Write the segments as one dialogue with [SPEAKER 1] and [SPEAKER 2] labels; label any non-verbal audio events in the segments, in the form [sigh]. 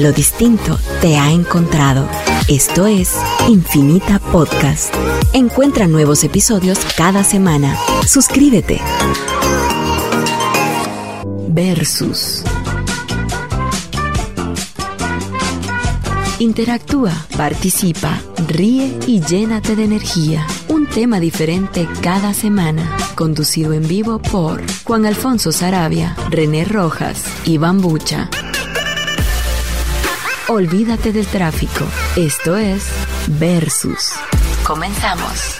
[SPEAKER 1] lo distinto te ha encontrado. Esto es Infinita Podcast. Encuentra nuevos episodios cada semana. Suscríbete. Versus. Interactúa, participa, ríe y llénate de energía. Un tema diferente cada semana. Conducido en vivo por Juan Alfonso Sarabia, René Rojas, Iván Bucha. Olvídate del tráfico. Esto es Versus. Comenzamos.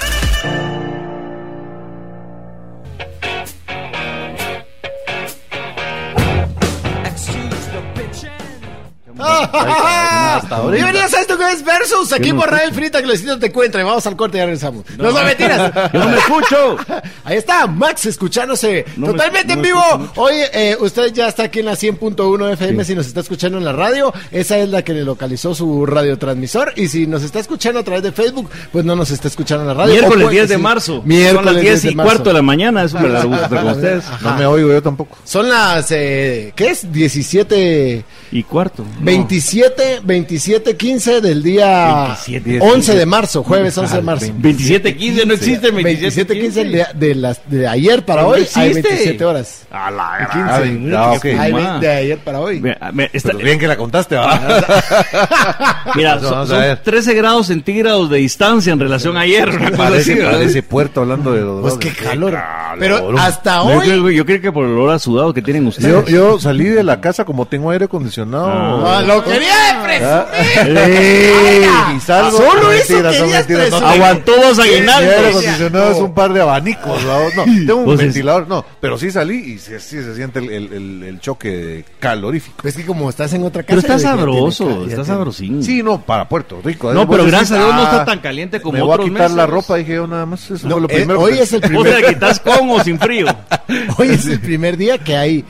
[SPEAKER 2] Hasta ahora.
[SPEAKER 3] Bienvenidos a esto que es Versus, aquí por Radio Infinita, que necesito te encuentre. Vamos al corte y ya regresamos. No, son mentiras.
[SPEAKER 2] [laughs] Yo no me escucho.
[SPEAKER 3] [laughs] Ahí está Max escuchándose
[SPEAKER 2] No me-
[SPEAKER 3] totalmente
[SPEAKER 2] no
[SPEAKER 3] en
[SPEAKER 2] me
[SPEAKER 3] vivo.
[SPEAKER 2] escucho mucho.
[SPEAKER 3] Hoy eh, usted ya está aquí en la 100.1 FM.
[SPEAKER 2] Sí.
[SPEAKER 3] Si nos está escuchando en la radio, esa es la que le localizó su radiotransmisor. Y si nos está escuchando a través de Facebook, pues no nos está escuchando en la radio. O
[SPEAKER 2] Miércoles
[SPEAKER 3] puede
[SPEAKER 2] 10
[SPEAKER 3] que
[SPEAKER 2] de
[SPEAKER 3] sí.
[SPEAKER 2] marzo.
[SPEAKER 3] Miércoles
[SPEAKER 2] Son las 10 y
[SPEAKER 3] marzo.
[SPEAKER 2] cuarto de la mañana. Eso me da gusto estar con
[SPEAKER 3] [laughs]
[SPEAKER 2] ustedes.
[SPEAKER 4] No me oigo yo tampoco.
[SPEAKER 3] Son las, eh, ¿qué es? 17.
[SPEAKER 2] Y cuarto. no.
[SPEAKER 3] 27, 27, 15 del día
[SPEAKER 2] 27,
[SPEAKER 3] 11 de marzo,
[SPEAKER 2] Ah,
[SPEAKER 3] jueves 11 de marzo.
[SPEAKER 2] 27, 15. No existe el 27,
[SPEAKER 3] 27, 15 de, de las, de ayer para
[SPEAKER 2] No
[SPEAKER 3] hoy hay
[SPEAKER 2] existe.
[SPEAKER 3] 27 horas.
[SPEAKER 2] A la
[SPEAKER 4] Ah,
[SPEAKER 2] gran-
[SPEAKER 4] bien, ah, ok.
[SPEAKER 3] Hay
[SPEAKER 2] ma.
[SPEAKER 3] 20 de ayer para hoy.
[SPEAKER 2] Ve- ve- está-
[SPEAKER 4] Pero bien que la contaste,
[SPEAKER 3] Ah,
[SPEAKER 4] ¿verdad?
[SPEAKER 2] Mira,
[SPEAKER 4] Vamos a
[SPEAKER 2] son, son
[SPEAKER 4] ver.
[SPEAKER 2] 13 grados centígrados de distancia en relación a ayer. Una cosa así,
[SPEAKER 4] Parece,
[SPEAKER 2] ¿verdad?
[SPEAKER 4] parece puerto hablando de los
[SPEAKER 3] Pues
[SPEAKER 4] dos.
[SPEAKER 3] qué calor. Pero hasta
[SPEAKER 2] No, yo creo-
[SPEAKER 3] hoy. ah,
[SPEAKER 2] Yo, creo que por el olor a sudado que tienen
[SPEAKER 4] Yo,
[SPEAKER 2] ustedes.
[SPEAKER 4] yo salí de la casa como tengo aire acondicionado.
[SPEAKER 2] Ah.
[SPEAKER 3] Ah, lo quería de presumir.
[SPEAKER 4] Ah.
[SPEAKER 3] Oiga,
[SPEAKER 4] Y salgo-
[SPEAKER 3] solo
[SPEAKER 4] no,
[SPEAKER 3] eso
[SPEAKER 4] mentiras, son
[SPEAKER 3] querías
[SPEAKER 4] mentiras, no,
[SPEAKER 3] presumir.
[SPEAKER 2] [laughs] Aguantó dos
[SPEAKER 4] Mi aire
[SPEAKER 2] aguinaldos.
[SPEAKER 4] acondicionado es un par de abanicos. ¿verdad? No, tengo un
[SPEAKER 2] Pues es-
[SPEAKER 4] ventilador. No, pero sí salí y sí, sí se siente el, el- el- el choque calorífico.
[SPEAKER 3] Pues que como estás en otra casa.
[SPEAKER 2] Pero está
[SPEAKER 3] ya tiene ca-
[SPEAKER 2] sabroso,
[SPEAKER 3] ya
[SPEAKER 2] está
[SPEAKER 3] tiene-
[SPEAKER 2] sabrosín.
[SPEAKER 4] Sí, no, para Puerto Rico.
[SPEAKER 2] No,
[SPEAKER 4] Vos
[SPEAKER 2] pero
[SPEAKER 4] decís,
[SPEAKER 2] gracias a Dios no
[SPEAKER 4] ah,
[SPEAKER 2] está tan caliente como
[SPEAKER 4] Me voy
[SPEAKER 2] otros
[SPEAKER 4] a quitar la
[SPEAKER 2] meses.
[SPEAKER 4] ropa, dije yo nada más. Eso
[SPEAKER 3] No,
[SPEAKER 4] fue lo
[SPEAKER 3] eh,
[SPEAKER 4] primero.
[SPEAKER 3] hoy
[SPEAKER 4] que-
[SPEAKER 3] es el
[SPEAKER 2] ¿Vos te
[SPEAKER 3] primer,
[SPEAKER 2] la quitas con o sin [laughs] frío?
[SPEAKER 3] hoy es el primer día que hay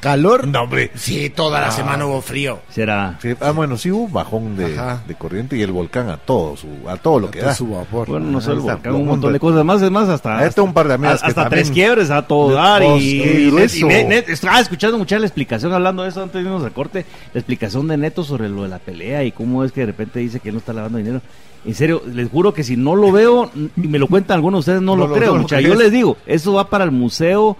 [SPEAKER 3] calor.
[SPEAKER 4] [laughs] No, hombre.
[SPEAKER 3] Sí, toda la semana hubo frío.
[SPEAKER 2] Será.
[SPEAKER 4] Sí, ah, bueno, sí hubo un bajón de,
[SPEAKER 3] Ajá.
[SPEAKER 4] de corriente y el volcán a todo, su, a todo lo que da.
[SPEAKER 3] Su vapor.
[SPEAKER 2] Bueno, no solo
[SPEAKER 4] está,
[SPEAKER 2] volcán,
[SPEAKER 4] lo
[SPEAKER 2] un montón
[SPEAKER 4] junto.
[SPEAKER 2] de cosas más, es más, hasta.
[SPEAKER 4] Ahí está un par de amigas
[SPEAKER 2] hasta-
[SPEAKER 4] que
[SPEAKER 2] Hasta
[SPEAKER 4] también-
[SPEAKER 2] tres quiebres a todo dar.
[SPEAKER 4] Dios,
[SPEAKER 2] Y,
[SPEAKER 4] qué
[SPEAKER 2] y-
[SPEAKER 4] grueso.
[SPEAKER 2] y Net- Net- estaba escuchando mucha la explicación, hablando de eso antes de irnos al corte, la explicación de Neto sobre lo de la pelea y cómo es que de repente dice que él no está lavando dinero. En serio, les juro que si no lo veo y me lo cuentan algunos de ustedes, no,
[SPEAKER 4] No
[SPEAKER 2] lo,
[SPEAKER 4] lo-
[SPEAKER 2] creo.
[SPEAKER 4] no lo
[SPEAKER 2] mucha.
[SPEAKER 4] crees.
[SPEAKER 2] Yo les digo, eso va para el Museo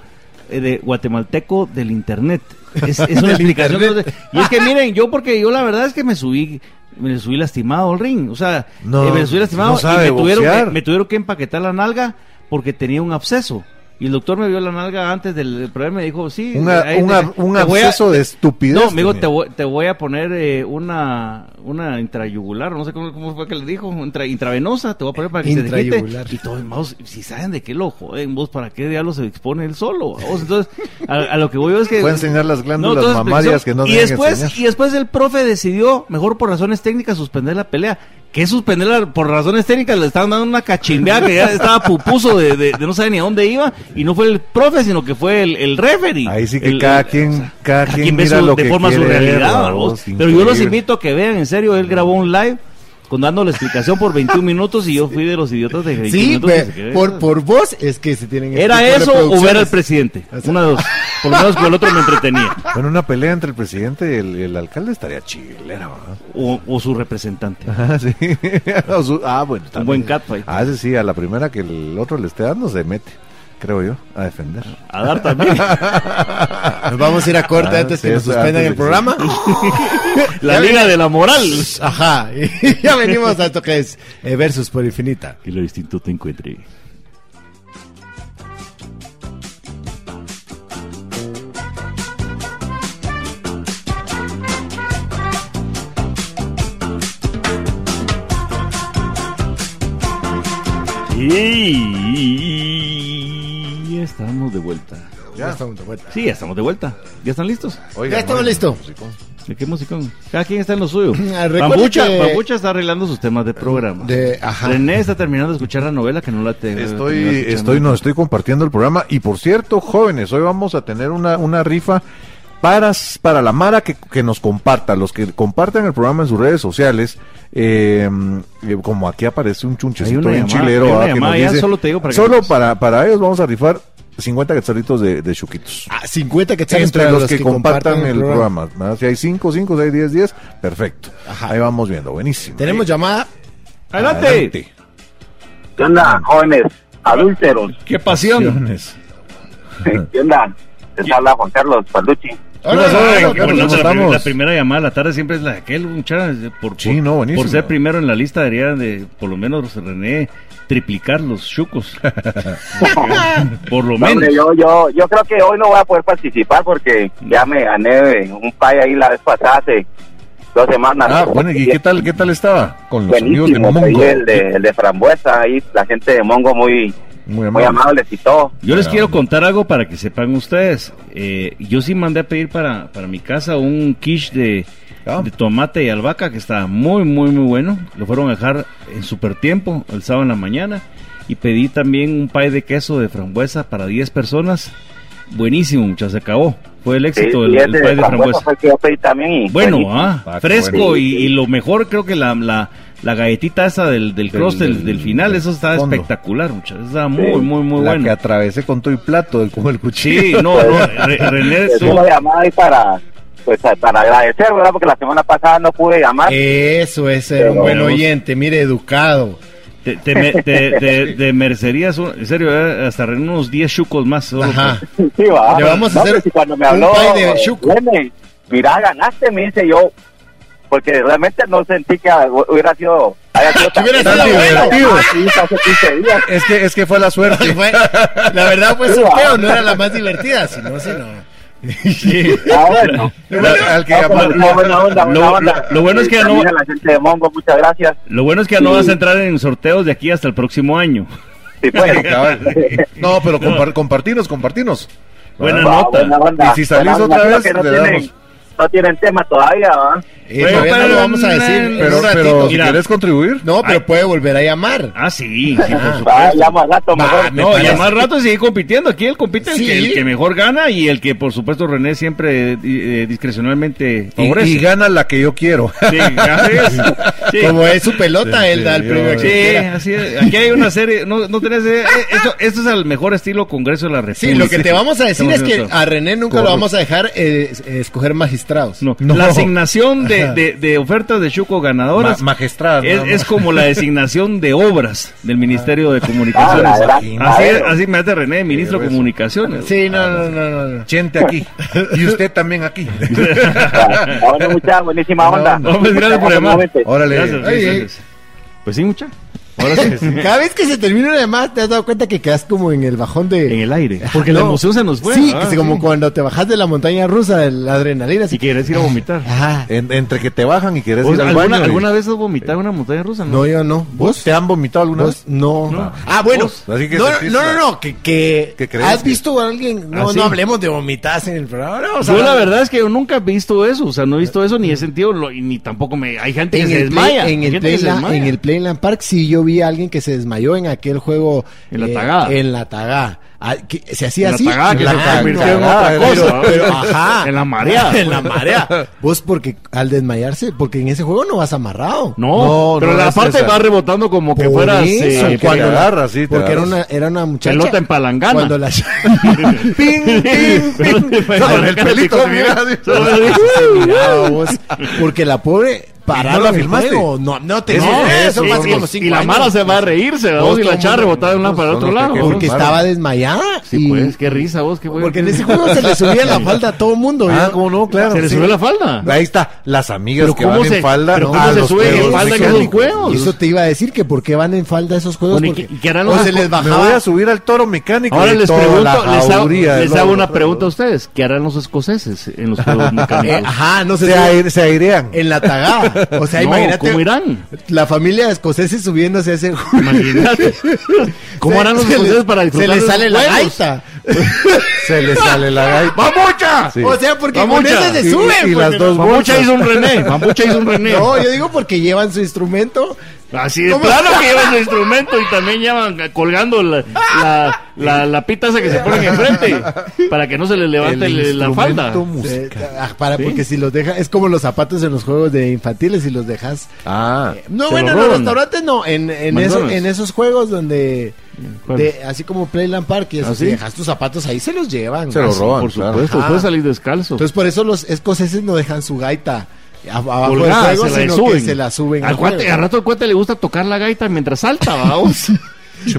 [SPEAKER 2] eh, de Guatemalteco del Internet. Es, es
[SPEAKER 4] [laughs]
[SPEAKER 2] una explicación. que no sé- Y es que miren, yo porque yo la verdad es que me subí, me subí lastimado al ring. O sea,
[SPEAKER 4] No,
[SPEAKER 2] eh, me subí lastimado
[SPEAKER 4] no sabe
[SPEAKER 2] y me tuvieron,
[SPEAKER 4] boxear.
[SPEAKER 2] me- me tuvieron que empaquetar la nalga porque tenía un absceso. Y el doctor me vio la nalga antes del problema y me dijo, sí,
[SPEAKER 4] Una-
[SPEAKER 2] ahí
[SPEAKER 4] un
[SPEAKER 2] te-
[SPEAKER 4] ab- un
[SPEAKER 2] te voy a-
[SPEAKER 4] absceso de estupidez.
[SPEAKER 2] No, me dijo,
[SPEAKER 4] tenía.
[SPEAKER 2] te voy, te voy a poner eh, una, una intrayugular, no sé cómo, cómo fue que le dijo, intra- intravenosa, te voy a poner para que se te quite.
[SPEAKER 3] Intrayugular.
[SPEAKER 2] Y todos, vamos, si saben de qué lo joden, vos, ¿para qué diablos se expone él solo? Vos, entonces, a, a lo que voy yo es que...
[SPEAKER 4] Voy a enseñar las glándulas
[SPEAKER 2] entonces,
[SPEAKER 4] mamarias que no
[SPEAKER 2] y
[SPEAKER 4] deben
[SPEAKER 2] después,
[SPEAKER 4] enseñar.
[SPEAKER 2] y después el profe decidió, mejor por razones técnicas, suspender la pelea. Que suspenderla por razones técnicas le estaban dando una cachimbeada que ya estaba pupuso de, de- de no saber ni a dónde iba. Y no fue el profe, sino que fue el, el referee.
[SPEAKER 4] Ahí sí que
[SPEAKER 2] El-
[SPEAKER 4] cada
[SPEAKER 2] el-
[SPEAKER 4] quien,
[SPEAKER 2] o sea,
[SPEAKER 4] cada
[SPEAKER 2] cada
[SPEAKER 4] quien,
[SPEAKER 2] quien ve
[SPEAKER 4] mira
[SPEAKER 2] su-
[SPEAKER 4] lo
[SPEAKER 2] de
[SPEAKER 4] que
[SPEAKER 2] forma su
[SPEAKER 4] quiere ver,
[SPEAKER 2] realidad.
[SPEAKER 4] ¿verdad,
[SPEAKER 2] vos?
[SPEAKER 4] vos?
[SPEAKER 2] Pero yo los
[SPEAKER 4] Increíble.
[SPEAKER 2] invito a que vean, en serio, él grabó un live con dando la explicación por
[SPEAKER 4] [laughs]
[SPEAKER 2] 21 minutos y yo fui de los idiotas de 21
[SPEAKER 3] Sí,
[SPEAKER 2] minutos que
[SPEAKER 3] ve,
[SPEAKER 2] se quedaron.
[SPEAKER 3] por, por vos es que se tienen. este
[SPEAKER 2] ¿Era
[SPEAKER 3] tipo de
[SPEAKER 2] eso o ver al
[SPEAKER 3] producciones.
[SPEAKER 2] presidente? Una de dos. Por lo menos con el otro me entretenía.
[SPEAKER 4] Bueno, una pelea entre el presidente y el, el alcalde estaría chilera, ¿verdad?
[SPEAKER 2] O, o su representante.
[SPEAKER 4] Ah, [laughs] sí. [laughs] O su- ah, bueno.
[SPEAKER 2] Un
[SPEAKER 4] también.
[SPEAKER 2] buen catfight.
[SPEAKER 4] Ah, ese sí, a la primera que el otro le esté dando se mete, creo yo, a defender.
[SPEAKER 2] A dar también. [laughs]
[SPEAKER 3] Nos vamos a ir a corte
[SPEAKER 4] Ah,
[SPEAKER 3] antes
[SPEAKER 4] sí,
[SPEAKER 3] que nos
[SPEAKER 4] eso,
[SPEAKER 3] suspendan el
[SPEAKER 4] antes de que-
[SPEAKER 3] programa. [laughs]
[SPEAKER 2] La liga de la moral.
[SPEAKER 3] Ajá, y [laughs] ya venimos a esto que es eh, Versus por Infinita.
[SPEAKER 2] Que lo distinto te encuentre. Y estamos de vuelta.
[SPEAKER 3] Ya, estamos de vuelta.
[SPEAKER 2] Sí, ya estamos de vuelta. ¿Ya están listos?
[SPEAKER 4] Oiga,
[SPEAKER 3] Ya estamos
[SPEAKER 4] no,
[SPEAKER 3] listos.
[SPEAKER 4] musicón.
[SPEAKER 2] ¿De qué musicón? Cada quien está en lo suyo.
[SPEAKER 3] [clears throat] Ah, recuerde
[SPEAKER 2] Bambucha,
[SPEAKER 3] que-
[SPEAKER 2] Bambucha está arreglando sus temas de programa.
[SPEAKER 3] De, ajá.
[SPEAKER 2] René está terminando de escuchar la novela que no la tengo.
[SPEAKER 4] Estoy, estoy, no, estoy compartiendo el programa. Y por cierto, jóvenes, hoy vamos a tener una, una rifa para, s- para la Mara que, que nos comparta, los que compartan el programa en sus redes sociales. eh, eh, como aquí aparece un
[SPEAKER 2] Hay
[SPEAKER 4] chunchecito
[SPEAKER 2] una
[SPEAKER 4] bien
[SPEAKER 2] llamada,
[SPEAKER 4] chilero.
[SPEAKER 2] hay una
[SPEAKER 4] ah, que nos
[SPEAKER 2] llamada, ya
[SPEAKER 4] dice-
[SPEAKER 2] solo te digo para que-
[SPEAKER 4] solo para, para ellos vamos a rifar 50 quetzalitos de, de chuquitos.
[SPEAKER 3] Ah, 50 quetzales
[SPEAKER 4] Entre
[SPEAKER 3] para
[SPEAKER 4] los que, compartan, el programa. ¿verdad? Si hay 5, 5, 6, 10, 10, perfecto.
[SPEAKER 3] Ajá.
[SPEAKER 4] Ahí vamos viendo, buenísimo.
[SPEAKER 3] Tenemos llamada.
[SPEAKER 2] Adelante.
[SPEAKER 4] Adelante.
[SPEAKER 5] ¿Qué onda, jóvenes adúlteros?
[SPEAKER 2] Qué pasión.
[SPEAKER 4] Opciones.
[SPEAKER 5] ¿Qué onda? Les habla Juan Carlos Palucci.
[SPEAKER 3] Hola, hola,
[SPEAKER 4] Ay,
[SPEAKER 2] Ay,
[SPEAKER 3] hola,
[SPEAKER 2] qué bonito,
[SPEAKER 3] ¿cómo
[SPEAKER 2] la,
[SPEAKER 4] estamos?
[SPEAKER 2] primer- la primera llamada de la tarde siempre es la de aquel, muchachos. Por,
[SPEAKER 4] Sí,
[SPEAKER 2] por-
[SPEAKER 4] no, buenísimo.
[SPEAKER 2] por ser primero en la lista deberían de, por lo menos, René, triplicar los
[SPEAKER 4] [laughs]
[SPEAKER 2] chucos. por lo
[SPEAKER 5] No,
[SPEAKER 2] menos.
[SPEAKER 5] hombre, yo, yo, yo creo que hoy no voy a poder participar porque ya me gané un pay ahí la vez pasada hace dos semanas.
[SPEAKER 4] Ah, bueno, ¿y qué tal, qué tal estaba? Con los amigos de
[SPEAKER 5] Buenísimo, ahí
[SPEAKER 4] Mongo.
[SPEAKER 5] el de, el de Frambuesa, ahí la gente de Mongo muy,
[SPEAKER 4] Muy
[SPEAKER 5] muy
[SPEAKER 4] amable.
[SPEAKER 5] amables y todo.
[SPEAKER 2] Yo les
[SPEAKER 4] Ya,
[SPEAKER 2] quiero
[SPEAKER 4] hombre.
[SPEAKER 2] contar algo para que sepan ustedes. Eh, yo sí mandé a pedir para, para mi casa un quiche de,
[SPEAKER 4] Ah.
[SPEAKER 2] de tomate y albahaca que estaba muy, muy, muy bueno. Lo fueron a dejar en super tiempo el sábado en la mañana. Y pedí también un pay de queso de frambuesa para 10 personas. Buenísimo, muchachos, se acabó. Fue el
[SPEAKER 5] Sí,
[SPEAKER 2] éxito
[SPEAKER 5] y
[SPEAKER 2] del
[SPEAKER 5] ese
[SPEAKER 2] el pay de frambuesa.
[SPEAKER 5] fue el que yo pedí también. y-
[SPEAKER 2] Bueno,
[SPEAKER 5] buenísimo.
[SPEAKER 2] ah,
[SPEAKER 4] Ah, qué
[SPEAKER 2] fresco
[SPEAKER 5] bueno.
[SPEAKER 2] y, y lo mejor creo que la, la, la galletita esa del, del
[SPEAKER 4] Del-
[SPEAKER 2] cross del,
[SPEAKER 4] del-
[SPEAKER 2] del final,
[SPEAKER 4] del
[SPEAKER 2] eso está
[SPEAKER 4] fondo.
[SPEAKER 2] espectacular, muchachos. Está muy, muy, muy
[SPEAKER 4] la
[SPEAKER 2] bueno.
[SPEAKER 4] que atravesé con todo y plato del, con el cuchillo.
[SPEAKER 2] Sí, no, no, Re- René
[SPEAKER 5] Les
[SPEAKER 2] estuvo-
[SPEAKER 5] Pues, una llamada ahí para, pues, para agradecer, ¿verdad? Porque la semana pasada no pude llamar.
[SPEAKER 3] Eso es ser un
[SPEAKER 5] Pero-
[SPEAKER 3] buen oyente, mire, educado.
[SPEAKER 2] te, te, me- te- te- te merecerías, un- en serio, eh, hasta René unos 10 chucos más. solo
[SPEAKER 3] [laughs] Ajá.
[SPEAKER 4] pues.
[SPEAKER 5] Sí, va.
[SPEAKER 3] Le vamos a
[SPEAKER 5] No,
[SPEAKER 3] hacer
[SPEAKER 5] pues, y cuando me
[SPEAKER 3] un
[SPEAKER 5] habló,
[SPEAKER 3] pay de
[SPEAKER 5] eh,
[SPEAKER 3] chuco.
[SPEAKER 5] Lene, mira, ganaste, me dice yo. Porque realmente no sentí que hubiera sido. Haya sido tan
[SPEAKER 3] hubiera sido
[SPEAKER 5] divertido.
[SPEAKER 4] bueno.
[SPEAKER 5] Sí, hace 15 días. Ah,
[SPEAKER 4] Es que, es que fue la
[SPEAKER 3] Que [laughs]
[SPEAKER 4] suerte.
[SPEAKER 3] fue- la verdad fue sorteo, no era la más divertida, sino, sino.
[SPEAKER 5] Ah, bueno.
[SPEAKER 4] La- al que
[SPEAKER 5] Ah, pues,
[SPEAKER 4] llamó-
[SPEAKER 5] está buena onda, buena
[SPEAKER 2] lo-
[SPEAKER 5] onda.
[SPEAKER 2] lo- lo bueno es que
[SPEAKER 5] Y
[SPEAKER 2] ya no-
[SPEAKER 5] también a la gente de Mongo, muchas gracias.
[SPEAKER 2] por- Lo bueno es que ya no vas a entrar en sorteos de aquí hasta el próximo año.
[SPEAKER 3] Ah,
[SPEAKER 5] Sí, pues. [laughs]
[SPEAKER 4] Cabal. No, pero compar- compartinos, compartinos.
[SPEAKER 2] Buena
[SPEAKER 5] Va,
[SPEAKER 2] nota.
[SPEAKER 5] buena onda.
[SPEAKER 4] Y si salís
[SPEAKER 5] Buena onda,
[SPEAKER 4] otra
[SPEAKER 5] creo
[SPEAKER 4] vez,
[SPEAKER 5] que no
[SPEAKER 4] le
[SPEAKER 5] tienen-
[SPEAKER 4] damos.
[SPEAKER 5] No tienen tema todavía, ¿va?
[SPEAKER 3] Eh,
[SPEAKER 2] Bueno,
[SPEAKER 3] todavía no
[SPEAKER 2] pero
[SPEAKER 3] lo vamos a decir.
[SPEAKER 2] no,
[SPEAKER 3] en
[SPEAKER 4] Pero,
[SPEAKER 3] un ratito.
[SPEAKER 4] pero si
[SPEAKER 2] mira.
[SPEAKER 4] querés contribuir,
[SPEAKER 3] No, pero puede volver a llamar.
[SPEAKER 2] Ah, sí, sí, por supuesto.
[SPEAKER 5] Va, llamo al rato
[SPEAKER 3] Va,
[SPEAKER 5] mejor.
[SPEAKER 3] Ah, me
[SPEAKER 2] No, y
[SPEAKER 3] parece.
[SPEAKER 2] a más rato y seguir compitiendo. Aquí él compite el,
[SPEAKER 3] Sí.
[SPEAKER 2] que, el que mejor gana y el que, por supuesto, René siempre eh, eh, discrecionalmente
[SPEAKER 4] y,
[SPEAKER 2] favorece.
[SPEAKER 4] y gana la que yo [laughs] quiero.
[SPEAKER 2] Sí,
[SPEAKER 3] [laughs]
[SPEAKER 2] ¿sabes? Sí.
[SPEAKER 3] Como es su pelota, él da el premio que
[SPEAKER 2] Sí,
[SPEAKER 3] quiera.
[SPEAKER 2] así es. Aquí hay una serie. No, no tenés. eh, esto, esto es al mejor estilo Congreso de la República.
[SPEAKER 3] Sí, lo que te vamos a decir es
[SPEAKER 2] Estamos
[SPEAKER 3] que ah,
[SPEAKER 2] haciendo
[SPEAKER 3] a René nunca lo
[SPEAKER 4] Correcto.
[SPEAKER 3] vamos a dejar eh, es- escoger magistrados.
[SPEAKER 2] No,
[SPEAKER 4] No.
[SPEAKER 2] La asignación de, de- de ofertas de Chuco
[SPEAKER 4] Ma-
[SPEAKER 2] ganadoras
[SPEAKER 4] Magistrada.
[SPEAKER 2] es,
[SPEAKER 4] nada más.
[SPEAKER 2] es como la designación de obras del Ministerio de
[SPEAKER 5] Ah,
[SPEAKER 2] Comunicaciones.
[SPEAKER 5] la
[SPEAKER 4] Así
[SPEAKER 5] gran-
[SPEAKER 2] Así,
[SPEAKER 5] a
[SPEAKER 2] es-
[SPEAKER 5] ver.
[SPEAKER 2] así me hace René, ministro de
[SPEAKER 4] Pero eso.
[SPEAKER 2] Comunicaciones.
[SPEAKER 3] Sí, no, no, no, no, no.
[SPEAKER 4] Gente aquí. Y usted también aquí.
[SPEAKER 5] Ah, Bueno, mucha buenísima
[SPEAKER 4] Buena
[SPEAKER 5] onda.
[SPEAKER 4] onda.
[SPEAKER 2] No, pues, gracias por llamar.
[SPEAKER 5] Nuevamente.
[SPEAKER 4] Órale.
[SPEAKER 2] Gracias,
[SPEAKER 3] Ay,
[SPEAKER 2] gracias.
[SPEAKER 3] ay.
[SPEAKER 2] Pues sí, mucha.
[SPEAKER 3] Cada vez que se termina una llamada, te has dado cuenta que quedas como en el bajón de. Ah,
[SPEAKER 2] En el aire. Porque la
[SPEAKER 3] No.
[SPEAKER 2] emoción se nos fue.
[SPEAKER 3] Sí,
[SPEAKER 6] Ah,
[SPEAKER 2] ¿verdad?
[SPEAKER 3] que sí, como cuando te bajas de la montaña rusa, de la adrenalina.
[SPEAKER 2] Si
[SPEAKER 3] Así que. "Ah,
[SPEAKER 2] quieres ir a vomitar.
[SPEAKER 3] Ajá.
[SPEAKER 4] En- entre que te bajan y querés
[SPEAKER 2] ¿Vos
[SPEAKER 4] ir al
[SPEAKER 2] ¿Alguna,
[SPEAKER 4] baño. y-
[SPEAKER 2] alguna vez has vomitado en una montaña rusa?
[SPEAKER 3] No, yo no.
[SPEAKER 4] ¿Vos te han vomitado alguna
[SPEAKER 3] ¿Vos?
[SPEAKER 4] vez?
[SPEAKER 3] No.
[SPEAKER 2] No.
[SPEAKER 3] Ah, bueno.
[SPEAKER 4] ¿Vos? Así que
[SPEAKER 3] no,
[SPEAKER 4] sentís
[SPEAKER 3] no, no,
[SPEAKER 4] la-
[SPEAKER 3] no, que, que
[SPEAKER 4] que crees
[SPEAKER 3] has
[SPEAKER 4] que-
[SPEAKER 3] visto a alguien. No,
[SPEAKER 4] Ah, sí.
[SPEAKER 3] no hablemos de vomitadas en el programa. no, o sea,
[SPEAKER 2] Yo la verdad es que yo nunca he visto eso, o sea, no he visto eso ni he sentido, lo- y ni tampoco me... Hay gente que
[SPEAKER 3] En
[SPEAKER 2] se
[SPEAKER 3] el, play,
[SPEAKER 2] desmaya.
[SPEAKER 3] en,
[SPEAKER 2] hay
[SPEAKER 3] el
[SPEAKER 2] gente que se
[SPEAKER 3] Playland-
[SPEAKER 2] desmaya.
[SPEAKER 3] en el Playland Park sí yo vi a alguien que se desmayó en aquel juego eh,
[SPEAKER 2] En la tagada.
[SPEAKER 3] En la tagada. Ah, que se hacía
[SPEAKER 2] En la
[SPEAKER 3] así.
[SPEAKER 2] tagada, que
[SPEAKER 3] En la
[SPEAKER 2] se
[SPEAKER 3] tagada,
[SPEAKER 2] convirtió
[SPEAKER 4] en otra
[SPEAKER 3] pero-
[SPEAKER 2] cosa, [laughs]
[SPEAKER 3] pero,
[SPEAKER 2] ¿no?
[SPEAKER 3] ajá.
[SPEAKER 2] En la marea.
[SPEAKER 3] [laughs] en la marea. Vos porque al desmayarse, porque en ese juego no vas amarrado.
[SPEAKER 2] No,
[SPEAKER 4] No,
[SPEAKER 2] pero
[SPEAKER 4] no
[SPEAKER 2] la
[SPEAKER 4] es
[SPEAKER 2] parte
[SPEAKER 4] esa.
[SPEAKER 2] va rebotando como que
[SPEAKER 3] Por
[SPEAKER 2] fuera
[SPEAKER 3] eso,
[SPEAKER 4] que te
[SPEAKER 3] cuando la-
[SPEAKER 4] agarras, sí, te
[SPEAKER 3] porque era
[SPEAKER 4] agarras.
[SPEAKER 3] una era una muchacha
[SPEAKER 2] pelota en palangana.
[SPEAKER 3] Cuando [laughs]
[SPEAKER 2] [laughs]
[SPEAKER 3] la
[SPEAKER 4] ¡Ping, ping, ping! Con el pelito, mira.
[SPEAKER 3] Miraba vos, porque la pobre pararon
[SPEAKER 4] no la
[SPEAKER 3] el
[SPEAKER 4] filmaste?
[SPEAKER 3] juego. No, no te
[SPEAKER 2] Eso,
[SPEAKER 3] no,
[SPEAKER 2] eso,
[SPEAKER 3] eso fue hace
[SPEAKER 2] y-
[SPEAKER 3] como
[SPEAKER 2] y
[SPEAKER 3] cinco
[SPEAKER 2] la
[SPEAKER 3] años.
[SPEAKER 2] mara se va a reírse, ¿verdad?
[SPEAKER 3] Vos,
[SPEAKER 2] y
[SPEAKER 3] todo
[SPEAKER 2] la
[SPEAKER 3] el
[SPEAKER 2] echar
[SPEAKER 3] mundo-
[SPEAKER 2] rebotada de una para
[SPEAKER 4] son
[SPEAKER 2] otro
[SPEAKER 4] los
[SPEAKER 2] lado.
[SPEAKER 4] pequeños.
[SPEAKER 3] Porque
[SPEAKER 2] ¿no?
[SPEAKER 4] Claro.
[SPEAKER 3] estaba desmayada.
[SPEAKER 2] Sí,
[SPEAKER 3] y-
[SPEAKER 2] pues, qué risa vos, qué bueno.
[SPEAKER 3] Porque en ese juego se le subía la falda a todo mundo.
[SPEAKER 4] Ah,
[SPEAKER 3] ¿no?
[SPEAKER 4] cómo no, claro.
[SPEAKER 2] ¿Se le
[SPEAKER 4] sí.
[SPEAKER 2] sube la falda?
[SPEAKER 4] Ahí está, las amigas
[SPEAKER 2] Pero
[SPEAKER 4] que
[SPEAKER 2] cómo
[SPEAKER 4] van
[SPEAKER 2] se-
[SPEAKER 4] en falda.
[SPEAKER 2] pero
[SPEAKER 4] a
[SPEAKER 2] cómo se
[SPEAKER 4] los
[SPEAKER 2] suben en
[SPEAKER 4] juegos
[SPEAKER 2] falda en esos
[SPEAKER 4] mecánicos.
[SPEAKER 2] juegos?
[SPEAKER 3] Eso te iba a decir que por qué van en falda esos juegos.
[SPEAKER 2] Bueno, ¿y
[SPEAKER 3] porque-
[SPEAKER 2] qué- y qué harán
[SPEAKER 3] o
[SPEAKER 2] los-
[SPEAKER 3] se les
[SPEAKER 4] Me voy
[SPEAKER 3] bajaba.
[SPEAKER 4] a subir al toro mecánico.
[SPEAKER 2] Ahora
[SPEAKER 4] Y
[SPEAKER 2] les
[SPEAKER 4] toda
[SPEAKER 2] pregunto,
[SPEAKER 4] la
[SPEAKER 2] les hago,
[SPEAKER 4] jauría del
[SPEAKER 2] les hago
[SPEAKER 4] lobo.
[SPEAKER 2] una pregunta a ustedes. ¿Qué harán los escoceses en los
[SPEAKER 3] [laughs]
[SPEAKER 2] juegos
[SPEAKER 3] Eh,
[SPEAKER 2] mecánicos?
[SPEAKER 3] ajá, no
[SPEAKER 4] Se,
[SPEAKER 3] sé.
[SPEAKER 4] aire-
[SPEAKER 2] [laughs]
[SPEAKER 4] se airean.
[SPEAKER 3] En la tagada. O sea,
[SPEAKER 2] No,
[SPEAKER 3] imagínate.
[SPEAKER 2] ¿Cómo irán?
[SPEAKER 3] La familia de escoceses subiéndose a ese juego. [laughs]
[SPEAKER 2] Imagínate. ¿Cómo harán los
[SPEAKER 3] Se- se les-
[SPEAKER 2] escoceses para
[SPEAKER 3] Se
[SPEAKER 2] disfrutar
[SPEAKER 3] les
[SPEAKER 2] de
[SPEAKER 3] sale
[SPEAKER 2] los
[SPEAKER 3] la
[SPEAKER 2] juegos?
[SPEAKER 3] gaita.
[SPEAKER 4] Se les sale la gaita.
[SPEAKER 2] ¡Mamucha!
[SPEAKER 4] Sí.
[SPEAKER 3] O sea, porque con
[SPEAKER 2] Mamucha.
[SPEAKER 3] ese se
[SPEAKER 4] Y-
[SPEAKER 3] suben.
[SPEAKER 4] y
[SPEAKER 3] porque
[SPEAKER 4] las dos
[SPEAKER 2] pues, Mamucha
[SPEAKER 4] bolsas.
[SPEAKER 2] hizo un René. Mamucha hizo un René.
[SPEAKER 3] [laughs] No, yo digo porque llevan su instrumento.
[SPEAKER 2] Así de
[SPEAKER 3] ¿Cómo?
[SPEAKER 2] plano
[SPEAKER 3] [laughs]
[SPEAKER 2] que llevan su instrumento y también llevan colgando la, la, la, la pita esa que se ponen enfrente para que no se les levante
[SPEAKER 4] El
[SPEAKER 2] la falda.
[SPEAKER 4] instrumento musical.
[SPEAKER 3] eh, ah, para, Porque si los dejas, es como los zapatos en los juegos de infantiles, si los dejas
[SPEAKER 4] Ah,
[SPEAKER 3] No, bueno,
[SPEAKER 2] Se lo
[SPEAKER 3] en los
[SPEAKER 2] roban.
[SPEAKER 3] restaurantes no, en, en,
[SPEAKER 2] McDonald's.
[SPEAKER 3] esos- en esos juegos donde
[SPEAKER 2] Jueves.
[SPEAKER 3] de- así como Playland Park, y eso,
[SPEAKER 2] ¿Ah,
[SPEAKER 3] si
[SPEAKER 2] sí?
[SPEAKER 3] dejas tus zapatos ahí, se los llevan.
[SPEAKER 4] Se los
[SPEAKER 3] Ah, sí.
[SPEAKER 4] roban,
[SPEAKER 2] Por
[SPEAKER 4] claro.
[SPEAKER 2] supuesto,
[SPEAKER 3] Ajá.
[SPEAKER 2] puedes salir descalzo.
[SPEAKER 3] Entonces por eso los escoceses no dejan su gaita a- abajo del
[SPEAKER 2] Colgada,
[SPEAKER 3] juego,
[SPEAKER 2] se la
[SPEAKER 3] sino
[SPEAKER 2] suben.
[SPEAKER 3] que se la suben.
[SPEAKER 2] Al,
[SPEAKER 3] al
[SPEAKER 2] cuate-
[SPEAKER 3] juego.
[SPEAKER 2] al rato al cuate le gusta tocar la gaita mientras
[SPEAKER 3] [laughs]
[SPEAKER 2] salta, vamos.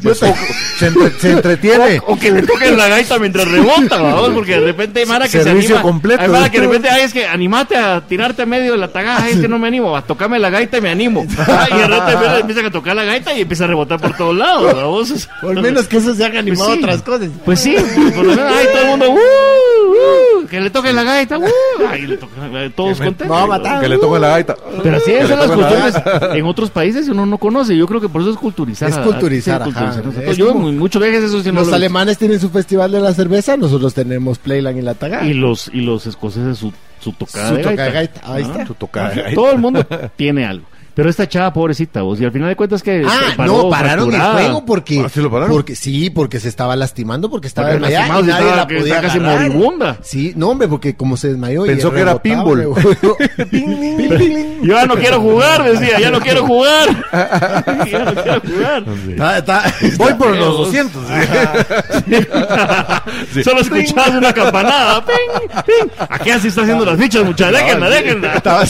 [SPEAKER 4] Pues, o- se, entre- se entretiene.
[SPEAKER 2] O que le toquen la gaita mientras rebota, vamos, porque de repente hay Mara que se
[SPEAKER 4] Servicio
[SPEAKER 2] anima.
[SPEAKER 4] completo.
[SPEAKER 2] Hay Mara que de repente, ay, es que animate a tirarte a medio de la tagada, ay, es que no me animo, a tocarme la gaita y me
[SPEAKER 3] [laughs]
[SPEAKER 2] animo. Ay, y de repente empiezan a tocar la gaita y empieza a rebotar por todos lados, vamos.
[SPEAKER 3] [laughs] Por menos que eso se haga animado
[SPEAKER 2] Pues sí.
[SPEAKER 3] otras cosas.
[SPEAKER 2] Pues sí, por, por lo menos, ay, todo el mundo, uh, uh, que le toquen la gaita, uh, ay, le toquen- todos contentos.
[SPEAKER 3] va a matar.
[SPEAKER 4] Que le toque la gaita.
[SPEAKER 2] Pero así
[SPEAKER 4] Que
[SPEAKER 2] es,
[SPEAKER 4] le
[SPEAKER 2] son las
[SPEAKER 4] toque la
[SPEAKER 2] costumbres
[SPEAKER 4] gaita.
[SPEAKER 2] en otros países uno no conoce. Yo creo que por eso es culturizar.
[SPEAKER 3] Es
[SPEAKER 2] a-
[SPEAKER 3] culturizar,
[SPEAKER 2] sí,
[SPEAKER 3] ajá.
[SPEAKER 2] nosotros.
[SPEAKER 3] Es
[SPEAKER 2] Yo
[SPEAKER 3] como-
[SPEAKER 2] mu- muchos veces eso sí
[SPEAKER 3] Los
[SPEAKER 2] no lo he visto.
[SPEAKER 3] alemanes tienen su festival de la cerveza, nosotros tenemos Playland y la Tagada.
[SPEAKER 2] Y los, y los escoceses su, su tocada
[SPEAKER 3] Su
[SPEAKER 2] de
[SPEAKER 3] toca
[SPEAKER 2] gaita.
[SPEAKER 3] gaita. Ahí
[SPEAKER 2] Ah,
[SPEAKER 3] está.
[SPEAKER 4] Tu toca la gaita.
[SPEAKER 2] Todo
[SPEAKER 3] [laughs]
[SPEAKER 2] el mundo tiene algo. Pero esta chava, pobrecita, vos. Y al final de cuentas que.
[SPEAKER 3] Ah,
[SPEAKER 2] paró
[SPEAKER 3] no, pararon
[SPEAKER 2] fracturada.
[SPEAKER 3] el juego pues, porque,
[SPEAKER 4] Ah, ¿sí lo pararon?
[SPEAKER 3] porque sí, porque se estaba lastimando, porque estaba
[SPEAKER 2] Porque
[SPEAKER 3] desmayada
[SPEAKER 2] lastimado,
[SPEAKER 3] y
[SPEAKER 2] sí
[SPEAKER 3] nadie
[SPEAKER 2] estaba-
[SPEAKER 3] la
[SPEAKER 2] que
[SPEAKER 3] podía
[SPEAKER 2] está casi
[SPEAKER 3] agarrar.
[SPEAKER 2] moribunda.
[SPEAKER 3] Sí, no hombre, porque como se desmayó y
[SPEAKER 4] Pensó que era
[SPEAKER 3] rebotaba,
[SPEAKER 4] pinball.
[SPEAKER 3] güey.
[SPEAKER 2] Yo ya no quiero jugar, decía, ya no
[SPEAKER 3] [laughs]
[SPEAKER 2] quiero jugar. [laughs] ya no quiero jugar.
[SPEAKER 3] [laughs] Está- está-
[SPEAKER 4] Voy por
[SPEAKER 2] Pero-
[SPEAKER 4] los 200. [laughs]
[SPEAKER 2] Solo escuchabas una campanada. Ping, ping. Aquí así está haciendo las fichas, muchachos. Déjenla, déjenla.
[SPEAKER 3] estaba-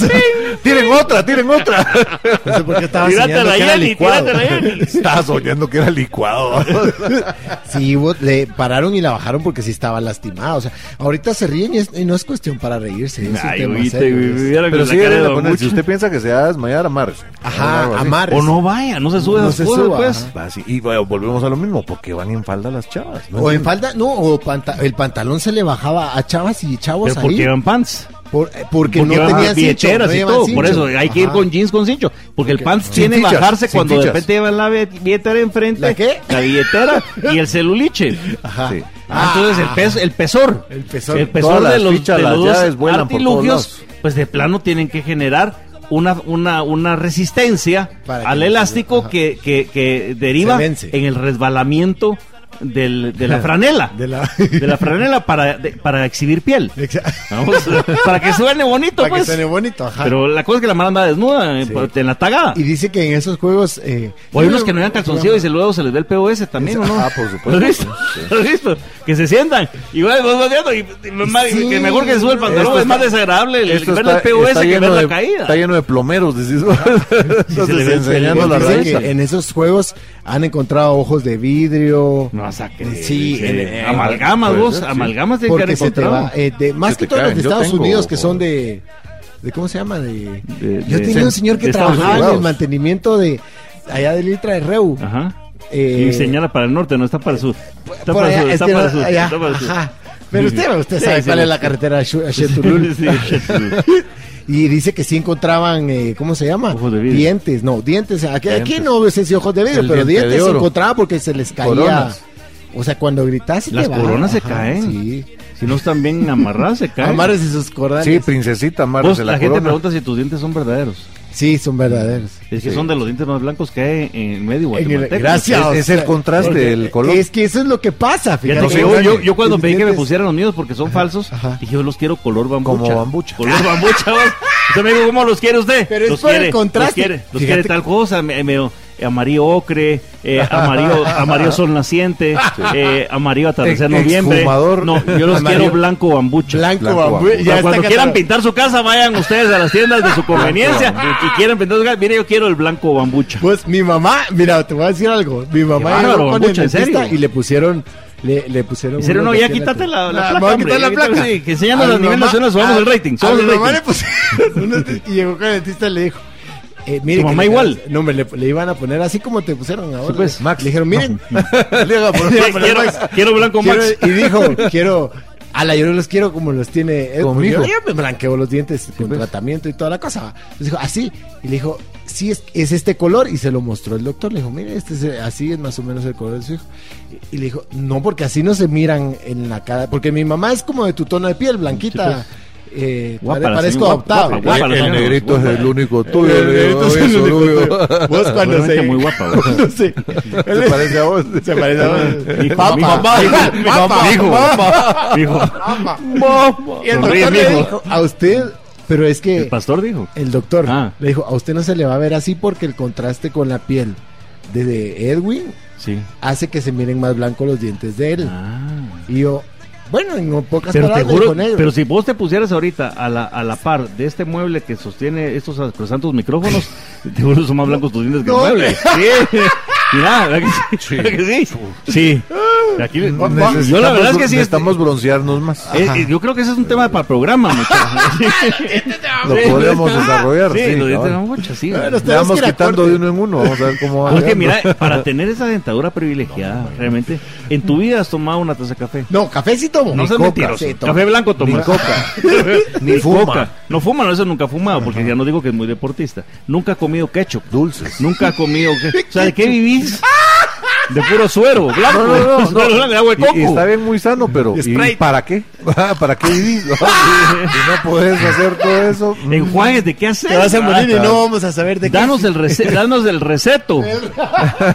[SPEAKER 4] Tiren otra, tiren otra.
[SPEAKER 3] no sé por qué estaba
[SPEAKER 2] Tírate a
[SPEAKER 3] señalando
[SPEAKER 2] la
[SPEAKER 3] que era
[SPEAKER 2] Yeli,
[SPEAKER 3] licuado.
[SPEAKER 2] tírate a la Yeli.
[SPEAKER 4] Estaba soñando que era licuado.
[SPEAKER 3] Sí, bo- le pararon y la bajaron porque sí estaba lastimada. O sea, ahorita se ríen y, es- y no es cuestión para reírse. Es
[SPEAKER 2] Ay,
[SPEAKER 3] un tema
[SPEAKER 2] oíste,
[SPEAKER 3] serio,
[SPEAKER 2] güey,
[SPEAKER 3] es-
[SPEAKER 2] vieron que
[SPEAKER 4] [laughs] Pero
[SPEAKER 2] la
[SPEAKER 4] sí,
[SPEAKER 2] cara
[SPEAKER 4] era
[SPEAKER 2] de
[SPEAKER 4] la
[SPEAKER 2] Don
[SPEAKER 4] poner.
[SPEAKER 2] Mucho.
[SPEAKER 4] Si usted piensa que se va a desmayar, amárrese. Algo
[SPEAKER 3] Ajá,
[SPEAKER 4] así.
[SPEAKER 3] amar.
[SPEAKER 2] O no vaya, no se sube a
[SPEAKER 3] No
[SPEAKER 2] esas
[SPEAKER 3] se
[SPEAKER 2] cosas,
[SPEAKER 3] suba,
[SPEAKER 2] pues.
[SPEAKER 3] ajá.
[SPEAKER 4] Va así. Y bueno, volvemos a lo mismo, porque van en falda las chavas. ¿no?
[SPEAKER 3] O en falda, no, o panta- el pantalón se le bajaba a chavas y chavos
[SPEAKER 2] Pero
[SPEAKER 3] ahí.
[SPEAKER 2] porque llevan pants.
[SPEAKER 3] Por- eh, porque,
[SPEAKER 2] porque
[SPEAKER 3] no
[SPEAKER 2] llevan
[SPEAKER 3] tenían cincho,
[SPEAKER 2] billeteras
[SPEAKER 3] no
[SPEAKER 2] y
[SPEAKER 3] llevan
[SPEAKER 2] todo.
[SPEAKER 3] cincho.
[SPEAKER 2] Por eso hay que ir
[SPEAKER 3] Ajá.
[SPEAKER 2] con jeans con cincho. Porque el pants
[SPEAKER 4] Sin
[SPEAKER 2] tiene que
[SPEAKER 4] fichas,
[SPEAKER 2] bajarse
[SPEAKER 4] sin
[SPEAKER 2] cuando de
[SPEAKER 4] fichas.
[SPEAKER 2] repente llevan la bi- billetera enfrente.
[SPEAKER 3] ¿La qué?
[SPEAKER 2] La billetera y
[SPEAKER 3] [laughs]
[SPEAKER 2] el celuliche.
[SPEAKER 3] Ajá.
[SPEAKER 4] Sí.
[SPEAKER 2] Ah, entonces el, peso, el pesor.
[SPEAKER 3] El pesor.
[SPEAKER 4] Todas
[SPEAKER 2] de
[SPEAKER 4] las
[SPEAKER 2] los,
[SPEAKER 4] fichas,
[SPEAKER 2] de
[SPEAKER 4] las
[SPEAKER 2] los
[SPEAKER 4] llaves vuelan por todos
[SPEAKER 2] artilugios,
[SPEAKER 4] lados.
[SPEAKER 2] pues de plano tienen que generar una, una, una resistencia
[SPEAKER 3] Para que
[SPEAKER 2] al
[SPEAKER 3] no se-
[SPEAKER 2] elástico
[SPEAKER 3] ajá.
[SPEAKER 2] que, que, que deriva
[SPEAKER 3] Se vence.
[SPEAKER 2] en el resbalamiento del,
[SPEAKER 3] [laughs]
[SPEAKER 2] de la franela.
[SPEAKER 3] De
[SPEAKER 2] [laughs]
[SPEAKER 3] la-
[SPEAKER 2] De la franela para, de- para exhibir piel.
[SPEAKER 3] Exa- [laughs]
[SPEAKER 2] Vamos, [laughs] para que suene bonito,
[SPEAKER 3] Para
[SPEAKER 2] pues.
[SPEAKER 3] que suene bonito, ajá.
[SPEAKER 2] Pero la cosa es que la mala anda desnuda eh,
[SPEAKER 3] Sí.
[SPEAKER 2] por- en la tagada.
[SPEAKER 3] Y dice que en esos juegos. eh,
[SPEAKER 2] o hay
[SPEAKER 3] sí,
[SPEAKER 2] unos que no llevan calzoncillos y se- luego se les ve el POS también, ¿o ¿no?
[SPEAKER 4] Ah, por supuesto.
[SPEAKER 2] [laughs] ¿Lo has visto? ¿Lo has visto? Que se sientan. Igual vos vas viendo y, y lo más-
[SPEAKER 3] Sí.
[SPEAKER 2] que mejor que se sube el pantalón
[SPEAKER 4] Esto
[SPEAKER 2] es más
[SPEAKER 4] está-
[SPEAKER 2] desagradable el,
[SPEAKER 4] Esto
[SPEAKER 2] ver el POS que ver
[SPEAKER 4] lleno
[SPEAKER 2] la
[SPEAKER 4] de-
[SPEAKER 2] caída.
[SPEAKER 4] Está lleno de plomeros, decís. [laughs]
[SPEAKER 2] se le
[SPEAKER 4] Entonces,
[SPEAKER 2] ve
[SPEAKER 4] enseñando
[SPEAKER 2] el-
[SPEAKER 4] la
[SPEAKER 3] Pues
[SPEAKER 2] dicen
[SPEAKER 3] dice
[SPEAKER 4] raíz.
[SPEAKER 2] revista.
[SPEAKER 3] que en esos juegos han encontrado ojos de vidrio.
[SPEAKER 2] No vas a creer,
[SPEAKER 3] Sí,
[SPEAKER 2] sí. eh,
[SPEAKER 3] en- en-
[SPEAKER 2] amalgamas
[SPEAKER 4] puede
[SPEAKER 2] vos,
[SPEAKER 4] ser, sí.
[SPEAKER 2] amalgamas de
[SPEAKER 3] porque se te va.
[SPEAKER 2] encontrado.
[SPEAKER 3] eh, de- más
[SPEAKER 4] Se
[SPEAKER 3] que
[SPEAKER 4] te
[SPEAKER 3] todo los
[SPEAKER 4] caen.
[SPEAKER 3] de
[SPEAKER 4] Yo
[SPEAKER 3] Estados
[SPEAKER 4] tengo-
[SPEAKER 3] Unidos que son de, de. ¿Cómo se llama? De,
[SPEAKER 2] De-
[SPEAKER 3] yo
[SPEAKER 2] de-
[SPEAKER 3] tenía un
[SPEAKER 2] sí,
[SPEAKER 3] señor que
[SPEAKER 2] de Estados
[SPEAKER 3] trabajaba en el
[SPEAKER 4] Unidos.
[SPEAKER 3] mantenimiento de. Allá del Litra de Reu.
[SPEAKER 2] Ajá.
[SPEAKER 3] Eh,
[SPEAKER 2] y señala para el norte, no está para el sur. Está
[SPEAKER 3] Por
[SPEAKER 2] para el
[SPEAKER 3] allá,
[SPEAKER 2] sur,
[SPEAKER 3] es
[SPEAKER 2] está
[SPEAKER 3] que
[SPEAKER 2] para el
[SPEAKER 3] no-
[SPEAKER 2] sur,
[SPEAKER 3] allá,
[SPEAKER 2] está para el sur.
[SPEAKER 3] ajá. Pero usted, usted
[SPEAKER 2] Sí,
[SPEAKER 3] sabe
[SPEAKER 2] sí,
[SPEAKER 3] cuál
[SPEAKER 2] lo
[SPEAKER 3] es la
[SPEAKER 2] sé.
[SPEAKER 3] carretera a Shu- a Chetulul.
[SPEAKER 2] [laughs] Sí, Chetulul.
[SPEAKER 3] [laughs] Y dice que sí encontraban, eh, ¿cómo se llama?
[SPEAKER 2] Ojos de vidrio.
[SPEAKER 3] Dientes, no, dientes. Aquí, aquí
[SPEAKER 4] Dientes.
[SPEAKER 3] no sé si ojos de vidrio,
[SPEAKER 4] El
[SPEAKER 3] pero
[SPEAKER 4] diente de
[SPEAKER 3] dientes se
[SPEAKER 4] oro.
[SPEAKER 3] encontraban porque se les caía.
[SPEAKER 4] Coronas.
[SPEAKER 3] O sea, cuando gritas
[SPEAKER 2] Las coronas se caen.
[SPEAKER 3] Sí.
[SPEAKER 2] Si no están bien amarradas, [laughs] se caen.
[SPEAKER 3] Amares y sus coronas.
[SPEAKER 4] Sí,
[SPEAKER 3] Sí,
[SPEAKER 4] princesita,
[SPEAKER 2] Vos,
[SPEAKER 4] amárrese
[SPEAKER 2] la,
[SPEAKER 4] la,
[SPEAKER 2] gente
[SPEAKER 4] corona.
[SPEAKER 2] pregunta si tus dientes son verdaderos.
[SPEAKER 3] son verdaderos.
[SPEAKER 2] Es que
[SPEAKER 4] Sí.
[SPEAKER 2] son de los dientes más blancos que hay en el medio
[SPEAKER 3] En el-
[SPEAKER 2] guatemalteco.
[SPEAKER 3] gracias.
[SPEAKER 4] Es, es el
[SPEAKER 3] Porque
[SPEAKER 4] contraste, el color.
[SPEAKER 3] Es que eso es lo que pasa,
[SPEAKER 2] Ya
[SPEAKER 3] fíjate.
[SPEAKER 2] te digo, yo, yo cuando pedí que me pusieran los míos porque son falsos,
[SPEAKER 3] ajá.
[SPEAKER 2] dije yo los quiero color bambucha.
[SPEAKER 4] Como bambucha.
[SPEAKER 3] [laughs]
[SPEAKER 2] Color bambucha. vos. Usted me dijo, ¿cómo los quiere usted?
[SPEAKER 3] Pero es
[SPEAKER 2] los
[SPEAKER 3] por el contraste.
[SPEAKER 2] Los quiere, los
[SPEAKER 3] Fíjate
[SPEAKER 2] quiere
[SPEAKER 3] que-
[SPEAKER 2] tal cosa, me- medio, eh, amarillo ocre, eh,
[SPEAKER 3] [laughs]
[SPEAKER 2] amarillo, amarillo sol naciente, eh, amarillo atardecer
[SPEAKER 4] Ex-
[SPEAKER 2] noviembre.
[SPEAKER 4] exfumador.
[SPEAKER 2] No, yo los
[SPEAKER 3] Amarillo.
[SPEAKER 2] quiero blanco bambucha.
[SPEAKER 3] Blanco,
[SPEAKER 4] Blanco,
[SPEAKER 3] bambú.
[SPEAKER 4] bambú.
[SPEAKER 2] O sea,
[SPEAKER 3] está
[SPEAKER 2] cuando quieran
[SPEAKER 3] catalogado.
[SPEAKER 2] pintar su casa, vayan ustedes a las tiendas de su conveniencia y quieren pintar su casa. Mire, yo quiero el blanco bambucha.
[SPEAKER 3] Pues mi mamá, mira, te voy a decir algo. Mi mamá
[SPEAKER 2] bárbaro,
[SPEAKER 3] llegó con el
[SPEAKER 2] mucho, en serio.
[SPEAKER 3] dentista y le pusieron. Le, le pusieron.
[SPEAKER 2] En serio,
[SPEAKER 3] unos
[SPEAKER 2] no,
[SPEAKER 3] de
[SPEAKER 2] ya
[SPEAKER 3] aquí en
[SPEAKER 2] quítate la, la
[SPEAKER 3] Ah,
[SPEAKER 2] placa.
[SPEAKER 3] me voy a
[SPEAKER 2] hombre,
[SPEAKER 3] quitar la
[SPEAKER 2] ya quítate-
[SPEAKER 3] placa.
[SPEAKER 2] sí, que enseñando
[SPEAKER 3] A
[SPEAKER 2] a
[SPEAKER 3] mi
[SPEAKER 2] nivel
[SPEAKER 3] mamá-
[SPEAKER 2] nacional, subamos
[SPEAKER 3] a-
[SPEAKER 2] el rating.
[SPEAKER 3] a
[SPEAKER 2] Subamos
[SPEAKER 3] mi
[SPEAKER 2] el
[SPEAKER 3] mamá
[SPEAKER 2] rating.
[SPEAKER 3] le pusieron unos de- y llegó con el dentista y le dijo. Eh, mire,
[SPEAKER 2] ¿Tu
[SPEAKER 3] que
[SPEAKER 2] mamá
[SPEAKER 3] le-
[SPEAKER 2] igual?
[SPEAKER 3] No, me le, le iban a poner así como te pusieron ahora.
[SPEAKER 2] Sí, pues,
[SPEAKER 4] Max.
[SPEAKER 3] Le dijeron, miren. [laughs]
[SPEAKER 4] Le haga por-
[SPEAKER 2] Sí, [laughs] quiero, quiero blanco
[SPEAKER 3] quiero-
[SPEAKER 2] Max.
[SPEAKER 3] y dijo, quiero. A la yo no los quiero como los tiene Ed, porque
[SPEAKER 4] Conmigo.
[SPEAKER 3] Yo, yo me blanqueo los dientes con
[SPEAKER 2] pues.
[SPEAKER 3] tratamiento y toda la cosa. Les dijo, así. Y le dijo, sí, es, es este color. Y se lo mostró el doctor. Le dijo, mire, este es, eh, así es más o menos el color de su hijo. Y, y le dijo, no, porque así no se miran en la cara. Porque mi mamá es como de tu tono de piel, blanquita. Eh,
[SPEAKER 2] pues. Guapa
[SPEAKER 3] pare-
[SPEAKER 2] la
[SPEAKER 3] parezco
[SPEAKER 2] señora,
[SPEAKER 3] adoptado.
[SPEAKER 2] guapa, guapa.
[SPEAKER 4] Ay,
[SPEAKER 2] para los
[SPEAKER 4] el
[SPEAKER 2] amigos.
[SPEAKER 4] negrito es el único
[SPEAKER 3] Tú,
[SPEAKER 4] tuyo. le digo,
[SPEAKER 3] entonces,
[SPEAKER 4] eso,
[SPEAKER 3] lo
[SPEAKER 2] [laughs]
[SPEAKER 4] rubio.
[SPEAKER 3] único- [laughs]
[SPEAKER 4] [laughs]
[SPEAKER 3] Vos cuando
[SPEAKER 2] Seguramente
[SPEAKER 3] se...
[SPEAKER 2] muy guapa, ¿verdad?
[SPEAKER 3] No sé.
[SPEAKER 4] ¿Te parece a vos?
[SPEAKER 3] Se parece a
[SPEAKER 4] [laughs]
[SPEAKER 2] Mi
[SPEAKER 3] Papá.
[SPEAKER 2] papá,
[SPEAKER 3] Dijo,
[SPEAKER 2] mi
[SPEAKER 3] papá,
[SPEAKER 2] papá, dijo,
[SPEAKER 3] papá.
[SPEAKER 2] Dijo,
[SPEAKER 3] Y el
[SPEAKER 2] Sonríe,
[SPEAKER 3] doctor le
[SPEAKER 2] mijo.
[SPEAKER 3] dijo, a usted, pero es
[SPEAKER 2] El
[SPEAKER 3] que
[SPEAKER 2] pastor dijo.
[SPEAKER 3] el doctor
[SPEAKER 2] Ah.
[SPEAKER 3] le dijo, a usted no se le va a ver así porque el contraste con la piel de- de Edwin
[SPEAKER 2] Sí.
[SPEAKER 3] hace que se miren más blancos los dientes de él.
[SPEAKER 2] Ah.
[SPEAKER 3] Y yo, bueno, en pocas
[SPEAKER 2] Pero te
[SPEAKER 3] palabras,
[SPEAKER 2] juro,
[SPEAKER 3] dijo negro.
[SPEAKER 2] pero si vos te pusieras ahorita a la, a la par de este mueble que sostiene estos sacrosantos micrófonos, [laughs] te juro son más blancos tus dientes que el
[SPEAKER 3] No, [laughs]
[SPEAKER 2] mueble. Sí. [laughs] Mirá, ¿verdad que sí? ¿Verdad que sí? Sí. Aquí, yo la verdad es que sí. este-
[SPEAKER 4] Necesitamos broncearnos más.
[SPEAKER 2] eh, eh, yo creo que ese es un tema para el programa,
[SPEAKER 3] [laughs]
[SPEAKER 2] muchachos.
[SPEAKER 3] Este
[SPEAKER 4] Lo podríamos desarrollar, sí,
[SPEAKER 2] Sí, lo dices,
[SPEAKER 4] cabal.
[SPEAKER 2] "No, mucha, sí,
[SPEAKER 3] Bueno,
[SPEAKER 2] ¿verdad?"
[SPEAKER 4] Le
[SPEAKER 3] Tenemos
[SPEAKER 4] vamos
[SPEAKER 3] que ir a
[SPEAKER 4] quitando
[SPEAKER 3] corte.
[SPEAKER 4] de uno en uno. Vamos a ver cómo
[SPEAKER 2] [laughs]
[SPEAKER 4] va.
[SPEAKER 2] Porque
[SPEAKER 4] llegando.
[SPEAKER 2] mira, para tener esa dentadura privilegiada, realmente, en tu vida has tomado una taza de café.
[SPEAKER 3] No, café sí tomo.
[SPEAKER 2] No
[SPEAKER 3] Ni
[SPEAKER 2] seas
[SPEAKER 3] coca,
[SPEAKER 2] mentiroso.
[SPEAKER 3] sí tomo.
[SPEAKER 2] Café blanco toma.
[SPEAKER 4] Ni
[SPEAKER 2] [laughs]
[SPEAKER 4] coca.
[SPEAKER 2] Ni,
[SPEAKER 4] Ni fuma.
[SPEAKER 2] coca. No fuma, no, eso nunca ha fumado, porque ya no digo que es muy deportista. Nunca ha comido ketchup.
[SPEAKER 4] Dulces.
[SPEAKER 2] Nunca ha comido.
[SPEAKER 4] [laughs]
[SPEAKER 2] ke- O sea, ¿de qué vivís? De puro suero, blanco.
[SPEAKER 4] No, no, [laughs] no,
[SPEAKER 2] Suero blanco [laughs] de agua de
[SPEAKER 4] Y- y
[SPEAKER 2] coco.
[SPEAKER 4] está bien muy sano, pero ¿y
[SPEAKER 3] Sprite.
[SPEAKER 4] ¿para qué? [laughs] ¿Para qué vivís? No, [laughs] Si no podés hacer todo eso. mm.
[SPEAKER 2] Enjuagues, ¿de qué haces? Ah,
[SPEAKER 3] Te vas a morir y
[SPEAKER 4] claro.
[SPEAKER 3] no vamos a saber de qué.
[SPEAKER 2] Danos el, rece- danos el
[SPEAKER 4] [laughs]
[SPEAKER 2] receto.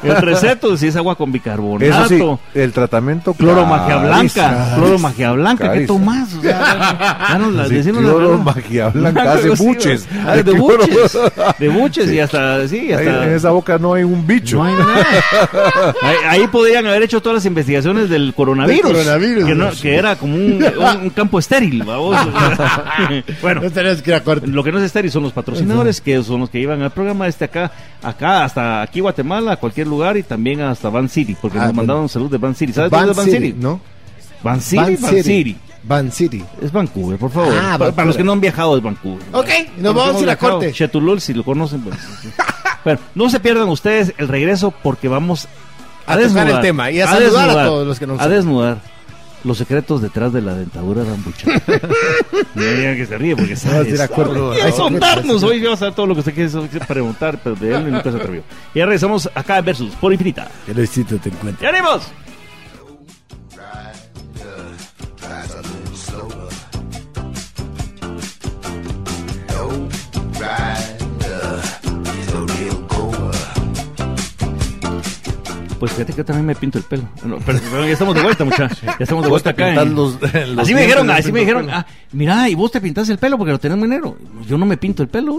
[SPEAKER 2] El receto si es agua con bicarbonato.
[SPEAKER 4] Eso sí, el tratamiento
[SPEAKER 2] Cloromagia
[SPEAKER 4] clarísimo.
[SPEAKER 2] blanca, cloromagia blanca, ¿qué
[SPEAKER 4] Clariza.
[SPEAKER 2] tomás? O sea, danos la,
[SPEAKER 4] Sí,
[SPEAKER 2] decinos la
[SPEAKER 4] cloro
[SPEAKER 2] verdad.
[SPEAKER 4] magia blanca,
[SPEAKER 2] Algo [laughs]
[SPEAKER 4] hace
[SPEAKER 2] así,
[SPEAKER 4] buches.
[SPEAKER 2] ¿verdad? Ah, de
[SPEAKER 4] Ay, [laughs] cloro.
[SPEAKER 2] buches, de buches y hasta, sí,
[SPEAKER 4] Ahí,
[SPEAKER 2] hasta...
[SPEAKER 4] en esa boca no hay un bicho.
[SPEAKER 2] No
[SPEAKER 4] [laughs]
[SPEAKER 2] hay nada. Ahí, ahí podrían haber hecho todas las investigaciones del coronavirus.
[SPEAKER 3] Del coronavirus.
[SPEAKER 2] que, no- que era como un, un- un campo estéril, vamos. bueno,
[SPEAKER 3] No tenemos que ir a corte.
[SPEAKER 2] lo que no es estéril son los patrocinadores, que son los que iban al programa este acá, acá, hasta aquí Guatemala, a cualquier lugar y también hasta Van City, porque
[SPEAKER 3] Ah,
[SPEAKER 2] nos
[SPEAKER 3] bueno.
[SPEAKER 2] mandaron salud de Van City. ¿Sabes
[SPEAKER 3] Van
[SPEAKER 2] dónde es Van City?
[SPEAKER 3] ¿no?
[SPEAKER 2] Van City, Van, City.
[SPEAKER 3] Van City.
[SPEAKER 2] Es Vancouver, por favor.
[SPEAKER 3] Ah,
[SPEAKER 2] Pa- para,
[SPEAKER 3] Vancouver.
[SPEAKER 2] los que no han viajado es Vancouver.
[SPEAKER 3] Ok, nos
[SPEAKER 2] Porque
[SPEAKER 3] vamos a
[SPEAKER 2] hemos
[SPEAKER 3] ir a
[SPEAKER 2] viajado.
[SPEAKER 3] corte.
[SPEAKER 2] Chetulol, si lo conocen.
[SPEAKER 3] [laughs]
[SPEAKER 2] pues. Bueno, no se pierdan ustedes el regreso porque vamos a,
[SPEAKER 3] A tocar
[SPEAKER 2] desnudar.
[SPEAKER 3] el tema y a saludar a todos los que nos
[SPEAKER 2] A
[SPEAKER 3] oyen.
[SPEAKER 2] desnudar los secretos detrás de la dentadura
[SPEAKER 3] [laughs]
[SPEAKER 2] rambucha. no digan que se ríe porque
[SPEAKER 3] Vamos a ir
[SPEAKER 2] sabe.
[SPEAKER 3] a corte.
[SPEAKER 2] Quiere contarnos. Hoy vamos a hacer todo lo que usted quiere preguntar, pero de él nunca se atrevió. Y ya regresamos acá en Versus por Infinita.
[SPEAKER 3] Que Luisito te encuentre.
[SPEAKER 2] ¡Ya venimos! Pues fíjate que yo también me pinto el pelo. Ah, No, pero, pero ya estamos de vuelta, muchachos. Ya estamos de
[SPEAKER 4] Vos
[SPEAKER 2] vuelta
[SPEAKER 4] te
[SPEAKER 2] acá.
[SPEAKER 4] pintás
[SPEAKER 2] en-
[SPEAKER 4] los- eh, los
[SPEAKER 2] así me dijeron,
[SPEAKER 4] dientes,
[SPEAKER 2] así me dijeron. Ah, mira, y vos te pintas el pelo porque lo tenés muy negro. Yo no me pinto el pelo.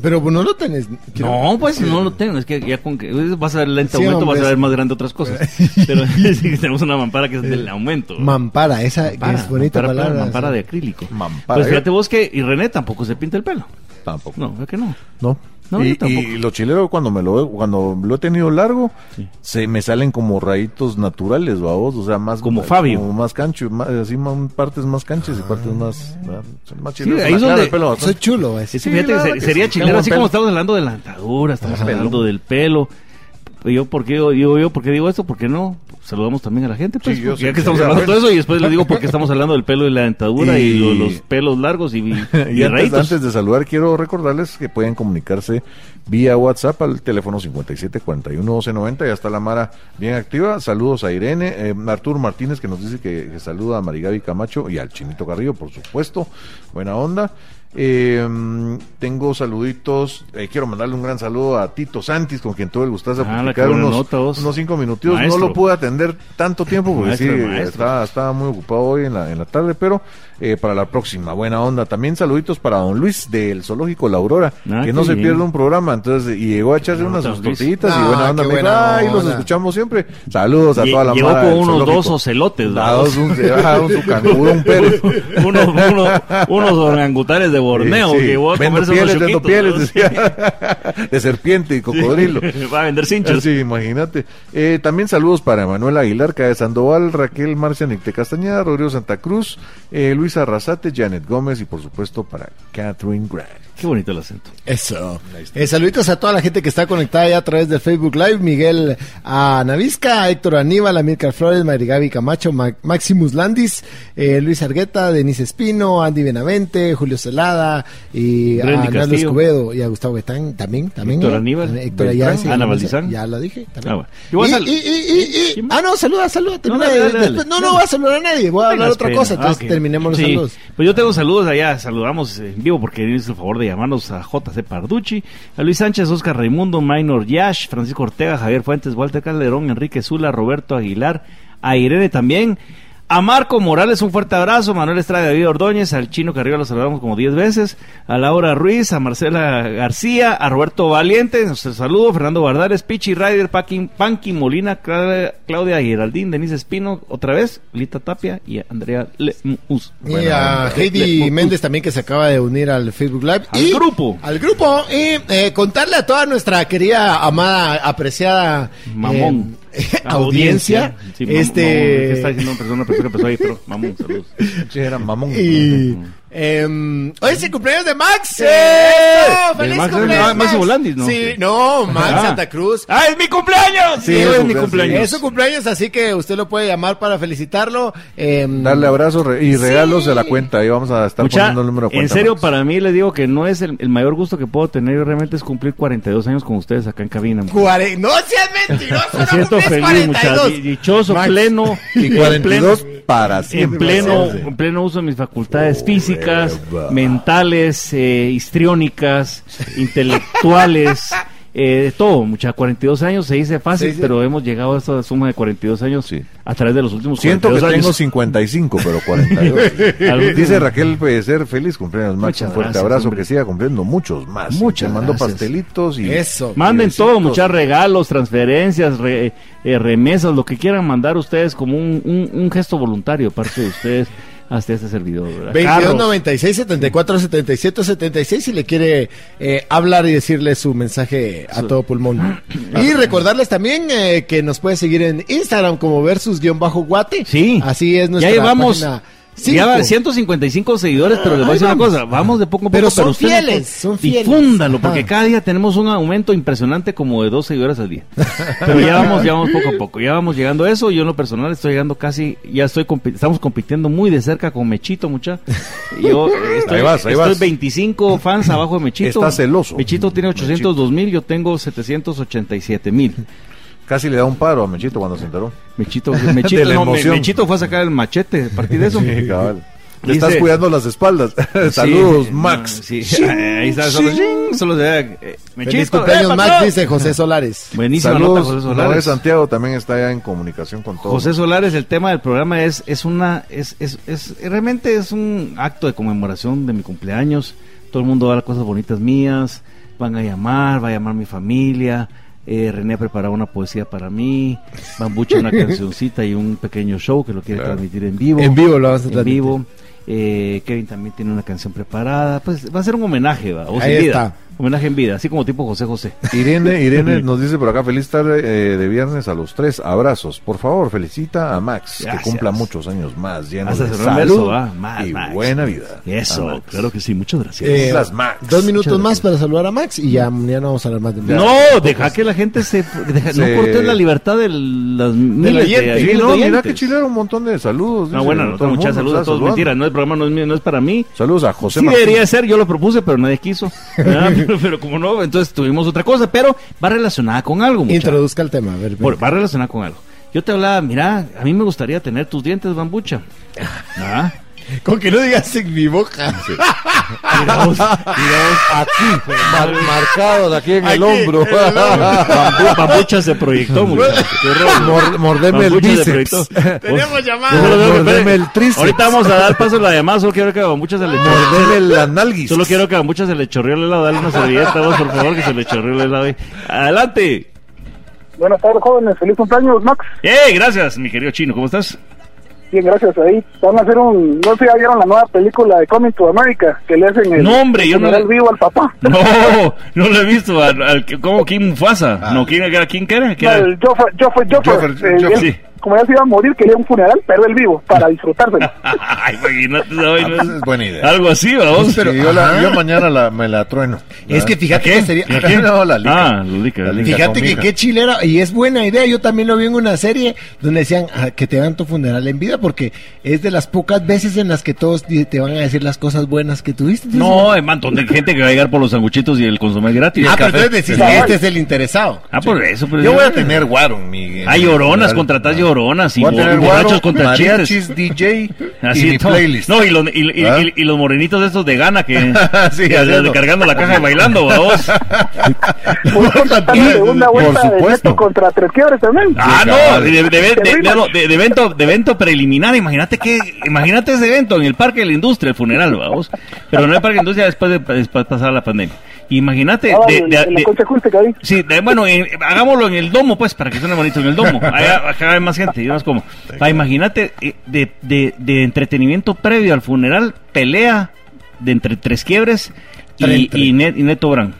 [SPEAKER 3] Pero no lo tenés.
[SPEAKER 2] No, pues no lo tengo. Es que ya con que vas a ver el lente
[SPEAKER 3] Sí,
[SPEAKER 2] aumento, vas
[SPEAKER 3] hombre,
[SPEAKER 2] a ver
[SPEAKER 3] sí.
[SPEAKER 2] más grande otras
[SPEAKER 4] [laughs]
[SPEAKER 2] cosas. Pero [laughs] sí, tenemos una mampara que es del aumento.
[SPEAKER 3] Mampara, esa que
[SPEAKER 2] Mampara,
[SPEAKER 3] es bonita
[SPEAKER 2] mampara,
[SPEAKER 3] palabra.
[SPEAKER 2] mampara
[SPEAKER 3] sí.
[SPEAKER 2] de acrílico.
[SPEAKER 4] Mampara. eh.
[SPEAKER 2] Pues fíjate vos que. Y René tampoco se pinta el pelo.
[SPEAKER 4] Tampoco.
[SPEAKER 2] No, creo que no.
[SPEAKER 4] No.
[SPEAKER 2] No, yo
[SPEAKER 4] y,
[SPEAKER 2] tampoco.
[SPEAKER 4] y los chileros cuando me lo cuando lo he tenido largo se me salen como rayitos naturales vamos o sea más
[SPEAKER 2] Como Fabio. Ah.
[SPEAKER 4] como más cancho más, así más, partes más canchas y partes más ¿verdad? Son más
[SPEAKER 2] Sí,
[SPEAKER 4] chileros
[SPEAKER 2] ahí
[SPEAKER 4] La
[SPEAKER 2] es
[SPEAKER 4] cara,
[SPEAKER 2] donde-
[SPEAKER 4] el pelo
[SPEAKER 3] Soy
[SPEAKER 2] pues.
[SPEAKER 4] bastante.
[SPEAKER 3] chulo, va a decir.
[SPEAKER 2] Sí, fíjate que
[SPEAKER 4] la
[SPEAKER 2] se-
[SPEAKER 4] verdad que
[SPEAKER 2] sería
[SPEAKER 4] sí,
[SPEAKER 2] chilero,
[SPEAKER 4] qué
[SPEAKER 2] así
[SPEAKER 4] buen
[SPEAKER 2] como
[SPEAKER 4] pelo.
[SPEAKER 2] estamos hablando de la dentadura, estamos
[SPEAKER 4] Pelo.
[SPEAKER 2] hablando del pelo. Yo, ¿por qué digo, yo, yo, ¿por qué digo esto? ¿Por qué no? Saludamos también a la gente, pues.
[SPEAKER 4] Sí, yo
[SPEAKER 2] porque
[SPEAKER 4] sé
[SPEAKER 2] ya que
[SPEAKER 4] que
[SPEAKER 2] estamos
[SPEAKER 4] sería
[SPEAKER 2] hablando de todo
[SPEAKER 4] bueno.
[SPEAKER 2] eso y después les
[SPEAKER 4] [laughs]
[SPEAKER 2] digo por qué estamos hablando del pelo y la dentadura y,
[SPEAKER 4] Y-
[SPEAKER 2] lo- los pelos largos y, y,
[SPEAKER 4] [laughs] Y antes,
[SPEAKER 2] raítos.
[SPEAKER 4] antes de saludar, quiero recordarles que pueden comunicarse vía WhatsApp al teléfono 5741-1290. Ya está la Mara bien activa. Saludos a Irene, eh, Arturo Martínez, que nos dice que, que saluda a Marigaby Camacho y al Chinito Carrillo, por supuesto. Buena onda. Eh, tengo saluditos. Eh, quiero mandarle un gran saludo a Tito Santis, con quien tuve el gustazo de
[SPEAKER 2] Ah, la
[SPEAKER 4] platicar
[SPEAKER 2] que buena
[SPEAKER 4] unos,
[SPEAKER 2] nota, vos.
[SPEAKER 4] unos cinco minutitos.
[SPEAKER 2] Maestro.
[SPEAKER 4] No lo pude atender tanto tiempo porque
[SPEAKER 2] Maestro,
[SPEAKER 4] sí,
[SPEAKER 2] maestro.
[SPEAKER 4] estaba Ah, estaba muy ocupado hoy en la, en la tarde, pero eh, para la próxima, buena onda. También saluditos para don Luis del Zoológico La Aurora,
[SPEAKER 2] Ah,
[SPEAKER 4] que
[SPEAKER 2] qué
[SPEAKER 4] no se
[SPEAKER 2] bien.
[SPEAKER 4] pierda un programa. Entonces, y llegó a echarse
[SPEAKER 2] Buena
[SPEAKER 4] unas
[SPEAKER 2] onda,
[SPEAKER 4] sus
[SPEAKER 2] Luis.
[SPEAKER 4] tortillitas y
[SPEAKER 3] Ah,
[SPEAKER 4] buena onda.
[SPEAKER 3] qué
[SPEAKER 4] Me dijo,
[SPEAKER 3] buena
[SPEAKER 4] "Ay, los
[SPEAKER 3] onda".
[SPEAKER 4] escuchamos siempre. Saludos a
[SPEAKER 2] Lle-
[SPEAKER 4] toda la
[SPEAKER 2] llegó
[SPEAKER 4] mara
[SPEAKER 2] con
[SPEAKER 4] del
[SPEAKER 2] unos
[SPEAKER 4] zoológico.
[SPEAKER 2] dos ocelotes,
[SPEAKER 4] Ah,
[SPEAKER 2] ¿no?
[SPEAKER 4] dos, un, ah, un sucanguro, un pérez.
[SPEAKER 2] uno, uno- unos orangutanes de Borneo
[SPEAKER 4] Sí, sí.
[SPEAKER 2] que voy a
[SPEAKER 4] Vendo
[SPEAKER 2] comerse
[SPEAKER 4] pieles,
[SPEAKER 2] unos
[SPEAKER 4] vendo
[SPEAKER 2] choquitos,
[SPEAKER 4] pieles,
[SPEAKER 2] ¿no? [laughs]
[SPEAKER 4] decía. [laughs] de serpiente y cocodrilo.
[SPEAKER 2] Va a vender cinchas.
[SPEAKER 4] Sí, imagínate. Eh, también saludos para Manuel Aguilar, Cae Sandoval, Raquel Marcia Nicte Castañeda, Rodrigo Santa Cruz, eh, Luis Arrasate, Janet Gómez y por supuesto para Catherine Grant.
[SPEAKER 2] Qué bonito el acento.
[SPEAKER 3] Eso. Eh, saluditos a toda la gente que está conectada ya a través del Facebook Live. Miguel a Navisca, Héctor Aníbal, Amílcar Flores, Marigaby Camacho, Ma- Maximus Landis, eh, Luis Argueta, Denise Espino, Andy Benavente, Julio Celada y
[SPEAKER 2] Brendy
[SPEAKER 3] a Arnaldo
[SPEAKER 2] Castillo.
[SPEAKER 3] Escobedo y a Gustavo Betán también. también
[SPEAKER 2] Héctor
[SPEAKER 3] eh,
[SPEAKER 2] Aníbal,
[SPEAKER 3] Héctor,
[SPEAKER 2] Beltrán,
[SPEAKER 3] ya, ese-
[SPEAKER 2] Ana Valdizán.
[SPEAKER 3] Ya la dije. también.
[SPEAKER 2] Ah, bueno. Yo voy a
[SPEAKER 3] Y-
[SPEAKER 2] sal-
[SPEAKER 3] y- y- y- y- ah, no, saluda, saluda. termina
[SPEAKER 2] dale,
[SPEAKER 3] de-
[SPEAKER 2] dale,
[SPEAKER 3] después-
[SPEAKER 2] dale.
[SPEAKER 3] No, no, voy a saludar a nadie. Voy a hablar
[SPEAKER 2] Las
[SPEAKER 3] otra
[SPEAKER 2] penas.
[SPEAKER 3] cosa. Entonces
[SPEAKER 2] Ah, ok.
[SPEAKER 3] terminemos los
[SPEAKER 2] Sí.
[SPEAKER 3] saludos.
[SPEAKER 2] Pues yo tengo saludos allá, saludamos eh, en vivo porque hizo el favor de llamarnos a JC Parducci, a Luis Sánchez, Oscar Raimundo, Minor Yash, Francisco Ortega, Javier Fuentes, Walter Calderón, Enrique Zula, Roberto Aguilar, a Irene también, A Marco Morales, un fuerte abrazo. Manuel Estrada, David Ordóñez, al chino que arriba lo saludamos como 10 veces. A Laura Ruiz, a Marcela García, a Roberto Valiente, nuestro saludo. Fernando Bardares, Pichi Ryder, Paqui- Panqui Molina, Cla- Claudia Geraldín, Denise Espino, otra vez, Lita Tapia y a Andrea Lemus.
[SPEAKER 3] Y a Heidi Méndez también que se acaba de unir al Facebook Live.
[SPEAKER 2] Al
[SPEAKER 3] y
[SPEAKER 2] grupo.
[SPEAKER 3] Al grupo. Y eh, contarle a toda nuestra querida, amada, apreciada eh, [laughs]
[SPEAKER 2] Mamón.
[SPEAKER 3] audiencia.
[SPEAKER 2] Sí, mam- mamón, ¿qué
[SPEAKER 3] este.
[SPEAKER 2] está diciendo una persona? Prefiero empezar ahí, pero mamón, saludos.
[SPEAKER 4] Sí, era mamón.
[SPEAKER 3] y. em, hoy es el cumpleaños de Max. ¡Eso!
[SPEAKER 2] De
[SPEAKER 3] ¡Feliz
[SPEAKER 2] Max,
[SPEAKER 3] cumpleaños!
[SPEAKER 2] no, Max Volandis, ¿no?
[SPEAKER 3] Sí, no, Max
[SPEAKER 2] Ah.
[SPEAKER 3] Santa Cruz.
[SPEAKER 2] ¡Ah, es mi cumpleaños!
[SPEAKER 4] Sí,
[SPEAKER 2] Sí,
[SPEAKER 4] es
[SPEAKER 2] es mi
[SPEAKER 4] cumpleaños,
[SPEAKER 2] cumpleaños.
[SPEAKER 3] Es su cumpleaños, así que usted lo puede llamar para felicitarlo. em,
[SPEAKER 4] Darle abrazos re- y
[SPEAKER 3] Sí.
[SPEAKER 4] regalos de la cuenta. Ahí vamos a estar
[SPEAKER 2] Mucha-
[SPEAKER 4] poniendo el número de cuenta.
[SPEAKER 2] en serio,
[SPEAKER 4] Max.
[SPEAKER 2] para mí les digo que no es el, el mayor gusto que puedo tener realmente es cumplir 42 años con ustedes acá en cabina. muchachos.
[SPEAKER 3] cuare- No seas mentiroso,
[SPEAKER 2] Me
[SPEAKER 3] no
[SPEAKER 2] siento
[SPEAKER 3] cumples
[SPEAKER 2] feliz,
[SPEAKER 3] 42.
[SPEAKER 2] muchachos. di- Dichoso, pleno.
[SPEAKER 4] Y
[SPEAKER 2] en
[SPEAKER 4] 42 para
[SPEAKER 2] pleno- En
[SPEAKER 4] siempre.
[SPEAKER 2] pleno, en pleno uso de mis facultades físicas, mentales, eh, histriónicas,
[SPEAKER 4] [laughs]
[SPEAKER 2] intelectuales, eh, de todo, mucha 42 años se dice
[SPEAKER 3] Se
[SPEAKER 2] fácil,
[SPEAKER 3] dice-
[SPEAKER 2] pero hemos llegado a esta suma de 42 años
[SPEAKER 4] Sí.
[SPEAKER 2] a través de los últimos
[SPEAKER 4] Siento que
[SPEAKER 2] 42
[SPEAKER 4] tengo
[SPEAKER 2] años.
[SPEAKER 4] 55, pero 42.
[SPEAKER 2] [laughs] Algún-
[SPEAKER 4] Dice Raquel Pellecer, feliz cumpleaños, Max.
[SPEAKER 2] Muchas
[SPEAKER 4] Un fuerte
[SPEAKER 2] gracias,
[SPEAKER 4] abrazo,
[SPEAKER 2] hombre.
[SPEAKER 4] que siga cumpliendo muchos más.
[SPEAKER 2] Muchas
[SPEAKER 4] Te mando
[SPEAKER 2] gracias.
[SPEAKER 4] pastelitos y...
[SPEAKER 3] Eso.
[SPEAKER 2] Manden
[SPEAKER 4] Diversitos.
[SPEAKER 2] todo, muchas regalos, transferencias, re- eh, remesas, lo que quieran mandar ustedes como un, un- un gesto voluntario parte de ustedes hasta este servidor. ¿verdad? Carros.
[SPEAKER 3] 2296 74 77 76 si le quiere eh, hablar y decirle su mensaje a todo
[SPEAKER 2] [clears throat]
[SPEAKER 3] pulmón. Y recordarles también eh, que nos puede seguir en Instagram como versus-guate.
[SPEAKER 2] Sí.
[SPEAKER 3] Así es nuestra
[SPEAKER 2] Ya llevamos
[SPEAKER 3] página cinco.
[SPEAKER 2] ya va 155 seguidores, pero les voy a
[SPEAKER 3] Ahí
[SPEAKER 2] decir una
[SPEAKER 3] vamos.
[SPEAKER 2] cosa, vamos de poco a poco.
[SPEAKER 3] Pero son
[SPEAKER 2] ustedes,
[SPEAKER 3] fieles,
[SPEAKER 2] pues,
[SPEAKER 3] son fieles.
[SPEAKER 2] Difúndalo,
[SPEAKER 3] Ajá.
[SPEAKER 2] porque cada día tenemos un aumento impresionante como de dos seguidores
[SPEAKER 3] [laughs]
[SPEAKER 2] al día. Pero ya vamos, ya vamos poco a poco, ya vamos llegando a eso. Yo en lo personal estoy llegando casi, ya estoy, compi- estamos compitiendo muy de cerca con Mechito, mucha.
[SPEAKER 3] [laughs]
[SPEAKER 2] Yo eh, estoy,
[SPEAKER 4] Ahí vas, ahí
[SPEAKER 2] estoy
[SPEAKER 4] vas.
[SPEAKER 2] 25 fans abajo de Mechito.
[SPEAKER 4] Está celoso.
[SPEAKER 2] Mechito tiene 802 mil, yo tengo 787 mil.
[SPEAKER 4] Casi le da un paro a Mechito cuando se enteró. [laughs]
[SPEAKER 2] Mechito,
[SPEAKER 4] De
[SPEAKER 2] Mechito,
[SPEAKER 4] la
[SPEAKER 2] no, me-
[SPEAKER 4] emoción.
[SPEAKER 2] Mechito fue a sacar el machete a partir de eso.
[SPEAKER 4] Sí, cabal. Le
[SPEAKER 2] Dice-
[SPEAKER 4] estás cuidando las espaldas. [laughs] Saludos,
[SPEAKER 2] Sí,
[SPEAKER 4] Max.
[SPEAKER 2] no, sí. [laughs] Ahí está, solo, ching, solo se ve. eh,
[SPEAKER 3] Feliz
[SPEAKER 2] Mechito,
[SPEAKER 3] cumpleaños,
[SPEAKER 2] ¡eh,
[SPEAKER 3] Max,
[SPEAKER 2] patrón!
[SPEAKER 3] dice José Solares.
[SPEAKER 2] Buenísima nota, José
[SPEAKER 4] Saludos. Noé
[SPEAKER 2] Solares.
[SPEAKER 4] Santiago también está ya en comunicación con todos.
[SPEAKER 2] José Solares, el tema del programa es, es una, es, es, es, realmente es un acto de conmemoración de mi cumpleaños. Todo el mundo va a dar cosas bonitas mías, van a llamar, va a llamar mi familia. Eh, René ha preparado una poesía para mí, Bambucha
[SPEAKER 4] [laughs]
[SPEAKER 2] una cancioncita y un pequeño show que lo quiere
[SPEAKER 4] Claro.
[SPEAKER 2] transmitir en vivo.
[SPEAKER 3] En vivo lo vamos a
[SPEAKER 2] En
[SPEAKER 3] transmitir.
[SPEAKER 2] vivo. Eh, Kevin también tiene una canción preparada. Pues va a ser un homenaje, va. O
[SPEAKER 3] Ahí
[SPEAKER 2] en vida.
[SPEAKER 3] está.
[SPEAKER 2] Homenaje en vida, así como tipo José José. [laughs]
[SPEAKER 4] Irene, Irene nos dice por acá, feliz tarde eh, de viernes a los tres, abrazos. Por favor, felicita a Max,
[SPEAKER 2] Gracias.
[SPEAKER 4] que cumpla muchos años más, lleno
[SPEAKER 2] Hasta
[SPEAKER 4] de
[SPEAKER 2] cerrar un
[SPEAKER 4] salud
[SPEAKER 2] verso, va. Más,
[SPEAKER 4] y
[SPEAKER 2] Max.
[SPEAKER 4] buena vida. A
[SPEAKER 2] Eso,
[SPEAKER 4] Max.
[SPEAKER 2] claro que sí. Muchas gracias.
[SPEAKER 3] Eh,
[SPEAKER 4] Las Max.
[SPEAKER 3] Dos minutos
[SPEAKER 2] Muchas
[SPEAKER 3] más para saludar a Max y ya, ya no vamos a hablar más de Max.
[SPEAKER 2] No, deja que la gente se. deja-
[SPEAKER 4] Se-
[SPEAKER 2] No cortes la libertad de las miles de,
[SPEAKER 4] Sí,
[SPEAKER 2] miles de
[SPEAKER 4] no, mira
[SPEAKER 2] oyentes.
[SPEAKER 4] que chile un montón de saludos.
[SPEAKER 2] Una
[SPEAKER 4] dice,
[SPEAKER 2] buena
[SPEAKER 4] todo
[SPEAKER 2] nota,
[SPEAKER 4] el mundo
[SPEAKER 2] muchas
[SPEAKER 4] está
[SPEAKER 2] saludos a todos.
[SPEAKER 4] saludando.
[SPEAKER 2] Mentira, no, el programa no es mío, no es para mí.
[SPEAKER 4] Saludos a José
[SPEAKER 2] sí
[SPEAKER 4] Martín.
[SPEAKER 2] debería ser, yo lo propuse, pero nadie quiso. ¿verdad? pero, [laughs] pero como no, entonces tuvimos otra cosa, pero va relacionada con algo. muchacho.
[SPEAKER 3] Introduzca el tema. A ver,
[SPEAKER 2] Bueno, va relacionada con algo. Yo te hablaba, mira, a mí me gustaría tener tus dientes, bambucha. Ah,
[SPEAKER 3] Con que no digas en mi boca.
[SPEAKER 2] mira vos, mira vos.
[SPEAKER 4] [laughs] Aquí, [laughs] mar- marcados aquí en el
[SPEAKER 3] Aquí,
[SPEAKER 4] hombro.
[SPEAKER 3] en el
[SPEAKER 4] [laughs]
[SPEAKER 2] Bambu- bambucha se proyectó, muchacho. Qué horror.
[SPEAKER 4] Mor- mordeme el
[SPEAKER 2] Bambucha se
[SPEAKER 4] bíceps.
[SPEAKER 2] proyectó.
[SPEAKER 4] [laughs]
[SPEAKER 2] Pues,
[SPEAKER 3] Tenemos
[SPEAKER 2] Yo
[SPEAKER 3] llamada.
[SPEAKER 2] solo quiero que-
[SPEAKER 4] Mordeme
[SPEAKER 2] espere.
[SPEAKER 4] el tríceps.
[SPEAKER 2] Ahorita vamos a dar paso a la llamada, solo quiero que a Bambucha se le chorree.
[SPEAKER 4] Mordeme las nalguis.
[SPEAKER 2] Solo quiero que a Bambucha se le chorreó el helado, dale una servilleta vos, por favor, que se le chorreó el helado. ahí. Adelante.
[SPEAKER 7] Buenas tardes, jóvenes. Feliz cumpleaños, Max.
[SPEAKER 2] ¡Eh! Gracias, mi querido chino, ¿cómo estás?
[SPEAKER 7] Bien, gracias. Ahí van a hacer un. No sé si ya vieron la nueva película de Coming to America que le hacen el.
[SPEAKER 2] No, hombre, yo no-
[SPEAKER 7] funeral vivo al papá.
[SPEAKER 2] No, no lo he visto. Al, al- ¿Cómo? ¿Quién Mufasa?
[SPEAKER 4] Ah.
[SPEAKER 2] No, ¿quién era? ¿Quién era? ¿Quién era?
[SPEAKER 7] El Joffrey, Joffrey, Joffrey.
[SPEAKER 4] Joffrey,
[SPEAKER 7] Eh,
[SPEAKER 4] Joffrey,
[SPEAKER 7] él,
[SPEAKER 2] sí.
[SPEAKER 7] Como ya se iba a morir, quería un funeral, pero él vivo, para
[SPEAKER 2] [laughs]
[SPEAKER 7] disfrutárselo.
[SPEAKER 2] [laughs] Ay, imagínate, esa
[SPEAKER 4] Ah,
[SPEAKER 2] vaina.
[SPEAKER 4] pues es buena idea.
[SPEAKER 2] Algo así, vamos.
[SPEAKER 4] Pero, ah, yo, la, yo mañana la- me la trueno.
[SPEAKER 3] Es que fíjate que sería.
[SPEAKER 2] ¿Y
[SPEAKER 3] [laughs]
[SPEAKER 2] a [laughs] quién?
[SPEAKER 4] No, la lica.
[SPEAKER 2] Ah, la lica, la
[SPEAKER 4] La
[SPEAKER 2] lica.
[SPEAKER 4] lica
[SPEAKER 3] Fíjate que
[SPEAKER 4] conmigo.
[SPEAKER 3] qué chilera, y es buena idea. Yo también lo vi en una serie donde decían "Ah, que te dan tu funeral en vida, porque es de las pocas veces en las que todos di- te van a decir las cosas buenas que tuviste. Entonces,
[SPEAKER 2] No, hay un montón de gente que va a llegar por los sanguchitos y el consomé gratis. y
[SPEAKER 3] ah,
[SPEAKER 2] el
[SPEAKER 3] pero
[SPEAKER 7] [laughs]
[SPEAKER 2] café.
[SPEAKER 3] entonces decís que este es el interesado.
[SPEAKER 2] Ah, por eso. pero-
[SPEAKER 4] pues Yo voy a tener guaro en mi. en
[SPEAKER 2] Hay
[SPEAKER 4] mi
[SPEAKER 2] lloronas,
[SPEAKER 4] funeral.
[SPEAKER 2] contratás
[SPEAKER 4] Ah.
[SPEAKER 2] moronas y
[SPEAKER 4] Voy a
[SPEAKER 2] bo-
[SPEAKER 4] tener
[SPEAKER 2] borrachos
[SPEAKER 4] guaro,
[SPEAKER 2] contra
[SPEAKER 4] mariachis,
[SPEAKER 2] chistes.
[SPEAKER 4] DJ
[SPEAKER 2] [laughs] Así
[SPEAKER 4] y mi
[SPEAKER 2] todo.
[SPEAKER 4] playlist.
[SPEAKER 2] No, y los, y, y-
[SPEAKER 4] ¿Ah?
[SPEAKER 2] y- y los morenitos estos de gana
[SPEAKER 4] [laughs]
[SPEAKER 2] que.
[SPEAKER 4] Sí,
[SPEAKER 2] que
[SPEAKER 4] haciendo.
[SPEAKER 2] cargando la caja y bailando,
[SPEAKER 4] [laughs]
[SPEAKER 2] vamos.
[SPEAKER 3] [laughs]
[SPEAKER 7] Una segunda
[SPEAKER 4] Por
[SPEAKER 7] vuelta de
[SPEAKER 4] supuesto.
[SPEAKER 7] Neto contra Tres Quiebres también.
[SPEAKER 2] Ah, no,
[SPEAKER 4] cabal.
[SPEAKER 2] de, de- de-
[SPEAKER 7] Qué
[SPEAKER 2] de-
[SPEAKER 7] rimas.
[SPEAKER 2] no, de- de evento, de evento preliminar, imagínate que, imagínate ese evento en el Parque de la Industria, el funeral, vamos. Pero no el Parque de la Industria después de después de pasar la pandemia. Imagínate,
[SPEAKER 7] Ah,
[SPEAKER 2] de-
[SPEAKER 7] en-
[SPEAKER 2] de-
[SPEAKER 7] en la
[SPEAKER 2] de-
[SPEAKER 7] concha acústica ahí.
[SPEAKER 2] sí, de- bueno, en- hagámoslo en el domo, pues, para que suene bonito en el domo. Allá, acá hay más gente, y más como. Ah, imagínate, eh, de, de- de entretenimiento previo al funeral, pelea de entre tres quiebres y,
[SPEAKER 3] Tren, tren.
[SPEAKER 2] y Ne- y Neto Brand.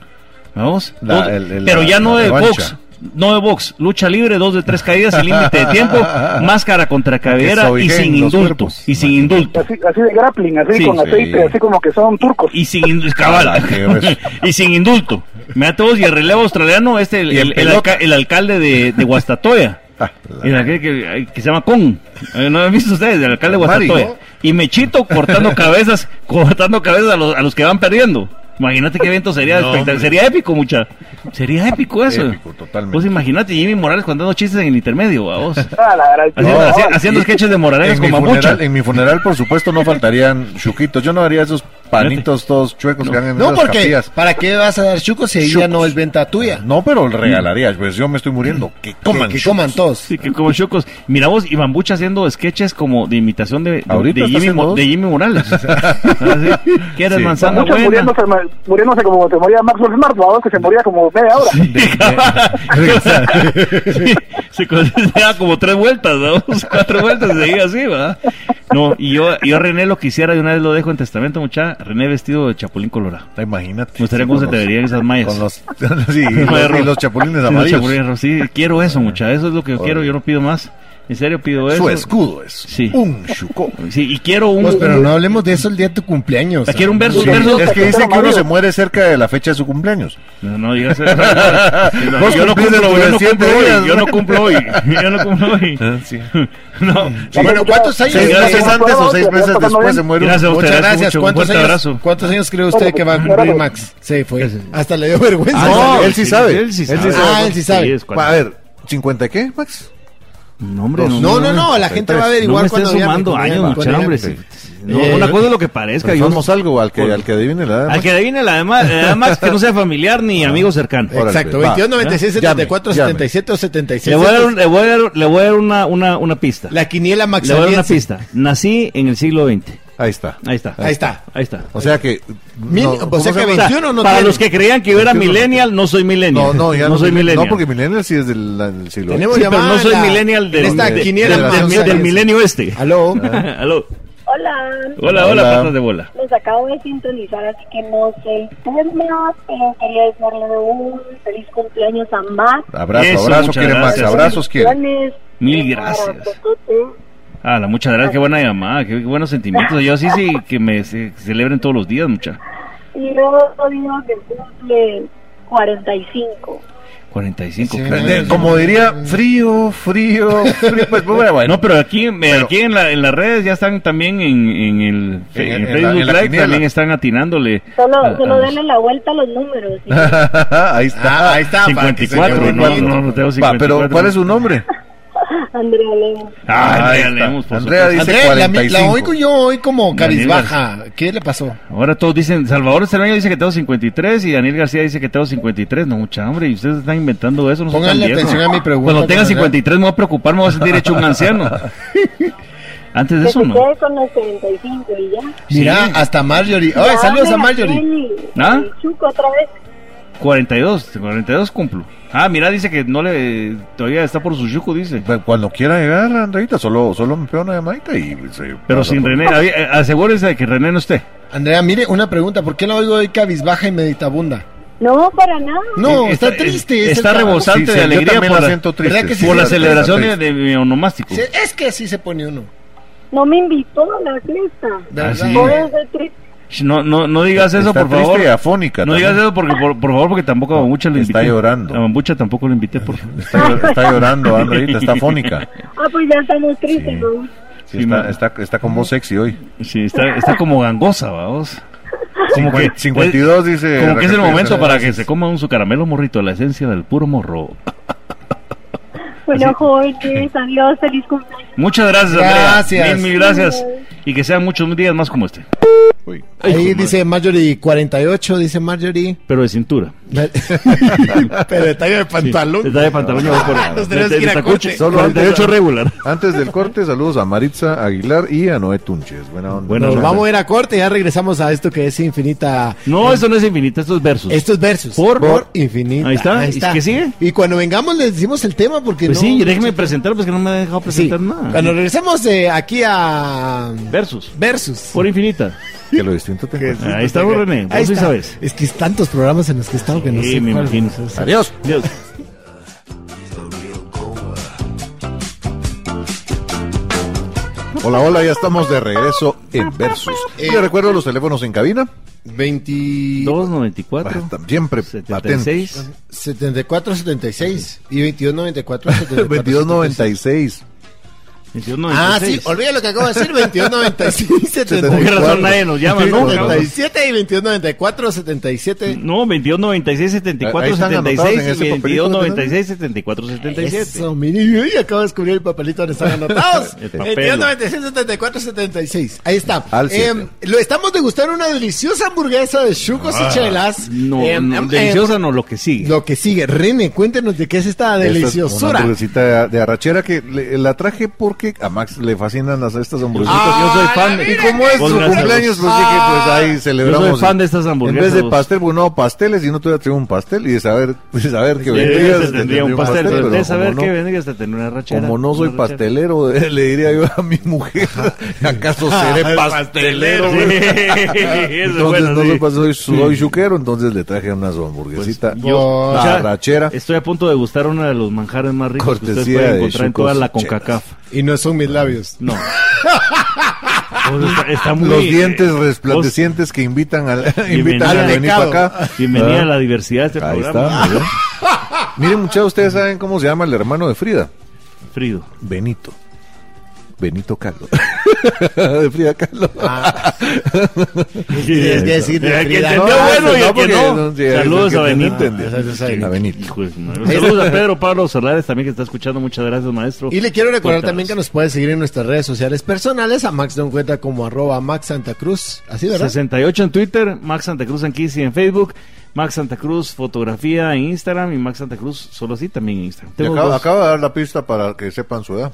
[SPEAKER 2] Vamos.
[SPEAKER 4] La-
[SPEAKER 2] Dos-
[SPEAKER 4] el- el-
[SPEAKER 2] pero
[SPEAKER 4] la-
[SPEAKER 2] ya no
[SPEAKER 4] la
[SPEAKER 2] de
[SPEAKER 4] revancha.
[SPEAKER 2] box. No de box, lucha libre, dos de tres caídas sin límite de
[SPEAKER 4] [laughs]
[SPEAKER 2] tiempo, máscara contra cabellera y
[SPEAKER 4] sobijen
[SPEAKER 2] sin
[SPEAKER 4] los
[SPEAKER 2] indulto.
[SPEAKER 4] cuerpos.
[SPEAKER 2] Y sin indulto.
[SPEAKER 7] Así, así de grappling, así
[SPEAKER 2] Sí,
[SPEAKER 7] con
[SPEAKER 2] sí.
[SPEAKER 7] aceite, así como que son turcos.
[SPEAKER 2] Y sin indulto. Cabal.
[SPEAKER 4] Ah, qué grueso.
[SPEAKER 2] [laughs] y sin indulto. Me da todos y el relevo australiano, este, el,
[SPEAKER 4] Y en
[SPEAKER 2] el- el
[SPEAKER 4] pelota.
[SPEAKER 2] alca- el alcalde de, de Guastatoya.
[SPEAKER 4] Ah,
[SPEAKER 2] el aquel que, que se llama Con. Eh, ¿No lo han visto ustedes? El alcalde de
[SPEAKER 4] Mari,
[SPEAKER 2] Guastatoya.
[SPEAKER 4] ¿no?
[SPEAKER 2] Y Mechito cortando cabezas, [laughs] cortando cabezas a los, a los que van perdiendo. Imagínate qué evento sería.
[SPEAKER 4] No,
[SPEAKER 2] espectac-
[SPEAKER 4] hombre.
[SPEAKER 2] sería épico, mucha. Sería épico eso.
[SPEAKER 4] Épico, totalmente.
[SPEAKER 2] Vos imagínate Jimmy Morales contando chistes en el intermedio, a
[SPEAKER 4] [laughs]
[SPEAKER 2] vos. Haciendo,
[SPEAKER 7] Ah, la gran-
[SPEAKER 4] No.
[SPEAKER 2] haci- haciendo sketches de moralejas
[SPEAKER 4] En mi,
[SPEAKER 2] con mamucha.
[SPEAKER 4] funeral, en mi funeral, por supuesto, no faltarían chuquitos. Yo no haría esos panitos todos chuecos que dan en
[SPEAKER 3] No,
[SPEAKER 4] esas
[SPEAKER 3] porque
[SPEAKER 4] capillas.
[SPEAKER 3] ¿para qué vas a dar chucos si ella
[SPEAKER 4] Chucos.
[SPEAKER 3] no es venta
[SPEAKER 2] Ah,
[SPEAKER 3] tuya?
[SPEAKER 4] No, pero regalaría. Pues yo me estoy muriendo. Que coman.
[SPEAKER 3] que, que
[SPEAKER 4] chucos.
[SPEAKER 3] coman todos.
[SPEAKER 2] Sí, Mm. que como chocos. Mira vos, y Bambucha haciendo sketches como de imitación de, de,
[SPEAKER 4] Ahorita
[SPEAKER 2] de
[SPEAKER 4] está
[SPEAKER 2] Jimmy,
[SPEAKER 4] haciendo
[SPEAKER 2] Mo-
[SPEAKER 4] dos.
[SPEAKER 2] de Jimmy
[SPEAKER 4] [laughs]
[SPEAKER 2] Morales. Así, ¿Quieres
[SPEAKER 4] Sí.
[SPEAKER 2] manzana
[SPEAKER 7] Muchos
[SPEAKER 2] buena? [laughs]
[SPEAKER 7] muriéndose, muriéndose como se moría Maxwell Smart, ¿no? que se moría como media hora.
[SPEAKER 2] sí, se considera como tres vueltas, ¿no? cuatro vueltas y seguía así, ¿verdad? No, y yo, yo a René lo quisiera, de una vez lo dejo en testamento, mucha René vestido de chapulín colorado.
[SPEAKER 4] Imagínate.
[SPEAKER 2] Me gustaría
[SPEAKER 4] Sí,
[SPEAKER 2] cómo
[SPEAKER 4] con
[SPEAKER 2] se te
[SPEAKER 4] los-
[SPEAKER 2] verían esas mallas.
[SPEAKER 4] Con los, [laughs]
[SPEAKER 2] [laughs]
[SPEAKER 4] sí, y
[SPEAKER 2] No,
[SPEAKER 4] los,
[SPEAKER 2] error.
[SPEAKER 4] y los chapulines
[SPEAKER 2] Sí, los
[SPEAKER 4] amarillos.
[SPEAKER 2] chapulines rojos. Sí, quiero eso, mucha Eso es lo que yo quiero. Yo no pido más. En serio, pido eso.
[SPEAKER 4] Su escudo es
[SPEAKER 2] Sí.
[SPEAKER 4] un chuco.
[SPEAKER 2] Sí, y quiero un.
[SPEAKER 3] Pues, pero no hablemos de eso el día de tu cumpleaños.
[SPEAKER 2] Quiero un verso,
[SPEAKER 4] Sí,
[SPEAKER 2] un verso.
[SPEAKER 4] es que dicen que uno
[SPEAKER 7] amarillo.
[SPEAKER 4] se muere cerca de la fecha de su cumpleaños.
[SPEAKER 2] No, no digas eso.
[SPEAKER 4] [laughs]
[SPEAKER 2] No,
[SPEAKER 4] Vos
[SPEAKER 2] yo, no cumplo,
[SPEAKER 4] cumplís dentro de
[SPEAKER 2] yo no
[SPEAKER 4] siete
[SPEAKER 2] cumplo
[SPEAKER 4] días,
[SPEAKER 2] hoy. Yo
[SPEAKER 4] ¿no?
[SPEAKER 2] no cumplo
[SPEAKER 4] [laughs]
[SPEAKER 2] hoy. [laughs] Yo no cumplo hoy.
[SPEAKER 4] Ah,
[SPEAKER 2] [laughs] No.
[SPEAKER 3] Sí, bueno, ¿cuántos años?
[SPEAKER 4] Seis
[SPEAKER 2] ya,
[SPEAKER 4] meses
[SPEAKER 2] ya,
[SPEAKER 4] antes o seis meses después
[SPEAKER 7] muere.
[SPEAKER 4] se muere.
[SPEAKER 2] Gracias a
[SPEAKER 4] uno.
[SPEAKER 2] usted.
[SPEAKER 3] Muchas
[SPEAKER 2] agradezco
[SPEAKER 3] gracias.
[SPEAKER 2] mucho, un
[SPEAKER 3] ¿Cuántos
[SPEAKER 2] fuerte
[SPEAKER 3] años,
[SPEAKER 2] abrazo.
[SPEAKER 3] ¿Cuántos años cree usted que va
[SPEAKER 7] pues,
[SPEAKER 3] a cumplir Max? Se fue. Hasta le dio vergüenza.
[SPEAKER 4] Ah, no,
[SPEAKER 3] Él-
[SPEAKER 4] él sí sabe.
[SPEAKER 2] Él sí
[SPEAKER 4] Él
[SPEAKER 2] sabe.
[SPEAKER 4] sí
[SPEAKER 3] sabe. Ah, él sí sabe.
[SPEAKER 2] es cual-
[SPEAKER 4] A ver, ¿50 qué, Max?
[SPEAKER 2] No, hombre,
[SPEAKER 3] no, no, no, la
[SPEAKER 4] no,
[SPEAKER 3] gente
[SPEAKER 4] no,
[SPEAKER 3] va a
[SPEAKER 2] No
[SPEAKER 3] averiguar
[SPEAKER 2] me
[SPEAKER 3] cuando
[SPEAKER 2] estés
[SPEAKER 3] vea mi
[SPEAKER 2] sumando
[SPEAKER 3] cumpleaños,
[SPEAKER 2] años,
[SPEAKER 3] cuando
[SPEAKER 2] mucha
[SPEAKER 3] vea mi
[SPEAKER 2] hombre.
[SPEAKER 3] cumpleaños.
[SPEAKER 2] sí. No,
[SPEAKER 3] Eh,
[SPEAKER 2] una cosa es lo que parezca. y
[SPEAKER 4] Somos algo al que,
[SPEAKER 2] Por-
[SPEAKER 4] al que adivine la edad.
[SPEAKER 2] Al
[SPEAKER 4] Max.
[SPEAKER 2] que adivine la demás, además que no sea familiar ni
[SPEAKER 3] Ah.
[SPEAKER 2] amigo cercano.
[SPEAKER 4] Órale,
[SPEAKER 3] Exacto,
[SPEAKER 4] va.
[SPEAKER 3] 21, 96,
[SPEAKER 4] Llame,
[SPEAKER 3] 74,
[SPEAKER 4] llame.
[SPEAKER 3] 77 o 76.
[SPEAKER 2] Le voy a dar, un- le voy a dar- le voy a dar una, una, una pista.
[SPEAKER 3] La quiniela
[SPEAKER 2] le voy a dar una
[SPEAKER 3] maximaliense.
[SPEAKER 2] pista. Nací en el siglo XX.
[SPEAKER 4] Ahí está.
[SPEAKER 2] Ahí está.
[SPEAKER 3] Ahí está.
[SPEAKER 2] Ahí está.
[SPEAKER 4] O sea que.
[SPEAKER 3] Mil-
[SPEAKER 4] no,
[SPEAKER 3] o sea
[SPEAKER 4] ¿cómo se
[SPEAKER 3] que
[SPEAKER 4] llama?
[SPEAKER 2] O sea,
[SPEAKER 3] 21 no
[SPEAKER 2] para
[SPEAKER 3] tiene.
[SPEAKER 2] los que creían que yo era
[SPEAKER 4] 21 no.
[SPEAKER 2] millennial, no soy millennial.
[SPEAKER 4] No, no, ya
[SPEAKER 2] soy millennial.
[SPEAKER 4] No, porque millennial sí es del, la- del siglo
[SPEAKER 3] Tenemos
[SPEAKER 2] Sí,
[SPEAKER 3] llamada
[SPEAKER 2] pero no soy
[SPEAKER 3] en la-
[SPEAKER 2] millennial del,
[SPEAKER 3] en esta
[SPEAKER 2] de-
[SPEAKER 3] quiniela
[SPEAKER 2] del- del-
[SPEAKER 3] maximaliense.
[SPEAKER 2] del milenio este.
[SPEAKER 3] Aló.
[SPEAKER 2] [laughs] Aló.
[SPEAKER 8] Hola,
[SPEAKER 2] Hola, hola,
[SPEAKER 4] Hola.
[SPEAKER 2] patas de bola.
[SPEAKER 8] los acabo de sintonizar, así que no sé el tema, pero quería desearle un feliz cumpleaños a Max.
[SPEAKER 4] Abrazo,
[SPEAKER 2] Eso,
[SPEAKER 4] abrazo,
[SPEAKER 2] muchas
[SPEAKER 4] quiere Max.
[SPEAKER 2] gracias.
[SPEAKER 4] Abrazos, quiere.
[SPEAKER 8] Bendiciones.
[SPEAKER 2] Mil gracias.
[SPEAKER 8] Abrazotote.
[SPEAKER 2] Ah, la muchas gracias, qué buena llamada, qué, qué buenos sentimientos. Yo sí, sí, que me ce- celebren todos los días, mucha.
[SPEAKER 8] Y yo digo que cumple 45.
[SPEAKER 2] 45.
[SPEAKER 3] Sí,
[SPEAKER 2] qué
[SPEAKER 3] de-
[SPEAKER 2] bueno.
[SPEAKER 4] Eh, Como diría, frío, frío, frío. Pues bueno,
[SPEAKER 2] [laughs]
[SPEAKER 4] bueno.
[SPEAKER 2] No, pero aquí, me- aquí en, la- en las redes ya están también en, en el fe-
[SPEAKER 4] En-
[SPEAKER 2] en
[SPEAKER 4] en la-
[SPEAKER 2] Facebook
[SPEAKER 4] en la
[SPEAKER 2] Live,
[SPEAKER 4] quiniela.
[SPEAKER 2] también están atinándole.
[SPEAKER 8] Solo,
[SPEAKER 2] a-
[SPEAKER 8] solo
[SPEAKER 2] a-
[SPEAKER 8] denle la vuelta a los números. ¿sí?
[SPEAKER 4] ahí está.
[SPEAKER 3] Ah, ahí está. para que se
[SPEAKER 2] 54,
[SPEAKER 3] quede
[SPEAKER 2] no,
[SPEAKER 3] bonito.
[SPEAKER 2] no, no tengo
[SPEAKER 4] Va,
[SPEAKER 2] 54.
[SPEAKER 4] pero ¿cuál es su nombre?
[SPEAKER 8] [laughs] Andrea León.
[SPEAKER 2] Ah,
[SPEAKER 4] Ahí
[SPEAKER 2] Andrea
[SPEAKER 4] está.
[SPEAKER 2] Leemos, por
[SPEAKER 4] Andrea
[SPEAKER 2] supuesto.
[SPEAKER 4] dice
[SPEAKER 3] Andrea, la, mi-
[SPEAKER 4] 45.
[SPEAKER 3] la oigo yo hoy como cabizbaja. ¿Qué le pasó?
[SPEAKER 2] Ahora todos dicen, Salvador Cermeño dice que tengo 53 y Daniel García dice que tengo 53. No, mucha hambre, y ustedes están inventando eso. No son
[SPEAKER 3] Pónganle
[SPEAKER 2] tan viejos.
[SPEAKER 3] atención a mi pregunta,
[SPEAKER 2] Cuando tenga
[SPEAKER 3] don Andrea.
[SPEAKER 2] 53 me voy a preocupar, me voy a sentir hecho
[SPEAKER 3] [laughs]
[SPEAKER 2] un anciano. Antes de
[SPEAKER 8] Que
[SPEAKER 2] eso
[SPEAKER 8] se
[SPEAKER 2] no.
[SPEAKER 8] quede con los 35 y ya.
[SPEAKER 3] Mira, hasta Marjorie. ¡Ay,
[SPEAKER 8] Ya,
[SPEAKER 3] saludos a
[SPEAKER 8] mira,
[SPEAKER 3] Marjorie!
[SPEAKER 8] el-
[SPEAKER 2] ¿Ah?
[SPEAKER 8] el Chuco otra vez.
[SPEAKER 2] 42, 42 cumplo. Ah, mira, dice que no le. Todavía está por su yuco, dice.
[SPEAKER 4] Pero Pues, Cuando quiera llegar, Andreita, solo, solo me pega una llamadita y se
[SPEAKER 2] Pero
[SPEAKER 4] pasa
[SPEAKER 2] sin
[SPEAKER 4] por-
[SPEAKER 2] René. Había- eh, Asegúrense de que René no esté.
[SPEAKER 3] Andrea, mire, una pregunta. ¿Por qué la oigo hoy cabizbaja y meditabunda?
[SPEAKER 8] No, para nada.
[SPEAKER 3] No,
[SPEAKER 2] Eh,
[SPEAKER 3] está,
[SPEAKER 2] está-
[SPEAKER 3] triste. es
[SPEAKER 2] está
[SPEAKER 3] el trabajo.
[SPEAKER 2] rebosado. Bastante de
[SPEAKER 4] yo
[SPEAKER 2] alegría
[SPEAKER 4] también
[SPEAKER 2] por
[SPEAKER 4] la
[SPEAKER 2] la-
[SPEAKER 4] siento triste.
[SPEAKER 3] ¿Verdad que sí?
[SPEAKER 2] por las
[SPEAKER 3] está-
[SPEAKER 2] celebraciones de mi onomástico.
[SPEAKER 3] Sí, es que así se pone uno.
[SPEAKER 8] No me invitó a la fiesta.
[SPEAKER 3] ¿verdad?
[SPEAKER 2] Así
[SPEAKER 8] Por
[SPEAKER 2] es.
[SPEAKER 8] eso es triste.
[SPEAKER 2] Sh, No, no, no digas eso,
[SPEAKER 4] Está
[SPEAKER 2] por favor.
[SPEAKER 4] triste y afónica.
[SPEAKER 2] No
[SPEAKER 4] también.
[SPEAKER 2] digas eso, porque, por, por favor, porque tampoco a
[SPEAKER 4] No,
[SPEAKER 2] Bambucha lo invité.
[SPEAKER 4] está llorando.
[SPEAKER 2] A Bambucha tampoco lo invité,
[SPEAKER 3] [laughs]
[SPEAKER 2] por favor.
[SPEAKER 4] Está,
[SPEAKER 2] [laughs]
[SPEAKER 4] está llorando, Andreita, está afónica.
[SPEAKER 8] Ah, pues ya estamos tristes,
[SPEAKER 4] Sí.
[SPEAKER 8] ¿no?
[SPEAKER 4] Sí,
[SPEAKER 2] Sí,
[SPEAKER 4] está,
[SPEAKER 2] ma.
[SPEAKER 4] está, está con voz sexy hoy.
[SPEAKER 2] Sí, está, está como gangosa, vamos. Como que-
[SPEAKER 4] 52 dice.
[SPEAKER 2] Como que es el
[SPEAKER 4] Raquel,
[SPEAKER 2] momento
[SPEAKER 4] ¿no?
[SPEAKER 2] para que se coma un su caramelo morrito, la esencia del puro morro.
[SPEAKER 8] Bueno, jóvenes, adiós, feliz cumpleaños.
[SPEAKER 2] Muchas gracias, Andrea.
[SPEAKER 3] Gracias.
[SPEAKER 2] Mil, mil gracias. Y que sean muchos días más como este.
[SPEAKER 4] Uy.
[SPEAKER 3] Ahí
[SPEAKER 2] Ay,
[SPEAKER 3] dice Marjorie 48, dice [laughs] Marjorie.
[SPEAKER 2] Pero de cintura.
[SPEAKER 3] Pero detalle de pantalón.
[SPEAKER 2] Está de pantalón ya voy
[SPEAKER 3] [laughs]
[SPEAKER 2] por
[SPEAKER 6] Nos tenemos que ir a
[SPEAKER 2] tacuche.
[SPEAKER 6] corte.
[SPEAKER 4] Solo
[SPEAKER 2] 48
[SPEAKER 4] antes-
[SPEAKER 2] regular.
[SPEAKER 4] Antes del corte, saludos a Maritza Aguilar y a Noé Tunches. Buena onda.
[SPEAKER 2] Buena
[SPEAKER 3] Nos
[SPEAKER 2] onda.
[SPEAKER 3] vamos a ir a corte, ya regresamos a esto que es infinita.
[SPEAKER 2] No, eso no es infinito, esto es versus.
[SPEAKER 3] Estos versos.
[SPEAKER 2] Por-
[SPEAKER 3] infinita.
[SPEAKER 2] Ahí está. ¿Y qué sigue?
[SPEAKER 3] Y cuando vengamos les decimos el tema porque
[SPEAKER 2] Pues
[SPEAKER 3] no.
[SPEAKER 2] sí, déjeme presentar, pues que no me ha dejado
[SPEAKER 3] Sí.
[SPEAKER 2] presentar nada.
[SPEAKER 3] Cuando regresemos eh, aquí a
[SPEAKER 2] Versus.
[SPEAKER 3] Versus.
[SPEAKER 2] Por infinita.
[SPEAKER 4] Que lo distinto te encuentre.
[SPEAKER 2] Ahí estamos, Pues, René. Vos
[SPEAKER 3] Ahí
[SPEAKER 2] sí
[SPEAKER 3] está.
[SPEAKER 2] sabes.
[SPEAKER 3] Es que es tantos programas en los que he estado que no
[SPEAKER 2] Sí,
[SPEAKER 3] sé
[SPEAKER 2] me
[SPEAKER 3] cuál.
[SPEAKER 2] imagino.
[SPEAKER 4] Adiós.
[SPEAKER 2] Dios.
[SPEAKER 4] Hola, hola, ya estamos de regreso en Versus.
[SPEAKER 2] Eh.
[SPEAKER 4] Y le recuerdo los teléfonos en cabina.
[SPEAKER 6] 22.
[SPEAKER 2] 294.
[SPEAKER 4] Siempre patentes.
[SPEAKER 2] 76.
[SPEAKER 3] 7476 y 2294
[SPEAKER 4] [laughs] 2296.
[SPEAKER 2] 21,
[SPEAKER 3] Ah, sí, olvida lo que acabo de decir, 2296
[SPEAKER 2] ¿Por qué razón nadie nos llama, no? Mm.
[SPEAKER 3] 77 y 2294 77
[SPEAKER 2] No, 22, 96, 74,
[SPEAKER 4] Ahí están anotados
[SPEAKER 2] 76
[SPEAKER 4] en ese
[SPEAKER 2] y 22,
[SPEAKER 4] papelito,
[SPEAKER 2] 96, 74, 77.
[SPEAKER 3] Eso, mire, y acabo de descubrir el papelito donde están [laughs] anotados.
[SPEAKER 2] El papel.
[SPEAKER 3] 22, 96, 74, 76. Ahí está.
[SPEAKER 4] Al
[SPEAKER 3] Eh,
[SPEAKER 4] siete.
[SPEAKER 3] lo estamos degustando una deliciosa hamburguesa de chucos y chelas.
[SPEAKER 2] No,
[SPEAKER 3] Eh,
[SPEAKER 4] Em,
[SPEAKER 2] no,
[SPEAKER 3] eh,
[SPEAKER 2] deliciosa no, lo que sigue.
[SPEAKER 3] Lo que sigue, Rene, cuéntenos de qué es esta
[SPEAKER 4] Esta es Una
[SPEAKER 3] deliciosura.
[SPEAKER 4] hamburguesita de, de arrachera que le- la traje porque a Max le fascinan las, estas hamburguesitas.
[SPEAKER 2] Ah,
[SPEAKER 4] yo soy
[SPEAKER 2] la
[SPEAKER 4] fan.
[SPEAKER 2] mira,
[SPEAKER 4] Y como es
[SPEAKER 2] Pues
[SPEAKER 4] su
[SPEAKER 2] gracias.
[SPEAKER 4] cumpleaños, pues dije, pues ahí celebramos.
[SPEAKER 2] Yo soy fan de estas hamburguesas,
[SPEAKER 4] En vez de
[SPEAKER 2] vos.
[SPEAKER 4] pastel, bueno, no, pasteles, y no te voy a traer un pastel y de saber, de saber que
[SPEAKER 2] Sí,
[SPEAKER 4] vendrías,
[SPEAKER 2] se
[SPEAKER 4] te
[SPEAKER 2] tendría un pastel, pero de
[SPEAKER 4] pero
[SPEAKER 2] saber
[SPEAKER 4] como
[SPEAKER 2] que
[SPEAKER 4] no-
[SPEAKER 2] vendría hasta tener una rachera.
[SPEAKER 4] Como no
[SPEAKER 2] una
[SPEAKER 4] soy
[SPEAKER 2] rachera.
[SPEAKER 4] pastelero, [laughs] le diría yo a mi [laughs] mujer, ¿acaso [laughs] seré [laughs] pastelero?
[SPEAKER 2] Sí, eso es
[SPEAKER 4] Entonces
[SPEAKER 2] bueno,
[SPEAKER 4] no
[SPEAKER 2] sí.
[SPEAKER 4] soy pastelero, soy, soy chuquero, entonces le traje una su hamburguesita
[SPEAKER 2] Pues, yo-
[SPEAKER 4] la
[SPEAKER 2] ya-
[SPEAKER 4] arrachera.
[SPEAKER 2] Estoy a punto de gustar uno de los manjares más ricos que
[SPEAKER 4] Cortesía
[SPEAKER 2] ustedes pueden
[SPEAKER 4] de
[SPEAKER 2] encontrar en
[SPEAKER 4] Chucos
[SPEAKER 2] toda la
[SPEAKER 4] Chelas.
[SPEAKER 2] CONCACAF.
[SPEAKER 3] Y no son mis labios.
[SPEAKER 4] [laughs]
[SPEAKER 2] No. Pues está, está muy-
[SPEAKER 4] Los dientes
[SPEAKER 2] eh,
[SPEAKER 4] resplandecientes que invitan al [laughs] invitan
[SPEAKER 2] Bienvenida.
[SPEAKER 4] a venir para acá.
[SPEAKER 2] vos- Bienvenida
[SPEAKER 4] Ah,
[SPEAKER 2] a la diversidad de este
[SPEAKER 4] Ahí
[SPEAKER 2] programa.
[SPEAKER 4] está. muy bien. Miren, muchachos, ustedes saben cómo se llama el hermano de Frida.
[SPEAKER 2] Frido.
[SPEAKER 4] Benito. Benito Carlos. [laughs] de Frida Kahlo.
[SPEAKER 3] Es decir, de
[SPEAKER 2] Eh, que
[SPEAKER 3] Frida
[SPEAKER 2] entendió
[SPEAKER 3] Kahlo.
[SPEAKER 2] bueno y
[SPEAKER 4] No,
[SPEAKER 2] el que
[SPEAKER 4] porque
[SPEAKER 2] no.
[SPEAKER 4] no, sí,
[SPEAKER 2] Saludos
[SPEAKER 4] el
[SPEAKER 2] a
[SPEAKER 4] que no
[SPEAKER 2] Benito.
[SPEAKER 4] entendió.
[SPEAKER 3] Saludos a Benito.
[SPEAKER 4] A Benito.
[SPEAKER 2] Hijo de su madre. Saludos a Pedro Pablo Solares también que está escuchando. Muchas gracias, maestro.
[SPEAKER 3] Y le quiero recordar
[SPEAKER 2] Cuéntanos.
[SPEAKER 3] también que nos puede seguir en nuestras redes sociales personales. A Max no encuentra como arroba Max Santa Cruz. Así, ¿verdad?
[SPEAKER 2] 68 en Twitter, Max Santa Cruz en Kiss y en Facebook, Max Santa Cruz Fotografía en Instagram y Max Santa Cruz solo así también en Instagram.
[SPEAKER 4] Le
[SPEAKER 2] Tengo
[SPEAKER 4] acaba,
[SPEAKER 2] dos.
[SPEAKER 4] acaba de dar la pista para que sepan su edad.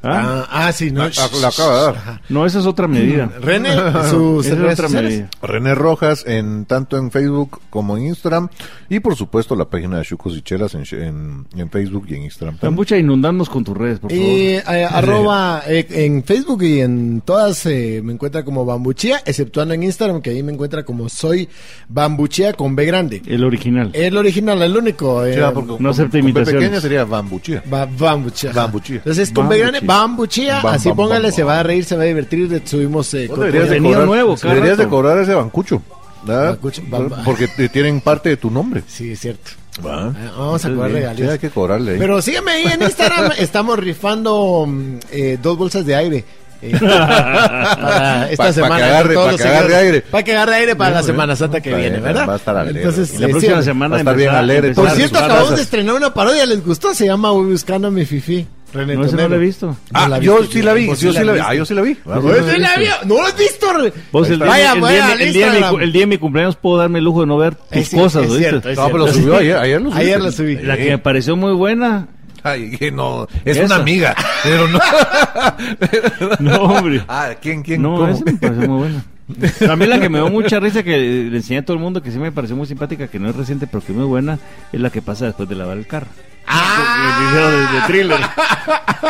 [SPEAKER 2] ¿Ah?
[SPEAKER 3] Ah, ah, sí, no.
[SPEAKER 4] La- la- la acaba de dar.
[SPEAKER 3] Ajá.
[SPEAKER 2] No, esa es otra medida.
[SPEAKER 3] [laughs] René,
[SPEAKER 4] [laughs]
[SPEAKER 3] sus Ah.
[SPEAKER 2] Esa es
[SPEAKER 3] Mm. redes
[SPEAKER 2] otra
[SPEAKER 3] sociales.
[SPEAKER 2] medida.
[SPEAKER 4] René Rojas, en tanto en Facebook como en Instagram. Y por supuesto, la página de Chucos y Chelas en, en- en Facebook y en Instagram. también.
[SPEAKER 2] Tambucha, Ah, inundarnos con tus redes, por favor.
[SPEAKER 3] Y eh, arroba eh, en Facebook y en todas eh, me encuentra como Bambuchía, exceptuando en Instagram, que ahí me encuentra como soy Bambuchía con B grande.
[SPEAKER 2] El original.
[SPEAKER 3] El original, el único. eh,
[SPEAKER 4] Sí, ah, porque con-
[SPEAKER 2] acepta
[SPEAKER 4] con B
[SPEAKER 2] imitaciones.
[SPEAKER 4] pequeña sería bambuchía.
[SPEAKER 3] Ba- Bambuchía. ajá.
[SPEAKER 4] Bambuchía.
[SPEAKER 3] Entonces, con B
[SPEAKER 2] Bambuchía.
[SPEAKER 3] grande, bambuchía.
[SPEAKER 4] Bam,
[SPEAKER 3] así
[SPEAKER 4] bam,
[SPEAKER 3] póngale,
[SPEAKER 4] bam,
[SPEAKER 3] se va a
[SPEAKER 4] bam.
[SPEAKER 3] reír, se va a divertir. de- Subimos eh,
[SPEAKER 4] Vos
[SPEAKER 3] contenido.
[SPEAKER 4] deberías de
[SPEAKER 2] Contenido
[SPEAKER 4] cobrar,
[SPEAKER 2] nuevo, cada
[SPEAKER 4] deberías de
[SPEAKER 2] rato.
[SPEAKER 4] cobrar ese bancucho. ¿verdad?
[SPEAKER 3] Bancucho, bamba.
[SPEAKER 4] Porque te- tienen parte de tu nombre.
[SPEAKER 3] Sí, es cierto.
[SPEAKER 4] ¿va?
[SPEAKER 3] Ah, Vamos a cobrar
[SPEAKER 4] Sí,
[SPEAKER 3] regalías.
[SPEAKER 4] hay que cobrarle. ahí.
[SPEAKER 3] Pero sígueme ahí en
[SPEAKER 4] [laughs]
[SPEAKER 3] Instagram. Estamos rifando mm, eh, dos bolsas de aire.
[SPEAKER 4] [laughs]
[SPEAKER 3] eh, para esta
[SPEAKER 4] Pa- pa'
[SPEAKER 3] semana.
[SPEAKER 4] que agarre-
[SPEAKER 3] todos
[SPEAKER 4] pa'
[SPEAKER 3] los
[SPEAKER 4] que agarre
[SPEAKER 3] seguidores.
[SPEAKER 4] aire.
[SPEAKER 3] Para que agarre aire para la
[SPEAKER 4] Bien,
[SPEAKER 3] Semana Santa que
[SPEAKER 4] Está
[SPEAKER 3] viene,
[SPEAKER 4] bien,
[SPEAKER 3] ¿verdad?
[SPEAKER 4] Va a estar alegre.
[SPEAKER 3] Entonces,
[SPEAKER 2] la
[SPEAKER 3] eh,
[SPEAKER 2] próxima
[SPEAKER 3] síganme.
[SPEAKER 2] semana
[SPEAKER 4] Va a estar bien
[SPEAKER 2] empezar-
[SPEAKER 4] alegre.
[SPEAKER 2] empezar
[SPEAKER 3] Por
[SPEAKER 2] a
[SPEAKER 3] cierto,
[SPEAKER 2] jugar.
[SPEAKER 3] acabamos de
[SPEAKER 4] razas.
[SPEAKER 3] estrenar una parodia. ¿Les gustó? Se llama Voy Buscando a mi Fifi. René
[SPEAKER 2] No, ese no
[SPEAKER 3] Tornero.
[SPEAKER 2] lo he visto.
[SPEAKER 3] No
[SPEAKER 4] Ah,
[SPEAKER 3] la
[SPEAKER 4] yo
[SPEAKER 3] viste,
[SPEAKER 4] sí la vi.
[SPEAKER 3] vos
[SPEAKER 4] Yo sí la vi.
[SPEAKER 3] viste.
[SPEAKER 4] Ah, yo sí la vi. Ah,
[SPEAKER 3] Vos sí la vi. No lo has visto. René.
[SPEAKER 2] Vos, el día,
[SPEAKER 3] Vaya, vaya
[SPEAKER 2] el,
[SPEAKER 3] pues,
[SPEAKER 2] día,
[SPEAKER 3] al
[SPEAKER 2] el día de mi cu-
[SPEAKER 3] Instagram.
[SPEAKER 2] el día de mi cumpleaños puedo darme el lujo de no ver tus
[SPEAKER 3] Es cier-
[SPEAKER 2] cierto, cosas.
[SPEAKER 3] es
[SPEAKER 2] ¿oíste?
[SPEAKER 3] cierto, es
[SPEAKER 4] No, pero lo subió ayer. Ayer lo subió.
[SPEAKER 3] Ayer lo subí.
[SPEAKER 2] La [laughs] que me pareció muy buena.
[SPEAKER 4] Ay, que no. Es
[SPEAKER 2] Esa.
[SPEAKER 4] una amiga. Pero no.
[SPEAKER 2] [laughs] No, hombre.
[SPEAKER 4] [laughs] Ah, ¿quién, quién?
[SPEAKER 2] [laughs] No,
[SPEAKER 4] cómo?
[SPEAKER 2] esa me pareció muy [laughs] buena. También la que me dio mucha risa, que le enseñé a todo el mundo, que sí me pareció muy simpática, que no es reciente, pero que es muy buena, es la que pasa después de lavar
[SPEAKER 3] [laughs]
[SPEAKER 2] el carro. ¡Ah! De, thriller.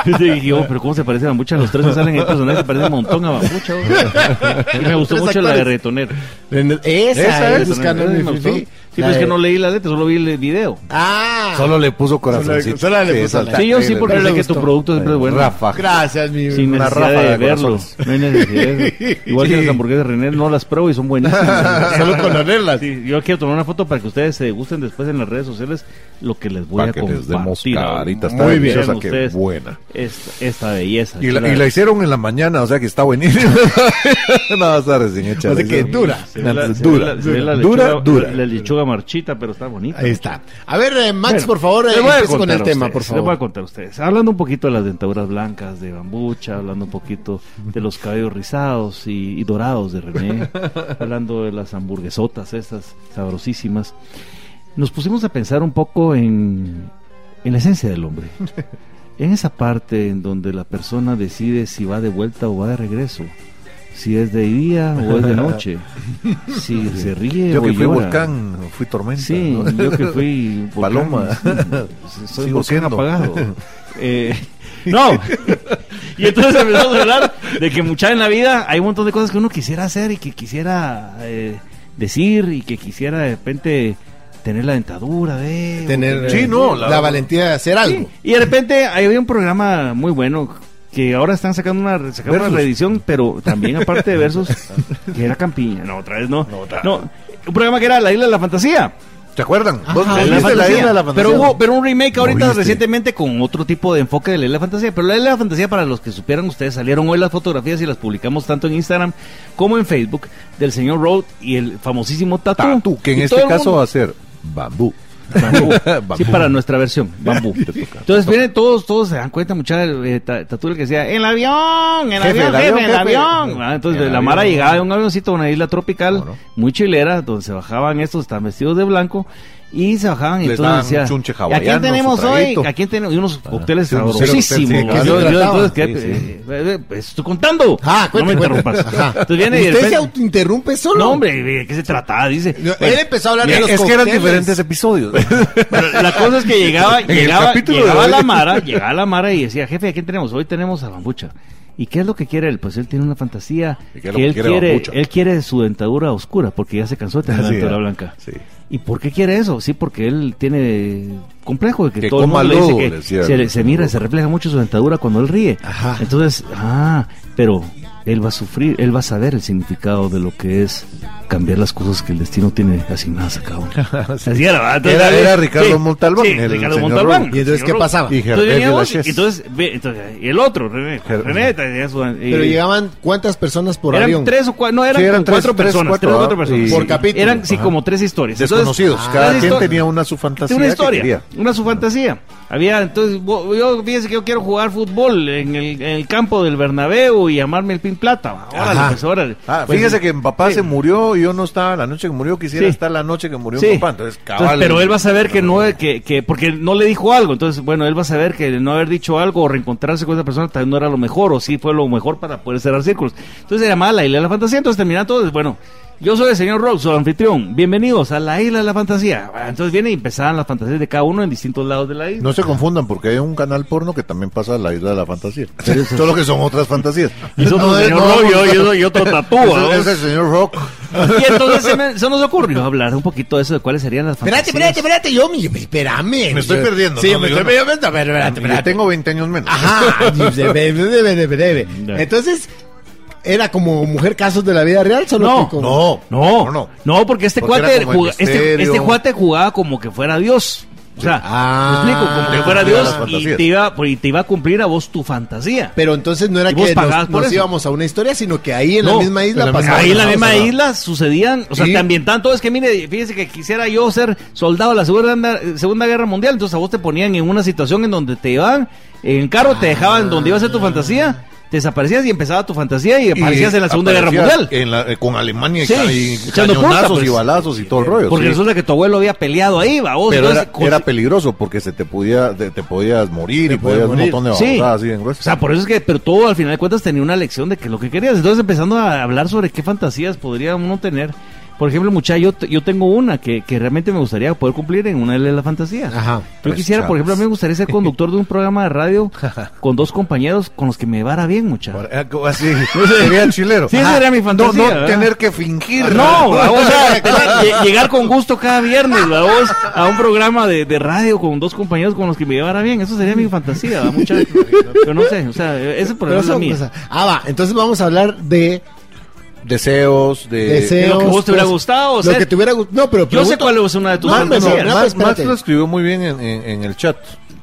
[SPEAKER 2] Entonces dije, oh, pero ¿cómo se parece a Bambucha? Los tres que salen en el personaje se parece un montón a
[SPEAKER 3] [laughs]
[SPEAKER 2] Bambucha. oh. Y me gustó
[SPEAKER 3] Tres
[SPEAKER 2] mucho la de
[SPEAKER 3] actores.
[SPEAKER 2] retonero.
[SPEAKER 3] René- Esa,
[SPEAKER 4] Esa
[SPEAKER 3] es
[SPEAKER 4] es.
[SPEAKER 3] Buscando a
[SPEAKER 2] Me
[SPEAKER 3] mi
[SPEAKER 2] gustó. Sí,
[SPEAKER 3] Fifi.
[SPEAKER 2] pero
[SPEAKER 3] La
[SPEAKER 2] es que
[SPEAKER 3] de-
[SPEAKER 2] no leí la letra, solo vi el video.
[SPEAKER 3] Ah.
[SPEAKER 4] [laughs] Solo le puso corazoncito.
[SPEAKER 3] solo le
[SPEAKER 4] Sí,
[SPEAKER 3] puso
[SPEAKER 4] esa
[SPEAKER 3] la-
[SPEAKER 4] está
[SPEAKER 2] Sí, yo sí,
[SPEAKER 4] alegre.
[SPEAKER 3] le
[SPEAKER 2] porque sé que tu
[SPEAKER 3] gustó.
[SPEAKER 2] producto siempre es bueno.
[SPEAKER 4] Rafa.
[SPEAKER 3] Gracias, mi
[SPEAKER 2] Sin
[SPEAKER 4] Una
[SPEAKER 2] necesidad
[SPEAKER 4] ráfaga
[SPEAKER 2] de,
[SPEAKER 4] de
[SPEAKER 2] verlo.
[SPEAKER 4] corazones.
[SPEAKER 2] No hay necesidad
[SPEAKER 4] [laughs]
[SPEAKER 2] de verlo. Igual que
[SPEAKER 4] Sí.
[SPEAKER 2] las hamburguesas de René, no las pruebo y son
[SPEAKER 4] [laughs]
[SPEAKER 2] buenísimas.
[SPEAKER 3] Solo con las reglas.
[SPEAKER 2] Sí, yo quiero tomar una foto para que ustedes se gusten después en las redes sociales lo que les voy
[SPEAKER 4] Pa'
[SPEAKER 2] a
[SPEAKER 4] que les demos
[SPEAKER 2] compartir.
[SPEAKER 4] caritas. Está
[SPEAKER 2] Muy bien.
[SPEAKER 4] deliciosa, qué
[SPEAKER 2] Ustedes-
[SPEAKER 4] buena.
[SPEAKER 2] Esta, esta belleza.
[SPEAKER 4] Y la,
[SPEAKER 2] claro.
[SPEAKER 4] y la hicieron en la mañana, o sea que está buenísima. [laughs] no, está recién hecha.
[SPEAKER 3] Así
[SPEAKER 4] la
[SPEAKER 3] que
[SPEAKER 4] hicieron.
[SPEAKER 3] dura.
[SPEAKER 2] Se ve la- se ve
[SPEAKER 4] dura,
[SPEAKER 2] la- se ve la
[SPEAKER 4] dura,
[SPEAKER 2] lechuga-
[SPEAKER 4] dura.
[SPEAKER 2] La lechuga marchita, pero está bonita.
[SPEAKER 3] Ahí está. A ver, eh, Max,
[SPEAKER 2] Bueno,
[SPEAKER 3] por favor, eh,
[SPEAKER 2] les voy a
[SPEAKER 3] empiece con
[SPEAKER 2] contar
[SPEAKER 3] el
[SPEAKER 2] a
[SPEAKER 3] tema,
[SPEAKER 2] ustedes,
[SPEAKER 3] por
[SPEAKER 2] Les voy a
[SPEAKER 3] favor.
[SPEAKER 2] contar a ustedes. Hablando un poquito de las dentaduras blancas de bambucha, hablando un poquito de los cabellos rizados y, y dorados
[SPEAKER 3] [laughs]
[SPEAKER 2] de René, hablando de las hamburguesotas estas sabrosísimas. Nos pusimos a pensar un poco en, en la esencia del
[SPEAKER 3] [laughs]
[SPEAKER 2] hombre. En esa parte en donde la persona decide si va de vuelta o va de regreso. Si es de día o es de
[SPEAKER 3] [laughs]
[SPEAKER 2] noche. Si se ríe
[SPEAKER 4] Yo
[SPEAKER 2] o
[SPEAKER 4] que fui
[SPEAKER 2] llora.
[SPEAKER 4] volcán, fui tormenta.
[SPEAKER 2] Sí,
[SPEAKER 4] ¿no?
[SPEAKER 2] yo que fui volcán,
[SPEAKER 4] Paloma.
[SPEAKER 2] sí, Soy
[SPEAKER 4] Sigo
[SPEAKER 2] volcán
[SPEAKER 4] siendo.
[SPEAKER 2] apagado.
[SPEAKER 4] [laughs]
[SPEAKER 2] Eh, no. Y entonces empezamos a hablar de que mucha en la vida hay un montón de cosas que uno quisiera hacer y que quisiera eh, decir y que quisiera de repente tener la dentadura de...
[SPEAKER 3] Tener eh,
[SPEAKER 4] Sí, no, la-
[SPEAKER 3] la valentía de hacer
[SPEAKER 2] Sí,
[SPEAKER 3] algo.
[SPEAKER 2] Y de repente ahí había un programa muy bueno que ahora están sacando una, sacaron una
[SPEAKER 4] Versus.
[SPEAKER 2] reedición, pero también aparte de versos, que era Campiña. No, otra vez no. No, un programa que era La Isla de la Fantasía.
[SPEAKER 4] [laughs] ¿Te acuerdan? ¿Vos
[SPEAKER 3] Ajá.
[SPEAKER 2] La
[SPEAKER 4] viste
[SPEAKER 2] Isla de la Fantasía.
[SPEAKER 4] isla de la
[SPEAKER 2] pero
[SPEAKER 4] fantasía?
[SPEAKER 2] hubo pero un remake ahorita
[SPEAKER 4] viste.
[SPEAKER 2] recientemente con otro tipo de enfoque de la Isla de la Fantasía. Pero la Isla de la Fantasía, para los que supieran ustedes, salieron hoy las fotografías y las publicamos tanto en Instagram como en Facebook del señor Road y el famosísimo Tatu.
[SPEAKER 4] Tatú, que en
[SPEAKER 2] Y
[SPEAKER 4] este
[SPEAKER 2] todo el
[SPEAKER 4] caso
[SPEAKER 2] mundo-
[SPEAKER 4] va a ser bambú.
[SPEAKER 2] Bambú. Sí,
[SPEAKER 4] [laughs] Bambú.
[SPEAKER 2] para nuestra versión, bambú. Entonces vienen todos, todos se dan cuenta, mucha eh, ta- Tatú el que decía, el avión, el
[SPEAKER 4] Jefe,
[SPEAKER 2] avión,
[SPEAKER 4] el avión,
[SPEAKER 2] jefe, el
[SPEAKER 4] jefe".
[SPEAKER 2] avión. Ah, Entonces
[SPEAKER 4] El
[SPEAKER 2] la Mara
[SPEAKER 4] avión.
[SPEAKER 2] llegaba de un avioncito a una isla tropical,
[SPEAKER 4] ¿Cómo no?
[SPEAKER 2] muy chilera, donde se bajaban estos, estaban vestidos de blanco, y se bajaban y
[SPEAKER 4] Les
[SPEAKER 2] entonces
[SPEAKER 4] daban
[SPEAKER 2] decía,
[SPEAKER 4] un
[SPEAKER 2] "¿Y
[SPEAKER 4] chunche
[SPEAKER 2] ¿a quién
[SPEAKER 4] hawaiano,
[SPEAKER 2] tenemos
[SPEAKER 4] su
[SPEAKER 2] hoy?
[SPEAKER 4] traguito".
[SPEAKER 2] ¿A quién tenemos? Y unos cócteles
[SPEAKER 4] sí, unos
[SPEAKER 2] sabrosísimos.
[SPEAKER 4] cócteles,
[SPEAKER 2] Yo-
[SPEAKER 4] sí, que
[SPEAKER 2] yo
[SPEAKER 4] se
[SPEAKER 2] entonces
[SPEAKER 4] trataban,
[SPEAKER 2] quedé,
[SPEAKER 4] sí, sí.
[SPEAKER 2] eh, eh, pues, estoy contando.
[SPEAKER 3] Ah,
[SPEAKER 2] no me
[SPEAKER 3] cuente, cuente.
[SPEAKER 2] interrumpas.
[SPEAKER 3] Ajá.
[SPEAKER 2] Entonces viene y de
[SPEAKER 3] Usted se
[SPEAKER 2] repente-
[SPEAKER 3] autointerrumpe solo.
[SPEAKER 2] no, hombre, ¿de qué se trataba? Dice.
[SPEAKER 3] No,
[SPEAKER 2] Bueno,
[SPEAKER 3] Él empezó a hablar de los
[SPEAKER 4] Es que eran
[SPEAKER 3] cócteles.
[SPEAKER 2] [laughs]
[SPEAKER 4] diferentes episodios.
[SPEAKER 2] Pero la cosa es que llegaba,
[SPEAKER 4] [laughs] En el
[SPEAKER 2] llegaba,
[SPEAKER 4] capítulo
[SPEAKER 2] llegaba
[SPEAKER 4] de hoy.
[SPEAKER 2] la Mara, llegaba la Mara y decía, jefe, ¿a quién tenemos? Hoy tenemos a Bambucha. ¿Y qué es lo que quiere él? Pues él tiene una fantasía
[SPEAKER 4] ¿Y
[SPEAKER 2] que
[SPEAKER 4] qué es lo que
[SPEAKER 2] él
[SPEAKER 4] quiere
[SPEAKER 2] quiere,
[SPEAKER 4] Bambucha?
[SPEAKER 2] él quiere su dentadura oscura porque ya se cansó de tener la
[SPEAKER 4] Así
[SPEAKER 2] dentadura
[SPEAKER 4] es.
[SPEAKER 2] blanca.
[SPEAKER 4] Sí.
[SPEAKER 2] ¿Y por qué quiere eso? Sí, porque él tiene complejo de que,
[SPEAKER 4] Que
[SPEAKER 2] todo el
[SPEAKER 4] coma
[SPEAKER 2] mundo le dice
[SPEAKER 4] lodo,
[SPEAKER 2] que
[SPEAKER 4] le decía
[SPEAKER 2] se,
[SPEAKER 4] el-
[SPEAKER 2] le- se mira, se refleja mucho su dentadura cuando él ríe.
[SPEAKER 3] Ajá.
[SPEAKER 2] Entonces, ah, pero él va a sufrir, él va a saber el significado de lo que es cambiar las cosas que el destino tiene asignadas a cada
[SPEAKER 4] [laughs]
[SPEAKER 2] uno. Así era, ¿verdad? Entonces,
[SPEAKER 4] Era-
[SPEAKER 2] ahí-
[SPEAKER 4] era Ricardo Montalbán,
[SPEAKER 2] sí,
[SPEAKER 4] el
[SPEAKER 2] Ricardo
[SPEAKER 4] señor
[SPEAKER 2] Montalbán.
[SPEAKER 4] Robles.
[SPEAKER 3] ¿Y entonces qué
[SPEAKER 2] Señor Robles.
[SPEAKER 3] pasaba?
[SPEAKER 4] Y
[SPEAKER 2] Entonces,
[SPEAKER 4] Gerber de la
[SPEAKER 2] veníamos,
[SPEAKER 4] Chess.
[SPEAKER 2] y entonces, ve- entonces, y el otro, René.
[SPEAKER 4] Gerber.
[SPEAKER 2] René tenía su-
[SPEAKER 3] Pero
[SPEAKER 2] eh,
[SPEAKER 3] llegaban cuántas personas por
[SPEAKER 2] eran
[SPEAKER 3] avión.
[SPEAKER 2] tres o cuatro, no, eran,
[SPEAKER 4] Sí, eran tres-
[SPEAKER 2] cuatro
[SPEAKER 4] tres,
[SPEAKER 2] personas,
[SPEAKER 4] cuatro,
[SPEAKER 2] tres o cuatro
[SPEAKER 4] ah,
[SPEAKER 2] personas.
[SPEAKER 4] y-
[SPEAKER 3] Por capítulo.
[SPEAKER 2] Eran, sí,
[SPEAKER 4] Ajá.
[SPEAKER 2] como tres historias. Entonces,
[SPEAKER 4] Desconocidos.
[SPEAKER 2] ah,
[SPEAKER 4] Cada
[SPEAKER 2] tres
[SPEAKER 4] quien
[SPEAKER 2] historias.
[SPEAKER 4] tenía una su fantasía.
[SPEAKER 2] Tiene una
[SPEAKER 4] que
[SPEAKER 2] historia,
[SPEAKER 4] quería.
[SPEAKER 2] una su fantasía. Había, entonces, bo- yo fíjese que yo quiero jugar fútbol en el, en el campo del Bernabéu y llamarme el Pin Plata. Órale,
[SPEAKER 3] Ajá.
[SPEAKER 2] pues, órale.
[SPEAKER 4] Ah,
[SPEAKER 2] Pues,
[SPEAKER 4] fíjese que mi papá
[SPEAKER 2] sí.
[SPEAKER 4] se murió y yo no estaba la noche que murió. Quisiera
[SPEAKER 2] Sí.
[SPEAKER 4] estar la noche que murió
[SPEAKER 2] Sí.
[SPEAKER 4] mi papá. Entonces, cabal. Ah.
[SPEAKER 2] Entonces, pero él va a saber que no, que, que, porque no le dijo algo. Entonces, bueno, él va a saber que el no haber dicho algo o reencontrarse con esa persona tal vez no era lo mejor o sí fue lo mejor para poder cerrar círculos. Entonces se llamaba la Isla de la Fantasía. Entonces terminan todos, bueno, yo soy el señor Rock, su anfitrión. Bienvenidos a la Isla de la Fantasía. Bueno, Entonces viene y empezaban las fantasías de cada uno en distintos lados de la isla.
[SPEAKER 4] No se confundan porque hay un canal porno que también pasa a la isla de la fantasía. Solo que son otras fantasías.
[SPEAKER 2] Y son
[SPEAKER 4] No,
[SPEAKER 2] otro señor
[SPEAKER 4] no,
[SPEAKER 2] Rock y
[SPEAKER 4] no,
[SPEAKER 2] yo-
[SPEAKER 4] no.
[SPEAKER 2] yo- y otro
[SPEAKER 4] Ese-
[SPEAKER 2] tatúa.
[SPEAKER 4] ese es el señor Rock.
[SPEAKER 2] Y entonces
[SPEAKER 4] [laughs]
[SPEAKER 2] se, me- se nos ocurrió hablar un poquito de eso, de cuáles serían las fantasías.
[SPEAKER 3] Espérate, espérate, espérate, yo me, espérame.
[SPEAKER 4] Me estoy
[SPEAKER 3] Yo-
[SPEAKER 4] perdiendo,
[SPEAKER 3] Sí,
[SPEAKER 4] no,
[SPEAKER 3] me
[SPEAKER 4] yo
[SPEAKER 3] estoy
[SPEAKER 4] no.
[SPEAKER 3] perdiendo. A ver, espérate,
[SPEAKER 4] Ya
[SPEAKER 3] espérate.
[SPEAKER 4] tengo 20 años menos.
[SPEAKER 2] [laughs]
[SPEAKER 3] Ajá. Debe, debe, debe, debe.
[SPEAKER 2] No.
[SPEAKER 3] Entonces, era como mujer casos de la vida real, solo
[SPEAKER 2] No,
[SPEAKER 3] que con-
[SPEAKER 4] No,
[SPEAKER 2] No,
[SPEAKER 4] no,
[SPEAKER 2] no,
[SPEAKER 4] no.
[SPEAKER 2] porque este
[SPEAKER 4] Porque
[SPEAKER 2] cuate
[SPEAKER 4] era como el
[SPEAKER 2] juga- este,
[SPEAKER 4] misterio.
[SPEAKER 2] este cuate jugaba como que fuera Dios. O sea,
[SPEAKER 3] Ah.
[SPEAKER 2] me explico, como que fuera
[SPEAKER 4] Ah,
[SPEAKER 2] Dios
[SPEAKER 4] las
[SPEAKER 2] y
[SPEAKER 4] fantasías.
[SPEAKER 2] te, iba, y te iba a cumplir a vos tu fantasía.
[SPEAKER 3] Pero entonces no era
[SPEAKER 2] Y vos
[SPEAKER 3] que
[SPEAKER 2] pagabas
[SPEAKER 3] nos,
[SPEAKER 2] por
[SPEAKER 3] nos
[SPEAKER 2] eso.
[SPEAKER 3] íbamos a una historia, sino que ahí en
[SPEAKER 2] No,
[SPEAKER 3] la misma isla
[SPEAKER 4] en la
[SPEAKER 3] pasaba.
[SPEAKER 2] Ahí en la
[SPEAKER 3] una
[SPEAKER 2] misma
[SPEAKER 3] cosa.
[SPEAKER 2] isla sucedían, o sea,
[SPEAKER 3] ¿Sí?
[SPEAKER 2] te ambientaban todo. Es que mire, fíjese que quisiera yo ser soldado de la Segunda, Segunda Guerra Mundial, entonces a vos te ponían en una situación en donde te iban, en carro te dejaban donde iba a ser tu fantasía, te desaparecías y empezaba tu fantasía y
[SPEAKER 4] Ah. Y
[SPEAKER 2] aparecías en la Segunda Guerra
[SPEAKER 4] aparecía
[SPEAKER 2] Mundial.
[SPEAKER 4] en la- eh, con Alemania y,
[SPEAKER 2] Sí,
[SPEAKER 4] ca- y
[SPEAKER 2] echando punta,
[SPEAKER 4] cañonazos
[SPEAKER 2] pues.
[SPEAKER 4] y balazos y todo el rollo.
[SPEAKER 2] Porque
[SPEAKER 4] sí.
[SPEAKER 2] resulta que tu abuelo había peleado ahí, va vos.
[SPEAKER 4] Pero
[SPEAKER 2] entonces,
[SPEAKER 4] era,
[SPEAKER 2] con-
[SPEAKER 4] era peligroso porque se te podía te, te podías morir
[SPEAKER 3] Te
[SPEAKER 4] y podías
[SPEAKER 3] podías
[SPEAKER 4] un montón de
[SPEAKER 2] Sí.
[SPEAKER 4] babosadas así en grueso.
[SPEAKER 2] O sea, por eso es que, pero todo al final de cuentas tenía una lección de que lo que querías. Entonces, empezando a hablar sobre qué fantasías podría uno tener. Por ejemplo, muchacho, yo, te- yo tengo una que, que realmente me gustaría poder cumplir en una de las fantasías.
[SPEAKER 3] Ajá.
[SPEAKER 2] Yo
[SPEAKER 4] Pues,
[SPEAKER 2] quisiera, por
[SPEAKER 4] chavos.
[SPEAKER 2] ejemplo, a mí me gustaría ser conductor de un programa de
[SPEAKER 4] [laughs]
[SPEAKER 2] radio con dos compañeros con los que me vara bien, muchacho.
[SPEAKER 4] Ahora, eh,
[SPEAKER 2] [laughs]
[SPEAKER 4] como así, sería chilero.
[SPEAKER 2] Sí, esa era mi fantasía,
[SPEAKER 4] No, no
[SPEAKER 2] ¿verdad?
[SPEAKER 4] tener que fingir. [laughs]
[SPEAKER 2] No, ¿va? o sea, lle- llegar con gusto cada viernes, ¿va? vos, a un programa de, de radio con dos compañeros con los que me llevara bien. Eso sería mi fantasía, ¿va? mucha. Pero no sé, o sea, ese por
[SPEAKER 3] Pero
[SPEAKER 2] ejemplo es
[SPEAKER 3] eso,
[SPEAKER 2] la mía.
[SPEAKER 3] pues, ah, va, entonces vamos a hablar de
[SPEAKER 4] deseos de...
[SPEAKER 3] Deseos,
[SPEAKER 2] Eh, lo que vos te hubiera
[SPEAKER 3] cosas-
[SPEAKER 2] gustado, o
[SPEAKER 3] lo
[SPEAKER 2] sea,
[SPEAKER 3] que te hubiera gust- No, pero
[SPEAKER 2] Yo sé
[SPEAKER 3] pregunto-
[SPEAKER 2] cuál es una de tus
[SPEAKER 3] No, no,
[SPEAKER 4] Max,
[SPEAKER 2] fantasías.
[SPEAKER 3] no, no,
[SPEAKER 4] pues, Max-
[SPEAKER 3] espérate.
[SPEAKER 4] Max lo escribió muy bien en, en- en el chat.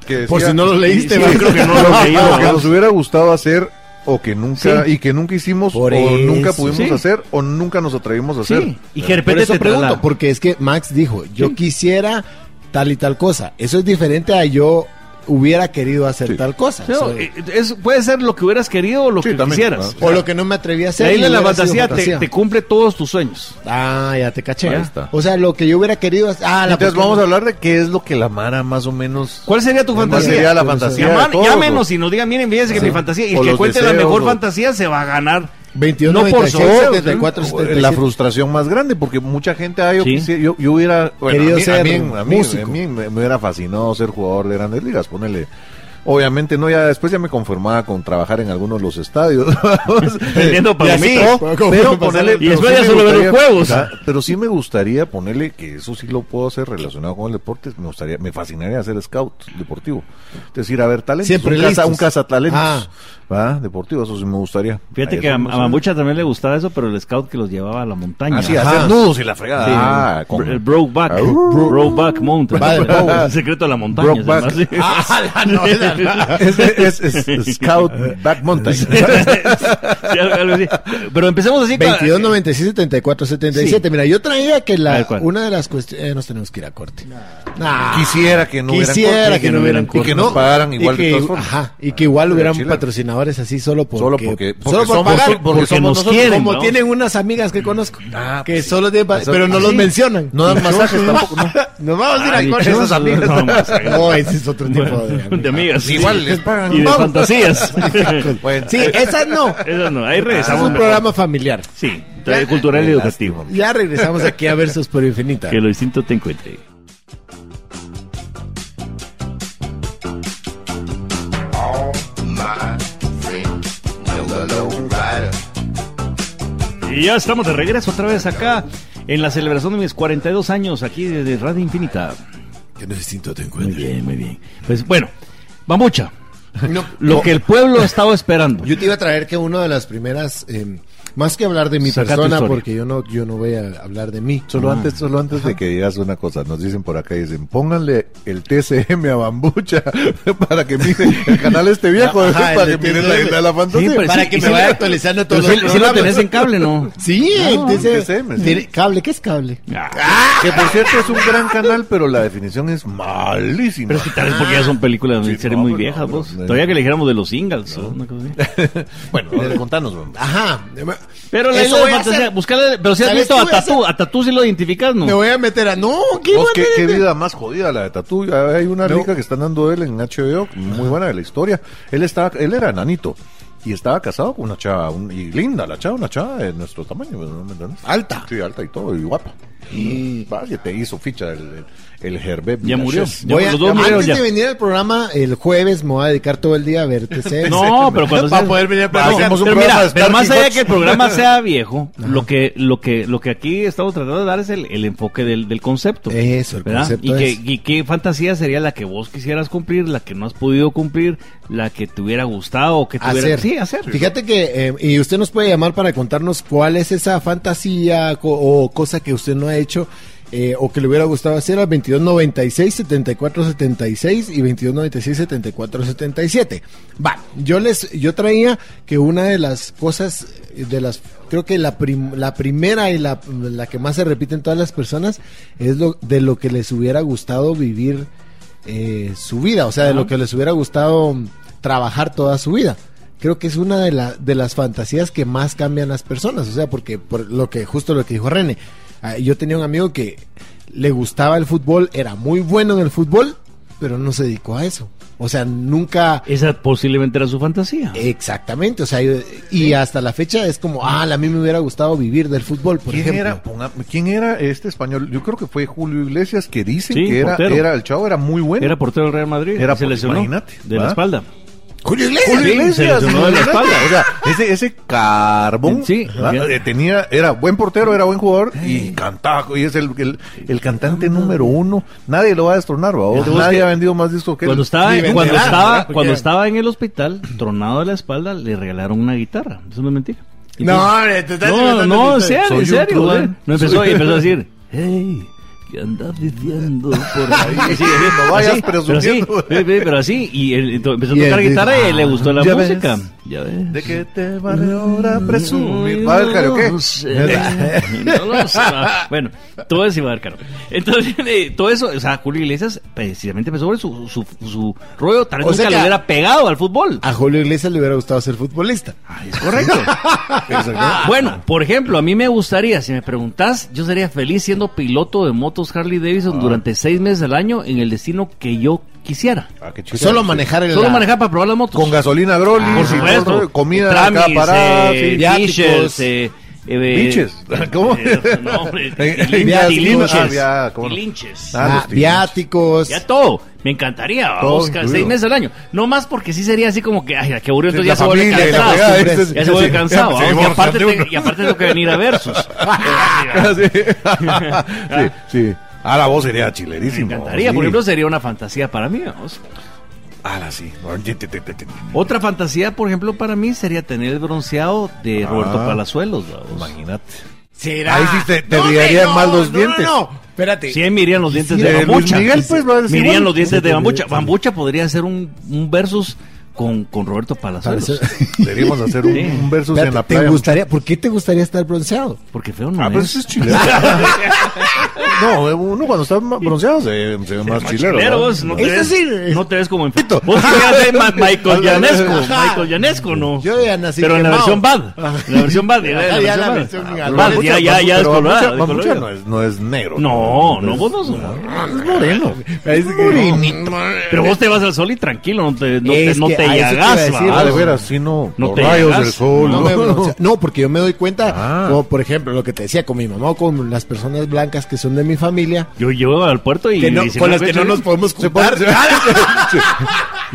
[SPEAKER 4] que
[SPEAKER 3] Por
[SPEAKER 4] decía-
[SPEAKER 3] si no [laughs] lo leíste,
[SPEAKER 2] Sí,
[SPEAKER 3] va.
[SPEAKER 2] yo creo que no lo
[SPEAKER 4] lo,
[SPEAKER 2] leí,
[SPEAKER 4] lo
[SPEAKER 2] ¿no?
[SPEAKER 4] que nos hubiera gustado hacer o que nunca
[SPEAKER 2] Sí.
[SPEAKER 4] y que nunca hicimos
[SPEAKER 3] Por
[SPEAKER 4] o
[SPEAKER 3] eso.
[SPEAKER 4] nunca pudimos
[SPEAKER 2] Sí.
[SPEAKER 4] hacer o nunca nos atrevimos a hacer.
[SPEAKER 2] Sí, y que de
[SPEAKER 3] Por
[SPEAKER 2] repente
[SPEAKER 3] eso
[SPEAKER 2] te
[SPEAKER 3] pregunto,
[SPEAKER 2] traslada.
[SPEAKER 3] porque es que Max dijo, yo quisiera tal y tal cosa. Eso es diferente a yo hubiera querido hacer
[SPEAKER 4] Sí.
[SPEAKER 3] tal cosa.
[SPEAKER 2] No,
[SPEAKER 3] Eso-
[SPEAKER 2] eh, es- puede ser lo que hubieras querido o lo
[SPEAKER 4] Sí,
[SPEAKER 2] que
[SPEAKER 4] también,
[SPEAKER 2] quisieras.
[SPEAKER 4] claro.
[SPEAKER 3] o lo que no me atreví a
[SPEAKER 2] Y
[SPEAKER 3] hacer.
[SPEAKER 2] ahí
[SPEAKER 3] y
[SPEAKER 2] la
[SPEAKER 3] hubiera sido
[SPEAKER 2] fantasía te, te cumple todos tus sueños.
[SPEAKER 3] Ah, ya te caché.
[SPEAKER 4] Ahí está.
[SPEAKER 3] O sea, lo que yo hubiera querido hacer. Ah, la
[SPEAKER 4] Entonces
[SPEAKER 3] ¿por qué
[SPEAKER 4] vamos
[SPEAKER 3] no?
[SPEAKER 4] a hablar de qué es lo que la Mara más o menos
[SPEAKER 2] ¿Cuál sería tu
[SPEAKER 4] cuál
[SPEAKER 2] fantasía?
[SPEAKER 4] sería la
[SPEAKER 3] Pero eso-
[SPEAKER 4] fantasía.
[SPEAKER 2] Llaman-
[SPEAKER 4] de todos,
[SPEAKER 2] llámenos
[SPEAKER 4] ¿no?
[SPEAKER 2] y nos digan, miren, fíjense que
[SPEAKER 4] Sí.
[SPEAKER 2] mi fantasía, y
[SPEAKER 4] O
[SPEAKER 2] el que
[SPEAKER 4] los
[SPEAKER 2] cuente la
[SPEAKER 4] deseos,
[SPEAKER 2] mejor
[SPEAKER 4] o-
[SPEAKER 2] fantasía se va a ganar.
[SPEAKER 3] 22,
[SPEAKER 2] no por
[SPEAKER 3] 96,
[SPEAKER 2] sorteo,
[SPEAKER 3] 74,
[SPEAKER 4] O, eh,
[SPEAKER 3] 77.
[SPEAKER 4] la frustración más grande porque mucha gente ah, yo,
[SPEAKER 2] Sí.
[SPEAKER 4] quisiera- yo, yo hubiera bueno,
[SPEAKER 3] Querido
[SPEAKER 4] a mí, a
[SPEAKER 3] ser
[SPEAKER 4] mí- a mí-
[SPEAKER 3] músico.
[SPEAKER 4] a mí me, me hubiera fascinado ser jugador de grandes ligas ponele obviamente no ya después ya me conformaba con trabajar en algunos de los estadios
[SPEAKER 2] Vendiendo
[SPEAKER 4] Y así,
[SPEAKER 2] palomitas.
[SPEAKER 4] pero
[SPEAKER 3] Pero
[SPEAKER 4] ponele-
[SPEAKER 2] Y
[SPEAKER 4] pero
[SPEAKER 2] después ya
[SPEAKER 4] me
[SPEAKER 2] solo ver los
[SPEAKER 4] gustaría-
[SPEAKER 2] juegos.
[SPEAKER 4] Ah, pero sí me gustaría ponerle que eso sí lo puedo hacer relacionado con el deporte me gustaría me fascinaría ser scout deportivo es decir a ver talentos
[SPEAKER 3] Siempre
[SPEAKER 4] un, caza,
[SPEAKER 3] listos.
[SPEAKER 4] un cazatalentos
[SPEAKER 3] Ah.
[SPEAKER 4] ¿verdad? deportivo eso sí me gustaría
[SPEAKER 2] Fíjate
[SPEAKER 4] Ahí
[SPEAKER 2] que a,
[SPEAKER 4] eso
[SPEAKER 2] a
[SPEAKER 4] me gustaría.
[SPEAKER 2] Mamucha también le gustaba eso, pero el scout que los llevaba a la montaña.
[SPEAKER 4] Así,
[SPEAKER 3] Ajá.
[SPEAKER 4] hacer nudos y la fregada.
[SPEAKER 2] Sí,
[SPEAKER 4] Ah,
[SPEAKER 2] el-
[SPEAKER 4] con-
[SPEAKER 2] el Brokeback.
[SPEAKER 4] Ah, uh.
[SPEAKER 2] Brokeback Mountain.
[SPEAKER 3] Va de
[SPEAKER 4] Bow.
[SPEAKER 2] [laughs] El secreto de la montaña. se llama así.
[SPEAKER 4] [laughs]
[SPEAKER 2] [laughs]
[SPEAKER 4] Brokeback. [laughs] es, es- es- es Scout Back Mountain.
[SPEAKER 2] Sí, algo así. Pero empecemos así. con-
[SPEAKER 3] 22, 96, 74, 77. Mira, yo traía que
[SPEAKER 2] A
[SPEAKER 3] la,
[SPEAKER 2] ver, ¿cuál?
[SPEAKER 3] una de las cuestiones. nos tenemos que ir a corte. Nah.
[SPEAKER 4] Quisiera que no hubieran
[SPEAKER 3] Quisiera
[SPEAKER 4] cortes,
[SPEAKER 3] que no hubieran
[SPEAKER 4] y que
[SPEAKER 3] cortes.
[SPEAKER 4] nos pagaran igual
[SPEAKER 3] y que,
[SPEAKER 4] de todas formas.
[SPEAKER 3] ajá, y que igual
[SPEAKER 4] Pero
[SPEAKER 3] hubieran
[SPEAKER 4] Chile.
[SPEAKER 3] patrocinadores así solo porque.
[SPEAKER 4] Solo porque- porque
[SPEAKER 3] solo por
[SPEAKER 4] somos-
[SPEAKER 3] pagar. Mm.
[SPEAKER 4] porque Porque somos
[SPEAKER 2] nos nosotros. quieren,
[SPEAKER 3] Como
[SPEAKER 2] ¿no?
[SPEAKER 3] tienen unas amigas que conozco.
[SPEAKER 4] Ah,
[SPEAKER 3] que
[SPEAKER 4] pues sí.
[SPEAKER 3] solo tienen. pa-
[SPEAKER 4] Eso-
[SPEAKER 3] Pero no
[SPEAKER 4] ah,
[SPEAKER 3] los
[SPEAKER 4] sí.
[SPEAKER 3] mencionan.
[SPEAKER 4] No dan masajes tampoco. No.
[SPEAKER 3] [laughs] Nos vamos a ir
[SPEAKER 2] Ay,
[SPEAKER 3] a corte.
[SPEAKER 2] esas amigas. No, vamos a-
[SPEAKER 3] No, ese es otro tipo de.
[SPEAKER 2] de amigas. sí.
[SPEAKER 4] Igual les pagan.
[SPEAKER 2] Y de
[SPEAKER 4] Vamos. [laughs]
[SPEAKER 2] fantasías. [laughs]
[SPEAKER 4] Bueno,
[SPEAKER 3] [laughs] Sí, esas no.
[SPEAKER 2] Eso no,
[SPEAKER 3] Ah,
[SPEAKER 2] ahí
[SPEAKER 3] Es
[SPEAKER 2] regresamos.
[SPEAKER 3] un
[SPEAKER 2] mejor.
[SPEAKER 3] programa familiar.
[SPEAKER 2] Sí, tra- cultural y educativo.
[SPEAKER 3] Ya regresamos aquí a Versus por Infinita.
[SPEAKER 2] Que lo distinto te encuentre. Y ya estamos de regreso otra vez acá en la celebración de mis 42 años aquí desde Radio Infinita.
[SPEAKER 3] Que no es distinto, te
[SPEAKER 2] Muy
[SPEAKER 3] encuentro.
[SPEAKER 2] bien, muy bien. Pues bueno, Mamucha,
[SPEAKER 3] No,
[SPEAKER 2] lo que el pueblo ha estado esperando.
[SPEAKER 3] Yo te iba a traer que una de las primeras, eh, más que hablar de mi
[SPEAKER 2] Saca tu
[SPEAKER 3] persona,
[SPEAKER 2] historia.
[SPEAKER 3] porque yo no, yo no voy a hablar de mí. Ah.
[SPEAKER 4] Solo antes, solo antes de que digas una cosa, nos dicen por acá, dicen, pónganle el TCM a Bambucha [laughs] para que mire el canal este viejo,
[SPEAKER 3] Ajá, el
[SPEAKER 4] [laughs] para que
[SPEAKER 3] de
[SPEAKER 4] mire la
[SPEAKER 3] TCM.
[SPEAKER 4] isla de la fantasía.
[SPEAKER 2] Sí, pero
[SPEAKER 3] Para
[SPEAKER 2] sí,
[SPEAKER 3] que
[SPEAKER 2] y
[SPEAKER 3] me
[SPEAKER 2] sí
[SPEAKER 3] vaya
[SPEAKER 2] lo-
[SPEAKER 3] actualizando
[SPEAKER 2] Pero
[SPEAKER 3] todos
[SPEAKER 2] sí,
[SPEAKER 3] los
[SPEAKER 2] sí lo tenés
[SPEAKER 3] programas.
[SPEAKER 2] en cable, ¿no?
[SPEAKER 3] Sí,
[SPEAKER 4] No,
[SPEAKER 3] el TCM.
[SPEAKER 4] TCM, sí.
[SPEAKER 3] Tiene- cable, ¿qué es cable?
[SPEAKER 4] Que por cierto es un gran canal, pero la definición es malísima.
[SPEAKER 2] Pero es que tal vez porque ya son películas de
[SPEAKER 4] Sí,
[SPEAKER 2] series
[SPEAKER 4] no,
[SPEAKER 2] muy
[SPEAKER 4] pero no,
[SPEAKER 2] viejas,
[SPEAKER 4] pero
[SPEAKER 2] vos.
[SPEAKER 4] no.
[SPEAKER 2] Todavía que le dijéramos de los singles. o una cosa así.
[SPEAKER 4] [laughs] Bueno, contanos, Bambucha.
[SPEAKER 3] Ajá.
[SPEAKER 2] Pero la
[SPEAKER 3] Eso
[SPEAKER 2] isla de
[SPEAKER 3] voy a
[SPEAKER 2] fantasía,
[SPEAKER 3] hacer.
[SPEAKER 2] buscale- pero si has
[SPEAKER 3] ¿Sabes
[SPEAKER 2] visto
[SPEAKER 3] qué
[SPEAKER 2] a
[SPEAKER 3] voy a hacer?
[SPEAKER 2] Tatú, a Tatú si lo identificas,
[SPEAKER 3] Me
[SPEAKER 2] ¿no?
[SPEAKER 3] voy a meter a... No, ¿qué
[SPEAKER 4] Vos,
[SPEAKER 3] voy a
[SPEAKER 4] ¿qué, qué
[SPEAKER 3] meter?
[SPEAKER 4] vida más jodida la de Tatú. Ya Hay una
[SPEAKER 3] No.
[SPEAKER 4] rica que están dando él en HBO, muy buena de la historia. Él estaba, él era nanito y estaba casado con una chava, un- y linda la chava, una chava de nuestro tamaño, ¿no? ¿me entiendes?
[SPEAKER 3] Alta.
[SPEAKER 4] Sí, alta y todo, y guapa. Y vaya, te hizo ficha el, el, el Herbert
[SPEAKER 2] Ya murió.
[SPEAKER 4] Mirachez.
[SPEAKER 2] Ya
[SPEAKER 3] Voy a-
[SPEAKER 2] los dos murieron
[SPEAKER 3] antes de
[SPEAKER 2] ya.
[SPEAKER 3] venir al programa, el jueves me voy a dedicar todo el día a
[SPEAKER 2] [laughs]
[SPEAKER 3] ver TCM.
[SPEAKER 2] No, pero cuando
[SPEAKER 3] Para
[SPEAKER 2] sea-
[SPEAKER 3] poder venir a
[SPEAKER 4] Va,
[SPEAKER 3] platicar.
[SPEAKER 4] hacemos un
[SPEAKER 2] Pero
[SPEAKER 4] programa
[SPEAKER 2] mira,
[SPEAKER 4] de
[SPEAKER 2] pero más
[SPEAKER 4] Starting
[SPEAKER 2] allá de que el [laughs]
[SPEAKER 4] Hotch.
[SPEAKER 2] programa sea viejo, lo que, lo que, lo que aquí estamos tratando de dar es el, el enfoque del, del concepto.
[SPEAKER 3] Eso, el
[SPEAKER 2] ¿verdad?
[SPEAKER 3] concepto
[SPEAKER 2] y, que-
[SPEAKER 3] es-
[SPEAKER 2] y qué fantasía sería la que vos quisieras cumplir, la que no has podido cumplir, la que te hubiera gustado o que te hubiera...
[SPEAKER 3] hacer.
[SPEAKER 2] Sí, hacer.
[SPEAKER 3] Fíjate que, eh, y usted nos puede llamar para contarnos cuál es esa fantasía co- o cosa que usted no ha hecho eh, o que le hubiera gustado hacer al 2296-7476 y 2296-7477. Va, yo les, yo traía que una de las cosas, eh, de las, creo que la, prim- la primera y la, la que más se repite en todas las personas es lo, de lo que les hubiera gustado vivir eh, su vida, o sea, de lo que les hubiera gustado mm, trabajar toda su vida. Creo que es una de, la- de las fantasías que más cambian las personas, o sea, porque por lo que justo lo que dijo René, ah, yo tenía un amigo que le gustaba el fútbol, era muy bueno en el fútbol, pero no se dedicó a eso. O sea, nunca
[SPEAKER 2] Esa posiblemente era su fantasía.
[SPEAKER 3] exactamente, o sea, yo- y hasta la fecha es como, ah, a mí me hubiera gustado vivir del fútbol, por
[SPEAKER 4] ¿Quién
[SPEAKER 3] ejemplo.
[SPEAKER 4] era, ponga- ¿Quién era este español? Yo creo que fue Julio Iglesias que dicen
[SPEAKER 2] Sí,
[SPEAKER 4] que era,
[SPEAKER 2] portero.
[SPEAKER 4] era el chavo, era muy bueno.
[SPEAKER 2] Era portero del Real Madrid.
[SPEAKER 4] Era
[SPEAKER 2] y se
[SPEAKER 4] por-
[SPEAKER 2] lesionó
[SPEAKER 4] imagínate,
[SPEAKER 2] de la
[SPEAKER 4] ¿va?
[SPEAKER 2] espalda.
[SPEAKER 3] Julio
[SPEAKER 4] Julio
[SPEAKER 3] Iglesias.
[SPEAKER 4] Iglesias,
[SPEAKER 2] se lesionó de la
[SPEAKER 4] imagínate.
[SPEAKER 2] espalda.
[SPEAKER 4] O sea, ese, ese carbón
[SPEAKER 2] Sí,
[SPEAKER 4] ¿verdad?
[SPEAKER 2] ya.
[SPEAKER 4] Eh, tenía, era buen portero, era buen jugador y cantaba. Y es el, el, el cantante número uno. Nadie lo va a destronar, ¿va?
[SPEAKER 2] Ajá.
[SPEAKER 4] Nadie ha vendido más discos que él.
[SPEAKER 2] Cuando estaba,
[SPEAKER 3] ni
[SPEAKER 2] cuando
[SPEAKER 3] venderán,
[SPEAKER 2] estaba,
[SPEAKER 3] ¿verdad? Porque-
[SPEAKER 2] cuando estaba en el hospital, tronado de la espalda, le regalaron una guitarra. Eso no es mentira. pues,
[SPEAKER 3] No, hombre, te estás
[SPEAKER 2] No,
[SPEAKER 3] inventando
[SPEAKER 2] no, en
[SPEAKER 3] esta
[SPEAKER 2] serio,
[SPEAKER 3] historia.
[SPEAKER 2] en
[SPEAKER 4] Soy un
[SPEAKER 2] serio.
[SPEAKER 4] truán.
[SPEAKER 2] güey. No empezó y empezó a decir, hey, ¿qué andas diciendo por ahí? Sí, sí,
[SPEAKER 4] No vayas
[SPEAKER 2] así,
[SPEAKER 4] presumiendo.
[SPEAKER 2] Pero así, sí, sí, pero así y él entonces empezó
[SPEAKER 3] Y
[SPEAKER 2] a tocar
[SPEAKER 3] él dice,
[SPEAKER 2] guitarra y le gustó la
[SPEAKER 4] ya ves.
[SPEAKER 2] música. Ya ves.
[SPEAKER 4] ¿De qué te vale ahora presumir? ¿Va a haber karaoke?
[SPEAKER 2] No sé. No lo sé. Bueno, todo eso iba a haber karaoke. Entonces, [laughs] eh, todo eso, o sea, Julio Iglesias precisamente empezó sobre su, su, su rollo. Tal vez
[SPEAKER 3] O sea
[SPEAKER 2] nunca
[SPEAKER 3] que
[SPEAKER 2] le
[SPEAKER 3] a-
[SPEAKER 2] hubiera pegado al fútbol.
[SPEAKER 4] Ah,
[SPEAKER 3] A Julio Iglesias le hubiera gustado ser futbolista.
[SPEAKER 2] Ah, es correcto.
[SPEAKER 4] Exacto.
[SPEAKER 2] [laughs] Bueno, por ejemplo, a mí me gustaría, si me preguntás, yo sería feliz siendo piloto de motos Harley
[SPEAKER 4] Ah.
[SPEAKER 2] Davidson durante seis meses al año en el destino que yo quisiera.
[SPEAKER 4] Ah, qué
[SPEAKER 3] [laughs]
[SPEAKER 4] chido.
[SPEAKER 3] Solo manejar el.
[SPEAKER 2] Solo manejar para probar las motos.
[SPEAKER 4] Con gasolina Groli,
[SPEAKER 2] Por
[SPEAKER 4] sin
[SPEAKER 2] supuesto.
[SPEAKER 4] otro- comida en
[SPEAKER 2] Trámites,
[SPEAKER 4] cada parada,
[SPEAKER 2] eh,
[SPEAKER 4] sí.
[SPEAKER 3] viáticos.
[SPEAKER 2] bichers, eh, eh,
[SPEAKER 4] Biches. [laughs] ¿Cómo?
[SPEAKER 2] eh, no,
[SPEAKER 4] [laughs]
[SPEAKER 2] hombre,
[SPEAKER 4] En-
[SPEAKER 2] y- y-
[SPEAKER 3] viáticos.
[SPEAKER 2] y linches.
[SPEAKER 4] Ah, ya, cómo no.
[SPEAKER 2] Y linches.
[SPEAKER 4] Ah,
[SPEAKER 3] Ah,
[SPEAKER 4] los tickets.
[SPEAKER 3] viáticos.
[SPEAKER 2] Ya todo. Me encantaría.
[SPEAKER 4] Todo
[SPEAKER 2] Oscar, seis
[SPEAKER 4] incluido.
[SPEAKER 2] meses al año. No más porque sí sería así como que, ay, que aburrido.
[SPEAKER 4] Sí,
[SPEAKER 2] Entonces
[SPEAKER 4] la
[SPEAKER 2] ya se vuelve
[SPEAKER 4] familia y la
[SPEAKER 2] cansado.
[SPEAKER 4] fregada,
[SPEAKER 2] Ya
[SPEAKER 4] este-
[SPEAKER 2] se vuelve
[SPEAKER 4] sí,
[SPEAKER 2] cansado.
[SPEAKER 4] ya se
[SPEAKER 2] ¿va? Y
[SPEAKER 4] divorcian
[SPEAKER 2] aparte
[SPEAKER 4] de
[SPEAKER 2] te-
[SPEAKER 4] uno.
[SPEAKER 2] y aparte
[SPEAKER 4] [laughs]
[SPEAKER 2] tengo que venir a versus.
[SPEAKER 4] sí, sí. Ahora vos sería chilerísimo.
[SPEAKER 2] Me encantaría, por ejemplo, sería una fantasía para mí. vamos.
[SPEAKER 4] Ahora Ah, sí.
[SPEAKER 2] Otra fantasía, por ejemplo, para mí sería tener el bronceado de
[SPEAKER 4] Ah.
[SPEAKER 2] Roberto Palazuelos. vamos.
[SPEAKER 4] Imagínate.
[SPEAKER 3] ¿Será?
[SPEAKER 4] Ahí sí te- te
[SPEAKER 3] hombre,
[SPEAKER 4] brillarían más los
[SPEAKER 3] no,
[SPEAKER 4] dientes.
[SPEAKER 3] No, no, espérate.
[SPEAKER 2] Sí, me irían los dientes
[SPEAKER 4] sí,
[SPEAKER 2] de
[SPEAKER 4] de Luis
[SPEAKER 2] Bambucha.
[SPEAKER 4] Miguel, pues, va a decir,
[SPEAKER 2] Me irían
[SPEAKER 4] bueno.
[SPEAKER 2] los dientes de Bambucha. Bambucha podría ser un, un versus con, con Roberto Palazuelos.
[SPEAKER 4] [laughs] Deberíamos hacer un,
[SPEAKER 2] Sí.
[SPEAKER 4] un versus
[SPEAKER 3] Espérate,
[SPEAKER 4] en la
[SPEAKER 3] ¿te
[SPEAKER 4] playa.
[SPEAKER 3] gustaría, ¿Por qué te gustaría estar bronceado?
[SPEAKER 2] Porque feo no
[SPEAKER 4] Ah, pero
[SPEAKER 2] es.
[SPEAKER 4] ese es chilero. no, uno cuando está ma- bronceado se, se ve más chilero.
[SPEAKER 2] Pero
[SPEAKER 4] ¿no?
[SPEAKER 2] vos no, te
[SPEAKER 3] Ese
[SPEAKER 2] ves,
[SPEAKER 3] sí, eh.
[SPEAKER 2] no te ves como enfermo. Vos querías ser
[SPEAKER 4] [laughs]
[SPEAKER 2] Ma- Michael Janesco. Michael Janesco, ¿no?
[SPEAKER 3] Yo ya nací
[SPEAKER 2] Pero en la
[SPEAKER 3] quemado.
[SPEAKER 2] versión bad. En la versión
[SPEAKER 4] [laughs]
[SPEAKER 2] bad.
[SPEAKER 3] Ajá,
[SPEAKER 2] Ya,
[SPEAKER 3] ya
[SPEAKER 2] la
[SPEAKER 3] la
[SPEAKER 2] versión
[SPEAKER 3] versión
[SPEAKER 2] bad.
[SPEAKER 3] bad.
[SPEAKER 2] Ah,
[SPEAKER 4] Pero
[SPEAKER 2] bad,
[SPEAKER 4] Bambucha-
[SPEAKER 2] Ya, ya, ya
[SPEAKER 4] pero Bambucha-
[SPEAKER 2] descolorada.
[SPEAKER 4] Bambucha
[SPEAKER 2] descolorada.
[SPEAKER 4] no es, no es negro.
[SPEAKER 2] No, no, vos no sos-
[SPEAKER 4] Es moreno.
[SPEAKER 3] Parece que-
[SPEAKER 2] Pero vos te vas al sol y tranquilo, no te, no te,
[SPEAKER 3] Es
[SPEAKER 2] no
[SPEAKER 3] que a eso
[SPEAKER 2] te
[SPEAKER 3] te iba a
[SPEAKER 2] llagas,
[SPEAKER 3] decir,
[SPEAKER 2] va.
[SPEAKER 4] Ah, de veras, sí, no.
[SPEAKER 2] No
[SPEAKER 4] Los
[SPEAKER 2] te
[SPEAKER 4] rayos
[SPEAKER 2] hagas.
[SPEAKER 4] del sol.
[SPEAKER 3] No,
[SPEAKER 4] No,
[SPEAKER 3] me broncea- no, porque yo me doy cuenta,
[SPEAKER 4] Ah.
[SPEAKER 3] como por ejemplo lo que te decía con mi mamá o con las personas blancas que son de mi familia,
[SPEAKER 2] Yo llego al puerto y... pues,
[SPEAKER 3] que no-
[SPEAKER 2] y si
[SPEAKER 3] con
[SPEAKER 2] me
[SPEAKER 3] las que
[SPEAKER 2] escucho-
[SPEAKER 3] no nos podemos
[SPEAKER 4] Se puede-
[SPEAKER 3] juntar. Ah,
[SPEAKER 4] [laughs] Sí.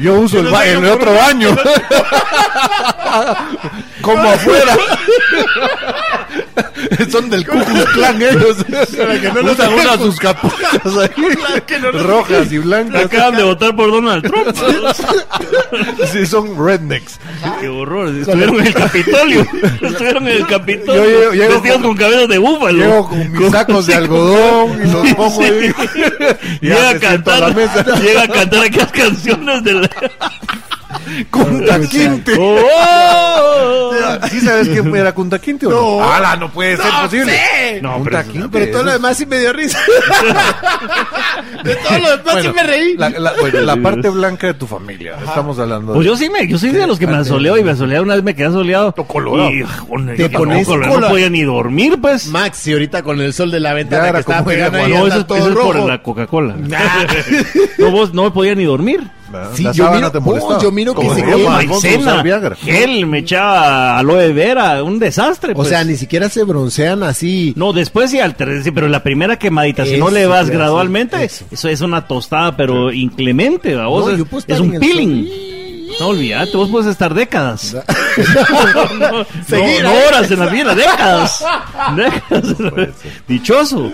[SPEAKER 4] Yo uso el, ba- el otro [laughs] baño. Como afuera. [laughs] Son del Ku Klux Klan ellos. Para que no nos una sus [laughs] capuchas ahí. Rojas y blancas.
[SPEAKER 2] Acaban de votar por Donald Trump.
[SPEAKER 4] [laughs] Sí, son rednecks.
[SPEAKER 2] Qué horror. Estuvieron en el Capitolio. Estuvieron en el Capitolio.
[SPEAKER 4] Yo llego- llego
[SPEAKER 2] vestidos con,
[SPEAKER 4] con-
[SPEAKER 2] cabezas de búfalo.
[SPEAKER 4] Llego con mis sacos de algodón y los pongo y digo- y ya
[SPEAKER 2] llega a
[SPEAKER 4] me siento a
[SPEAKER 2] cantar.
[SPEAKER 4] la mesa.
[SPEAKER 2] Llega a cantar aquellas canciones de la. [laughs]
[SPEAKER 4] Kunta Quinte. [laughs]
[SPEAKER 2] ¡Oh!
[SPEAKER 4] ¿Sí sabes quién era Kunta Quinte o no? ¡Hala, no puede ser posible!
[SPEAKER 2] No,
[SPEAKER 4] Kunta
[SPEAKER 2] pero-
[SPEAKER 4] Quinte,
[SPEAKER 3] Pero todo
[SPEAKER 4] eso
[SPEAKER 3] lo
[SPEAKER 4] es-
[SPEAKER 3] demás sí me dio
[SPEAKER 2] [laughs]
[SPEAKER 3] risa. de todo lo demás sí
[SPEAKER 4] Bueno,
[SPEAKER 3] me reí.
[SPEAKER 4] La, la- bueno, la parte blanca de tu familia. Estamos hablando
[SPEAKER 2] Pues
[SPEAKER 4] de-
[SPEAKER 2] yo sí me, yo soy de los que me asoleo y me asoleo una vez me quedé asoleado.
[SPEAKER 4] Todo colorado.
[SPEAKER 2] Y, joder,
[SPEAKER 3] Te
[SPEAKER 2] yo
[SPEAKER 3] pones
[SPEAKER 2] no, no
[SPEAKER 3] colorado.
[SPEAKER 2] podía ni dormir, pues.
[SPEAKER 3] Maxi ahorita con el sol de la
[SPEAKER 4] Ya
[SPEAKER 3] ventana
[SPEAKER 4] era
[SPEAKER 3] que estaba
[SPEAKER 4] como
[SPEAKER 3] pegando
[SPEAKER 4] era,
[SPEAKER 3] ahí
[SPEAKER 2] no,
[SPEAKER 3] anda
[SPEAKER 2] eso,
[SPEAKER 3] todo
[SPEAKER 2] eso es por
[SPEAKER 3] rojo.
[SPEAKER 2] la Coca-Cola.
[SPEAKER 3] Ah.
[SPEAKER 2] No, vos no podía ni dormir.
[SPEAKER 4] ¿verdad?
[SPEAKER 3] Sí,
[SPEAKER 4] La
[SPEAKER 3] yo
[SPEAKER 4] sábana
[SPEAKER 3] miro-
[SPEAKER 4] te molestaba.
[SPEAKER 3] oh, yo miro que
[SPEAKER 4] Como
[SPEAKER 3] se
[SPEAKER 4] diría
[SPEAKER 3] come
[SPEAKER 4] Juan Alfonso,
[SPEAKER 2] maicena,
[SPEAKER 4] usar Viagra.
[SPEAKER 2] gel, me echaba aloe vera, un desastre.
[SPEAKER 3] O
[SPEAKER 2] pues.
[SPEAKER 3] sea, ni siquiera se broncean así.
[SPEAKER 2] No, después sí, al ter- sí, pero la primera quemadita, si no
[SPEAKER 3] Eso te
[SPEAKER 2] le vas
[SPEAKER 3] iba a decir,
[SPEAKER 2] gradualmente,
[SPEAKER 3] eso.
[SPEAKER 2] eso. es una tostada, pero inclemente, ¿va? Vos
[SPEAKER 3] No,
[SPEAKER 2] es-
[SPEAKER 3] yo puedo estar
[SPEAKER 2] es
[SPEAKER 3] en
[SPEAKER 2] un
[SPEAKER 3] el
[SPEAKER 2] peeling.
[SPEAKER 3] sol.
[SPEAKER 2] No olvídate, vos puedes estar décadas. no, [laughs] no,
[SPEAKER 3] Seguir,
[SPEAKER 2] no
[SPEAKER 3] ¿eh?
[SPEAKER 2] horas en la vida,
[SPEAKER 3] [laughs]
[SPEAKER 2] décadas. Décadas. Dichoso.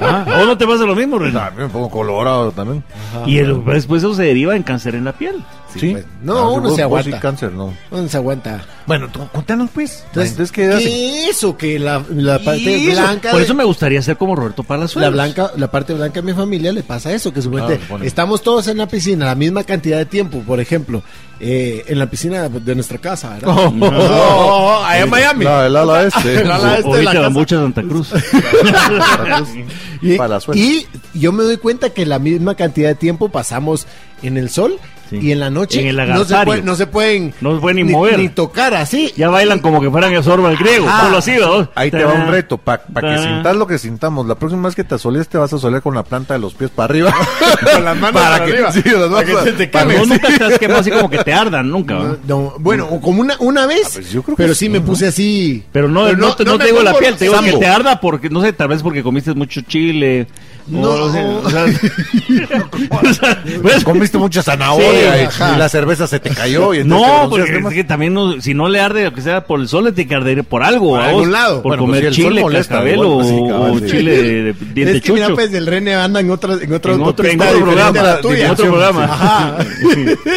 [SPEAKER 2] Ah, ¿a vos no te pasa lo mismo, Renan?
[SPEAKER 4] También me pongo colorado también.
[SPEAKER 2] y el- después eso se deriva en cáncer en la piel.
[SPEAKER 3] Sí,
[SPEAKER 4] Sí.
[SPEAKER 3] pues. No, uno
[SPEAKER 4] vos-
[SPEAKER 3] se
[SPEAKER 4] vos
[SPEAKER 3] aguanta.
[SPEAKER 4] sí cáncer, no.
[SPEAKER 3] No se aguanta.
[SPEAKER 4] Bueno, tú, contanos pues.
[SPEAKER 3] Entonces,
[SPEAKER 4] Entonces, ¿qué
[SPEAKER 3] ¿qué
[SPEAKER 4] hace?
[SPEAKER 3] eso? Que la, la parte
[SPEAKER 2] Y eso,
[SPEAKER 3] blanca.
[SPEAKER 2] por
[SPEAKER 3] de-
[SPEAKER 2] eso me gustaría ser como Roberto Palazuelos.
[SPEAKER 3] la blanca, la parte blanca de mi familia le pasa eso, que supuestamente
[SPEAKER 2] Ah,
[SPEAKER 4] Claro, ponen-
[SPEAKER 3] estamos todos en la piscina la misma cantidad de tiempo, por ejemplo, eh, en la piscina de nutra casa, ¿verdad? [laughs] No, allá en Miami.
[SPEAKER 4] La
[SPEAKER 3] [laughs]
[SPEAKER 4] del ala este.
[SPEAKER 3] El ala este.
[SPEAKER 2] O
[SPEAKER 3] de la
[SPEAKER 2] viste
[SPEAKER 3] casa.
[SPEAKER 2] Bambucha Santa Cruz.
[SPEAKER 3] [laughs] este. Y,
[SPEAKER 4] Para la suerte.
[SPEAKER 3] y yo me doy cuenta que la misma cantidad de tiempo pasamos en el sol
[SPEAKER 2] Sí.
[SPEAKER 3] y en la noche
[SPEAKER 2] En el
[SPEAKER 3] no, se
[SPEAKER 2] lagartario.
[SPEAKER 3] pueden, no se pueden
[SPEAKER 2] No se pueden ni mover.
[SPEAKER 3] tocar así.
[SPEAKER 2] Ya bailan como que fueran el sorbo al griego.
[SPEAKER 3] Ah,
[SPEAKER 2] solo así, ¿no?
[SPEAKER 4] Ahí te va un reto, para que
[SPEAKER 2] Tarán.
[SPEAKER 4] sintas lo que sintamos. La próxima vez que te asolees, te vas a asolear con la planta de los pies para
[SPEAKER 3] [laughs]
[SPEAKER 4] arriba. con las manos para, que, sí, las manos para que
[SPEAKER 2] Pero vos nunca te has quemado así como que
[SPEAKER 3] [laughs]
[SPEAKER 2] te ardan, nunca. ¿no?
[SPEAKER 3] No, no, bueno, o como una, una vez,
[SPEAKER 4] Ah, pues yo creo que
[SPEAKER 3] pero
[SPEAKER 4] sí,
[SPEAKER 3] sí me
[SPEAKER 4] ¿no?
[SPEAKER 3] puse así.
[SPEAKER 2] Pero no, no, te, no
[SPEAKER 3] me
[SPEAKER 2] te digo la
[SPEAKER 3] pongo
[SPEAKER 2] piel, te digo que
[SPEAKER 3] sambo.
[SPEAKER 2] te arda Ah, porque, no sé, tal vez porque comiste mucho chile.
[SPEAKER 3] No.
[SPEAKER 2] o sé,
[SPEAKER 3] [laughs]
[SPEAKER 2] o sea, [laughs] o sea, pues,
[SPEAKER 4] Comiste mucha zanahoria
[SPEAKER 3] Sí,
[SPEAKER 4] y-
[SPEAKER 3] ajá.
[SPEAKER 4] y, la cerveza se te cayó. Y entonces te
[SPEAKER 2] no,
[SPEAKER 4] bronceaste
[SPEAKER 2] porque es
[SPEAKER 4] más.
[SPEAKER 2] que también no- si no le arde, aunque sea por el sol, le tiene que arder por algo.
[SPEAKER 3] Por
[SPEAKER 2] ¿va
[SPEAKER 3] algún
[SPEAKER 2] vos?
[SPEAKER 3] lado.
[SPEAKER 2] Por
[SPEAKER 4] Bueno,
[SPEAKER 2] comer
[SPEAKER 4] pues sí, el sol
[SPEAKER 2] chile,
[SPEAKER 4] molesta,
[SPEAKER 2] cascabel
[SPEAKER 4] igual,
[SPEAKER 2] o,
[SPEAKER 4] así, cabal,
[SPEAKER 2] o
[SPEAKER 4] sí.
[SPEAKER 2] chile de, de diente
[SPEAKER 3] es que mira,
[SPEAKER 2] chucho.
[SPEAKER 3] pues del René anda en otra, en otra
[SPEAKER 2] En otro- en
[SPEAKER 3] autopista diferente
[SPEAKER 2] otro
[SPEAKER 3] a
[SPEAKER 2] programa,
[SPEAKER 3] la tuya.
[SPEAKER 2] en otro
[SPEAKER 3] [laughs]
[SPEAKER 2] programa.
[SPEAKER 3] Ajá.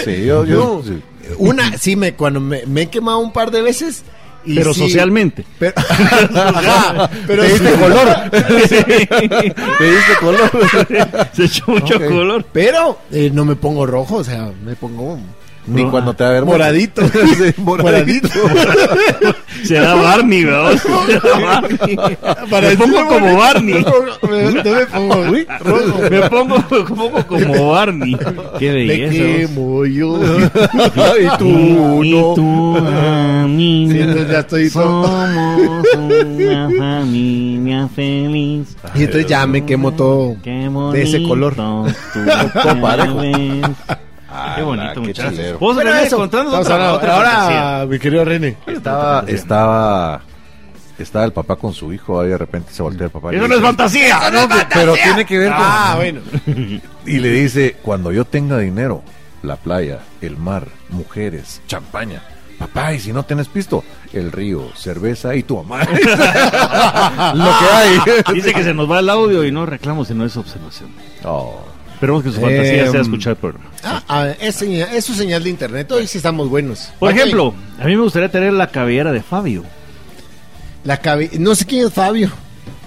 [SPEAKER 4] Sí, yo, yo-
[SPEAKER 3] No,
[SPEAKER 4] sí.
[SPEAKER 2] [laughs]
[SPEAKER 3] Una, sí, me, cuando me, me he quemado un par de veces Y
[SPEAKER 2] pero
[SPEAKER 3] sí,
[SPEAKER 2] socialmente. [laughs]
[SPEAKER 3] Pero, [laughs] Ajá, pero
[SPEAKER 4] Te diste
[SPEAKER 3] sí. [laughs]
[SPEAKER 4] color.
[SPEAKER 2] Te diste color. Se echó mucho
[SPEAKER 3] Ok.
[SPEAKER 2] color.
[SPEAKER 3] Pero eh, no me pongo rojo, o sea, me pongo
[SPEAKER 4] Ni
[SPEAKER 2] Bro,
[SPEAKER 4] cuando te va a ver
[SPEAKER 3] moradito.
[SPEAKER 2] [laughs]
[SPEAKER 4] Sí, moradito.
[SPEAKER 3] moradito.
[SPEAKER 2] Será
[SPEAKER 3] [laughs]
[SPEAKER 2] Barney, ¿verdad? Será Barney.
[SPEAKER 3] Para
[SPEAKER 2] Me
[SPEAKER 3] el
[SPEAKER 2] pongo
[SPEAKER 3] fútbol,
[SPEAKER 2] como
[SPEAKER 3] no
[SPEAKER 2] Barney.
[SPEAKER 3] [laughs] me- No me pongo rojo.
[SPEAKER 2] Me pongo, me pongo como Barney. Qué
[SPEAKER 3] Te
[SPEAKER 2] belleza.
[SPEAKER 3] quemo
[SPEAKER 2] vos.
[SPEAKER 3] yo.
[SPEAKER 4] y
[SPEAKER 3] [laughs]
[SPEAKER 2] [laughs]
[SPEAKER 4] tú
[SPEAKER 2] Y
[SPEAKER 4] no.
[SPEAKER 2] tú a mí.
[SPEAKER 3] Sí, entonces ya estoy todo-
[SPEAKER 2] Somos una familia feliz.
[SPEAKER 3] Y entonces ya me quemo todo.
[SPEAKER 2] Qué bonito.
[SPEAKER 3] De ese
[SPEAKER 2] [laughs]
[SPEAKER 3] color.
[SPEAKER 2] tú
[SPEAKER 4] Todo parejo.
[SPEAKER 2] eres. Qué
[SPEAKER 4] Ah,
[SPEAKER 2] bonito,
[SPEAKER 4] qué
[SPEAKER 2] muchachos.
[SPEAKER 4] chilero.
[SPEAKER 2] Vos
[SPEAKER 3] Bueno,
[SPEAKER 2] venís
[SPEAKER 3] eso.
[SPEAKER 2] contando
[SPEAKER 3] Vamos
[SPEAKER 2] otra,
[SPEAKER 3] a hablar-
[SPEAKER 2] otra fantasía.
[SPEAKER 4] Ah,
[SPEAKER 3] Ahora, mi querido René.
[SPEAKER 4] Estaba, estaba, estaba el papá con su hijo, ahí de repente se voltea el papá. y
[SPEAKER 2] Eso
[SPEAKER 4] le
[SPEAKER 2] no es
[SPEAKER 4] dice-
[SPEAKER 2] fantasía.
[SPEAKER 4] Pero tiene que ver con...
[SPEAKER 3] Ah, bueno.
[SPEAKER 4] Y le dice, cuando yo tenga dinero, la playa, el mar, mujeres, champaña. Papá, y si no tenés pisto, el río, cerveza y tu mamá. [laughs] Lo que hay.
[SPEAKER 2] [laughs] Dice que se nos va el audio y no reclamo, sino es observación.
[SPEAKER 4] Oh,
[SPEAKER 2] Esperemos que su fantasía
[SPEAKER 3] Eh,
[SPEAKER 2] sea escuchar el programa.
[SPEAKER 3] Ah, ah, es, señal, es su señal de internet. Hoy sí estamos buenos.
[SPEAKER 2] Por
[SPEAKER 3] Ok,
[SPEAKER 2] ejemplo, a mí me gustaría tener la cabellera de
[SPEAKER 4] [laughs]
[SPEAKER 2] Fabio.
[SPEAKER 3] la cabe... no sé quién es Fabio.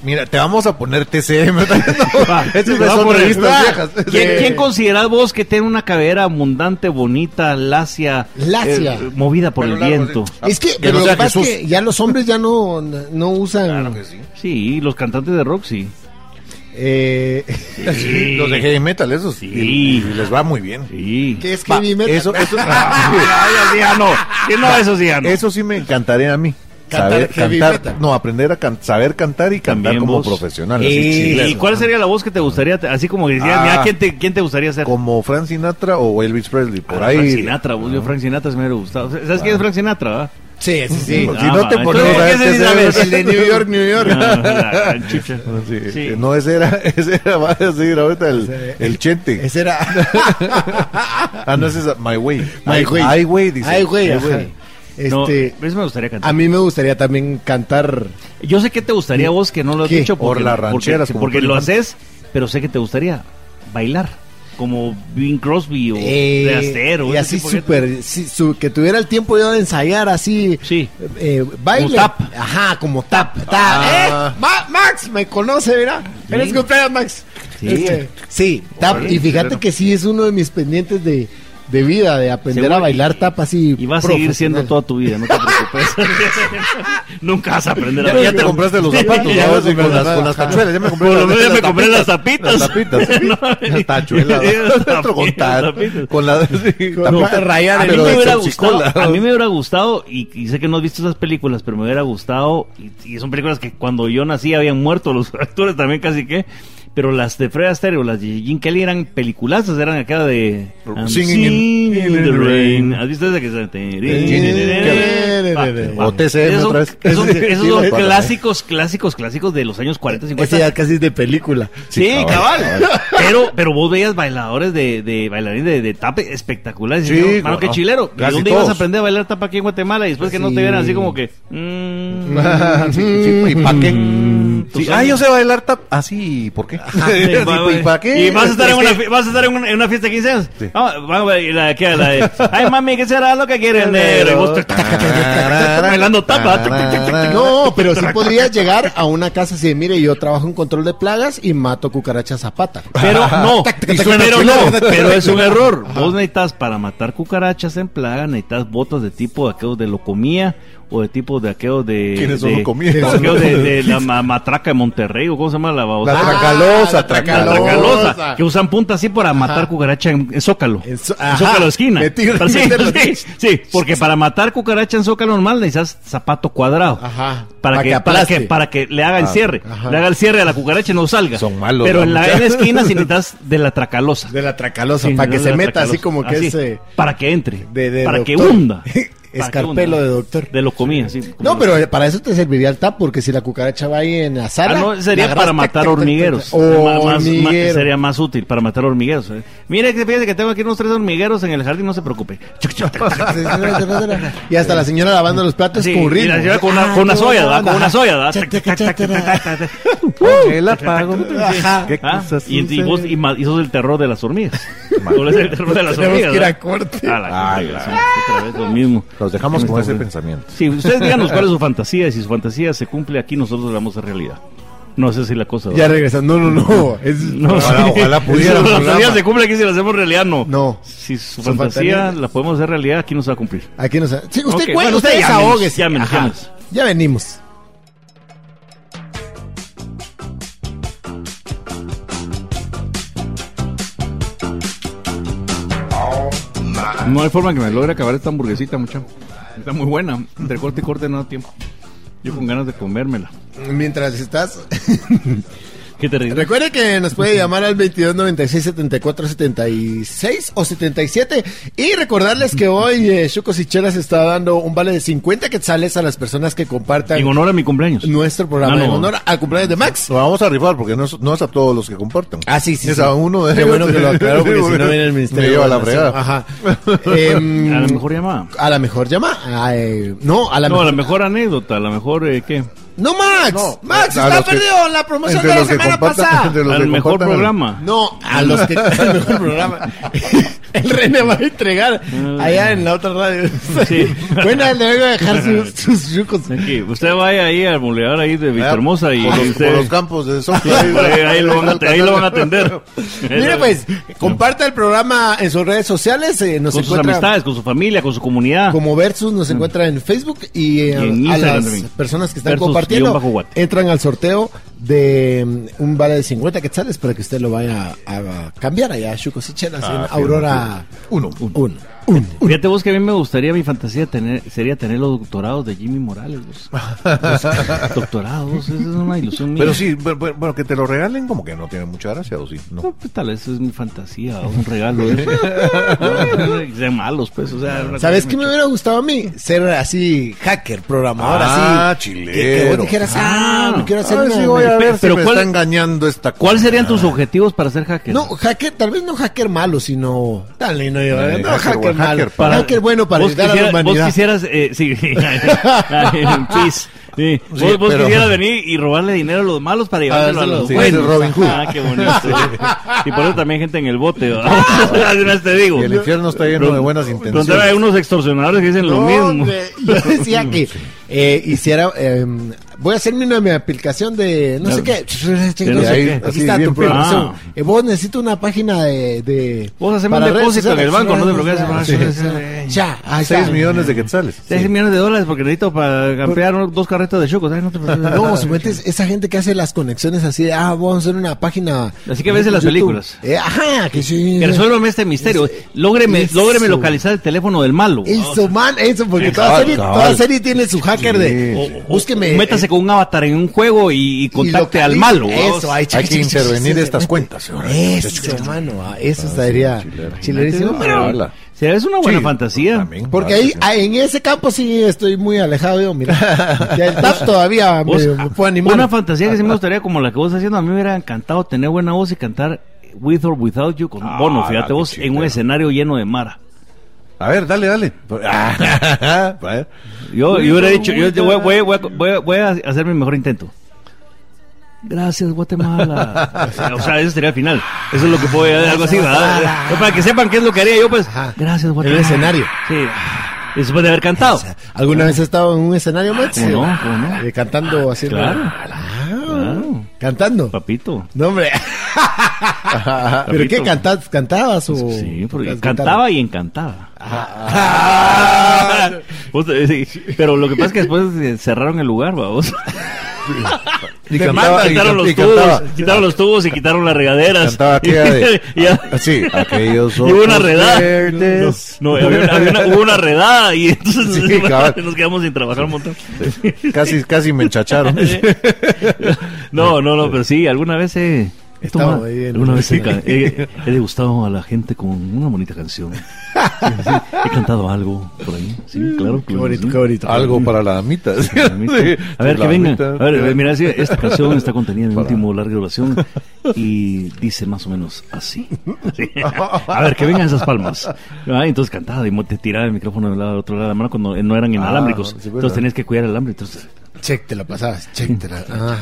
[SPEAKER 4] mira, te vamos a poner TCM.
[SPEAKER 2] [laughs] Va,
[SPEAKER 4] Esas
[SPEAKER 2] va
[SPEAKER 4] son
[SPEAKER 2] por ahí.
[SPEAKER 4] revistas
[SPEAKER 2] Va.
[SPEAKER 4] viejas.
[SPEAKER 2] ¿Quién,
[SPEAKER 3] Sí.
[SPEAKER 2] quién considerás vos que tiene una cadera abundante, bonita, lacia,
[SPEAKER 3] Lacia.
[SPEAKER 2] eh, movida por
[SPEAKER 4] Pelo
[SPEAKER 2] el
[SPEAKER 4] largo,
[SPEAKER 2] viento?
[SPEAKER 4] sí.
[SPEAKER 3] es que,
[SPEAKER 4] Ah, que
[SPEAKER 3] pero
[SPEAKER 4] no
[SPEAKER 3] lo
[SPEAKER 4] sea
[SPEAKER 3] que pasa es
[SPEAKER 4] Jesús.
[SPEAKER 3] que ya los hombres ya no, no usan.
[SPEAKER 4] sí.
[SPEAKER 2] Sí, los cantantes de rock, sí.
[SPEAKER 3] eh, [laughs]
[SPEAKER 2] Sí.
[SPEAKER 4] Los de heavy metal, esos.
[SPEAKER 2] Sí.
[SPEAKER 4] Y, y les va muy bien.
[SPEAKER 2] Sí.
[SPEAKER 3] ¿Qué es que
[SPEAKER 4] Va,
[SPEAKER 3] mi meta?
[SPEAKER 4] Eso,
[SPEAKER 3] [laughs]
[SPEAKER 4] eso,
[SPEAKER 2] Ay, eso [laughs] sí ya no. Que no, eso sí ya no.
[SPEAKER 4] eso sí me encantaría a mí.
[SPEAKER 3] Cantar
[SPEAKER 4] saber
[SPEAKER 3] heavy
[SPEAKER 4] cantar,
[SPEAKER 3] metal.
[SPEAKER 4] no, aprender a can- saber cantar y cantar
[SPEAKER 2] También
[SPEAKER 4] como
[SPEAKER 2] vos.
[SPEAKER 4] profesional. así,
[SPEAKER 2] ¿Y,
[SPEAKER 4] chilero.
[SPEAKER 2] y cuál sería la voz que te gustaría? te- Así como que decías,
[SPEAKER 4] Ah.
[SPEAKER 2] mira, ¿quién te, ¿quién te gustaría ser?
[SPEAKER 4] como Frank Sinatra o Elvis Presley, por
[SPEAKER 2] Ah,
[SPEAKER 4] ahí. Ah.
[SPEAKER 2] Frank Sinatra, vos, yo Frank Sinatra se me hubiera gustado. ¿Sabes quién es Frank Sinatra?
[SPEAKER 4] [laughs]
[SPEAKER 2] va?
[SPEAKER 3] Sí, sí, sí.
[SPEAKER 2] Ah,
[SPEAKER 4] Porque si no
[SPEAKER 2] va,
[SPEAKER 4] te pones
[SPEAKER 2] entonces,
[SPEAKER 4] a ver
[SPEAKER 2] ¿qué
[SPEAKER 4] qué
[SPEAKER 2] se
[SPEAKER 4] se
[SPEAKER 2] dice?
[SPEAKER 4] ve.
[SPEAKER 3] El de New York, New York.
[SPEAKER 2] Ah, la gran chucha.
[SPEAKER 4] [laughs] Sí,
[SPEAKER 2] Sí.
[SPEAKER 4] No, ese era, ese era, va a decir ahorita el, el chente.
[SPEAKER 3] Ese era.
[SPEAKER 4] ah, no, ese es My Way.
[SPEAKER 3] My Way.
[SPEAKER 4] Ay, güey, dice.
[SPEAKER 3] Ay, güey. ajá.
[SPEAKER 2] No, eh,
[SPEAKER 3] Este,
[SPEAKER 2] eso me gustaría cantar.
[SPEAKER 3] a mí me gustaría también cantar.
[SPEAKER 2] Yo sé que te gustaría a vos que no lo has
[SPEAKER 3] ¿Qué?
[SPEAKER 2] dicho
[SPEAKER 4] Por
[SPEAKER 2] porque,
[SPEAKER 4] las
[SPEAKER 2] porque-
[SPEAKER 4] rancheras, como
[SPEAKER 2] porque,
[SPEAKER 4] tú
[SPEAKER 2] lo
[SPEAKER 4] dices.
[SPEAKER 2] haces, pero sé que te gustaría bailar como Bing Crosby o
[SPEAKER 3] eh,
[SPEAKER 2] de Astero.
[SPEAKER 3] y
[SPEAKER 2] ese
[SPEAKER 3] así
[SPEAKER 2] tipo de-
[SPEAKER 3] súper. sí, su- que tuviera el tiempo yo de ensayar así.
[SPEAKER 2] Sí.
[SPEAKER 3] eh, baile.
[SPEAKER 2] Como tap.
[SPEAKER 3] Ajá, como tap. tap.
[SPEAKER 4] Ah.
[SPEAKER 3] Eh, Ma- Max, me conoce, mira. Feliz cumpleaños, Max.
[SPEAKER 2] Sí.
[SPEAKER 3] Este, sí, tap.
[SPEAKER 2] Órale,
[SPEAKER 3] y fíjate
[SPEAKER 2] pero-
[SPEAKER 3] que sí es uno de mis pendientes de, de vida, de aprender
[SPEAKER 2] Seguro,
[SPEAKER 3] a bailar
[SPEAKER 2] y-
[SPEAKER 3] tap así.
[SPEAKER 2] Y vas a seguir siendo
[SPEAKER 3] profesional.
[SPEAKER 2] toda tu vida, no te
[SPEAKER 4] [laughs]
[SPEAKER 2] preocupes. Nunca vas a aprender a
[SPEAKER 4] Ya, ya te compraste los
[SPEAKER 2] [laughs]
[SPEAKER 4] zapatos,
[SPEAKER 2] Ya
[SPEAKER 4] ¿no?
[SPEAKER 2] me
[SPEAKER 4] Así
[SPEAKER 2] compré los
[SPEAKER 4] con, las, con
[SPEAKER 2] zapatos.
[SPEAKER 4] las tachuelas. Ya me compré,
[SPEAKER 2] Por lo
[SPEAKER 4] las-
[SPEAKER 2] menos ya
[SPEAKER 4] las
[SPEAKER 2] me compré las tapitas.
[SPEAKER 4] Las tapitas.
[SPEAKER 2] No,
[SPEAKER 4] las tachuelas.
[SPEAKER 2] las
[SPEAKER 4] Otro con
[SPEAKER 2] tapitas,
[SPEAKER 4] ta-
[SPEAKER 2] tapitas.
[SPEAKER 4] Con la.
[SPEAKER 3] No,
[SPEAKER 4] tapita
[SPEAKER 3] rayar
[SPEAKER 2] A
[SPEAKER 3] el
[SPEAKER 2] mí,
[SPEAKER 4] pero
[SPEAKER 2] me
[SPEAKER 4] de
[SPEAKER 2] hubiera
[SPEAKER 4] salchicola.
[SPEAKER 2] gustado, a mí me hubiera gustado, y, y sé que no has visto esas películas, pero me hubiera gustado, y, y son películas que cuando yo nací habían muerto los actores también casi que, pero las de Fred Astaire o las de Jim Kelly eran peliculazas, eran acá de... I'm
[SPEAKER 4] Singing in-
[SPEAKER 2] singing in the rain. ¿Has visto esa que se... Va, va.
[SPEAKER 4] O TCM
[SPEAKER 2] Esos son-
[SPEAKER 4] otra vez.
[SPEAKER 2] esos son- Esos
[SPEAKER 4] Sí,
[SPEAKER 2] son
[SPEAKER 4] para-
[SPEAKER 2] clásicos, clásicos, clásicos de los años 40, 50.
[SPEAKER 3] Ese ya casi es de película.
[SPEAKER 2] [laughs] Sí,
[SPEAKER 4] Sí,
[SPEAKER 2] cabal.
[SPEAKER 4] cabal,
[SPEAKER 2] Pero, pero vos veías bailadores de, de bailarines de, de tape espectaculares.
[SPEAKER 4] Sí,
[SPEAKER 2] y dices, mano, qué
[SPEAKER 4] bueno,
[SPEAKER 2] chilero. ¿Y
[SPEAKER 4] casi
[SPEAKER 2] dónde
[SPEAKER 4] todos.
[SPEAKER 2] ibas a aprender a bailar tapa aquí en Guatemala? Y después que no te
[SPEAKER 3] Sí.
[SPEAKER 2] vieran así como que. mm,
[SPEAKER 4] Sí, sí, ¿Y para qué?
[SPEAKER 2] tú
[SPEAKER 4] Sí,
[SPEAKER 2] sabes.
[SPEAKER 4] ah, yo sé bailar tap. Ah, sí, ¿por qué?
[SPEAKER 2] ah, sí,
[SPEAKER 4] [laughs] Sí,
[SPEAKER 2] va,
[SPEAKER 4] ¿Y
[SPEAKER 2] va.
[SPEAKER 4] para qué?
[SPEAKER 2] Y vas a estar, en
[SPEAKER 4] Es
[SPEAKER 2] una,
[SPEAKER 4] que-
[SPEAKER 2] fi- vas a estar en, una, en una fiesta de 15 años. Ah,
[SPEAKER 4] Sí.
[SPEAKER 2] Vamos, vamos a ver, la, que- la de, Ay, mami, ¿qué será lo que quieres, negro? Y vos te- [laughs] bailando tapa.
[SPEAKER 3] No, pero sí podrías llegar a una casa así de, mire, yo trabajo en control de plagas y mato cucarachas zapata.
[SPEAKER 2] Pero [laughs] no,
[SPEAKER 3] tac, tac,
[SPEAKER 2] pero
[SPEAKER 3] tac,
[SPEAKER 2] no,
[SPEAKER 3] tac, tac,
[SPEAKER 2] pero
[SPEAKER 3] tac,
[SPEAKER 2] es
[SPEAKER 4] [laughs]
[SPEAKER 2] un error. Vos necesitas para matar cucarachas en plaga, necesitas botas de tipo de aquellos de locomía o de tipo de aquellos de.
[SPEAKER 4] ¿Quiénes son
[SPEAKER 2] de,
[SPEAKER 4] locomía?
[SPEAKER 2] de aquellos de,
[SPEAKER 4] [laughs]
[SPEAKER 2] de la ma- matraca de Monterrey o cómo se llama la
[SPEAKER 4] La
[SPEAKER 2] babosada.
[SPEAKER 4] tracalosa,
[SPEAKER 3] la
[SPEAKER 2] Ah, La
[SPEAKER 4] tracalosa.
[SPEAKER 3] tracalosa.
[SPEAKER 2] tracalosa, que usan punta así para matar cucaracha en, en Zócalo. En,
[SPEAKER 3] En zo- ajá,
[SPEAKER 2] Zócalo esquina.
[SPEAKER 3] metir-
[SPEAKER 2] sí,
[SPEAKER 3] meterlo.
[SPEAKER 2] sí, sí, porque para matar cucaracha en Zócalo normal necesitas zapato cuadrado.
[SPEAKER 3] Ajá. Para que
[SPEAKER 2] Para, que, para que
[SPEAKER 3] aplaste. Ah,
[SPEAKER 2] para que le haga el cierre.
[SPEAKER 3] ajá.
[SPEAKER 2] Le haga el cierre a la cucaracha y no salga.
[SPEAKER 4] Son malos,
[SPEAKER 2] Pero
[SPEAKER 4] la
[SPEAKER 2] en la,
[SPEAKER 4] muchacha.
[SPEAKER 2] en la esquina
[SPEAKER 3] [laughs]
[SPEAKER 2] si necesitas de la tracalosa.
[SPEAKER 3] De la tracalosa,
[SPEAKER 2] Sí,
[SPEAKER 3] para
[SPEAKER 2] no
[SPEAKER 3] que
[SPEAKER 2] de
[SPEAKER 3] se
[SPEAKER 2] la
[SPEAKER 3] meta así
[SPEAKER 2] tracalosa. Ah,
[SPEAKER 3] como que
[SPEAKER 2] Así,
[SPEAKER 3] ese...
[SPEAKER 2] Para que entre.
[SPEAKER 3] de- de
[SPEAKER 2] para que
[SPEAKER 3] doctor. [laughs]
[SPEAKER 2] hunda. Para que
[SPEAKER 3] Escarpelo
[SPEAKER 2] hunda.
[SPEAKER 3] de doctor.
[SPEAKER 2] De lo comía, sí. como
[SPEAKER 3] No,
[SPEAKER 2] lo-
[SPEAKER 3] pero para eso te serviría el tap, porque si la cucaracha va ahí en la
[SPEAKER 2] Ah,
[SPEAKER 3] sala...
[SPEAKER 2] no, sería
[SPEAKER 3] la
[SPEAKER 2] para
[SPEAKER 3] agarras,
[SPEAKER 2] matar
[SPEAKER 3] tac, tac, tac,
[SPEAKER 2] hormigueros.
[SPEAKER 3] tac, tac.
[SPEAKER 2] Sería
[SPEAKER 3] Oh,
[SPEAKER 2] más- más-
[SPEAKER 3] hormiguero. [laughs]
[SPEAKER 2] sería más útil para matar hormigueros. eh. Mire, que fíjese que tengo aquí unos tres hormigueros en el jardín, no se preocupe. Ah, Chuc, chuc, tac, tac.
[SPEAKER 3] Y hasta la señora lavando los platos
[SPEAKER 2] Sí,
[SPEAKER 3] con
[SPEAKER 2] y
[SPEAKER 3] ritmo.
[SPEAKER 2] la lleva con una,
[SPEAKER 3] Ah,
[SPEAKER 2] con una
[SPEAKER 3] qué
[SPEAKER 2] soya,
[SPEAKER 3] buena
[SPEAKER 2] ¿verdad? Con
[SPEAKER 3] onda.
[SPEAKER 2] una soya, ¿verdad?
[SPEAKER 3] Cha,
[SPEAKER 2] Tac,
[SPEAKER 3] cha,
[SPEAKER 2] tac,
[SPEAKER 3] cha,
[SPEAKER 2] tac,
[SPEAKER 3] cha,
[SPEAKER 2] tac,
[SPEAKER 3] cha.
[SPEAKER 2] tac, tac, tac.
[SPEAKER 4] Con el apago.
[SPEAKER 3] Ajá.
[SPEAKER 4] ¿Qué
[SPEAKER 2] Ah,
[SPEAKER 4] cosas
[SPEAKER 2] y, y vos, y, ma- y sos el terror de las hormigas. Tú eres el terror de las
[SPEAKER 3] Tenemos
[SPEAKER 2] hormigas.
[SPEAKER 3] que ir a
[SPEAKER 2] ¿verdad?
[SPEAKER 3] corte.
[SPEAKER 2] A la
[SPEAKER 4] Ah,
[SPEAKER 2] corte,
[SPEAKER 4] la-
[SPEAKER 2] sí, Otra vez lo mismo.
[SPEAKER 4] Los dejamos con ese pensamiento.
[SPEAKER 2] Sí, ustedes díganos cuál es su fantasía y si su fantasía se cumple aquí, nosotros la vamos a realidad. No sé si la cosa.
[SPEAKER 3] Ya regresando, no, no, [laughs] no. Es,
[SPEAKER 2] [laughs] No,
[SPEAKER 4] Ojalá-
[SPEAKER 2] sí.
[SPEAKER 4] ojalá
[SPEAKER 2] Si
[SPEAKER 4] pudiera el
[SPEAKER 2] su fantasía
[SPEAKER 4] programa.
[SPEAKER 2] se cumple aquí, si la hacemos realidad, no.
[SPEAKER 3] No.
[SPEAKER 2] Si su,
[SPEAKER 3] Su
[SPEAKER 2] fantasía,
[SPEAKER 3] fantasía-
[SPEAKER 2] la podemos hacer realidad, aquí nos va a cumplir.
[SPEAKER 3] Aquí nos. Sí, usted,
[SPEAKER 2] Ok,
[SPEAKER 3] cuente,
[SPEAKER 2] bueno,
[SPEAKER 3] usted
[SPEAKER 2] usted llámenos,
[SPEAKER 3] desahógese.
[SPEAKER 2] llámenos,
[SPEAKER 3] Ajá.
[SPEAKER 2] llámenos.
[SPEAKER 3] Ya venimos.
[SPEAKER 9] No hay forma que me logre acabar esta hamburguesita, mucha. Está muy buena. Entre corte y corte no da tiempo.
[SPEAKER 2] Yo con ganas de comérmela.
[SPEAKER 3] Mientras estás.
[SPEAKER 2] Qué terrible.
[SPEAKER 3] Recuerde que nos puede llamar al 22 96 74 76 o 77. Y recordarles que hoy eh, Chucos y Chelas está dando un vale de 50 quetzales a las personas que compartan
[SPEAKER 2] En honor a mi cumpleaños.
[SPEAKER 3] nuestro programa.
[SPEAKER 2] Ah, no.
[SPEAKER 3] En honor al cumpleaños de Max.
[SPEAKER 4] Lo vamos a rifar porque no es, no es a todos los que compartan.
[SPEAKER 3] Ah, sí, sí.
[SPEAKER 4] Es
[SPEAKER 3] sí.
[SPEAKER 4] a uno de
[SPEAKER 3] Qué
[SPEAKER 4] ellos.
[SPEAKER 3] bueno que lo aclaró porque si
[SPEAKER 4] Sí,
[SPEAKER 3] no
[SPEAKER 4] bueno.
[SPEAKER 3] viene el ministerio.
[SPEAKER 4] [laughs] Me lleva
[SPEAKER 3] de
[SPEAKER 4] la
[SPEAKER 3] Gobernación.
[SPEAKER 4] fregada. [laughs]
[SPEAKER 3] Ajá. Em,
[SPEAKER 2] A la mejor llamada.
[SPEAKER 3] A la mejor llama. Ah, eh, no, a la
[SPEAKER 2] No,
[SPEAKER 3] mejor.
[SPEAKER 2] la mejor anécdota, la mejor, eh, ¿qué?
[SPEAKER 3] No, Max.
[SPEAKER 4] No,
[SPEAKER 3] Max
[SPEAKER 4] a
[SPEAKER 3] está
[SPEAKER 4] los que-
[SPEAKER 3] perdido en la promoción
[SPEAKER 4] entre
[SPEAKER 3] de la
[SPEAKER 4] los que
[SPEAKER 3] semana
[SPEAKER 4] compartan- entre
[SPEAKER 3] pasada.
[SPEAKER 4] los
[SPEAKER 2] Al
[SPEAKER 4] que
[SPEAKER 2] mejor
[SPEAKER 4] compartan el-
[SPEAKER 2] programa.
[SPEAKER 3] No, a los que. al mejor
[SPEAKER 2] [laughs]
[SPEAKER 3] programa. El René va a entregar allá en la otra radio.
[SPEAKER 2] Sí.
[SPEAKER 3] Bueno, le voy a dejar
[SPEAKER 2] [laughs]
[SPEAKER 3] sus, sus yucos.
[SPEAKER 2] Aquí, usted vaya ahí al bolear ahí de
[SPEAKER 4] Ah,
[SPEAKER 2] Vistahermosa y
[SPEAKER 4] por los,
[SPEAKER 2] usted-
[SPEAKER 4] por los campos de
[SPEAKER 2] Sí,
[SPEAKER 4] Sofía.
[SPEAKER 2] ahí,
[SPEAKER 4] [laughs]
[SPEAKER 2] ahí lo van a, ahí lo van a atender.
[SPEAKER 3] Mire, pues, comparta el programa en sus redes sociales. eh, nos
[SPEAKER 2] Con sus
[SPEAKER 3] encuentra
[SPEAKER 2] amistades, con su familia, con su comunidad.
[SPEAKER 3] Como Versus nos encuentra en Facebook y, eh,
[SPEAKER 2] Y en
[SPEAKER 3] a
[SPEAKER 2] Instagram
[SPEAKER 3] las
[SPEAKER 2] también.
[SPEAKER 3] personas que están
[SPEAKER 2] Versus guión
[SPEAKER 3] compartiendo
[SPEAKER 2] bajo Guate.
[SPEAKER 3] entran al sorteo de mm, un vale de 50 quetzales para que usted lo vaya a cambiar allá a Chucos y
[SPEAKER 4] Ah,
[SPEAKER 3] Chelas en Aurora 1.
[SPEAKER 2] Fíjate vos que a mí me gustaría, mi fantasía tener, sería tener los doctorados de Jimmy Morales. vos. Los doctorados, esa es una ilusión mía.
[SPEAKER 4] Pero sí, pero, pero- pero que te lo regalen como que no tiene mucha gracia, ¿o sí? No.
[SPEAKER 2] No, pues, tal vez es mi fantasía, o un regalo. de eso. Que sean malos, pues. O sea, una
[SPEAKER 3] ¿Sabes
[SPEAKER 2] cosa
[SPEAKER 3] qué
[SPEAKER 2] que-
[SPEAKER 3] me hubiera gustado a mí? Ser así hacker, programador,
[SPEAKER 4] Ah,
[SPEAKER 3] así.
[SPEAKER 4] chilero.
[SPEAKER 3] Que, que vos dijeras, ah, me quiero hacer
[SPEAKER 4] Ah,
[SPEAKER 3] una-
[SPEAKER 4] sí, voy a ver si
[SPEAKER 2] Pero
[SPEAKER 4] me
[SPEAKER 2] ¿cuál-
[SPEAKER 4] está engañando esta
[SPEAKER 2] ¿Cuáles
[SPEAKER 4] cosa. Ah.
[SPEAKER 2] serían tus objetivos para ser hacker?
[SPEAKER 3] No, hacker, tal vez no hacker malo, sino. Tal no, yo,
[SPEAKER 4] Eh,
[SPEAKER 3] no,
[SPEAKER 4] hacker
[SPEAKER 3] hacker, malo.
[SPEAKER 4] bueno, hacker
[SPEAKER 3] Hacker,
[SPEAKER 4] para-
[SPEAKER 3] bueno para
[SPEAKER 2] vos,
[SPEAKER 3] ayudar a la
[SPEAKER 2] quisieras, vos
[SPEAKER 3] humanidad.
[SPEAKER 2] quisieras, eh, sí, [laughs] en pis, sí. vos, vos
[SPEAKER 4] pero-
[SPEAKER 2] quisieras venir y robarle dinero a los malos para llevárselo a
[SPEAKER 3] dárselo,
[SPEAKER 2] los
[SPEAKER 4] sí,
[SPEAKER 2] buenos.
[SPEAKER 4] ese es Robin Hood.
[SPEAKER 2] Ah, qué bonito. Y por eso también gente en el bote. ¿verdad? [laughs] De una vez te digo.
[SPEAKER 4] Y el infierno está lleno de buenas
[SPEAKER 2] Donde hay
[SPEAKER 4] intenciones.
[SPEAKER 2] unos extorsionadores que dicen lo mismo. [laughs]
[SPEAKER 3] Hombre, Yo decía que eh, hiciera. eh, voy a hacerme una mi aplicación de. [laughs] No sé qué.
[SPEAKER 2] no sé
[SPEAKER 4] ahí,
[SPEAKER 2] qué.
[SPEAKER 3] Aquí
[SPEAKER 4] así,
[SPEAKER 3] está
[SPEAKER 4] bien
[SPEAKER 3] tu programación.
[SPEAKER 2] pro-
[SPEAKER 3] Eh, vos necesito una página de. de
[SPEAKER 2] Vos haceme
[SPEAKER 3] para
[SPEAKER 2] un
[SPEAKER 3] redes
[SPEAKER 2] depósito en el
[SPEAKER 3] sociales.
[SPEAKER 2] banco, no te bloquees.
[SPEAKER 3] Sí.
[SPEAKER 2] Sí.
[SPEAKER 3] Ya, ahí está.
[SPEAKER 4] 6 millones de quetzales.
[SPEAKER 2] 6 millones de dólares porque necesito para campear unos- dos carretas de chocos. Ay, no te preocupes.
[SPEAKER 3] [laughs] No,
[SPEAKER 2] [laughs]
[SPEAKER 3] suponete es- esa gente que hace las conexiones así de, ah, vamos a hacer una página.
[SPEAKER 2] Así que ves en las
[SPEAKER 3] YouTube.
[SPEAKER 2] películas.
[SPEAKER 3] Eh, ajá, que sí.
[SPEAKER 2] Que resuélvame este misterio. Lógreme,
[SPEAKER 3] Eso.
[SPEAKER 2] lógreme localizar el teléfono del malo.
[SPEAKER 3] Eso, man, eso, porque toda
[SPEAKER 4] Cabal,
[SPEAKER 3] serie,
[SPEAKER 4] cabal.
[SPEAKER 3] toda serie tiene su hacker de.
[SPEAKER 4] Sí.
[SPEAKER 2] O- o-
[SPEAKER 3] Búsqueme.
[SPEAKER 2] Métase
[SPEAKER 3] eh,
[SPEAKER 2] con un avatar en un juego y, y contacte
[SPEAKER 3] y
[SPEAKER 2] al
[SPEAKER 3] localice-
[SPEAKER 2] malo.
[SPEAKER 3] Eso, ahí,
[SPEAKER 4] Hay
[SPEAKER 3] [laughs]
[SPEAKER 4] que intervenir estas cuentas, señora.
[SPEAKER 3] Eso, hermano, ah, eso estaría chilerísimo.
[SPEAKER 2] Pero,
[SPEAKER 4] Hola.
[SPEAKER 2] sí, es una buena
[SPEAKER 4] Sí,
[SPEAKER 2] fantasía.
[SPEAKER 4] también,
[SPEAKER 3] Porque
[SPEAKER 4] claro
[SPEAKER 3] ahí,
[SPEAKER 4] que sí.
[SPEAKER 3] ah, en ese campo sí estoy muy alejado yo, mira. Ya el
[SPEAKER 2] [laughs]
[SPEAKER 3] tap todavía me,
[SPEAKER 2] Vos,
[SPEAKER 3] me puede animar. Ah,
[SPEAKER 2] una fantasía que sí me gustaría, como la que vos estás haciendo, a mí me hubiera encantado tener buena voz y cantar With or Without You
[SPEAKER 3] Ah,
[SPEAKER 2] con Bono, fíjate
[SPEAKER 4] qué
[SPEAKER 2] vos, en un
[SPEAKER 4] chingada.
[SPEAKER 2] escenario lleno de Mara.
[SPEAKER 4] A ver,
[SPEAKER 2] [laughs]
[SPEAKER 4] dale, dale. [laughs] Ah, a ver.
[SPEAKER 2] Yo, yo hubiera dicho, yo voy, voy- voy a- voy a- voy a hacer mi mejor intento. Gracias, Guatemala. [laughs] O sea, eso sería el final. Eso es lo que puedo algo así, ¿verdad? Yo Para que sepan qué es lo que haría yo, pues.
[SPEAKER 3] Ajá.
[SPEAKER 2] Gracias,
[SPEAKER 3] En
[SPEAKER 2] Guatemala.
[SPEAKER 3] el
[SPEAKER 2] [laughs]
[SPEAKER 3] escenario.
[SPEAKER 2] Sí. Después de haber cantado.
[SPEAKER 3] ¿Alguna vez has estado en un escenario, Max?
[SPEAKER 2] ¿Cómo no? ¿Cómo no?
[SPEAKER 3] Eh, cantando así.
[SPEAKER 2] Claro.
[SPEAKER 3] ¿no? Ah,
[SPEAKER 2] Claro.
[SPEAKER 3] Cantando.
[SPEAKER 2] Papito.
[SPEAKER 3] No, hombre. [laughs] ¿Pero qué cantas? ¿Cantabas o...?
[SPEAKER 2] Sí, porque
[SPEAKER 3] tocas
[SPEAKER 2] cantaba y encantaba. [laughs]
[SPEAKER 3] guitarra? Ah.
[SPEAKER 2] Vos, eh, sí, Pero lo que pasa es que después eh, cerraron el lugar, vamos. [laughs]
[SPEAKER 4] Y
[SPEAKER 2] quitaron los
[SPEAKER 4] y
[SPEAKER 2] tubos,
[SPEAKER 4] cantaba-
[SPEAKER 2] [laughs] quitaron los tubos y quitaron las regaderas.
[SPEAKER 4] Cantaba aquella de.
[SPEAKER 2] [laughs]
[SPEAKER 4] Ah,
[SPEAKER 2] Y ya-
[SPEAKER 4] Sí,
[SPEAKER 2] [laughs]
[SPEAKER 4] aquellos
[SPEAKER 2] Y hubo una
[SPEAKER 4] ojos
[SPEAKER 2] redada.
[SPEAKER 4] verdes.
[SPEAKER 2] No, había una- había una- hubo una redada y entonces
[SPEAKER 4] Sí, cabal.
[SPEAKER 2] [laughs] nos quedamos sin trabajar un montón.
[SPEAKER 4] Casi, casi me enchacharon.
[SPEAKER 2] [laughs] No, no, no, pero sí, alguna vez he... he
[SPEAKER 3] Estaba
[SPEAKER 2] tomado-
[SPEAKER 3] ahí en
[SPEAKER 2] alguna
[SPEAKER 3] un
[SPEAKER 2] vez he, ca- he- he degustado a la gente con una bonita canción. Sí, sí, he cantado algo por ahí. Sí, claro.
[SPEAKER 3] Qué
[SPEAKER 2] claro,
[SPEAKER 3] bonito,
[SPEAKER 2] sí.
[SPEAKER 3] qué bonito.
[SPEAKER 4] Algo para la damita. ¿sí? [laughs] Sí,
[SPEAKER 2] A ver,
[SPEAKER 4] la Eh,
[SPEAKER 2] que venga.
[SPEAKER 4] damita.
[SPEAKER 2] A ver, mira, sí, esta canción está contenida en el último larga
[SPEAKER 4] [laughs]
[SPEAKER 2] duración y dice más o menos así. Sí. A ver, que vengan esas palmas. Ah, entonces cantaba y mo- te tiraba el micrófono de un lado al otro lado de la mano cuando no eran inalámbricos.
[SPEAKER 4] Ah, sí, pues, verdad.
[SPEAKER 2] entonces tenías que cuidar el alambre. Entonces,
[SPEAKER 3] Check, te la pasabas. Check,
[SPEAKER 2] [laughs]
[SPEAKER 3] te la... Ah.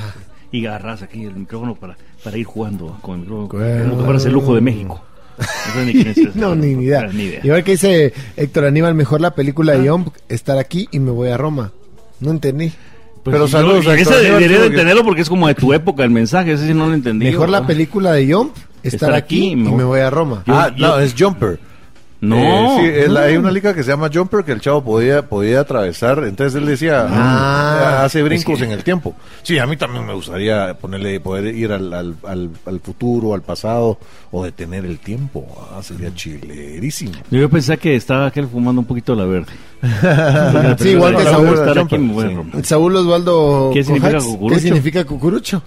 [SPEAKER 2] y agarras aquí el micrófono para, para ir jugando con el micrófono.
[SPEAKER 3] Cuerda.
[SPEAKER 2] Como que fueras el lujo de México. sé ni quién es
[SPEAKER 4] [laughs]
[SPEAKER 2] ese.
[SPEAKER 3] [laughs] no, ni, ni idea.
[SPEAKER 2] Ni idea. Ah.
[SPEAKER 3] Igual que dice Héctor Aníbal, mejor la película de Ion estar aquí y me voy a Roma. No entendí.
[SPEAKER 4] Pero
[SPEAKER 2] sí,
[SPEAKER 4] saludos,
[SPEAKER 2] Pues yo- Ese
[SPEAKER 4] Héctor Aníbal,
[SPEAKER 2] debería de
[SPEAKER 4] porque-
[SPEAKER 2] entenderlo porque es como de tu época el mensaje. Ese sí no lo entendí.
[SPEAKER 3] Mejor la
[SPEAKER 2] ¿no?
[SPEAKER 3] película de Ion estar,
[SPEAKER 2] Estar
[SPEAKER 3] aquí,
[SPEAKER 2] aquí
[SPEAKER 3] y me voy, a Roma.
[SPEAKER 2] Yo-
[SPEAKER 4] ah,
[SPEAKER 2] yo-
[SPEAKER 4] no, es Jumper.
[SPEAKER 2] No. Ah.
[SPEAKER 4] Eh, sí, es la- hay
[SPEAKER 2] No.
[SPEAKER 4] una liga que se llama Jumper que el chavo podía, podía atravesar. Entonces él decía,
[SPEAKER 3] Ah.
[SPEAKER 4] "Ah, hace brincos en el tiempo. Sí, a mí también me gustaría ponerle, poder ir al, al, al, al futuro, al pasado o detener el tiempo. Ah, sería chilerísimo.
[SPEAKER 2] Yo pensaba que estaba aquel fumando un poquito la verde.
[SPEAKER 3] Sí, igual que
[SPEAKER 2] Pero
[SPEAKER 3] Saúl.
[SPEAKER 2] estar aquí
[SPEAKER 4] Jumper,
[SPEAKER 2] me voy a
[SPEAKER 4] sí.
[SPEAKER 2] romper.
[SPEAKER 3] Saúl Osvaldo
[SPEAKER 2] ¿Qué significa
[SPEAKER 3] Cojax,
[SPEAKER 2] cucurucho?
[SPEAKER 3] ¿Qué significa cucurucho?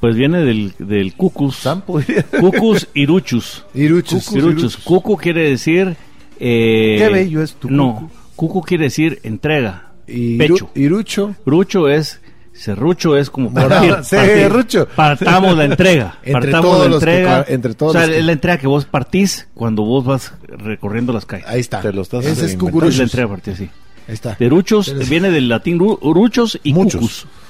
[SPEAKER 2] Pues viene del, del cucus.
[SPEAKER 4] Sampo, [laughs] diría.
[SPEAKER 2] Cucus iruchus.
[SPEAKER 3] [laughs] Iruchus.
[SPEAKER 2] Cucus iruchus. Cucu quiere decir. eh,
[SPEAKER 4] Qué bello es tu
[SPEAKER 2] No. Cucu quiere decir entrega.
[SPEAKER 3] Iru-
[SPEAKER 2] pecho.
[SPEAKER 3] Irucho.
[SPEAKER 2] Rucho es. Serrucho es como
[SPEAKER 3] Morado. [laughs]
[SPEAKER 2] partir,
[SPEAKER 4] Serrucho.
[SPEAKER 2] partir. Partamos la entrega.
[SPEAKER 3] Entre
[SPEAKER 2] partamos
[SPEAKER 3] todos
[SPEAKER 2] la
[SPEAKER 3] los que
[SPEAKER 2] entrega.
[SPEAKER 3] ca- entre todos
[SPEAKER 2] o sea,
[SPEAKER 3] los que-
[SPEAKER 2] es la entrega que vos partís cuando vos vas recorriendo las calles.
[SPEAKER 3] Ahí está.
[SPEAKER 4] Te lo estás
[SPEAKER 3] Ese es
[SPEAKER 4] inventando.
[SPEAKER 2] Es
[SPEAKER 3] cucurucho.
[SPEAKER 2] la
[SPEAKER 3] Ahí
[SPEAKER 2] entrega a partir, sí.
[SPEAKER 3] está.
[SPEAKER 2] De ruchos
[SPEAKER 3] Pero-
[SPEAKER 2] viene del latín ru- ruchos y
[SPEAKER 4] Muchos.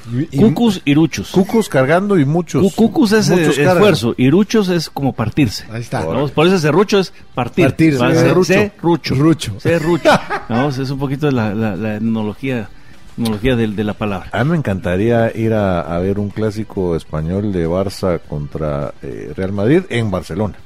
[SPEAKER 2] cucus.
[SPEAKER 3] Y- y-
[SPEAKER 2] Cucus y ruchos.
[SPEAKER 4] Cucus cargando y muchos.
[SPEAKER 2] Cu- Cucus es eh,
[SPEAKER 4] muchos cargan.
[SPEAKER 2] esfuerzo y ruchos es como partirse.
[SPEAKER 3] Ahí está.
[SPEAKER 2] ¿no? Por eso serrucho es partir.
[SPEAKER 3] Partir,
[SPEAKER 2] Va,
[SPEAKER 3] sí,
[SPEAKER 4] eh,
[SPEAKER 2] ser-
[SPEAKER 3] serrucho.
[SPEAKER 2] serrucho.
[SPEAKER 3] Rucho.
[SPEAKER 4] [laughs]
[SPEAKER 2] Serrucho. No, es un poquito la, la, la etnología, etnología del- de, la palabra.
[SPEAKER 4] A mí me encantaría ir a, a ver un clásico español de Barça contra eh, Real Madrid en Barcelona.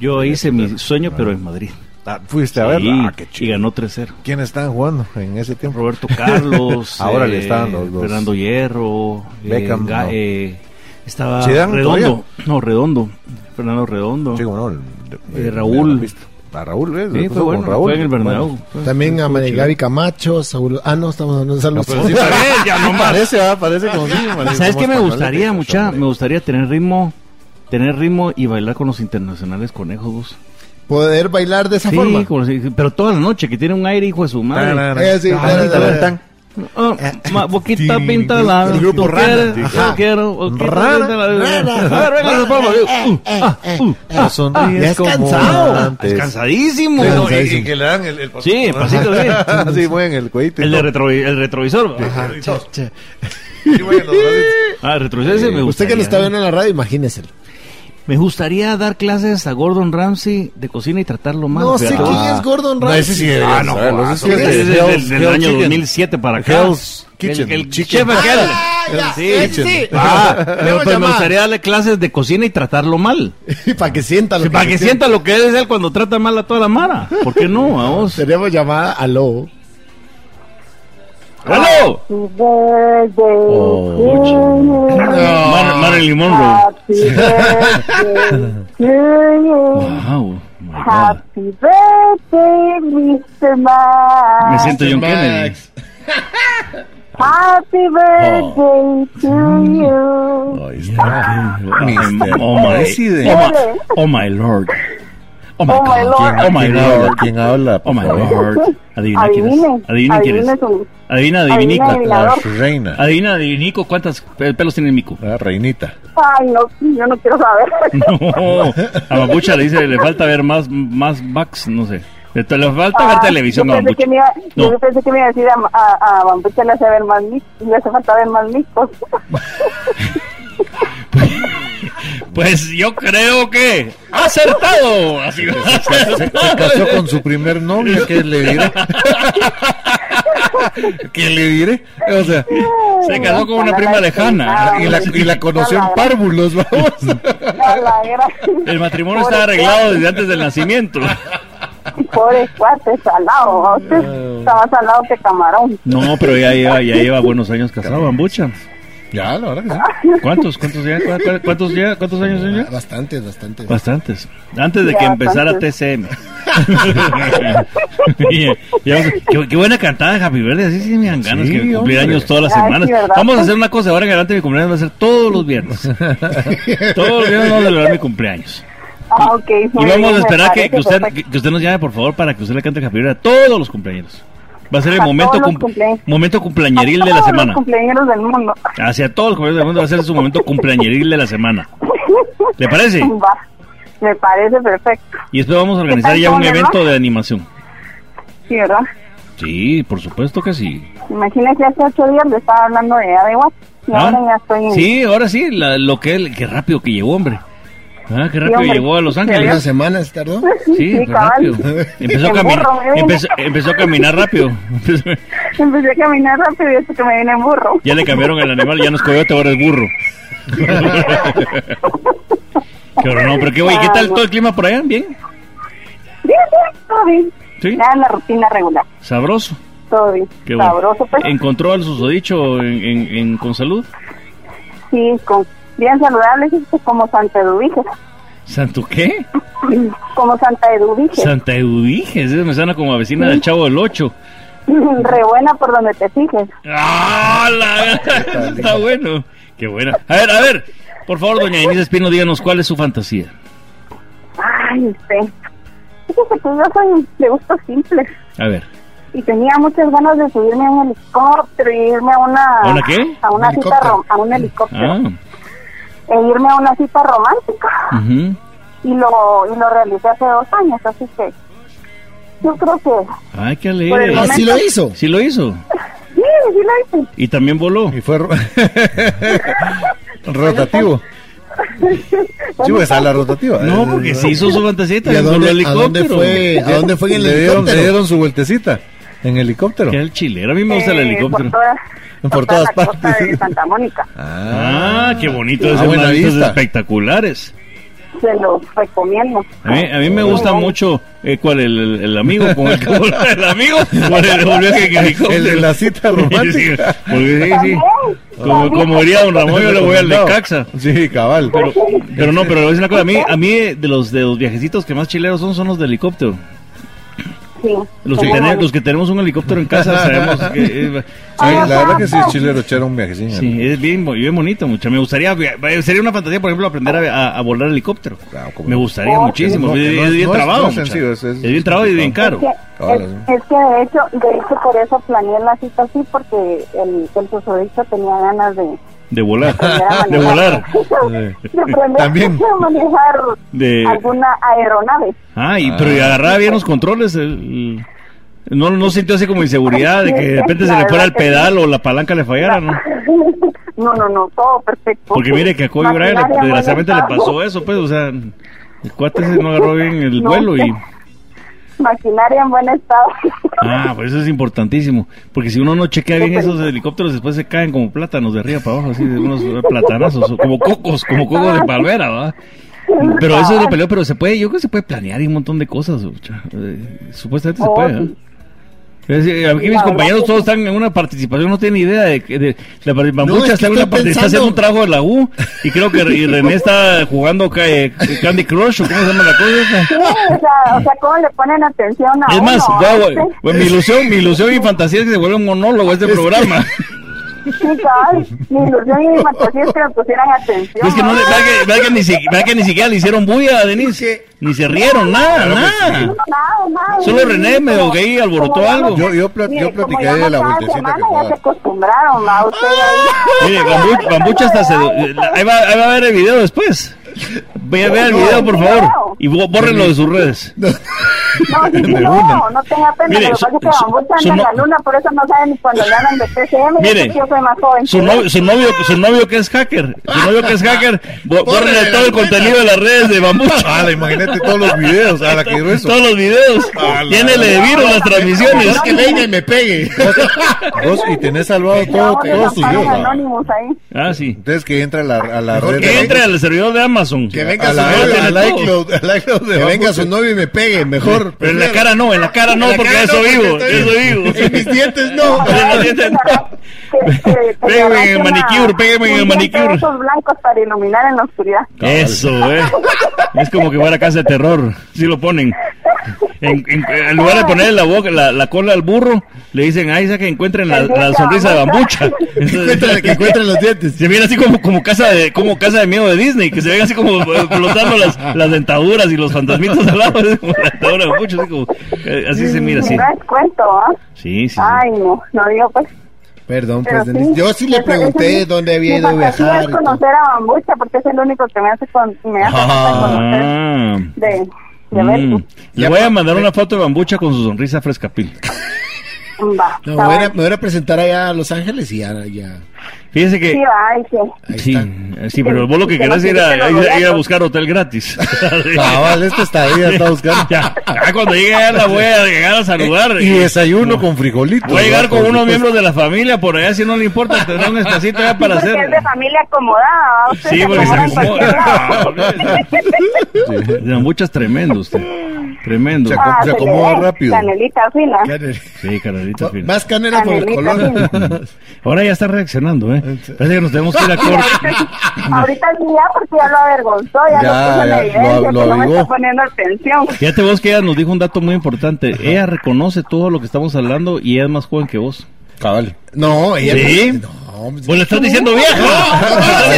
[SPEAKER 2] Yo hice mi sueño, pero en Madrid.
[SPEAKER 4] Ah, fuiste a verla.
[SPEAKER 2] Sí,
[SPEAKER 4] Ah, qué
[SPEAKER 2] y
[SPEAKER 4] chido.
[SPEAKER 2] ganó 3-0.
[SPEAKER 4] ¿Quiénes estaban jugando en ese tiempo?
[SPEAKER 2] Roberto Carlos.
[SPEAKER 4] [laughs]
[SPEAKER 2] eh,
[SPEAKER 4] Ahora le están los- los-
[SPEAKER 2] Fernando Hierro. eh,
[SPEAKER 4] Beckham,
[SPEAKER 2] Ga-
[SPEAKER 4] no.
[SPEAKER 2] eh, estaba
[SPEAKER 4] Zidane,
[SPEAKER 2] Redondo.
[SPEAKER 4] todavía.
[SPEAKER 2] No, Redondo. Fernando Redondo.
[SPEAKER 4] Sí, bueno, el-
[SPEAKER 2] Eh,
[SPEAKER 4] el-
[SPEAKER 2] Raúl.
[SPEAKER 4] el- visto. A Raúl, ¿ves?
[SPEAKER 2] Sí,
[SPEAKER 4] Lo
[SPEAKER 2] fue
[SPEAKER 4] puso
[SPEAKER 2] bueno,
[SPEAKER 4] con Raúl.
[SPEAKER 2] fue en el Bernabéu.
[SPEAKER 4] Bueno.
[SPEAKER 3] También a Marigaby Camacho, Saúl. Ah, no, estamos hablando de saludos.
[SPEAKER 4] Parece, ah,
[SPEAKER 2] [laughs]
[SPEAKER 4] parece como sí, Manuel,
[SPEAKER 2] ¿Sabes qué
[SPEAKER 4] somos
[SPEAKER 2] me
[SPEAKER 4] tan
[SPEAKER 2] gustaría,
[SPEAKER 4] maletas,
[SPEAKER 2] mucha?
[SPEAKER 4] hombre.
[SPEAKER 2] Me gustaría tener ritmo, tener ritmo y bailar con los internacionales conejos.
[SPEAKER 3] Poder bailar de esa
[SPEAKER 2] Sí,
[SPEAKER 3] forma.
[SPEAKER 2] con los- pero toda la noche, que tiene un aire, hijo de su madre.
[SPEAKER 3] Eh, sí, dale, dale, dale.
[SPEAKER 2] Ah, ma- boquita pinta la...
[SPEAKER 3] Eh, El grupo
[SPEAKER 2] boquera,
[SPEAKER 3] Rana, sí,
[SPEAKER 2] ajá,
[SPEAKER 3] claro.
[SPEAKER 2] quiero, boquita
[SPEAKER 3] Rana,
[SPEAKER 2] pinta la-
[SPEAKER 3] Rana, eh,
[SPEAKER 2] A ver, venga, esa forma, uh, ah, uh, ah,
[SPEAKER 4] sonríes
[SPEAKER 3] ya eh, es
[SPEAKER 4] como
[SPEAKER 3] cansado.
[SPEAKER 4] antes.
[SPEAKER 2] Es cansadísimo.
[SPEAKER 4] Sí,
[SPEAKER 2] No,
[SPEAKER 4] y-
[SPEAKER 2] y-
[SPEAKER 4] y que le dan el, el pasito.
[SPEAKER 2] Sí, el
[SPEAKER 4] [laughs]
[SPEAKER 2] pasito, sí.
[SPEAKER 4] Sí, mueven el cuellito. y
[SPEAKER 2] El, de
[SPEAKER 4] todo.
[SPEAKER 2] retrovi- el retrovisor. Ajá.
[SPEAKER 4] [laughs]
[SPEAKER 3] Che, che.
[SPEAKER 4] Sí,
[SPEAKER 3] [laughs]
[SPEAKER 4] mueven los bracitos.
[SPEAKER 2] Ah, el retrovisor ese me
[SPEAKER 3] Usted que lo
[SPEAKER 2] gustaría.
[SPEAKER 3] está viendo en la radio, imagínese.
[SPEAKER 2] Me gustaría dar clases a Gordon Ramsay de cocina y tratarlo mal.
[SPEAKER 3] No sé
[SPEAKER 2] fíjate.
[SPEAKER 3] quién es Gordon
[SPEAKER 4] No, ese sí
[SPEAKER 3] Ramsay.
[SPEAKER 4] deberías
[SPEAKER 2] Ah, no,
[SPEAKER 4] saberlo, ese sí
[SPEAKER 2] jodas,
[SPEAKER 4] es
[SPEAKER 2] ese es
[SPEAKER 4] de
[SPEAKER 2] del-
[SPEAKER 4] Hell's-
[SPEAKER 2] del
[SPEAKER 4] Hell's
[SPEAKER 2] año
[SPEAKER 4] Kitchen.
[SPEAKER 2] 2007 para acá.
[SPEAKER 4] Hell's Kitchen.
[SPEAKER 2] El, el
[SPEAKER 4] Chicken.
[SPEAKER 2] chef aquel.
[SPEAKER 3] Ah, ya,
[SPEAKER 2] Sí.
[SPEAKER 3] él sí.
[SPEAKER 2] Ah,
[SPEAKER 3] Le
[SPEAKER 2] me-
[SPEAKER 3] hemos
[SPEAKER 2] pues me
[SPEAKER 3] llamado.
[SPEAKER 2] gustaría darle clases de cocina y tratarlo mal.
[SPEAKER 3] Para que sienta lo
[SPEAKER 2] para que sienta lo que es él cuando trata mal a toda la mara. ¿Por qué no? A vos.
[SPEAKER 3] Tenemos llamada a Lobo.
[SPEAKER 2] ¡Aló!
[SPEAKER 3] Ah.
[SPEAKER 2] Mar- Marilyn Monroe. Wow. oh my God.
[SPEAKER 8] Happy birthday,
[SPEAKER 2] Me
[SPEAKER 8] Mr. Max.
[SPEAKER 2] siento John Kennedy.
[SPEAKER 8] Happy birthday to you.
[SPEAKER 4] Ahí está. Ah, Mister.
[SPEAKER 2] Oh my,
[SPEAKER 4] Presidente.
[SPEAKER 2] oh my, oh my lord. Oh my,
[SPEAKER 8] Oh,
[SPEAKER 2] God.
[SPEAKER 8] my lord.
[SPEAKER 2] Oh my
[SPEAKER 4] ¿Quién
[SPEAKER 2] lord.
[SPEAKER 4] habla? ¿Quién habla?
[SPEAKER 2] Oh
[SPEAKER 4] por
[SPEAKER 2] my
[SPEAKER 4] favor?
[SPEAKER 2] lord. Adivina quién es.
[SPEAKER 8] Adivinen,
[SPEAKER 2] Adivina quién es.
[SPEAKER 8] adivinen su-
[SPEAKER 2] Adivina,
[SPEAKER 8] adivinen
[SPEAKER 2] adivinico.
[SPEAKER 4] La
[SPEAKER 8] adivinador.
[SPEAKER 4] reina.
[SPEAKER 2] Adivina, adivinico, ¿cuántas pe- pelos tiene Mico?
[SPEAKER 4] La reinita.
[SPEAKER 8] Ay, no, yo no quiero saber.
[SPEAKER 2] No. A Mapucha le dice, le falta ver más, más Max, no sé. Le, te- le falta ver
[SPEAKER 8] Ah,
[SPEAKER 2] televisión a
[SPEAKER 8] yo pensé,
[SPEAKER 2] Mapucha.
[SPEAKER 8] que me iba,
[SPEAKER 2] No.
[SPEAKER 8] yo pensé que me iba a decir a, a, a Bambucha le hace ver más mic- le hace falta ver más micos.
[SPEAKER 2] Pues yo creo que ha acertado. Así
[SPEAKER 4] Se, se casó con su primer novia, ¿qué le diré? ¿Qué le diré? O sea,
[SPEAKER 2] se casó con una prima lejana.
[SPEAKER 4] y la, y la conoció en párvulos, vamos.
[SPEAKER 8] A la gran-
[SPEAKER 2] El matrimonio está arreglado desde antes del nacimiento.
[SPEAKER 8] Pobres cuates, salado. Usted está más salado que camarón.
[SPEAKER 2] No, pero ya lleva, ya lleva buenos años casado, Bambucha.
[SPEAKER 4] Ya, la verdad que sí.
[SPEAKER 2] ¿Cuántos? ¿Cuántos ya? ¿Cuá- cuá- ¿Cuántos ya? ¿Cuántos años son ya?
[SPEAKER 3] Bastante, bastante.
[SPEAKER 2] Bastantes. Antes de que
[SPEAKER 8] Ya,
[SPEAKER 2] empezara
[SPEAKER 8] bastantes. [laughs]
[SPEAKER 2] TCM. Oye, ya, qué, qué buena cantada de Happy Verde. Así sí me dan ganas
[SPEAKER 4] Sí,
[SPEAKER 2] que cumplir
[SPEAKER 4] hombre.
[SPEAKER 2] años todas las
[SPEAKER 8] Ay, sí,
[SPEAKER 2] semanas.
[SPEAKER 8] ¿verdad?
[SPEAKER 2] Vamos a hacer una cosa. Ahora en adelante mi cumpleaños va a ser todos los viernes.
[SPEAKER 4] [laughs]
[SPEAKER 2] todos los viernes vamos a celebrar mi cumpleaños.
[SPEAKER 8] Ah, ok. muy
[SPEAKER 2] Y vamos
[SPEAKER 8] bien,
[SPEAKER 2] a
[SPEAKER 8] me
[SPEAKER 2] esperar que,
[SPEAKER 8] parece
[SPEAKER 2] que usted,
[SPEAKER 8] perfecto.
[SPEAKER 2] que- que usted nos llame, por favor, para que usted le cante el Happy Birthday a todos los cumpleaños. Va a ser el
[SPEAKER 8] A
[SPEAKER 2] momento,
[SPEAKER 8] todos los
[SPEAKER 2] cum-
[SPEAKER 8] cumpleaños.
[SPEAKER 2] momento cumpleañeril de
[SPEAKER 8] A
[SPEAKER 2] la
[SPEAKER 8] todos
[SPEAKER 2] semana.
[SPEAKER 8] Los cumpleaños del mundo.
[SPEAKER 2] Hacia todos los cumpleaños del mundo va a ser su momento cumpleañeril de la semana. ¿Le parece?
[SPEAKER 8] [laughs] Va, Me parece perfecto.
[SPEAKER 2] Y después vamos a organizar
[SPEAKER 8] tal
[SPEAKER 2] ya un
[SPEAKER 8] ponen,
[SPEAKER 2] evento
[SPEAKER 8] no?
[SPEAKER 2] de animación.
[SPEAKER 8] Sí, ¿verdad?
[SPEAKER 2] Sí, por supuesto que sí.
[SPEAKER 8] Imagínese, hace ocho días le estaba hablando de ADWAT. Y
[SPEAKER 2] ¿Ah?
[SPEAKER 8] ahora ya estoy en.
[SPEAKER 2] Sí, ahora sí, la- lo que él, qué rápido que llegó, hombre. Ah, qué rápido
[SPEAKER 8] hombre.
[SPEAKER 2] llegó a Los
[SPEAKER 6] Una
[SPEAKER 2] Ángeles.
[SPEAKER 6] semana se tardó.
[SPEAKER 8] [laughs]
[SPEAKER 2] Sí,
[SPEAKER 8] Sí,
[SPEAKER 2] fue
[SPEAKER 8] cabal.
[SPEAKER 2] rápido. Empezó a,
[SPEAKER 8] El
[SPEAKER 2] caminar,
[SPEAKER 8] burro, ¿eh?
[SPEAKER 2] empezó, empezó a caminar rápido. [laughs] Empezó-
[SPEAKER 8] Empecé a caminar rápido y hasta que me vine en burro. [laughs]
[SPEAKER 2] ya le cambiaron el animal, ya no es coyote, ahora es burro. [laughs] qué horror, no, pero qué güey, ¿qué tal todo el clima por allá? ¿Bien?
[SPEAKER 8] Bien, bien, todo bien.
[SPEAKER 2] ¿Sí?
[SPEAKER 8] Nada en la rutina regular.
[SPEAKER 2] ¿Sabroso?
[SPEAKER 8] Todo bien.
[SPEAKER 2] Qué bueno.
[SPEAKER 8] Sabroso, pues.
[SPEAKER 2] ¿Encontró al susodicho en, en- en- con salud?
[SPEAKER 8] Sí, con, bien saludable, sí, pues, como Santa Eduvige. [clears throat]
[SPEAKER 2] ¿Santo qué?
[SPEAKER 8] Como Santa Eduvige.
[SPEAKER 2] Santa Eudiges, eso me suena como a vecina del Chavo del Ocho.
[SPEAKER 8] [laughs] Re buena por donde te fijes.
[SPEAKER 2] ¡Ah, la- [laughs] Está bueno. Qué buena. A ver, a ver. Por favor, doña Inés Espino, díganos cuál es su fantasía.
[SPEAKER 8] Ay, usted. Fíjese que yo soy de gustos simples.
[SPEAKER 2] A ver.
[SPEAKER 8] Y tenía muchas ganas de subirme a un helicóptero y irme a una...
[SPEAKER 2] ¿A una qué?
[SPEAKER 8] A una
[SPEAKER 6] ¿Un
[SPEAKER 8] cita
[SPEAKER 6] helicóptero?
[SPEAKER 8] rom- a un helicóptero.
[SPEAKER 2] Ah,
[SPEAKER 8] E irme a una cita romántica.
[SPEAKER 2] [laughs] ujú.
[SPEAKER 8] y lo y lo realicé hace dos años así que yo creo que
[SPEAKER 2] Ay, qué
[SPEAKER 8] Por el
[SPEAKER 2] alegre.
[SPEAKER 8] momento-
[SPEAKER 6] Así lo hizo.
[SPEAKER 2] Sí lo hizo.
[SPEAKER 8] sí sí lo hice
[SPEAKER 2] Y también voló.
[SPEAKER 4] Y fue ro- [laughs] rotativo. Sí, pues a la rotativa.
[SPEAKER 2] No, porque se hizo su fantasía y
[SPEAKER 6] ¿Y a
[SPEAKER 2] también voló
[SPEAKER 6] dónde,
[SPEAKER 2] el
[SPEAKER 6] a dónde
[SPEAKER 2] helicóptero.
[SPEAKER 6] fue? ¿A dónde fue en el
[SPEAKER 4] le dieron, le
[SPEAKER 6] helicóptero?
[SPEAKER 4] dieron su vueltecita en helicóptero.
[SPEAKER 2] Qué el chilero. A mí me gusta el
[SPEAKER 8] eh,
[SPEAKER 2] helicóptero.
[SPEAKER 8] por todas,
[SPEAKER 4] Por todas
[SPEAKER 8] por toda la costa
[SPEAKER 4] partes.
[SPEAKER 8] de Santa Mónica
[SPEAKER 2] Ah, qué bonito.
[SPEAKER 4] Ah,
[SPEAKER 2] Esas
[SPEAKER 4] buena
[SPEAKER 2] vistas
[SPEAKER 4] vista.
[SPEAKER 2] espectaculares.
[SPEAKER 8] se los recomiendo
[SPEAKER 2] A mí, a mí me gusta mucho. eh, ¿Cuál? El, el- el amigo? ¿Con el que voló el
[SPEAKER 4] [laughs]
[SPEAKER 2] amigo? ¿Cuál el volvió en helicóptero?
[SPEAKER 4] El de la cita romántica.
[SPEAKER 2] [laughs] Sí, porque sí, sí.
[SPEAKER 8] También,
[SPEAKER 2] Como,
[SPEAKER 8] también.
[SPEAKER 2] como diría don Ramón, yo le voy al de
[SPEAKER 4] Recomendado.
[SPEAKER 2] Caxa.
[SPEAKER 4] Sí, cabal.
[SPEAKER 2] Pero, pero no, pero le voy a decir una cosa. A mí, a mí eh, de, los, de los viajecitos que más chileros son, son los de helicóptero.
[SPEAKER 8] sí
[SPEAKER 2] Los que,
[SPEAKER 8] Sí.
[SPEAKER 2] tenemos, los que tenemos un helicóptero en
[SPEAKER 4] [laughs]
[SPEAKER 2] casa sabemos que... eh,
[SPEAKER 4] Sí, la verdad que sí es chilero echar un viajecín.
[SPEAKER 2] Sí, es bien, bo- bien bonito, mucho. Me gustaría, via- sería una fantasía, por ejemplo, aprender a, a- a volar helicóptero.
[SPEAKER 4] Claro, cómo
[SPEAKER 2] Me
[SPEAKER 4] no.
[SPEAKER 2] gustaría
[SPEAKER 8] Oh,
[SPEAKER 2] muchísimo.
[SPEAKER 4] sí.
[SPEAKER 2] es,
[SPEAKER 4] No,
[SPEAKER 2] es
[SPEAKER 4] no es-
[SPEAKER 2] bien
[SPEAKER 4] no es
[SPEAKER 2] trabado. muchacho.
[SPEAKER 4] sencillo,
[SPEAKER 2] es,
[SPEAKER 4] es- es
[SPEAKER 2] bien trabado y bien
[SPEAKER 8] es
[SPEAKER 2] caro.
[SPEAKER 8] que,
[SPEAKER 4] Ahora sí.
[SPEAKER 8] es, es que de hecho de hecho por eso planeé la cita así porque el el susodicho tenía ganas de
[SPEAKER 2] De volar.
[SPEAKER 8] aprender a
[SPEAKER 2] [laughs] De volar.
[SPEAKER 8] manejar [laughs]
[SPEAKER 2] [laughs]
[SPEAKER 8] de aprender
[SPEAKER 4] También.
[SPEAKER 8] a manejar
[SPEAKER 2] De-
[SPEAKER 8] alguna aeronave
[SPEAKER 2] Ah, y, pero y agarraba bien los controles. el- el- no, no sintió así como inseguridad de que de repente se
[SPEAKER 8] La
[SPEAKER 2] le fuera
[SPEAKER 8] verdad
[SPEAKER 2] el
[SPEAKER 8] que sí.
[SPEAKER 2] pedal o la palanca le fallara, ¿no?
[SPEAKER 8] [laughs] no no no todo perfecto
[SPEAKER 2] Porque mire que a Kobe Bryant le-
[SPEAKER 8] Maquinaria
[SPEAKER 2] desgraciadamente le
[SPEAKER 8] buena,
[SPEAKER 2] pasó eso, pues, o sea, el cuate ese no agarró bien el
[SPEAKER 8] No.
[SPEAKER 2] vuelo y...
[SPEAKER 8] [laughs] maquinaria en buen estado
[SPEAKER 2] [laughs]
[SPEAKER 6] [laughs]
[SPEAKER 2] Ah, pues eso es importantísimo. Porque si uno no chequea bien esos helicópteros, después se caen como plátanos de arriba para abajo, así de unos platanazos, o como cocos, como cocos de palmera, ¿va? Pero eso es lo peleó, pero se puede, yo creo que se puede planear y un montón de cosas. o sea, eh, Supuestamente se
[SPEAKER 8] Oh,
[SPEAKER 2] puede, ¿eh?
[SPEAKER 8] sí.
[SPEAKER 2] Es decir, Aquí mis
[SPEAKER 8] verdad
[SPEAKER 2] compañeros
[SPEAKER 8] que
[SPEAKER 2] todos están en una participación, no tienen idea de que de- la participación.
[SPEAKER 6] No,
[SPEAKER 2] Muchas
[SPEAKER 6] es que
[SPEAKER 2] están en una
[SPEAKER 6] estoy
[SPEAKER 2] parte- está haciendo
[SPEAKER 6] pensando.
[SPEAKER 2] un trabajo de la U y creo que y René está jugando ca- eh, Candy Crush o cómo se llama la cosa. esa?
[SPEAKER 8] [laughs] Sí, o sea, o sea, ¿cómo le ponen atención a
[SPEAKER 2] Es más,
[SPEAKER 8] uno?
[SPEAKER 2] guau,
[SPEAKER 8] [laughs] Sí,
[SPEAKER 2] güey, güey, mi ilusión, mi ilusión y fantasía es que se vuelva un monólogo este programa.
[SPEAKER 8] sí, cabal. Mi ilusión y mi fantasía es que me pusieran atención.
[SPEAKER 2] es que no le, verdad que, verdad que ni, si- verdad que ni siquiera le hicieron bulla a Denise, ni se rieron, nada, nada.
[SPEAKER 8] Nada, nada.
[SPEAKER 2] Solo René me
[SPEAKER 8] Como-
[SPEAKER 2] gay alborotó
[SPEAKER 8] como ya
[SPEAKER 2] algo.
[SPEAKER 8] no-
[SPEAKER 4] Yo- yo pla-
[SPEAKER 8] mire,
[SPEAKER 4] yo
[SPEAKER 8] como
[SPEAKER 4] platiqué
[SPEAKER 8] ya
[SPEAKER 4] de la
[SPEAKER 8] no cada
[SPEAKER 4] vueltecita
[SPEAKER 8] semana
[SPEAKER 4] que
[SPEAKER 8] ya
[SPEAKER 4] daba.
[SPEAKER 8] se acostumbraron, ¿va? Usted ahí.
[SPEAKER 2] Mire,
[SPEAKER 8] [laughs]
[SPEAKER 2] Bambu- Bambucha hasta se... eh, Ahí va, ahí va a ver el video después. Ve a ver el video, por favor. Y bó- bórrenlo de sus redes. [laughs]
[SPEAKER 8] No, sí, sí, no, no tenga pena.
[SPEAKER 2] Mire,
[SPEAKER 8] lo que
[SPEAKER 2] su-
[SPEAKER 8] pasa es que
[SPEAKER 2] su-
[SPEAKER 8] Bambucha
[SPEAKER 2] su
[SPEAKER 8] anda en la
[SPEAKER 2] no-
[SPEAKER 8] luna, por eso no saben ni cuando le hablan de TCM.
[SPEAKER 2] Mire,
[SPEAKER 8] Mire, yo soy más joven.
[SPEAKER 2] Su
[SPEAKER 8] que
[SPEAKER 2] novio,
[SPEAKER 8] él.
[SPEAKER 2] su novio, su novio que es hacker. Su novio que es hacker. bó- Bórrenle todo el contenido de las redes de Bambucha.
[SPEAKER 4] Ah, la, imagínate todos los videos. A la que grueso.
[SPEAKER 2] Todos los videos.
[SPEAKER 4] A la-
[SPEAKER 2] Llénele de virus las transmisiones.
[SPEAKER 6] Es que venga y me pegue.
[SPEAKER 4] Vos, y tenés salvado
[SPEAKER 8] Ya
[SPEAKER 4] todo,
[SPEAKER 8] vamos a
[SPEAKER 4] todos tus
[SPEAKER 8] zampar en
[SPEAKER 4] videos.
[SPEAKER 8] Anonymous ahí.
[SPEAKER 2] Ah, sí.
[SPEAKER 4] Entonces que entra a la, a la red.
[SPEAKER 2] Que
[SPEAKER 4] de-
[SPEAKER 2] entre al servidor de Amazon.
[SPEAKER 6] Que
[SPEAKER 2] Pero
[SPEAKER 4] a
[SPEAKER 6] venga su
[SPEAKER 4] la
[SPEAKER 6] novio.
[SPEAKER 4] red,
[SPEAKER 2] tiene
[SPEAKER 4] al
[SPEAKER 2] todo.
[SPEAKER 4] iCloud, al iCloud de
[SPEAKER 6] Que venga
[SPEAKER 4] Bambucha.
[SPEAKER 6] su novio y me pegue, mejor.
[SPEAKER 2] en la
[SPEAKER 6] prefiero.
[SPEAKER 2] cara no, en la cara no,
[SPEAKER 6] En la
[SPEAKER 2] porque
[SPEAKER 6] cara
[SPEAKER 2] eso
[SPEAKER 6] no,
[SPEAKER 2] vivo, eso
[SPEAKER 6] porque estoy-
[SPEAKER 2] vivo.
[SPEAKER 6] En mis dientes no.
[SPEAKER 8] [laughs]
[SPEAKER 2] Pégame
[SPEAKER 8] Pégame
[SPEAKER 2] en el manicure, pégame en el manicure.
[SPEAKER 8] Esos blancos para iluminar en la oscuridad.
[SPEAKER 2] [laughs] Eso, eh. Es como que fuera casa de terror. Si lo ponen. En, en- en lugar de ponerle la, boca, la, la cola al burro, le dicen, ay, esa que encuentren la, la sonrisa de
[SPEAKER 6] [laughs]
[SPEAKER 2] bambucha.
[SPEAKER 6] Encuéntrale, que encuentren los dientes.
[SPEAKER 2] Se viene así como, como casa de como casa de miedo de Disney, que se ven así como eh, explotando las, las dentaduras y los fantasmitas al lado, [laughs] así como la dentadura de Bambucha, así como, eh, así se mira, así.
[SPEAKER 8] No es cuento, ¿ah?
[SPEAKER 2] Sí, sí, sí.
[SPEAKER 8] Ay, no, no digo pues.
[SPEAKER 6] Perdón,
[SPEAKER 8] Pero
[SPEAKER 6] pues, Denise, Yo sí le
[SPEAKER 8] esa- esa
[SPEAKER 6] pregunté
[SPEAKER 8] es mi-
[SPEAKER 6] dónde había
[SPEAKER 8] mi
[SPEAKER 6] ido a
[SPEAKER 8] fantasía
[SPEAKER 6] viajar.
[SPEAKER 8] es
[SPEAKER 6] y todo.
[SPEAKER 8] conocer a Bambucha porque es el único que me hace, con, me hace conocer
[SPEAKER 2] Ah.
[SPEAKER 8] de, de
[SPEAKER 2] Mm.
[SPEAKER 8] ver.
[SPEAKER 2] Le voy a mandar una foto de Bambucha con su sonrisa frescapil.
[SPEAKER 8] Va,
[SPEAKER 6] No,
[SPEAKER 8] está
[SPEAKER 6] me voy, a,
[SPEAKER 8] bueno.
[SPEAKER 6] me voy a presentar allá a Los Ángeles y ya, ya.
[SPEAKER 2] Fíjese que.
[SPEAKER 8] Sí, ay, sí.
[SPEAKER 2] Sí, sí, pero vos lo que
[SPEAKER 8] Te
[SPEAKER 2] querés es ir a,
[SPEAKER 8] mantienen los
[SPEAKER 2] ir a- ir a
[SPEAKER 8] boletos.
[SPEAKER 2] buscar hotel gratis.
[SPEAKER 3] Ah,
[SPEAKER 6] Cabal, esta estadía está buscando.
[SPEAKER 2] [laughs] ya, ya cuando llegue allá la voy a llegar a saludar.
[SPEAKER 4] Y desayuno con frijolitos.
[SPEAKER 2] Voy a llegar
[SPEAKER 4] ¿verdad?
[SPEAKER 2] con
[SPEAKER 4] Por
[SPEAKER 2] unos
[SPEAKER 4] supuesto.
[SPEAKER 2] miembros de la familia por allá, si no le importa, tendrá un espacito allá para
[SPEAKER 8] porque
[SPEAKER 2] hacer.
[SPEAKER 8] es de familia acomodada. ¿va? Ustedes
[SPEAKER 2] Sí, porque se
[SPEAKER 8] acomodan cualquier
[SPEAKER 6] [laughs]
[SPEAKER 8] lado.
[SPEAKER 2] acomoda. Sí, Don Muchas tremendo usted. Tremendo.
[SPEAKER 4] Se
[SPEAKER 8] Ah,
[SPEAKER 4] Se
[SPEAKER 8] se
[SPEAKER 4] acomoda
[SPEAKER 8] le ve,
[SPEAKER 4] rápido.
[SPEAKER 8] Canelita fina.
[SPEAKER 2] Sí, Carolita. fina.
[SPEAKER 6] Más canela por el [laughs]
[SPEAKER 8] Canelita
[SPEAKER 6] color.
[SPEAKER 2] Ahora ya está reaccionando, ¿eh? Parece que nos tenemos que ir a
[SPEAKER 8] Y
[SPEAKER 2] corte.
[SPEAKER 8] ahorita, ahorita sí ya porque ya lo avergonzó,
[SPEAKER 4] Ya,
[SPEAKER 8] ya, lo puso en
[SPEAKER 4] ya,
[SPEAKER 8] evidencia,
[SPEAKER 4] lo- lo
[SPEAKER 8] que no me
[SPEAKER 4] avivó.
[SPEAKER 8] está poniendo atención.
[SPEAKER 2] Fíjate vos que ella nos dijo un dato muy importante. Ella reconoce todo lo que estamos hablando y ella es más joven que vos.
[SPEAKER 4] Cabal.
[SPEAKER 6] No, ella
[SPEAKER 2] ¿Sí? [laughs]
[SPEAKER 6] no. No,
[SPEAKER 2] Vos le estás diciendo vieja.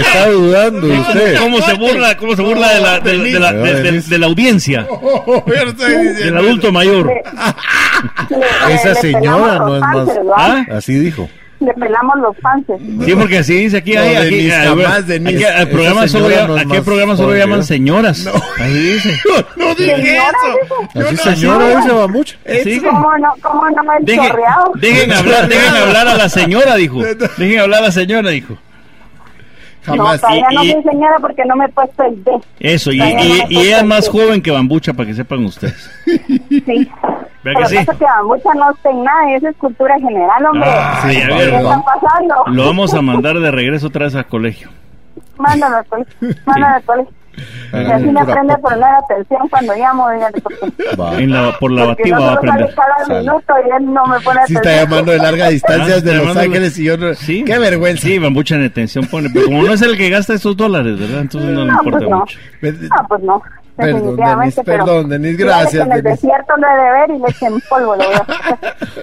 [SPEAKER 4] Está
[SPEAKER 6] [laughs]
[SPEAKER 4] dudando de usted.
[SPEAKER 2] ¿Cómo se burla, cómo se burla de la, de, de la, de- de- de la audiencia,
[SPEAKER 6] [laughs] yo no estoy
[SPEAKER 2] del
[SPEAKER 6] diciendo.
[SPEAKER 2] adulto mayor?
[SPEAKER 4] [laughs]
[SPEAKER 8] Le- le-
[SPEAKER 4] Esa
[SPEAKER 8] eh, le
[SPEAKER 4] señora
[SPEAKER 8] pelamos los
[SPEAKER 4] no es más-
[SPEAKER 8] pances, ¿va?
[SPEAKER 2] ¿Ah?
[SPEAKER 4] Así dijo.
[SPEAKER 8] Le pelamos los pances.
[SPEAKER 2] Sí, porque así dice aquí.
[SPEAKER 6] No,
[SPEAKER 2] hay, aquí,
[SPEAKER 6] Denise,
[SPEAKER 2] hay-
[SPEAKER 6] jamás,
[SPEAKER 2] aquí-
[SPEAKER 6] Denise.
[SPEAKER 2] aquí al
[SPEAKER 4] Esa
[SPEAKER 2] programa solo,
[SPEAKER 4] señora
[SPEAKER 2] llama-
[SPEAKER 4] no es
[SPEAKER 2] aquí al
[SPEAKER 4] más
[SPEAKER 2] programa solo
[SPEAKER 4] joven,
[SPEAKER 2] llaman
[SPEAKER 4] ¿eh?
[SPEAKER 2] señoras. Así dice.
[SPEAKER 6] No dije
[SPEAKER 8] Señora,
[SPEAKER 6] eso.
[SPEAKER 8] dice,
[SPEAKER 4] Así señora dice va mucho.
[SPEAKER 2] Sí.
[SPEAKER 8] ¿Cómo no, cómo no el
[SPEAKER 2] Deje-
[SPEAKER 8] chorreado?
[SPEAKER 2] dejen, hablar, dejen hablar a la señora,
[SPEAKER 4] [laughs]
[SPEAKER 2] dijo. Dejen hablar a la señora, dijo.
[SPEAKER 8] No,
[SPEAKER 6] Jamás.
[SPEAKER 8] todavía
[SPEAKER 2] y-
[SPEAKER 8] no
[SPEAKER 2] y-
[SPEAKER 8] soy señora porque no me he puesto el D.
[SPEAKER 2] Eso, y,
[SPEAKER 8] Todavía no
[SPEAKER 2] y,
[SPEAKER 8] me
[SPEAKER 2] y ella es más
[SPEAKER 8] contaste.
[SPEAKER 2] joven que Bambucha, para que sepan ustedes.
[SPEAKER 8] Sí.
[SPEAKER 2] [laughs] Vea
[SPEAKER 8] Pero
[SPEAKER 2] que
[SPEAKER 8] lo
[SPEAKER 2] sí.
[SPEAKER 8] que pasa es que Bambucha no está en nada, eso es cultura general, hombre.
[SPEAKER 2] Ah,
[SPEAKER 6] Sí,
[SPEAKER 2] ya
[SPEAKER 6] va,
[SPEAKER 8] ¿Qué
[SPEAKER 2] vieron.
[SPEAKER 6] va.
[SPEAKER 8] está pasando?
[SPEAKER 2] Lo vamos a mandar de regreso otra vez al colegio.
[SPEAKER 8] [laughs] Mándalo al colegio, mándalo al colegio. Y
[SPEAKER 4] Eh,
[SPEAKER 8] así me aprende a poner atención cuando llamo, dígale, porque
[SPEAKER 4] Va.
[SPEAKER 2] En la, por la
[SPEAKER 8] porque
[SPEAKER 2] bativa
[SPEAKER 8] no
[SPEAKER 2] va a
[SPEAKER 8] solo sale
[SPEAKER 2] aprender.
[SPEAKER 8] cada
[SPEAKER 4] Sale.
[SPEAKER 8] minuto y él no me pone
[SPEAKER 6] Sí
[SPEAKER 8] atención.
[SPEAKER 6] está llamando de larga distancia
[SPEAKER 2] Ah,
[SPEAKER 6] desde
[SPEAKER 2] está
[SPEAKER 6] Los
[SPEAKER 2] llamando-
[SPEAKER 6] Ángeles y yo no...
[SPEAKER 2] Sí.
[SPEAKER 6] ¡Qué vergüenza!
[SPEAKER 2] Sí, Bambucha en atención pone. Pero como no es el que gasta esos dólares, ¿verdad? Entonces no le
[SPEAKER 8] No, pues
[SPEAKER 2] importa
[SPEAKER 8] no.
[SPEAKER 2] mucho.
[SPEAKER 6] Ve-
[SPEAKER 8] Ah, pues no.
[SPEAKER 6] Perdón,
[SPEAKER 8] definitivamente,
[SPEAKER 6] Denise, perdón, Denise,
[SPEAKER 8] dígale
[SPEAKER 6] gracias,
[SPEAKER 8] que En el
[SPEAKER 6] Denise.
[SPEAKER 8] desierto no he de ver y le echen polvo, lo
[SPEAKER 2] [laughs]
[SPEAKER 8] voy a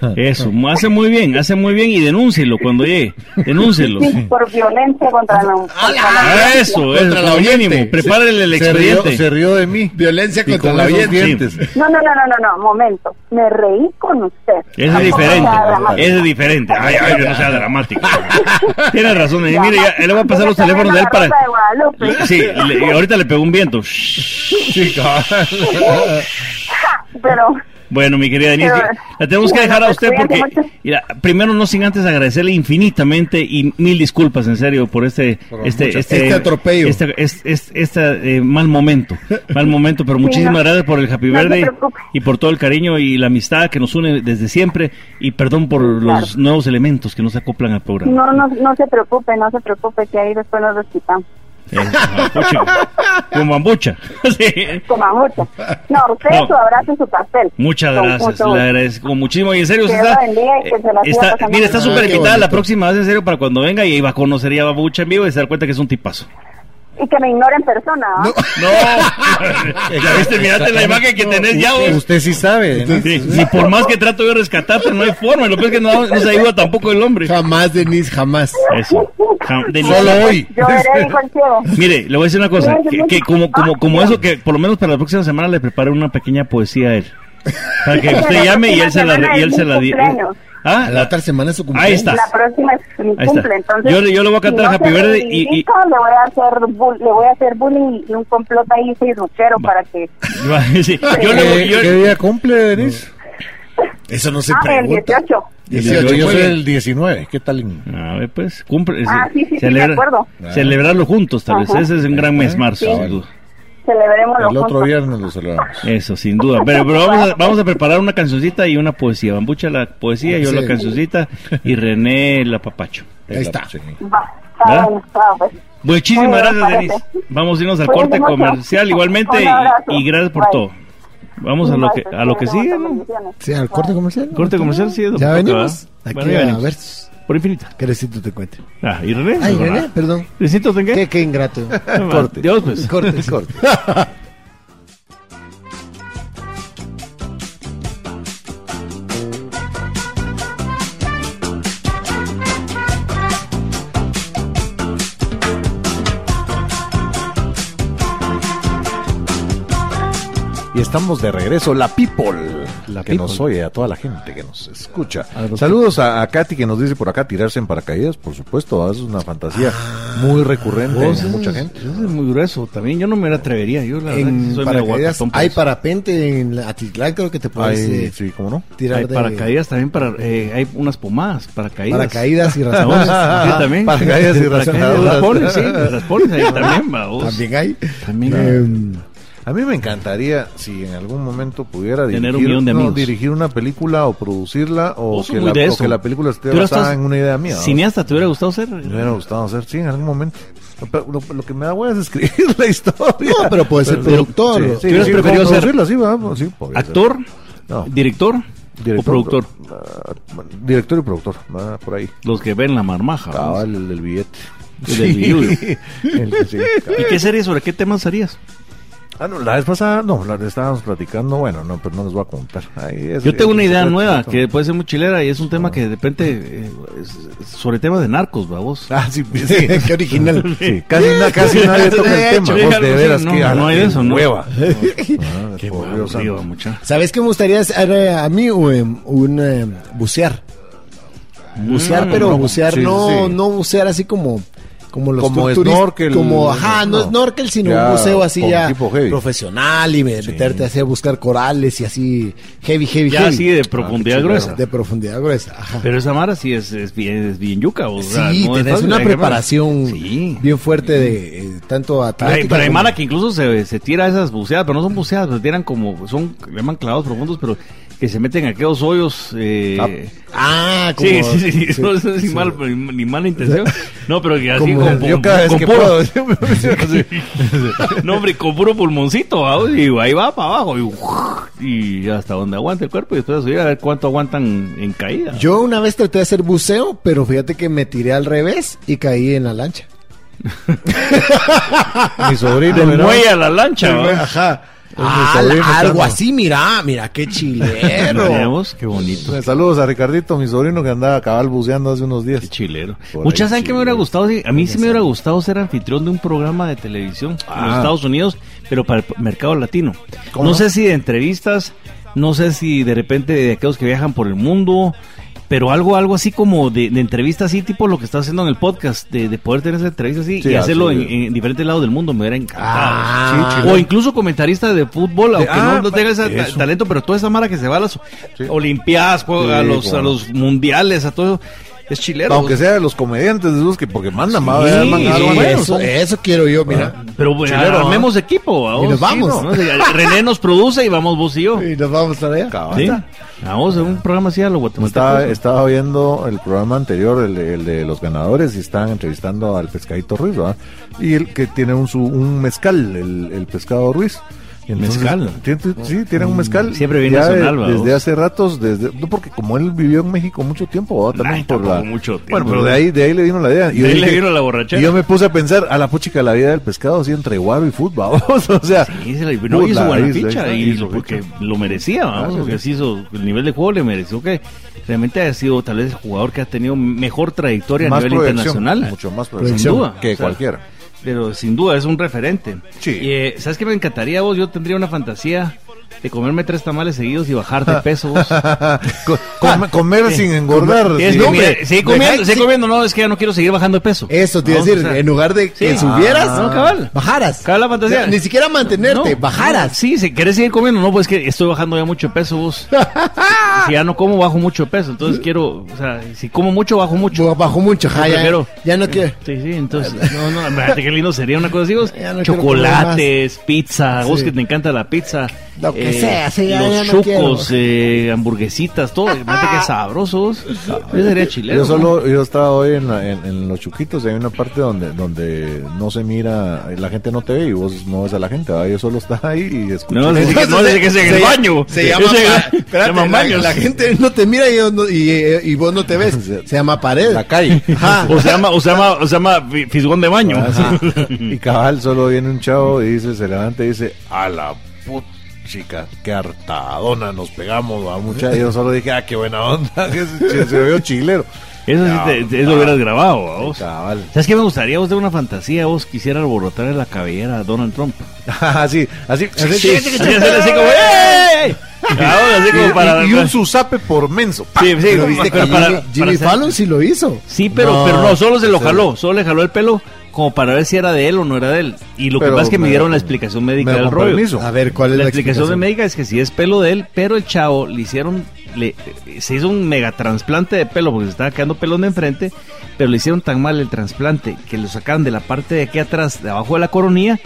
[SPEAKER 8] hacer.
[SPEAKER 2] Eso, hace muy bien, hace muy bien y denúncielo cuando llegue. Denúncielo.
[SPEAKER 8] Sí, por violencia contra la contra la
[SPEAKER 2] Ah,
[SPEAKER 8] violencia.
[SPEAKER 2] Eso, eso,
[SPEAKER 6] Contra la
[SPEAKER 2] como
[SPEAKER 6] Pues, oyente.
[SPEAKER 2] mínimo. Prepárenle el
[SPEAKER 4] Se rió,
[SPEAKER 2] expediente.
[SPEAKER 4] se rió de mí.
[SPEAKER 6] Violencia
[SPEAKER 4] Y
[SPEAKER 6] contra
[SPEAKER 4] con
[SPEAKER 6] la
[SPEAKER 4] esos
[SPEAKER 6] audiencia.
[SPEAKER 4] dientes.
[SPEAKER 8] No, no, no, no, no, no, momento. Me reí con usted.
[SPEAKER 2] Eso
[SPEAKER 8] Tampoco
[SPEAKER 2] es diferente,
[SPEAKER 8] sea dramático.
[SPEAKER 2] eso es diferente. Ay, ay, no sea dramático. Tienes razón, y mire, ya, eh, le voy a pasar los
[SPEAKER 8] Déjame
[SPEAKER 2] teléfonos de él
[SPEAKER 8] la
[SPEAKER 2] para...
[SPEAKER 8] Rosa de Guadalupe.
[SPEAKER 2] Sí, le- y ahorita le pegó un viento.
[SPEAKER 8] Pero
[SPEAKER 2] Bueno, mi querida Denise,
[SPEAKER 8] Pero,
[SPEAKER 2] la tenemos que
[SPEAKER 8] bueno,
[SPEAKER 2] dejar a
[SPEAKER 8] pues,
[SPEAKER 2] usted porque,
[SPEAKER 8] cuídate mucho.
[SPEAKER 2] mira, primero no sin antes agradecerle infinitamente y mil disculpas, en serio, por este, este,
[SPEAKER 6] muchas- este atropello.
[SPEAKER 2] Este, es- es- este, eh, mal momento, mal momento, pero muchísimas
[SPEAKER 8] no.
[SPEAKER 2] gracias por el Happy
[SPEAKER 8] No se
[SPEAKER 2] Verde
[SPEAKER 8] preocupe.
[SPEAKER 2] y por todo el cariño y la amistad que nos une desde siempre y perdón por los nuevos elementos que nos acoplan al programa.
[SPEAKER 8] no, no, no se preocupe, no se preocupe, que ahí después nos desquitamos.
[SPEAKER 2] Eh, bambucha, con bambucha. [laughs] Sí.
[SPEAKER 8] Coma mucho. No, usted
[SPEAKER 2] No.
[SPEAKER 8] su abrazo y su pastel.
[SPEAKER 2] Muchas
[SPEAKER 8] Con
[SPEAKER 2] gracias,
[SPEAKER 8] mucho
[SPEAKER 2] le
[SPEAKER 8] gusto.
[SPEAKER 2] agradezco muchísimo y en serio,
[SPEAKER 8] Que
[SPEAKER 2] usted
[SPEAKER 8] Dios
[SPEAKER 2] está,
[SPEAKER 8] la bendiga y que se la siga
[SPEAKER 2] está-
[SPEAKER 8] pasando
[SPEAKER 2] mira, está
[SPEAKER 8] bien.
[SPEAKER 2] súper
[SPEAKER 6] Ah, qué
[SPEAKER 2] invitada la
[SPEAKER 6] bonito.
[SPEAKER 2] próxima vez, en serio, para cuando venga y ahí va a conocer ya a Babucha en vivo y se dar cuenta que es un tipazo.
[SPEAKER 8] Y que me ignore en persona. ¿ah? ¿va?
[SPEAKER 2] No, [laughs] ya viste, mirate [laughs] la imagen que tenés ya vos.
[SPEAKER 4] Usted sí sabe. ¿no?
[SPEAKER 2] Sí, ni por más que trato de rescatarte, no hay forma. y Lo peor es que no, no se ayuda tampoco el hombre.
[SPEAKER 6] Jamás, Denise, jamás.
[SPEAKER 2] Eso. Jam- de-
[SPEAKER 4] Solo hoy.
[SPEAKER 8] Yo veré, dijo el ciego.
[SPEAKER 2] Mire, le voy a decir una cosa, que, que como, como, como eso, que por lo menos para la próxima semana le prepare una pequeña poesía a él. Para
[SPEAKER 8] [laughs]
[SPEAKER 2] que usted llame y él se la, y él se la di- Ah,
[SPEAKER 6] A la otra semana es su cumpleaños.
[SPEAKER 2] Ahí está.
[SPEAKER 8] La próxima es mi
[SPEAKER 2] Ahí está.
[SPEAKER 8] cumple, entonces.
[SPEAKER 2] Yo le- yo le voy a cantar
[SPEAKER 8] si no
[SPEAKER 2] Happy
[SPEAKER 8] se
[SPEAKER 2] Birthday y- y-
[SPEAKER 8] reivindico, le voy a hacer bu- le voy a hacer bullying y un complot ahí facebookero
[SPEAKER 2] [laughs]
[SPEAKER 8] para que
[SPEAKER 2] Sí, Yo le voy-
[SPEAKER 4] ¿Qué,
[SPEAKER 2] yo-
[SPEAKER 4] qué día cumple, Denise?
[SPEAKER 6] Eso no se
[SPEAKER 8] Ah, el
[SPEAKER 6] pregunta.
[SPEAKER 8] 18.
[SPEAKER 4] Yo, yo
[SPEAKER 6] muy
[SPEAKER 4] soy
[SPEAKER 6] bien.
[SPEAKER 4] el 19. ¿Qué tal? en-
[SPEAKER 2] A ver, pues, cumple.
[SPEAKER 8] Ah, sí, sí, sí,
[SPEAKER 2] celebra-
[SPEAKER 8] me acuerdo.
[SPEAKER 2] Celebrarlo juntos, tal vez.
[SPEAKER 8] Ajá.
[SPEAKER 2] Ese es un gran mes, marzo,
[SPEAKER 8] Sí.
[SPEAKER 2] sin duda.
[SPEAKER 8] celebremos los
[SPEAKER 4] El otro
[SPEAKER 8] juntos.
[SPEAKER 4] viernes lo celebramos.
[SPEAKER 2] Eso, sin duda. Pero, pero vamos,
[SPEAKER 8] [laughs]
[SPEAKER 2] a, vamos a preparar una cancioncita y una poesía. Bambucha la poesía, yo
[SPEAKER 6] Sí.
[SPEAKER 2] la cancioncita y René la papacho.
[SPEAKER 6] Ahí está.
[SPEAKER 4] Sí.
[SPEAKER 8] Va, está
[SPEAKER 2] ¿Verdad?
[SPEAKER 8] bueno, está pues. bueno.
[SPEAKER 2] Muchísimas
[SPEAKER 8] Muy bien,
[SPEAKER 2] gracias,
[SPEAKER 8] parece.
[SPEAKER 2] Denise. Vamos a irnos al
[SPEAKER 8] Cuídense
[SPEAKER 2] corte
[SPEAKER 8] mucho.
[SPEAKER 2] comercial igualmente
[SPEAKER 8] Un abrazo.
[SPEAKER 2] y, y gracias por
[SPEAKER 8] Bye.
[SPEAKER 2] todo. Vamos a lo que, a lo que sigue, ¿no?
[SPEAKER 8] pues, Bendiciones.
[SPEAKER 3] Sí, al corte comercial.
[SPEAKER 2] Corte comercial, sí.
[SPEAKER 3] Ya venimos. Aquí
[SPEAKER 2] Bueno, ya
[SPEAKER 3] a
[SPEAKER 2] venimos.
[SPEAKER 3] ver
[SPEAKER 2] Por infinita.
[SPEAKER 3] qué recito te cuente.
[SPEAKER 2] Ah, y René.
[SPEAKER 3] Ay,
[SPEAKER 2] ¿no?
[SPEAKER 3] René, perdón.
[SPEAKER 2] ¿Renécito de qué?
[SPEAKER 3] Qué, qué
[SPEAKER 2] [laughs]
[SPEAKER 3] ingrato. corte.
[SPEAKER 2] Dios,
[SPEAKER 4] [laughs]
[SPEAKER 2] pues.
[SPEAKER 3] Corte, corte.
[SPEAKER 4] Y estamos de regreso, la People, que
[SPEAKER 2] people.
[SPEAKER 4] nos oye, a toda la gente que nos escucha.
[SPEAKER 2] A los
[SPEAKER 4] Saludos a, a Katy que nos dice por acá tirarse en paracaídas, por supuesto, ah, es una fantasía muy recurrente
[SPEAKER 2] Vos,
[SPEAKER 4] en mucha
[SPEAKER 2] Pues es-
[SPEAKER 4] gente.
[SPEAKER 2] eso Es muy grueso también. Yo no me atrevería. Yo, la verdad, que
[SPEAKER 3] En
[SPEAKER 2] soy medio pues.
[SPEAKER 3] paracaídas
[SPEAKER 2] guapetón para
[SPEAKER 3] hay
[SPEAKER 2] eso.
[SPEAKER 3] parapente en la Atitlán, creo que te puedes
[SPEAKER 4] Ay,
[SPEAKER 3] eh,
[SPEAKER 4] sí, cómo no.
[SPEAKER 3] tirar
[SPEAKER 2] Hay
[SPEAKER 3] de
[SPEAKER 2] paracaídas también para eh, hay unas pomadas paracaídas
[SPEAKER 3] paracaídas y
[SPEAKER 2] Razones,
[SPEAKER 4] [laughs]
[SPEAKER 3] razones.
[SPEAKER 2] sí, también
[SPEAKER 4] paracaídas y
[SPEAKER 2] Paracaídas,
[SPEAKER 4] razonadoras.
[SPEAKER 2] las pones, sí, las pones ahí también va, vos.
[SPEAKER 3] También hay.
[SPEAKER 2] También.
[SPEAKER 4] Eh,
[SPEAKER 2] eh,
[SPEAKER 3] Em,
[SPEAKER 4] A mí me encantaría si en algún momento pudiera
[SPEAKER 2] Tener un
[SPEAKER 4] dirigir,
[SPEAKER 2] millón de
[SPEAKER 4] no,
[SPEAKER 2] amigos.
[SPEAKER 4] dirigir una película o producirla o,
[SPEAKER 2] Vos sos
[SPEAKER 4] que
[SPEAKER 2] muy
[SPEAKER 4] la,
[SPEAKER 2] de
[SPEAKER 4] o
[SPEAKER 2] eso.
[SPEAKER 4] que la película esté
[SPEAKER 2] Tú eras
[SPEAKER 4] basada
[SPEAKER 2] tan
[SPEAKER 4] en una idea mía. ¿no?
[SPEAKER 2] cineasta te hubiera gustado ser
[SPEAKER 4] Me hubiera gustado hacer, sí, en algún momento. Pero Lo, lo que me da hueva es escribir [laughs] la historia.
[SPEAKER 3] No, pero puede ser productor.
[SPEAKER 4] Sí,
[SPEAKER 3] o-
[SPEAKER 4] sí,
[SPEAKER 2] ¿Te hubieras
[SPEAKER 4] sí,
[SPEAKER 2] preferido
[SPEAKER 4] no,
[SPEAKER 2] ser
[SPEAKER 4] producirla, sí, va, pues, sí, podría ser.
[SPEAKER 2] actor
[SPEAKER 4] No.
[SPEAKER 2] director, o
[SPEAKER 4] Director,
[SPEAKER 2] productor
[SPEAKER 4] ah, bueno, director y productor, va por ahí.
[SPEAKER 2] los que ven la marmaja vos.
[SPEAKER 4] Cabal, el del billete.
[SPEAKER 2] El del billete.
[SPEAKER 4] [laughs] El que sí, cabal.
[SPEAKER 2] y qué serie sobre qué temas harías
[SPEAKER 4] Ah, no, la vez pasada, no, la estábamos platicando, bueno, no, pero no les voy a contar. Ahí
[SPEAKER 3] Pues
[SPEAKER 4] es-
[SPEAKER 2] yo tengo una
[SPEAKER 4] es-
[SPEAKER 2] idea
[SPEAKER 4] es-
[SPEAKER 2] nueva
[SPEAKER 4] es-
[SPEAKER 2] que puede ser muy chilera y es un
[SPEAKER 3] Ah.
[SPEAKER 2] tema que de repente eh, es- sobre temas de narcos va, vos
[SPEAKER 4] Ah,
[SPEAKER 2] [laughs]
[SPEAKER 4] sí, pues, sí.
[SPEAKER 3] eh, Qué original.
[SPEAKER 4] Sí, [laughs] casi, na- casi nadie toca
[SPEAKER 2] De
[SPEAKER 4] el
[SPEAKER 2] hecho,
[SPEAKER 4] tema. Vos,
[SPEAKER 2] sí,
[SPEAKER 4] de veras,
[SPEAKER 2] no,
[SPEAKER 4] que
[SPEAKER 2] no hay
[SPEAKER 4] qué
[SPEAKER 2] de eso, ¿no? [laughs]
[SPEAKER 4] hueva. Ah,
[SPEAKER 2] qué
[SPEAKER 4] por
[SPEAKER 2] aburrido,
[SPEAKER 4] Dios santo.
[SPEAKER 2] mucha.
[SPEAKER 3] ¿Sabes qué me gustaría hacer eh, a mí? O, em, Un, em, bucear. Bucear,
[SPEAKER 2] Mm,
[SPEAKER 3] pero
[SPEAKER 2] no,
[SPEAKER 3] bucear,
[SPEAKER 4] sí,
[SPEAKER 3] no,
[SPEAKER 4] sí.
[SPEAKER 3] no bucear así como. Como los
[SPEAKER 4] Como
[SPEAKER 3] tur- turist-
[SPEAKER 4] snorkel.
[SPEAKER 3] Como, ajá, no,
[SPEAKER 4] No.
[SPEAKER 3] snorkel, sino
[SPEAKER 4] Ya,
[SPEAKER 3] un buceo así
[SPEAKER 4] con
[SPEAKER 3] ya
[SPEAKER 4] tipo heavy.
[SPEAKER 3] profesional y me- meterte así a buscar corales y así heavy, heavy,
[SPEAKER 2] ya
[SPEAKER 3] heavy.
[SPEAKER 2] así de profundidad
[SPEAKER 4] Ah, qué
[SPEAKER 2] gruesa
[SPEAKER 3] De profundidad gruesa. Ajá.
[SPEAKER 2] pero esa mara sí es, es bien, es bien yuca. O sea,
[SPEAKER 3] sí,
[SPEAKER 2] no es
[SPEAKER 3] tenés
[SPEAKER 2] fácil,
[SPEAKER 3] una
[SPEAKER 2] hay que-
[SPEAKER 3] preparación
[SPEAKER 2] Sí.
[SPEAKER 3] bien fuerte de eh, tanto atlética.
[SPEAKER 2] Ay, pero hay
[SPEAKER 3] como-
[SPEAKER 2] mala que incluso se, se tira esas buceadas, pero no son buceadas, se tiran como, son, le llaman clavados profundos, pero que se meten a aquellos hoyos. Eh,
[SPEAKER 3] Ah, como...
[SPEAKER 2] sí, sí, sí, sí, no es ni,
[SPEAKER 3] sí.
[SPEAKER 2] mal, ni mala intención. No, pero que así
[SPEAKER 4] Como
[SPEAKER 2] con,
[SPEAKER 4] yo
[SPEAKER 2] pul-
[SPEAKER 4] cada vez
[SPEAKER 2] con
[SPEAKER 4] que
[SPEAKER 2] puro,
[SPEAKER 4] puedo. [laughs] Sí.
[SPEAKER 2] [laughs] no, hombre, con puro pulmoncito, ¿va? y ahí va para abajo, y, y hasta donde aguante el cuerpo, y después a subir a ver cuánto aguantan en caída.
[SPEAKER 3] Yo una vez traté de hacer buceo, pero fíjate que me tiré al revés y caí en la lancha.
[SPEAKER 4] Mi sobrino.
[SPEAKER 2] Del
[SPEAKER 4] era-
[SPEAKER 2] muelle a la lancha, ¿va?
[SPEAKER 3] Ajá.
[SPEAKER 4] Ah, la-
[SPEAKER 3] algo
[SPEAKER 4] algo
[SPEAKER 3] así,
[SPEAKER 4] así,
[SPEAKER 3] mira, mira, qué [laughs]
[SPEAKER 2] Mira
[SPEAKER 3] chilero.
[SPEAKER 2] vos, Qué bonito.
[SPEAKER 4] Saludos a Ricardito, mi sobrino que andaba cabal buceando hace unos días.
[SPEAKER 2] Qué chilero.
[SPEAKER 4] Por
[SPEAKER 2] Muchas
[SPEAKER 4] ahí,
[SPEAKER 2] saben que me hubiera
[SPEAKER 4] chilero.
[SPEAKER 2] gustado, sí, a mí sí me hubiera gustado ser anfitrión de un programa de televisión en los
[SPEAKER 4] Ah.
[SPEAKER 2] Estados Unidos, pero para el mercado latino. No,
[SPEAKER 4] ¿Cómo no?
[SPEAKER 2] sé si de entrevistas, no sé si de repente de aquellos que viajan por el mundo, pero algo algo así como de, de entrevistas así, tipo lo que está haciendo en el podcast, de, de poder tener esa entrevista así
[SPEAKER 4] Sí,
[SPEAKER 2] y hacerlo en,
[SPEAKER 4] así.
[SPEAKER 2] en diferentes lados del mundo, me hubiera encantado.
[SPEAKER 3] Ah,
[SPEAKER 4] Sí,
[SPEAKER 2] O incluso comentarista de fútbol, aunque
[SPEAKER 4] ah,
[SPEAKER 2] no, no tenga ese ta-
[SPEAKER 4] eso.
[SPEAKER 2] talento, pero toda esa mara que se va a las
[SPEAKER 4] Sí.
[SPEAKER 2] Olimpiadas, juega a
[SPEAKER 4] Sí,
[SPEAKER 2] los a
[SPEAKER 4] cómo no.
[SPEAKER 2] los mundiales, a todo es chilero.
[SPEAKER 4] Aunque sea de los comediantes, de esos que porque mandan, más
[SPEAKER 2] Sí, Ah.
[SPEAKER 3] Sí,
[SPEAKER 2] algo bueno,
[SPEAKER 3] eso,
[SPEAKER 2] son-
[SPEAKER 3] eso quiero yo, mira.
[SPEAKER 2] Pero bueno,
[SPEAKER 4] Chilero, ¿no?
[SPEAKER 2] armemos equipo, ¿va vos?
[SPEAKER 3] Y nos vamos.
[SPEAKER 2] ¿no? O sea, René nos produce y vamos vos y yo.
[SPEAKER 3] Y nos vamos para allá.
[SPEAKER 2] ¿Sí? Vamos a un programa así a los
[SPEAKER 4] Estaba,
[SPEAKER 2] guatemaltecos.
[SPEAKER 4] estaba viendo el programa anterior, el, de- el de los ganadores, y estaban entrevistando al pescadito Ruiz, ¿verdad? Y el que tiene un, su- un mezcal, el, el pescado Ruiz. Y
[SPEAKER 2] Mezcal. Mm,
[SPEAKER 4] tiene- sí, tiene un mezcal.
[SPEAKER 2] Siempre viene
[SPEAKER 4] ya de-
[SPEAKER 2] nacional, ¿va, vos?
[SPEAKER 4] Desde hace ratos, desde, no, porque como él vivió en México mucho tiempo, ¿verdad? También
[SPEAKER 2] Ay,
[SPEAKER 4] por
[SPEAKER 2] tampoco
[SPEAKER 4] la.
[SPEAKER 2] mucho tiempo.
[SPEAKER 4] Bueno, pero de ahí, de ahí le vino la idea. Y
[SPEAKER 2] De
[SPEAKER 4] yo
[SPEAKER 2] ahí le
[SPEAKER 4] dije-
[SPEAKER 2] vino la borrachera.
[SPEAKER 4] Y yo me puse a pensar a la puchica la vida del pescado, así entre guaro y fútbol, [laughs] ¿vamos? O sea.
[SPEAKER 2] Sí, se la- no,
[SPEAKER 4] puta,
[SPEAKER 2] hizo buena
[SPEAKER 4] ahí-
[SPEAKER 2] ficha
[SPEAKER 4] ahí-
[SPEAKER 2] y
[SPEAKER 4] hizo
[SPEAKER 2] porque
[SPEAKER 4] ficha.
[SPEAKER 2] lo merecía, vamos,
[SPEAKER 4] Claro,
[SPEAKER 2] porque
[SPEAKER 4] sí.
[SPEAKER 2] así hizo el nivel de juego le mereció que realmente ha sido tal vez el jugador que ha tenido mejor trayectoria a
[SPEAKER 4] Más
[SPEAKER 2] nivel
[SPEAKER 4] proyección,
[SPEAKER 2] internacional.
[SPEAKER 4] Mucho más
[SPEAKER 2] Sin duda.
[SPEAKER 4] proyección que
[SPEAKER 2] O sea,
[SPEAKER 4] cualquiera.
[SPEAKER 2] Pero sin duda es un referente.
[SPEAKER 4] Sí.
[SPEAKER 2] Y, eh, ¿Sabes qué me encantaría vos? Yo tendría una fantasía de comerme tres tamales seguidos y bajar
[SPEAKER 4] [laughs]
[SPEAKER 2] de peso vos.
[SPEAKER 4] Co- come- comer sin engordar.
[SPEAKER 2] Tienes
[SPEAKER 4] sí.
[SPEAKER 2] que
[SPEAKER 4] Hombre,
[SPEAKER 2] Ah, comer- sigue
[SPEAKER 3] deja-
[SPEAKER 2] comiendo, sigue
[SPEAKER 3] sí.
[SPEAKER 2] comiendo, no, es que ya no quiero seguir bajando de peso.
[SPEAKER 3] Eso te iba a
[SPEAKER 2] No,
[SPEAKER 3] decir,
[SPEAKER 2] o sea,
[SPEAKER 3] en lugar de que
[SPEAKER 2] sí.
[SPEAKER 3] subieras,
[SPEAKER 2] Ah, no, cabal.
[SPEAKER 3] bajaras.
[SPEAKER 2] Cabal la fantasía.
[SPEAKER 3] Ni siquiera mantenerte,
[SPEAKER 2] no,
[SPEAKER 3] bajaras.
[SPEAKER 2] no, sí, si querés seguir comiendo, no, pues es que estoy bajando ya mucho de peso
[SPEAKER 3] [laughs]
[SPEAKER 2] vos. si ya no como, bajo mucho de peso. Entonces quiero, o sea, si como mucho, bajo mucho.
[SPEAKER 3] Yo Bajo mucho, ajá, ya,
[SPEAKER 2] Prefiero-
[SPEAKER 3] ya no quiero.
[SPEAKER 2] Sí, sí, entonces, no, no, imagínate qué lindo sería una cosa así, vos.
[SPEAKER 3] Ya no quiero
[SPEAKER 2] Chocolates, pizza, vos
[SPEAKER 3] Sí.
[SPEAKER 2] que te encanta la pizza. eh,
[SPEAKER 3] Lo que sea, sí, ya- ya
[SPEAKER 2] Los
[SPEAKER 3] no
[SPEAKER 2] chucos, eh, hamburguesitas, todo. Imagínate qué
[SPEAKER 3] [laughs]
[SPEAKER 2] sabroso, vos. Yo sería chileno.
[SPEAKER 4] Yo solo, yo estaba hoy en, la- en- en los chuquitos, y hay una parte donde, donde no se mira, la gente no te ve y vos no ves a la gente, ¿verdad? yo solo estaba ahí y escuché.
[SPEAKER 2] No, es que, no, es que es en el baño.
[SPEAKER 3] Se llama,
[SPEAKER 2] Es en-
[SPEAKER 3] pa-
[SPEAKER 2] se
[SPEAKER 3] espérate,
[SPEAKER 2] llama
[SPEAKER 3] la,
[SPEAKER 2] baños.
[SPEAKER 3] la gente no te mira y, yo no- y, eh, y vos no te ves. Se llama pared.
[SPEAKER 4] la calle.
[SPEAKER 2] [laughs]
[SPEAKER 3] Ajá.
[SPEAKER 2] O se llama, o se llama, o se llama fi- fisgón de baño.
[SPEAKER 4] Ajá. y cabal, solo viene un chavo y dice, se levanta y dice, a la puta chica, qué [laughs] hartadona nos pegamos, va mucha. Y yo solo dije, ah, qué buena onda, que se, se veo chilero.
[SPEAKER 2] [laughs] Eso sí, te- te- eso lo hubieras grabado, vos.
[SPEAKER 4] Cabal.
[SPEAKER 2] ¿Sabes qué me gustaría vos de una fantasía? Vos quisiera alborotarle la cabellera a Donald Trump.
[SPEAKER 4] [laughs] así, así.
[SPEAKER 2] Así, hacerle así como, ¡Ey! Ahora, así como para.
[SPEAKER 4] y, y un susape por menso.
[SPEAKER 2] Sí, sí,
[SPEAKER 3] Pero viste que
[SPEAKER 2] pero para-
[SPEAKER 3] Jimmy, Jimmy
[SPEAKER 2] para hacer-
[SPEAKER 3] Fallon sí lo hizo.
[SPEAKER 2] Sí, pero
[SPEAKER 4] No,
[SPEAKER 2] no, pero no solo se lo
[SPEAKER 4] sí.
[SPEAKER 2] jaló, solo le jaló el pelo como para ver si era de él o no era de él. Y lo que
[SPEAKER 4] Pero
[SPEAKER 2] pasa es que me
[SPEAKER 4] me-
[SPEAKER 2] dieron la explicación médica
[SPEAKER 4] me-
[SPEAKER 2] del
[SPEAKER 4] con
[SPEAKER 2] rollo.
[SPEAKER 4] permiso.
[SPEAKER 3] A ver, ¿cuál es
[SPEAKER 2] La,
[SPEAKER 3] la,
[SPEAKER 2] explicación de médica es que sí es pelo de él, pero el chavo le hicieron, le, se hizo un mega trasplante de pelo porque se estaba quedando pelón de enfrente, pero le hicieron tan mal el trasplante que lo sacaron de la parte de aquí atrás, de abajo de la coronilla,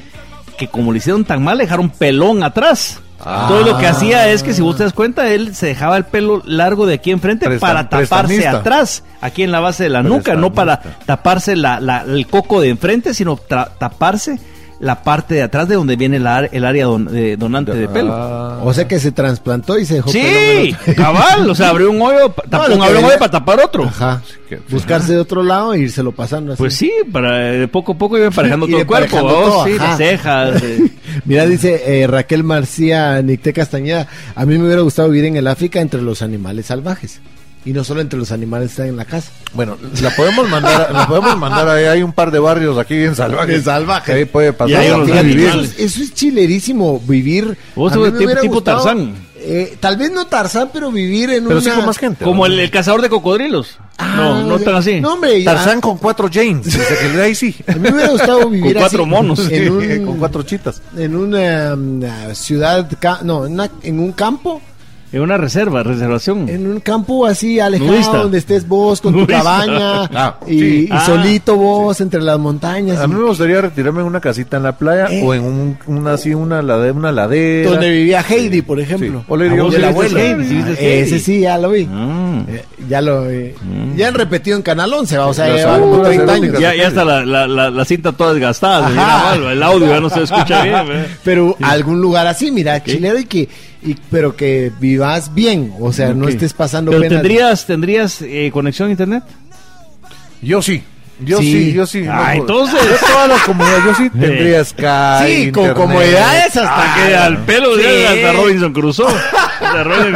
[SPEAKER 2] que como le hicieron tan mal, le dejaron pelón atrás. Todo lo que
[SPEAKER 3] Ah.
[SPEAKER 2] hacía es que si vos te das cuenta, él se dejaba el pelo largo de aquí enfrente
[SPEAKER 4] Prestam-
[SPEAKER 2] para taparse
[SPEAKER 4] prestamista.
[SPEAKER 2] atrás, aquí en la base de la nuca, no para taparse la, la- el coco de enfrente, sino tra- taparse la parte de atrás de donde viene la ar- el área don- de donante de pelo.
[SPEAKER 4] ah,
[SPEAKER 3] O sea que se trasplantó y se dejó pelón en
[SPEAKER 2] Sí,
[SPEAKER 3] otro-
[SPEAKER 2] [laughs] cabal, o sea, abrió un hoyo, pa- tapó
[SPEAKER 3] lo
[SPEAKER 2] un
[SPEAKER 3] que
[SPEAKER 2] abrió un hoyo
[SPEAKER 3] debería-
[SPEAKER 2] para tapar otro.
[SPEAKER 3] Ajá.
[SPEAKER 4] que-
[SPEAKER 3] Buscarse de otro lado e írselo pasando así.
[SPEAKER 2] Pues sí, para eh, poco a poco iba
[SPEAKER 3] [laughs]
[SPEAKER 2] emparejando
[SPEAKER 3] Y
[SPEAKER 2] todo el cuerpo,
[SPEAKER 3] emparejando
[SPEAKER 2] ¿vos?
[SPEAKER 3] todo,
[SPEAKER 2] sí,
[SPEAKER 3] ajá.
[SPEAKER 2] las
[SPEAKER 3] [laughs]
[SPEAKER 2] cejas. eh.
[SPEAKER 3] Mira, dice eh, Raquel Marcía Nicté Castañeda, a mí me hubiera gustado vivir en el África entre los animales salvajes. Y no solo entre los animales que están en la casa.
[SPEAKER 4] Bueno, la podemos mandar, la podemos mandar ahí. Hay un par de barrios aquí bien salvajes.
[SPEAKER 3] Bien salvajes.
[SPEAKER 4] Que Ahí puede pasar.
[SPEAKER 2] Y ahí
[SPEAKER 4] a
[SPEAKER 2] los
[SPEAKER 4] vivir.
[SPEAKER 2] animales.
[SPEAKER 3] Eso, es- eso es chilerísimo, vivir...
[SPEAKER 2] Vos
[SPEAKER 3] a mí
[SPEAKER 2] sos
[SPEAKER 3] me
[SPEAKER 2] tipo-
[SPEAKER 3] hubiera
[SPEAKER 2] tipo Tarzán.
[SPEAKER 3] eh, tal vez no Tarzán, pero vivir en
[SPEAKER 4] Pero
[SPEAKER 3] una...
[SPEAKER 4] sí con más gente.
[SPEAKER 2] Como
[SPEAKER 4] ¿no?
[SPEAKER 2] el, el cazador de cocodrilos.
[SPEAKER 3] Ah,
[SPEAKER 2] no, no tan así.
[SPEAKER 3] No, hombre, ya-
[SPEAKER 4] Tarzán con cuatro James. Dice que de ahí sí.
[SPEAKER 3] A mí me hubiera
[SPEAKER 4] [laughs]
[SPEAKER 3] gustado vivir
[SPEAKER 2] Con cuatro
[SPEAKER 3] así,
[SPEAKER 2] monos. [laughs]
[SPEAKER 3] en
[SPEAKER 4] Sí,
[SPEAKER 3] un-
[SPEAKER 4] [laughs] Con cuatro chitas.
[SPEAKER 3] en una, mm, ciudad, ca- no, en, una- en un campo,
[SPEAKER 2] En una reserva, reservación.
[SPEAKER 3] en un campo así alejado
[SPEAKER 2] Nudista.
[SPEAKER 3] donde estés vos con
[SPEAKER 2] Nudista.
[SPEAKER 3] tu cabaña
[SPEAKER 4] [laughs] Ah,
[SPEAKER 3] y,
[SPEAKER 4] sí.
[SPEAKER 3] y
[SPEAKER 2] Ah,
[SPEAKER 3] solito vos entre las montañas,
[SPEAKER 4] A mí me gustaría retirarme en una casita en la playa
[SPEAKER 3] Eh.
[SPEAKER 4] o en un, una así una ladera, una ladera.
[SPEAKER 3] donde vivía Heidi, por ejemplo.
[SPEAKER 4] Sí. O le diría,
[SPEAKER 2] ¿A vos
[SPEAKER 4] "Oye,
[SPEAKER 2] sí
[SPEAKER 4] la
[SPEAKER 2] viste
[SPEAKER 4] abuela".
[SPEAKER 2] Heidi? ¿Sí
[SPEAKER 3] Ah,
[SPEAKER 2] viste Heidi?
[SPEAKER 3] ese sí ya lo vi.
[SPEAKER 2] Ah.
[SPEAKER 3] Eh, ya lo eh, ya han repetido en Canal 11, va, o sea,
[SPEAKER 4] Las
[SPEAKER 3] lleva como
[SPEAKER 4] aventuras
[SPEAKER 3] 30 años.
[SPEAKER 4] eróticas.
[SPEAKER 2] Ya, ya está la, la, la, la cinta toda desgastada. se
[SPEAKER 3] Ajá.
[SPEAKER 2] mira mal, el audio ya no se
[SPEAKER 3] [laughs]
[SPEAKER 2] escucha bien. ¿verdad?
[SPEAKER 3] Pero algún lugar así, mira, chilero y que y- pero que vivas bien, o sea, no
[SPEAKER 2] Ok.
[SPEAKER 3] estés pasando
[SPEAKER 2] Pero
[SPEAKER 3] pena.
[SPEAKER 2] tendrías, tendrías eh, conexión a internet.
[SPEAKER 4] Yo sí. Yo sí,
[SPEAKER 3] Sí.
[SPEAKER 4] yo sí. no
[SPEAKER 2] Ah,
[SPEAKER 4] jodas.
[SPEAKER 2] entonces.
[SPEAKER 4] Yo todas las comunidades, yo sí tendría Sky.
[SPEAKER 3] Sí, con
[SPEAKER 4] internet.
[SPEAKER 3] comodidades hasta
[SPEAKER 2] Hasta que al pelo
[SPEAKER 3] Sí.
[SPEAKER 2] de hasta Robinson [laughs] Crusoe. Hasta Robinson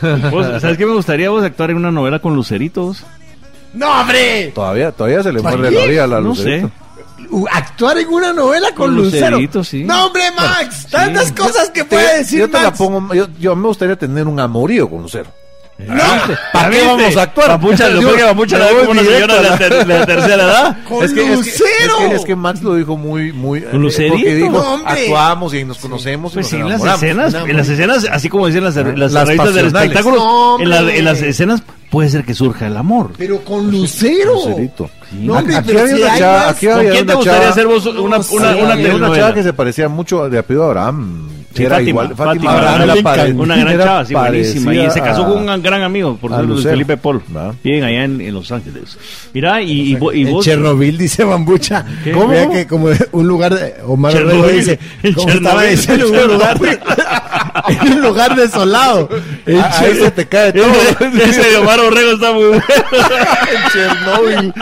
[SPEAKER 2] Crusoe. Vos, Pues, ¿Sabes qué me gustaría vos actuar en una novela con luceritos?
[SPEAKER 3] ¡No, hombre!
[SPEAKER 4] Todavía, todavía se le
[SPEAKER 3] ¿Para
[SPEAKER 4] muerde
[SPEAKER 3] qué?
[SPEAKER 4] la vida a la
[SPEAKER 2] No
[SPEAKER 4] luz.
[SPEAKER 2] sé.
[SPEAKER 3] U- Actuar en una novela con,
[SPEAKER 2] Con
[SPEAKER 3] Lucero.
[SPEAKER 2] Lucerito, sí.
[SPEAKER 3] No, hombre, Max. Tantas cosas que puede decir
[SPEAKER 4] Yo te la
[SPEAKER 3] Max.
[SPEAKER 4] pongo. Yo, yo me gustaría tener un amorío con Lucero. ¿Ah?
[SPEAKER 2] ¿Para,
[SPEAKER 4] qué vamos a actuar?
[SPEAKER 2] Papucha, lo
[SPEAKER 4] Dios,
[SPEAKER 2] pone Papucha la
[SPEAKER 4] me
[SPEAKER 2] ve
[SPEAKER 4] voy
[SPEAKER 2] como una
[SPEAKER 4] directo
[SPEAKER 2] señora de
[SPEAKER 4] a
[SPEAKER 2] la, ter- [laughs] de la tercera edad.
[SPEAKER 3] Con
[SPEAKER 4] es,
[SPEAKER 3] Lucero.
[SPEAKER 4] que, es que Max lo dijo muy, muy. eh,
[SPEAKER 2] Lucerito.
[SPEAKER 4] Porque dijo,
[SPEAKER 3] No, hombre.
[SPEAKER 4] actuamos y nos conocemos.
[SPEAKER 2] Pues
[SPEAKER 4] y
[SPEAKER 2] sí, en
[SPEAKER 4] nos
[SPEAKER 2] las
[SPEAKER 4] enamoramos.
[SPEAKER 2] escenas, en las escenas, así como dicen las, las,
[SPEAKER 4] Las
[SPEAKER 2] revistas del
[SPEAKER 4] pasionales.
[SPEAKER 2] espectáculo,
[SPEAKER 3] No,
[SPEAKER 2] en, la-
[SPEAKER 3] hombre.
[SPEAKER 2] en las escenas puede ser que surja el amor.
[SPEAKER 3] Pero con Lucero.
[SPEAKER 4] Lucerito.
[SPEAKER 3] No, hombre,
[SPEAKER 4] Aquí
[SPEAKER 3] pero
[SPEAKER 4] había
[SPEAKER 3] si
[SPEAKER 4] una
[SPEAKER 3] hay
[SPEAKER 4] chava-
[SPEAKER 3] más-
[SPEAKER 4] aquí
[SPEAKER 2] ¿Con
[SPEAKER 4] había
[SPEAKER 2] quién te
[SPEAKER 4] una chava-
[SPEAKER 2] gustaría hacer vos una,
[SPEAKER 3] No sé,
[SPEAKER 2] una, una
[SPEAKER 4] Había una
[SPEAKER 2] telenovela?
[SPEAKER 4] chava que se parecía mucho de apellido Abraham.
[SPEAKER 2] Sí,
[SPEAKER 4] era
[SPEAKER 2] Fátima,
[SPEAKER 4] igual.
[SPEAKER 2] Fátima
[SPEAKER 4] Abraham
[SPEAKER 2] Abraham
[SPEAKER 4] era
[SPEAKER 2] Lincoln,
[SPEAKER 4] pare-
[SPEAKER 2] una gran
[SPEAKER 4] era
[SPEAKER 2] chava, sí, buenísima. Y
[SPEAKER 4] parecida
[SPEAKER 2] se casó
[SPEAKER 4] a-
[SPEAKER 2] con un gran amigo, por
[SPEAKER 4] a
[SPEAKER 2] cierto, Luis
[SPEAKER 4] Lucero.
[SPEAKER 2] Felipe Paul.
[SPEAKER 4] Ah.
[SPEAKER 2] Bien, allá en, en Los Ángeles. Mira, y, y vo- y
[SPEAKER 3] En
[SPEAKER 2] vos.
[SPEAKER 3] Chernobyl dice Bambucha.
[SPEAKER 2] ¿Qué?
[SPEAKER 3] ¿Cómo? Vea
[SPEAKER 2] ¿Cómo?
[SPEAKER 3] que como un lugar de, Omar
[SPEAKER 2] Chernobyl.
[SPEAKER 3] Herrero dice,
[SPEAKER 2] En
[SPEAKER 3] como estaba
[SPEAKER 2] Chernobyl,
[SPEAKER 3] diciendo,
[SPEAKER 2] en
[SPEAKER 3] en un lugar
[SPEAKER 2] [laughs] Chernobyl.
[SPEAKER 3] en un lugar desolado. En
[SPEAKER 4] Ah, Ahí se te cae
[SPEAKER 2] [laughs]
[SPEAKER 4] todo.
[SPEAKER 2] Ese de Omar Orrego está muy bueno.
[SPEAKER 4] Chernóbil.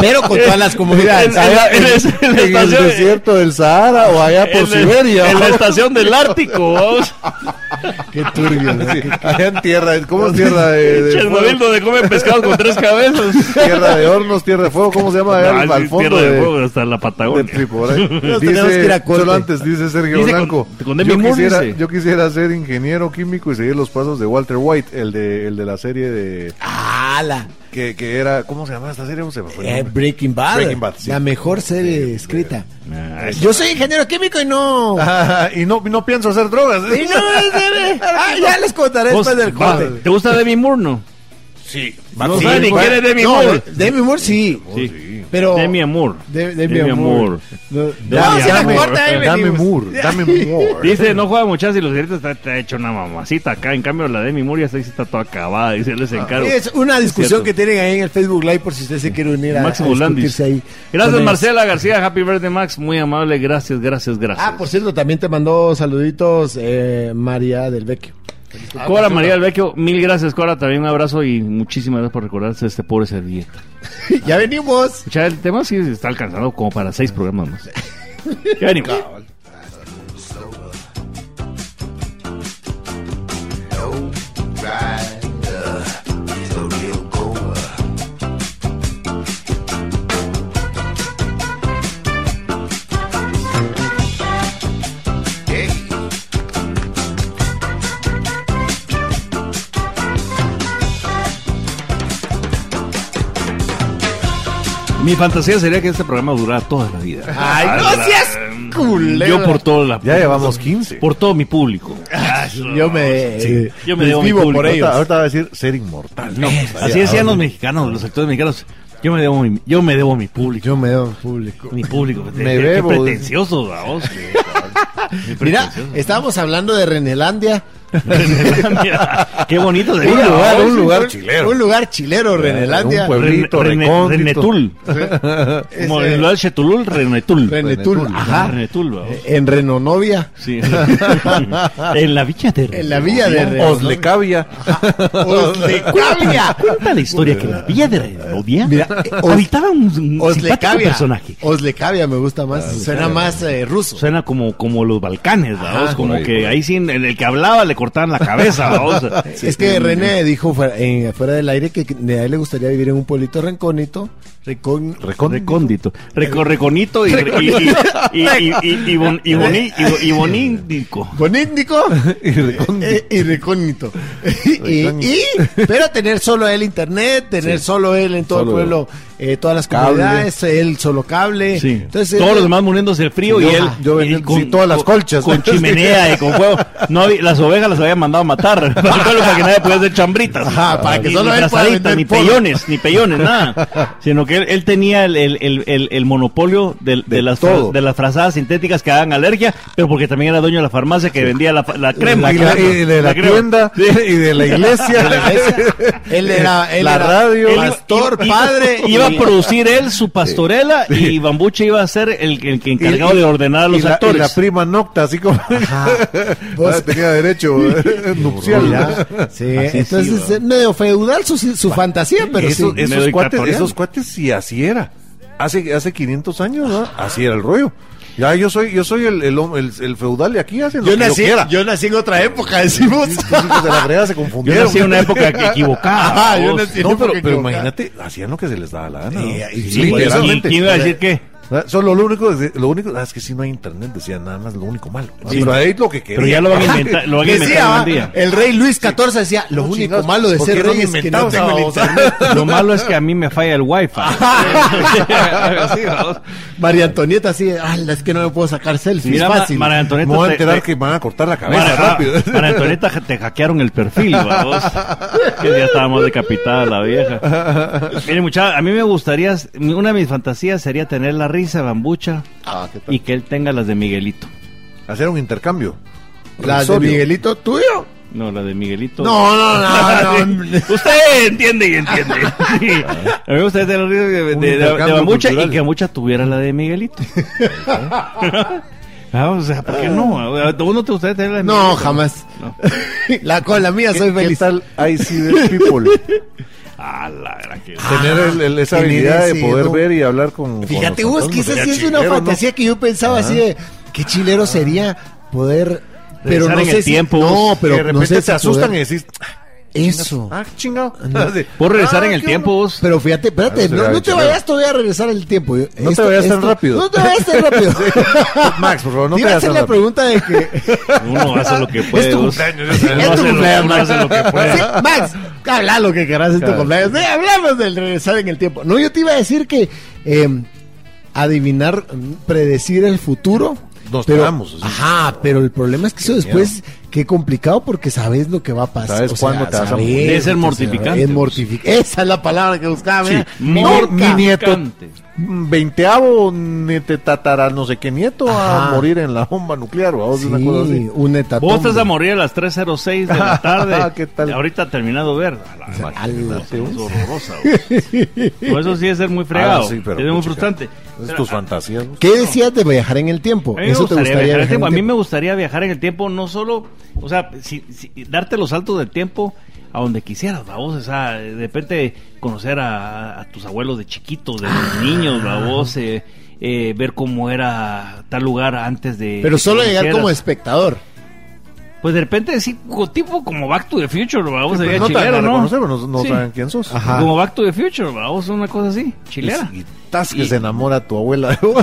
[SPEAKER 3] Pero con todas
[SPEAKER 2] [laughs]
[SPEAKER 3] las comunidades.
[SPEAKER 2] En- en-
[SPEAKER 4] Allá
[SPEAKER 2] en-
[SPEAKER 4] en,
[SPEAKER 2] en la
[SPEAKER 4] en el
[SPEAKER 2] estación-
[SPEAKER 4] desierto del Sahara o allá por
[SPEAKER 2] En la-
[SPEAKER 4] Siberia.
[SPEAKER 2] En la estación del Ártico, vamos.
[SPEAKER 3] Qué turbio. ¿no?
[SPEAKER 4] Sí, allá en tierra, ¿cómo es tierra de, de
[SPEAKER 2] Chernobyl,
[SPEAKER 4] fuego?
[SPEAKER 2] donde comen pescados con tres cabezas.
[SPEAKER 4] Tierra de hornos, tierra de fuego, ¿cómo se llama? allá
[SPEAKER 2] Ah,
[SPEAKER 4] al,
[SPEAKER 2] sí,
[SPEAKER 4] al fondo
[SPEAKER 2] tierra
[SPEAKER 4] de,
[SPEAKER 2] de fuego, hasta la
[SPEAKER 4] de
[SPEAKER 2] Patagonia. [laughs]
[SPEAKER 4] Triporay.
[SPEAKER 3] tenemos que ir
[SPEAKER 4] Dice,
[SPEAKER 3] a corte.
[SPEAKER 4] solo antes dice Sergio
[SPEAKER 2] Dice con-
[SPEAKER 4] Blanco.
[SPEAKER 2] con Demi
[SPEAKER 4] yo,
[SPEAKER 2] Moore,
[SPEAKER 4] quisiera,
[SPEAKER 2] dice.
[SPEAKER 4] yo quisiera ser ingeniero químico y seguir los pasos de Walter White, el de, el de la serie de
[SPEAKER 3] ¡Hala!
[SPEAKER 4] que, que era, ¿cómo se llama esta serie? ¿Cómo se me fue el
[SPEAKER 3] Eh,
[SPEAKER 4] nombre?
[SPEAKER 3] Breaking Bad.
[SPEAKER 4] Breaking Bad, sí.
[SPEAKER 3] La mejor serie escrita.
[SPEAKER 2] Ah,
[SPEAKER 3] Yo soy ingeniero químico y no.
[SPEAKER 4] Ah, y no, no pienso hacer drogas. ¿eh? Oh,
[SPEAKER 3] Y no, es-
[SPEAKER 2] [laughs]
[SPEAKER 3] ah, ya les contaré
[SPEAKER 2] Vos-
[SPEAKER 3] después del
[SPEAKER 2] va,
[SPEAKER 3] corte.
[SPEAKER 2] ¿Te gusta Demi Moore, no? No
[SPEAKER 3] Sí,
[SPEAKER 2] sabe ni
[SPEAKER 3] bueno.
[SPEAKER 2] quién es Demi
[SPEAKER 3] No,
[SPEAKER 2] Moore.
[SPEAKER 3] Demi Moore sí.
[SPEAKER 2] Sí.
[SPEAKER 3] Pero.
[SPEAKER 2] Demi Amor.
[SPEAKER 3] De- Demi Moore. No,
[SPEAKER 2] Demi
[SPEAKER 3] si la
[SPEAKER 2] Moore.
[SPEAKER 3] corta, ahí
[SPEAKER 4] Dame
[SPEAKER 3] venimos.
[SPEAKER 4] Moore,
[SPEAKER 3] [laughs]
[SPEAKER 4] dame Moore.
[SPEAKER 2] Dice, no juega muchas y los gritos está, está hecho una mamacita acá. En cambio, la Demi Moore ya está, está toda acabada. Dice, les encargo.
[SPEAKER 3] Ah, Es una discusión
[SPEAKER 2] Cierto.
[SPEAKER 3] que tienen ahí en el Facebook Live por si usted se quiere unir a, a
[SPEAKER 2] Máximo Landis.
[SPEAKER 3] discutirse ahí.
[SPEAKER 2] Gracias,
[SPEAKER 3] Con
[SPEAKER 2] Marcela García. Happy birthday, Max. Muy amable. Gracias, gracias, gracias.
[SPEAKER 3] Ah, por cierto, también te mandó saluditos eh, María del Vecchio. [laughs] Ah,
[SPEAKER 2] Cora María del Vecchio, mil gracias, Cora. También un abrazo y muchísimas gracias por recordarse este pobre servilleta.
[SPEAKER 3] ya venimos.
[SPEAKER 2] Escucha, el tema sí está alcanzado como para seis programas
[SPEAKER 3] [laughs]
[SPEAKER 2] más. Ya venimos.
[SPEAKER 10] rider, the real goer.
[SPEAKER 2] Mi fantasía sería que este programa durara toda la vida.
[SPEAKER 3] Ay, no seas culero.
[SPEAKER 2] Yo por todo la
[SPEAKER 4] Ya llevamos 15.
[SPEAKER 2] por todo mi público.
[SPEAKER 3] Yo me, eh,
[SPEAKER 2] Sí, yo me
[SPEAKER 3] les
[SPEAKER 2] debo mi
[SPEAKER 3] vivo
[SPEAKER 2] público.
[SPEAKER 3] por
[SPEAKER 4] ahorita,
[SPEAKER 3] ellos.
[SPEAKER 4] ahorita va a decir ser inmortal.
[SPEAKER 2] No, así decían los mexicanos, los actores mexicanos. Yo me debo mi, yo me debo mi público.
[SPEAKER 6] Yo me doy un público.
[SPEAKER 2] Mi público.
[SPEAKER 4] Me
[SPEAKER 2] Qué- qué
[SPEAKER 4] debo.
[SPEAKER 3] [laughs]
[SPEAKER 2] pretencioso, vamos. Qué
[SPEAKER 3] Mira, este-
[SPEAKER 2] pretencioso.
[SPEAKER 3] estábamos hablando de Renelandia.
[SPEAKER 2] Mira, qué bonito sería.
[SPEAKER 4] Un lugar,
[SPEAKER 2] vamos.
[SPEAKER 4] un lugar chilero.
[SPEAKER 3] Un lugar chilero, Renelandia.
[SPEAKER 4] Un pueblito
[SPEAKER 2] Rene-
[SPEAKER 4] recóndito.
[SPEAKER 2] Renetul.
[SPEAKER 3] Ese-
[SPEAKER 2] Como el lugar Chetulul, Renetul.
[SPEAKER 3] eh, Renetul,
[SPEAKER 4] Renetul,
[SPEAKER 3] ajá.
[SPEAKER 2] Renetul, vamos.
[SPEAKER 3] En Renonovia. [laughs]
[SPEAKER 2] Sí. [laughs] en la villa de
[SPEAKER 3] En la villa de Renelandia.
[SPEAKER 4] Oslecavia.
[SPEAKER 3] [laughs] Oslecavia.
[SPEAKER 2] Cuenta la historia que en la villa de Renovia
[SPEAKER 3] Mira, eh, os-
[SPEAKER 2] habitaba un, un [laughs] simpático
[SPEAKER 3] Oslecavia.
[SPEAKER 2] personaje. Ah,
[SPEAKER 3] Oslecavia me gusta más. Suena más eh, ruso.
[SPEAKER 2] Suena como, como los Balcanes, ¿vaos?
[SPEAKER 3] Ajá,
[SPEAKER 2] como
[SPEAKER 4] por ahí,
[SPEAKER 2] que ahí sí, en en el que hablaba le cortaban la cabeza, ¿vaos?
[SPEAKER 3] es que René dijo fuera, en- fuera del aire que que a él le gustaría vivir en un pueblito recónito. Recón,
[SPEAKER 2] Recóndito. Reco- reconito y, y, y, y, y- y bon- y boni- y bo- y bonínico. [laughs]
[SPEAKER 3] boníndico
[SPEAKER 4] Y recóndito.
[SPEAKER 3] eh, y recónito. [laughs] y,
[SPEAKER 4] Recónito.
[SPEAKER 3] y- pero tener solo el internet, tener solo él en todo
[SPEAKER 4] Solo-
[SPEAKER 3] el pueblo, eh, todas las
[SPEAKER 4] Cable.
[SPEAKER 3] comunidades, él solo cable.
[SPEAKER 2] Sí.
[SPEAKER 3] Entonces, eh,
[SPEAKER 2] Todos
[SPEAKER 3] él-
[SPEAKER 2] los demás muriéndose de frío
[SPEAKER 3] Yo-
[SPEAKER 2] y él.
[SPEAKER 4] yo
[SPEAKER 2] y
[SPEAKER 4] venía- sí, todas las colchas.
[SPEAKER 2] Con chimenea y con fuego. No había- las ovejas las habían mandado a matar. [laughs] Para, el pueblo, para que nadie pudiera hacer chambritas.
[SPEAKER 3] Ajá, para que
[SPEAKER 2] Ni-
[SPEAKER 3] solo él
[SPEAKER 2] ni
[SPEAKER 3] pueda
[SPEAKER 2] trazaditas,
[SPEAKER 3] vender
[SPEAKER 2] Ni
[SPEAKER 3] pollo.
[SPEAKER 2] pellones, ni pellones, nada. Sino que él, él tenía el, el, el, el, el monopolio del- de,
[SPEAKER 4] De
[SPEAKER 2] las,
[SPEAKER 4] todo.
[SPEAKER 2] fra- de las frazadas sintéticas que daban alergia, pero porque también era dueño de la farmacia que vendía la, fa- la crema.
[SPEAKER 4] Y, la- y de la,
[SPEAKER 2] crema.
[SPEAKER 4] tienda. Y de la iglesia. Eh,
[SPEAKER 3] él era, él
[SPEAKER 4] La
[SPEAKER 3] era
[SPEAKER 4] radio.
[SPEAKER 2] Él iba-
[SPEAKER 3] pastor,
[SPEAKER 2] iba-
[SPEAKER 3] padre.
[SPEAKER 2] Iba a
[SPEAKER 3] y-
[SPEAKER 2] producir él su pastorela y Bambuche iba a ser el, el que encargado de ordenar a los
[SPEAKER 4] y la-
[SPEAKER 2] actores.
[SPEAKER 4] y La, prima nocta, así como.
[SPEAKER 3] Vos-
[SPEAKER 4] [laughs] Ah, tenía
[SPEAKER 3] [laughs]
[SPEAKER 4] derecho eh, nupcial.
[SPEAKER 3] Ya, sí, entonces
[SPEAKER 4] eh,
[SPEAKER 3] es medio feudal su, su fantasía, pero
[SPEAKER 4] esos,
[SPEAKER 3] sí.
[SPEAKER 4] esos
[SPEAKER 2] medio
[SPEAKER 4] cuates,
[SPEAKER 2] dictatorial.
[SPEAKER 4] esos cuates, sí, así era. Hace, hace 500 años, ¿no? así era el rollo. Ya, yo soy, yo soy el, el, hom- el- el feudal de aquí, hacen lo
[SPEAKER 3] Yo
[SPEAKER 4] que
[SPEAKER 3] nací,
[SPEAKER 4] yo quiera.
[SPEAKER 3] yo nací en otra época, decimos.
[SPEAKER 4] Los hijos de la fregada se
[SPEAKER 2] Yo
[SPEAKER 4] confundieron.
[SPEAKER 2] nací en una
[SPEAKER 3] [laughs]
[SPEAKER 2] época equivocada.
[SPEAKER 3] Ajá, yo
[SPEAKER 2] vos.
[SPEAKER 3] nací-
[SPEAKER 4] No, pero,
[SPEAKER 3] Porque
[SPEAKER 4] pero
[SPEAKER 3] equivocada.
[SPEAKER 4] imagínate, hacían lo que se les daba la gana. ¿no?
[SPEAKER 3] Sí, y-
[SPEAKER 2] Sí, pues,
[SPEAKER 4] literalmente.
[SPEAKER 2] ¿Quién iba a decir qué?
[SPEAKER 4] Ah, Solo lo único, de- lo único, ah, es que si no hay internet, decían nada más lo único malo. Ah,
[SPEAKER 2] Sí.
[SPEAKER 4] Pero ahí lo que quería.
[SPEAKER 2] Pero ya lo van a inventar, lo van a inventar
[SPEAKER 3] Decía, ah,
[SPEAKER 2] algún día.
[SPEAKER 3] el rey Luis XIV decía, lo
[SPEAKER 4] No,
[SPEAKER 3] único
[SPEAKER 4] chingados,
[SPEAKER 3] malo de
[SPEAKER 4] ¿por
[SPEAKER 3] ser
[SPEAKER 4] qué no
[SPEAKER 3] rey
[SPEAKER 4] me
[SPEAKER 3] es que no
[SPEAKER 4] inventaron
[SPEAKER 3] tengo el
[SPEAKER 4] esa
[SPEAKER 3] internet.
[SPEAKER 2] Lo malo es que a mí me falla el [laughs] wifi. Sí, vos.
[SPEAKER 3] María Antonieta así, "Ala, es que no me puedo sacar selfies
[SPEAKER 2] Mira, Ma-
[SPEAKER 3] fácil.
[SPEAKER 2] María
[SPEAKER 4] Me
[SPEAKER 2] Antonieta.
[SPEAKER 4] voy a
[SPEAKER 2] te-
[SPEAKER 4] enterar
[SPEAKER 2] te-
[SPEAKER 4] que van a cortar la cabeza
[SPEAKER 2] María, [laughs]
[SPEAKER 4] rápido.
[SPEAKER 2] María Antonieta te hackearon el perfil, vamos. Que ya estábamos decapitadas la vieja. Mire, muchachos, a mí me gustaría, una de mis fantasías sería tener la risa de Bambucha
[SPEAKER 4] Ah, ¿qué tal?
[SPEAKER 2] y que él tenga las de Miguelito.
[SPEAKER 4] Hacer un intercambio.
[SPEAKER 3] Las de
[SPEAKER 4] Risorio.
[SPEAKER 3] Miguelito, ¿tuyo?
[SPEAKER 2] No, la de Miguelito. [laughs]
[SPEAKER 3] No, no,
[SPEAKER 4] [laughs]
[SPEAKER 3] no, no.
[SPEAKER 2] Sí. Usted entiende y entiende. Sí. A mí me gustaría tener de, de,
[SPEAKER 4] Un
[SPEAKER 2] de- de
[SPEAKER 4] intercambio
[SPEAKER 2] Bambucha
[SPEAKER 4] cultural.
[SPEAKER 2] y que Bambucha tuviera la de Miguelito. Ah, o sea, ¿por qué no? ¿A vos no te gustaría tener la de Miguelito?
[SPEAKER 3] No, jamás.
[SPEAKER 2] No.
[SPEAKER 3] [laughs] La, con la mía soy
[SPEAKER 4] ¿Qué
[SPEAKER 3] feliz.
[SPEAKER 4] tal I see [laughs] the people?
[SPEAKER 2] Ah, la gran que-
[SPEAKER 4] Tener el- el- esa
[SPEAKER 3] Ah,
[SPEAKER 4] habilidad de
[SPEAKER 3] sí,
[SPEAKER 4] poder
[SPEAKER 3] no.
[SPEAKER 4] ver y hablar con. con
[SPEAKER 3] Fíjate
[SPEAKER 4] los
[SPEAKER 3] vos, que
[SPEAKER 4] fantasmas.
[SPEAKER 3] esa sí
[SPEAKER 4] Sería
[SPEAKER 3] es una
[SPEAKER 4] chilero, ¿no? Ah.
[SPEAKER 3] fantasía que yo pensaba así de qué chilero sería poder pero
[SPEAKER 2] Regresar
[SPEAKER 3] no
[SPEAKER 2] en
[SPEAKER 3] sé
[SPEAKER 2] el
[SPEAKER 3] si-
[SPEAKER 2] tiempo,
[SPEAKER 3] no,
[SPEAKER 2] vos,
[SPEAKER 4] Que
[SPEAKER 3] pero
[SPEAKER 4] de
[SPEAKER 3] no
[SPEAKER 4] repente
[SPEAKER 3] sé si
[SPEAKER 4] te asustan
[SPEAKER 3] poder-
[SPEAKER 4] y decís.
[SPEAKER 3] eso.
[SPEAKER 4] Ah, chingado.
[SPEAKER 3] No.
[SPEAKER 2] [laughs] ¿Puedo regresar
[SPEAKER 4] Ah,
[SPEAKER 2] en el
[SPEAKER 4] qué
[SPEAKER 2] tiempo vos?
[SPEAKER 3] Pero fíjate, espérate,
[SPEAKER 4] Eso sería
[SPEAKER 3] no, no
[SPEAKER 4] bien
[SPEAKER 3] te
[SPEAKER 4] chilero.
[SPEAKER 3] vayas todavía a regresar el tiempo. No
[SPEAKER 4] te vayas tan rápido.
[SPEAKER 3] No te vayas tan
[SPEAKER 4] [laughs]
[SPEAKER 3] rápido.
[SPEAKER 4] Max, por favor, no
[SPEAKER 3] Te
[SPEAKER 4] te
[SPEAKER 3] iba a
[SPEAKER 4] hagas
[SPEAKER 3] hacer la
[SPEAKER 4] tan rápido.
[SPEAKER 3] pregunta de que
[SPEAKER 2] Uno hace lo que puede.
[SPEAKER 3] Es tu
[SPEAKER 2] vos.
[SPEAKER 4] cumpleaños,
[SPEAKER 2] Uno
[SPEAKER 3] es tu
[SPEAKER 2] hace lo-
[SPEAKER 3] cumpleaños,
[SPEAKER 2] uno
[SPEAKER 3] Max.
[SPEAKER 2] hace lo que puede.
[SPEAKER 3] Sí, Max, habla lo que querás en tu
[SPEAKER 4] Claro.
[SPEAKER 3] cumpleaños. Sí, hablamos del regresar en el tiempo. No, yo te iba a decir que eh, adivinar, mm, predecir el futuro.
[SPEAKER 4] Nos
[SPEAKER 3] pero-
[SPEAKER 4] quedamos, así.
[SPEAKER 3] Ajá, pero el problema es que eso después, qué complicado porque sabes lo que va a pasar.
[SPEAKER 4] Sabes cuándo te vas a
[SPEAKER 3] sabes,
[SPEAKER 4] morir.
[SPEAKER 2] Debe ser
[SPEAKER 3] o sea,
[SPEAKER 2] mortificante.
[SPEAKER 3] es mortific- Esa es la palabra que buscaba. mira.
[SPEAKER 4] Mor- mi
[SPEAKER 3] Nunca.
[SPEAKER 4] nieto,
[SPEAKER 2] Picante.
[SPEAKER 4] veinteavo, nete tatara, no sé qué nieto a
[SPEAKER 3] Ajá.
[SPEAKER 4] morir en la bomba nuclear, o
[SPEAKER 3] Sí,
[SPEAKER 4] una cosa así.
[SPEAKER 3] un etatón.
[SPEAKER 2] Vos estás a morir a las 3.06 de la tarde.
[SPEAKER 4] ¿Qué tal?
[SPEAKER 2] Ahorita terminado ver. A la-
[SPEAKER 3] Imagínate,
[SPEAKER 2] Es horrorosa. vos. Por eso sí es ser muy fregado.
[SPEAKER 4] Ah, sí, pero,
[SPEAKER 2] es muy
[SPEAKER 4] puchica,
[SPEAKER 2] frustrante.
[SPEAKER 4] Es
[SPEAKER 2] Pero, ah,
[SPEAKER 4] tus
[SPEAKER 2] a-
[SPEAKER 4] fantasías. ¿no?
[SPEAKER 3] ¿Qué decías de viajar en el tiempo?
[SPEAKER 2] a mí me
[SPEAKER 3] Eso te
[SPEAKER 2] gustaría
[SPEAKER 3] gustaría
[SPEAKER 2] viajar en el tiempo.
[SPEAKER 3] viajar en
[SPEAKER 2] A mí me
[SPEAKER 3] el tiempo.
[SPEAKER 2] gustaría viajar en el tiempo, no solo, o sea, si- si- darte los saltos del tiempo a donde quisieras, vamos, o sea, de repente conocer a, a tus abuelos de chiquitos, de los niños, vamos, eh, eh, ver cómo era tal lugar antes de...
[SPEAKER 3] Pero
[SPEAKER 2] que
[SPEAKER 3] solo llegar como
[SPEAKER 2] conocieras.
[SPEAKER 3] espectador.
[SPEAKER 2] Pues de repente sí, co- tipo como Back to the Future, vamos, sería
[SPEAKER 4] Pues, no te van a
[SPEAKER 2] chilero, ¿no?
[SPEAKER 4] reconocer, pero no, no
[SPEAKER 2] Sí.
[SPEAKER 4] saben quién sos.
[SPEAKER 3] Ajá.
[SPEAKER 2] Como Back to the Future, vamos, una cosa así, chilera.
[SPEAKER 4] Y- y notas que se enamora tu abuela de vos.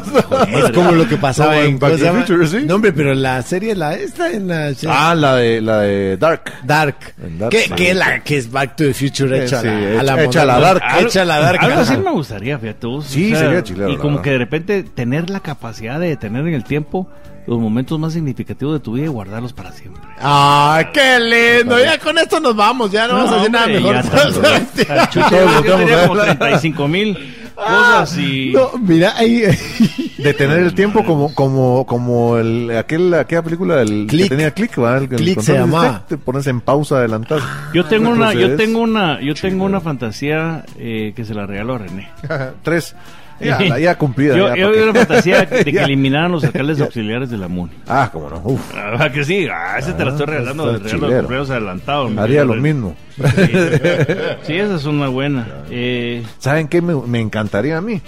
[SPEAKER 3] Es
[SPEAKER 4] [laughs]
[SPEAKER 3] como lo que pasaba
[SPEAKER 4] Como en
[SPEAKER 3] en. ¿cómo se
[SPEAKER 4] Back to the
[SPEAKER 3] llama?
[SPEAKER 4] Future, ¿sí?
[SPEAKER 3] No, hombre, pero la serie, la esta en la.
[SPEAKER 4] ah, la de, la de Dark.
[SPEAKER 3] Dark.
[SPEAKER 4] En Dark,
[SPEAKER 3] que,
[SPEAKER 4] sí.
[SPEAKER 3] que la, que es Back to the Future
[SPEAKER 4] Eh,
[SPEAKER 3] hecha, a
[SPEAKER 4] sí,
[SPEAKER 3] la, a
[SPEAKER 4] hecha-
[SPEAKER 3] la
[SPEAKER 4] hecha a la
[SPEAKER 3] moderna.
[SPEAKER 4] dark.
[SPEAKER 2] Algo-
[SPEAKER 3] Hecha a la dark.
[SPEAKER 2] Algo
[SPEAKER 3] ajá.
[SPEAKER 2] así me gustaría, fíjate vos.
[SPEAKER 4] Sí, sería chilero,
[SPEAKER 2] Y
[SPEAKER 4] la
[SPEAKER 2] como
[SPEAKER 4] verdad.
[SPEAKER 2] que de repente tener la capacidad de tener en el tiempo los momentos más significativos de tu vida y guardarlos para siempre.
[SPEAKER 3] Ah, qué lindo. Ya con esto nos vamos. Ya [laughs] no, vamos a hacer nada
[SPEAKER 2] hombre,
[SPEAKER 3] mejor.
[SPEAKER 2] ya tanto, ¿no? Chucha,
[SPEAKER 4] Todos Ah,
[SPEAKER 2] yo
[SPEAKER 4] nos vamos,
[SPEAKER 2] tenía como
[SPEAKER 4] ¿verdad?
[SPEAKER 2] 35 mil cosas y...
[SPEAKER 3] No, mira, ahí. [laughs]
[SPEAKER 4] De tener el tiempo como, como, como el, aquel, aquella película del,
[SPEAKER 3] Click.
[SPEAKER 4] que tenía click, ¿verdad? El- el
[SPEAKER 3] Click
[SPEAKER 4] control
[SPEAKER 3] se
[SPEAKER 4] de
[SPEAKER 3] llamaba.
[SPEAKER 4] stack, Te pones en pausa adelantado.
[SPEAKER 2] Yo tengo una, yo
[SPEAKER 4] Retrocedes.
[SPEAKER 2] tengo una, yo tengo una fantasía eh, que se la regaló a René.
[SPEAKER 4] Tres. Ya, la- ya cumplida.
[SPEAKER 2] Yo,
[SPEAKER 4] ya,
[SPEAKER 2] yo
[SPEAKER 4] ¿pa' qué?
[SPEAKER 2] una fantasía
[SPEAKER 4] [laughs]
[SPEAKER 2] de que
[SPEAKER 4] Ya.
[SPEAKER 2] eliminaran los alcaldes auxiliares de la MUNI.
[SPEAKER 4] Ah, como no. Uf.
[SPEAKER 2] La verdad que sí, ah, ese te la estoy
[SPEAKER 4] Ah,
[SPEAKER 2] regalando,
[SPEAKER 4] está
[SPEAKER 2] de regalo de
[SPEAKER 4] chilero.
[SPEAKER 2] cumpleaños adelantado. mi
[SPEAKER 4] Haría
[SPEAKER 2] querido
[SPEAKER 4] lo
[SPEAKER 2] René.
[SPEAKER 4] mismo.
[SPEAKER 2] Sí, Sí, esa es una buena. Eh,
[SPEAKER 4] ¿Saben qué me, me encantaría a mí?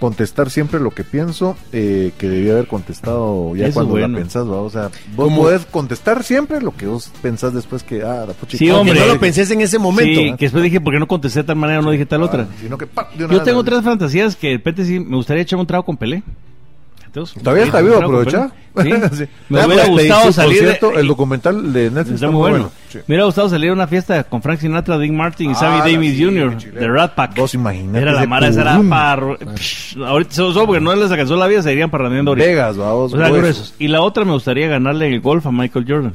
[SPEAKER 4] Contestar siempre lo que pienso eh, que debía haber contestado ya
[SPEAKER 2] Eso es
[SPEAKER 4] cuando
[SPEAKER 2] bueno.
[SPEAKER 4] la pensás, ¿va? O sea, vos
[SPEAKER 3] Como-
[SPEAKER 4] podés contestar siempre lo que vos pensás después que, ah, la pucha,
[SPEAKER 2] Sí,
[SPEAKER 4] ¿cómo
[SPEAKER 2] hombre.
[SPEAKER 3] Que
[SPEAKER 4] que
[SPEAKER 3] no lo pensés en ese momento.
[SPEAKER 2] sí, que después dije, ¿por qué no contesté de tal manera o no dije tal
[SPEAKER 4] Ah,
[SPEAKER 2] otra?
[SPEAKER 4] sino que, pa, de una
[SPEAKER 2] Yo
[SPEAKER 4] vez
[SPEAKER 2] tengo
[SPEAKER 4] la-
[SPEAKER 2] otras fantasías que de repente sí me gustaría echar un trago con Pelé. Entonces,
[SPEAKER 4] Todavía está
[SPEAKER 2] un
[SPEAKER 4] vivo,
[SPEAKER 2] trago con
[SPEAKER 4] aprovecha.
[SPEAKER 2] Pelé. Sí.
[SPEAKER 4] [laughs] Sí.
[SPEAKER 2] Me
[SPEAKER 4] Ah,
[SPEAKER 2] hubiera
[SPEAKER 4] pues, le hizo
[SPEAKER 2] gustado
[SPEAKER 4] un
[SPEAKER 2] salir. de-
[SPEAKER 4] concierto, el documental de Netflix
[SPEAKER 2] Está muy bueno.
[SPEAKER 4] Sí.
[SPEAKER 2] Me hubiera gustado salir a una fiesta con Frank Sinatra, Dick Martin y Sammy
[SPEAKER 4] Ah,
[SPEAKER 2] Davis
[SPEAKER 4] sí,
[SPEAKER 2] Jr.
[SPEAKER 4] chilero.
[SPEAKER 2] de Rat Pack.
[SPEAKER 4] Vos imaginate
[SPEAKER 2] Era la
[SPEAKER 4] ese Ah.
[SPEAKER 2] mara, esa era
[SPEAKER 4] purum.
[SPEAKER 2] para... Psh, Ahorita solo, solo porque no les alcanzó la vida, se irían parrandeando ahorita.
[SPEAKER 4] Vegas, va, vos,
[SPEAKER 2] O sea,
[SPEAKER 4] gruesos.
[SPEAKER 2] gruesos. Y la otra me gustaría ganarle en el golf a Michael Jordan.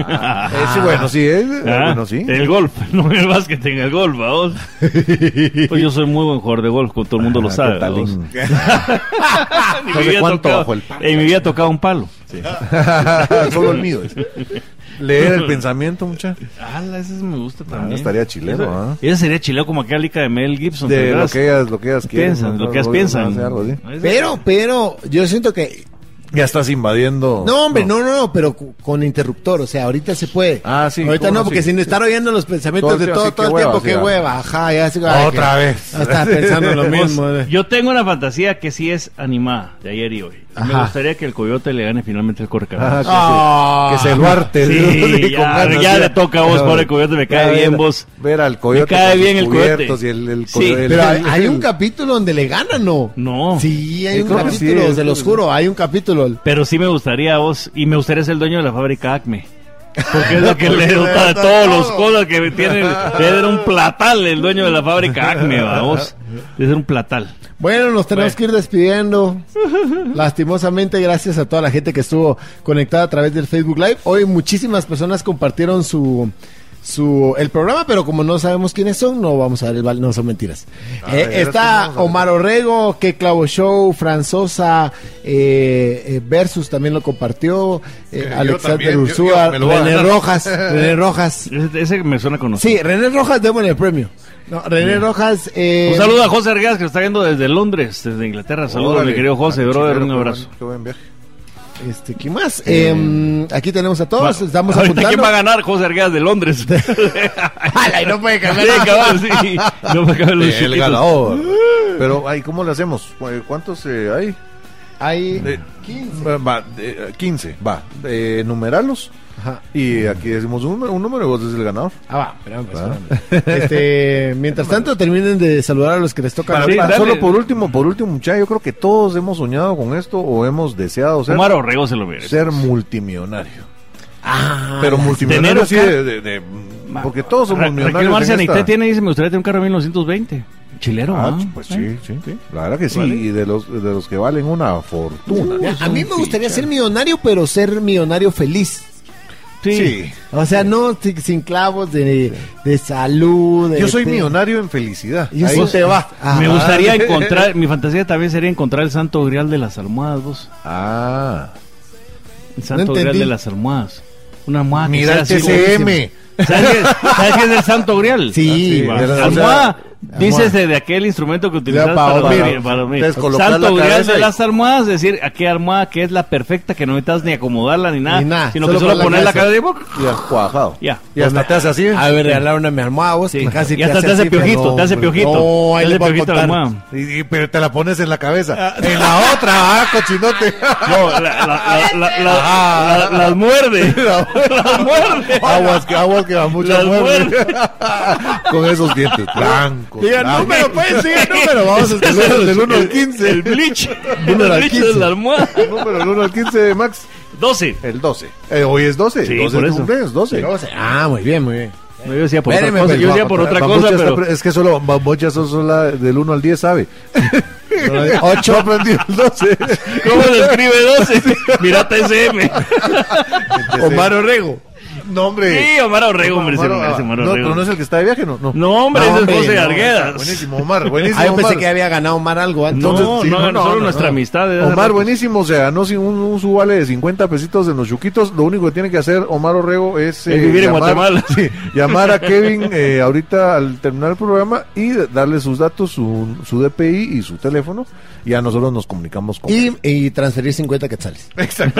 [SPEAKER 4] Ah, eh, sí, bueno, sí, eh,
[SPEAKER 2] [laughs] Ah,
[SPEAKER 4] bueno, sí.
[SPEAKER 2] En el golf, [laughs] no en el básquet, en el golf,
[SPEAKER 4] [laughs]
[SPEAKER 2] vamos. Pues yo soy muy buen jugador de golf, todo el mundo lo
[SPEAKER 4] Ah,
[SPEAKER 2] sabe.
[SPEAKER 4] qué tal,
[SPEAKER 2] vamos.
[SPEAKER 4] in-
[SPEAKER 2] En mi
[SPEAKER 4] No sé
[SPEAKER 2] vida he
[SPEAKER 4] cuánto
[SPEAKER 2] tocado-
[SPEAKER 4] bajo el palo.
[SPEAKER 2] En mi vida he tocado un palo.
[SPEAKER 4] [laughs] Solo el mío. es. Leer el pensamiento, mucha.
[SPEAKER 2] Ah, ese me gusta
[SPEAKER 4] también.
[SPEAKER 2] también.
[SPEAKER 4] estaría chilero, ¿ah?
[SPEAKER 2] Ese sería chileo como aquella lica de Mel Gibson. ¿te
[SPEAKER 4] De lo
[SPEAKER 2] acuerdas?
[SPEAKER 4] que ellas, lo que ellas quieren.
[SPEAKER 2] piensan,
[SPEAKER 4] ¿no?
[SPEAKER 2] lo que ellas
[SPEAKER 4] No,
[SPEAKER 2] piensan.
[SPEAKER 4] no, algo así.
[SPEAKER 3] Pero, pero, yo siento que.
[SPEAKER 4] Ya estás invadiendo.
[SPEAKER 3] No, hombre, no, no, no, pero cu- con interruptor. O sea, ahorita se puede.
[SPEAKER 4] Ah, sí,
[SPEAKER 3] Ahorita
[SPEAKER 4] ¿cómo
[SPEAKER 3] no,
[SPEAKER 4] no?
[SPEAKER 3] porque
[SPEAKER 4] Sí.
[SPEAKER 3] sin estar oyendo los pensamientos
[SPEAKER 4] Todo el
[SPEAKER 3] de
[SPEAKER 4] tiempo,
[SPEAKER 3] todo,
[SPEAKER 4] sí,
[SPEAKER 3] todo el
[SPEAKER 4] qué
[SPEAKER 3] tiempo,
[SPEAKER 4] hueva,
[SPEAKER 3] qué
[SPEAKER 4] sí,
[SPEAKER 3] hueva. Ajá, ya se
[SPEAKER 4] Otra vez.
[SPEAKER 3] Estaba pensando
[SPEAKER 4] [laughs]
[SPEAKER 3] lo mismo.
[SPEAKER 2] Pues,
[SPEAKER 3] eh.
[SPEAKER 2] yo tengo una fantasía que sí es animada, de ayer y hoy. Me
[SPEAKER 3] Ajá.
[SPEAKER 2] gustaría que el coyote le gane finalmente el
[SPEAKER 4] Ah,
[SPEAKER 2] corcarajo.
[SPEAKER 4] que,
[SPEAKER 3] Ah.
[SPEAKER 4] se, que se lo arte. [laughs]
[SPEAKER 2] Sí, ya, ya le toca a vos, pobre coyote, me cae bien vos.
[SPEAKER 4] Ver al coyote.
[SPEAKER 2] Me cae
[SPEAKER 4] con
[SPEAKER 2] bien
[SPEAKER 4] sus
[SPEAKER 2] el coyote.
[SPEAKER 4] cubiertos Y el, el
[SPEAKER 2] Sí.
[SPEAKER 4] coyote- el-
[SPEAKER 3] Pero hay,
[SPEAKER 4] el-
[SPEAKER 3] hay un
[SPEAKER 4] el-
[SPEAKER 3] capítulo donde le ganan, ¿no?
[SPEAKER 2] No.
[SPEAKER 3] Sí, hay
[SPEAKER 4] Sí,
[SPEAKER 3] un
[SPEAKER 4] creo que
[SPEAKER 3] capítulo,
[SPEAKER 4] sí,
[SPEAKER 3] se
[SPEAKER 4] es-
[SPEAKER 3] los juro, hay un capítulo.
[SPEAKER 2] Pero sí me gustaría a vos, y me gustaría ser el dueño de la fábrica Acme. Porque es lo
[SPEAKER 4] [laughs]
[SPEAKER 2] que le dota de todos los cosas que tienen. Debe ser un platal el dueño de la fábrica Acme, va,
[SPEAKER 4] [laughs]
[SPEAKER 2] vos. Debe ser un platal.
[SPEAKER 3] Bueno, nos tenemos que ir despidiendo. [laughs] Lastimosamente, gracias a toda la gente que estuvo conectada a través del Facebook Live. Hoy muchísimas personas compartieron su su el programa, pero como no sabemos quiénes son, no vamos a dar el val- no son mentiras. Eh,
[SPEAKER 4] ya
[SPEAKER 3] está
[SPEAKER 4] las tenemos,
[SPEAKER 3] Omar Orrego, que Clavo Show, Franzosa eh, eh, Versus también lo compartió, eh,
[SPEAKER 4] yo
[SPEAKER 3] Alexander
[SPEAKER 4] también, yo-
[SPEAKER 3] Ursúa,
[SPEAKER 4] yo me lo voy a
[SPEAKER 3] René
[SPEAKER 4] ganar. [laughs]
[SPEAKER 3] Rojas, René Rojas.
[SPEAKER 2] Ese, ese me suena conocido.
[SPEAKER 3] Sí, René Rojas, démosle el premio. No, René Rojas. eh,
[SPEAKER 2] Un saludo a José Argas que nos está viendo desde Londres, desde Inglaterra. Saludos,
[SPEAKER 4] Órale,
[SPEAKER 2] mi querido José,
[SPEAKER 4] ah,
[SPEAKER 2] brother,
[SPEAKER 4] chilero,
[SPEAKER 2] un
[SPEAKER 4] qué
[SPEAKER 2] abrazo.
[SPEAKER 4] buen- qué buen viaje.
[SPEAKER 3] Este, ¿qué más? Em, aquí tenemos a todos, estamos
[SPEAKER 2] Ahorita, ¿Quién
[SPEAKER 3] apuntando.
[SPEAKER 2] va a ganar? José Argas de
[SPEAKER 4] [laughs]
[SPEAKER 2] Londres. [laughs]
[SPEAKER 3] ¡Hala! Y no puede cambiar.
[SPEAKER 2] Sí, cabal, sí. No me caben los
[SPEAKER 4] El
[SPEAKER 2] chiquitos.
[SPEAKER 4] ganador. Pero, ay, ¿cómo le hacemos? Eh, ¿Cuántos eh, hay?
[SPEAKER 3] Ahí.
[SPEAKER 4] Eh, 15. Va, eh, 15, va. Eh, numeralos.
[SPEAKER 3] Ajá.
[SPEAKER 4] Y aquí decimos un, número- un número y vos decís el ganador.
[SPEAKER 3] Ah, va, espérame, espérame. Este, mientras tanto, terminen de saludar a los que les toca.
[SPEAKER 4] Para,
[SPEAKER 2] sí,
[SPEAKER 4] para-
[SPEAKER 2] dale.
[SPEAKER 4] solo por último, por último, muchachos, yo creo que todos hemos soñado con esto o hemos deseado ser,
[SPEAKER 2] Omar Orrego se lo merece.
[SPEAKER 4] ser multimillonario.
[SPEAKER 3] Ah,
[SPEAKER 4] Pero
[SPEAKER 2] tener
[SPEAKER 4] multimillonario
[SPEAKER 2] un
[SPEAKER 4] así
[SPEAKER 2] car-
[SPEAKER 4] de, de- de- Porque todos somos
[SPEAKER 2] Ra- Raquel
[SPEAKER 4] millonarios.
[SPEAKER 2] Marcia
[SPEAKER 4] en esta.
[SPEAKER 2] Neité tiene, dice, me gustaría tener un carro de 1920. Chilero,
[SPEAKER 4] Ah,
[SPEAKER 2] ¿ah?
[SPEAKER 4] pues
[SPEAKER 2] ¿Eh?
[SPEAKER 4] sí, sí, sí. La verdad que sí. Y de los, de los que valen una fortuna.
[SPEAKER 3] a mí me gustaría ser millonario, pero ser millonario feliz.
[SPEAKER 2] Sí.
[SPEAKER 3] O sea, no si- sin clavos de, de salud. de-
[SPEAKER 4] Yo soy
[SPEAKER 3] de-
[SPEAKER 4] millonario en felicidad.
[SPEAKER 3] Y eso
[SPEAKER 4] Ahí-
[SPEAKER 3] te va.
[SPEAKER 2] Me
[SPEAKER 3] Ah,
[SPEAKER 2] gustaría
[SPEAKER 4] [laughs]
[SPEAKER 2] encontrar, mi fantasía también sería encontrar el santo grial de las almohadas, vos.
[SPEAKER 4] Ah.
[SPEAKER 2] El santo grial
[SPEAKER 3] entendí.
[SPEAKER 2] de las almohadas. Una almohada que
[SPEAKER 4] Mira el
[SPEAKER 2] sea así
[SPEAKER 4] TCM.
[SPEAKER 2] como- ¿Sabes qué, es- ¿Sabes qué es el santo grial?
[SPEAKER 3] Sí,
[SPEAKER 4] Ah,
[SPEAKER 2] Va.
[SPEAKER 4] era-
[SPEAKER 2] almohada,
[SPEAKER 4] o sea,
[SPEAKER 2] dices de, de aquel instrumento que utilizas
[SPEAKER 3] Ya,
[SPEAKER 2] para,
[SPEAKER 3] para
[SPEAKER 2] dormir.
[SPEAKER 4] dormir.
[SPEAKER 2] para dormir.
[SPEAKER 4] Entonces, colocas
[SPEAKER 2] Santo
[SPEAKER 4] la
[SPEAKER 2] grial
[SPEAKER 4] cabeza
[SPEAKER 2] de
[SPEAKER 4] y-
[SPEAKER 2] las almohadas, es decir, aquella almohada que es la perfecta, que no necesitas ni acomodarla ni nada,
[SPEAKER 3] Ni nada,
[SPEAKER 2] sino
[SPEAKER 3] solo
[SPEAKER 2] que solo
[SPEAKER 3] con la
[SPEAKER 2] poner la
[SPEAKER 3] cabeza.
[SPEAKER 2] cabeza y...
[SPEAKER 4] Y has cuajado.
[SPEAKER 2] Ya.
[SPEAKER 4] Y hasta te hace así.
[SPEAKER 3] A ver, regalaron a mi almohada, vos,
[SPEAKER 2] Sí.
[SPEAKER 3] que casi
[SPEAKER 2] y hasta te hace
[SPEAKER 3] así, pero
[SPEAKER 2] piojito,
[SPEAKER 3] no,
[SPEAKER 2] te hace
[SPEAKER 3] hombre,
[SPEAKER 2] piojito.
[SPEAKER 3] No, ahí
[SPEAKER 2] te
[SPEAKER 3] le
[SPEAKER 2] hace
[SPEAKER 3] voy a
[SPEAKER 2] piojito la
[SPEAKER 3] contar.
[SPEAKER 2] almohada.
[SPEAKER 4] Y- y- pero te la pones en la cabeza. En la otra, ah, cochinote. [laughs]
[SPEAKER 2] No, la, la, la, la- la- la- las muerde. las muerde.
[SPEAKER 4] Aguas que aguas que va mucho
[SPEAKER 2] Las
[SPEAKER 4] muerde.
[SPEAKER 2] [laughs] muerde.
[SPEAKER 4] Con esos dientes blancos. cinco.
[SPEAKER 6] Diga
[SPEAKER 4] Ah,
[SPEAKER 6] número, pues, diga
[SPEAKER 2] [laughs]
[SPEAKER 6] número. Vamos a escuchar
[SPEAKER 4] del 1 al 15.
[SPEAKER 2] El bleach.
[SPEAKER 4] Número
[SPEAKER 2] el bleach de
[SPEAKER 4] 15.
[SPEAKER 2] la almohada.
[SPEAKER 4] [laughs] El número del 1 al 15 de Max.
[SPEAKER 2] 12.
[SPEAKER 4] El 12. Eh, hoy es 12.
[SPEAKER 2] Sí,
[SPEAKER 4] 12
[SPEAKER 2] por
[SPEAKER 4] de
[SPEAKER 2] eso.
[SPEAKER 4] cumpleaños, 12.
[SPEAKER 6] Ah, muy bien, muy bien.
[SPEAKER 2] No, Yo decía por
[SPEAKER 6] Espéreme,
[SPEAKER 2] otra cosa,
[SPEAKER 6] pues,
[SPEAKER 2] yo decía por otra
[SPEAKER 4] Bambucha
[SPEAKER 2] cosa,
[SPEAKER 4] está
[SPEAKER 2] pero
[SPEAKER 4] pre- Es que solo Bambocha solo, la- del 1 al 10 [laughs] sabe. 8 aprendió el 12.
[SPEAKER 2] [laughs] ¿cómo lo escribe 12? [laughs] Mira TSM.
[SPEAKER 4] Omar Orrego. No, hombre.
[SPEAKER 2] Sí, Omar Orrego, hombre, se
[SPEAKER 4] Omar-
[SPEAKER 2] merece Omar
[SPEAKER 4] No, pero
[SPEAKER 2] Orrego.
[SPEAKER 4] no es el que está de viaje, no. No,
[SPEAKER 2] No, hombre, ese es
[SPEAKER 6] hombre,
[SPEAKER 2] José
[SPEAKER 6] no,
[SPEAKER 2] Arguedas.
[SPEAKER 4] Buenísimo, Omar. Buenísimo.
[SPEAKER 6] Ah, yo pensé
[SPEAKER 4] Omar.
[SPEAKER 6] que había ganado Omar algo antes.
[SPEAKER 2] No, no,
[SPEAKER 4] sí,
[SPEAKER 2] no,
[SPEAKER 4] no,
[SPEAKER 2] solo
[SPEAKER 4] no,
[SPEAKER 2] nuestra
[SPEAKER 4] no.
[SPEAKER 2] amistad. de-
[SPEAKER 4] Omar, buenísimo, se ganó sin un, un su vale de 50 pesitos en los yuquitos. Lo único que tiene que hacer Omar Orrego es, eh,
[SPEAKER 2] Es vivir en Guatemala. [laughs]
[SPEAKER 4] sí, llamar a Kevin eh, ahorita al terminar el programa y darle sus datos, su, su DPI y su teléfono. Y a nosotros nos comunicamos con
[SPEAKER 6] Y, y transferir 50 quetzales. [laughs]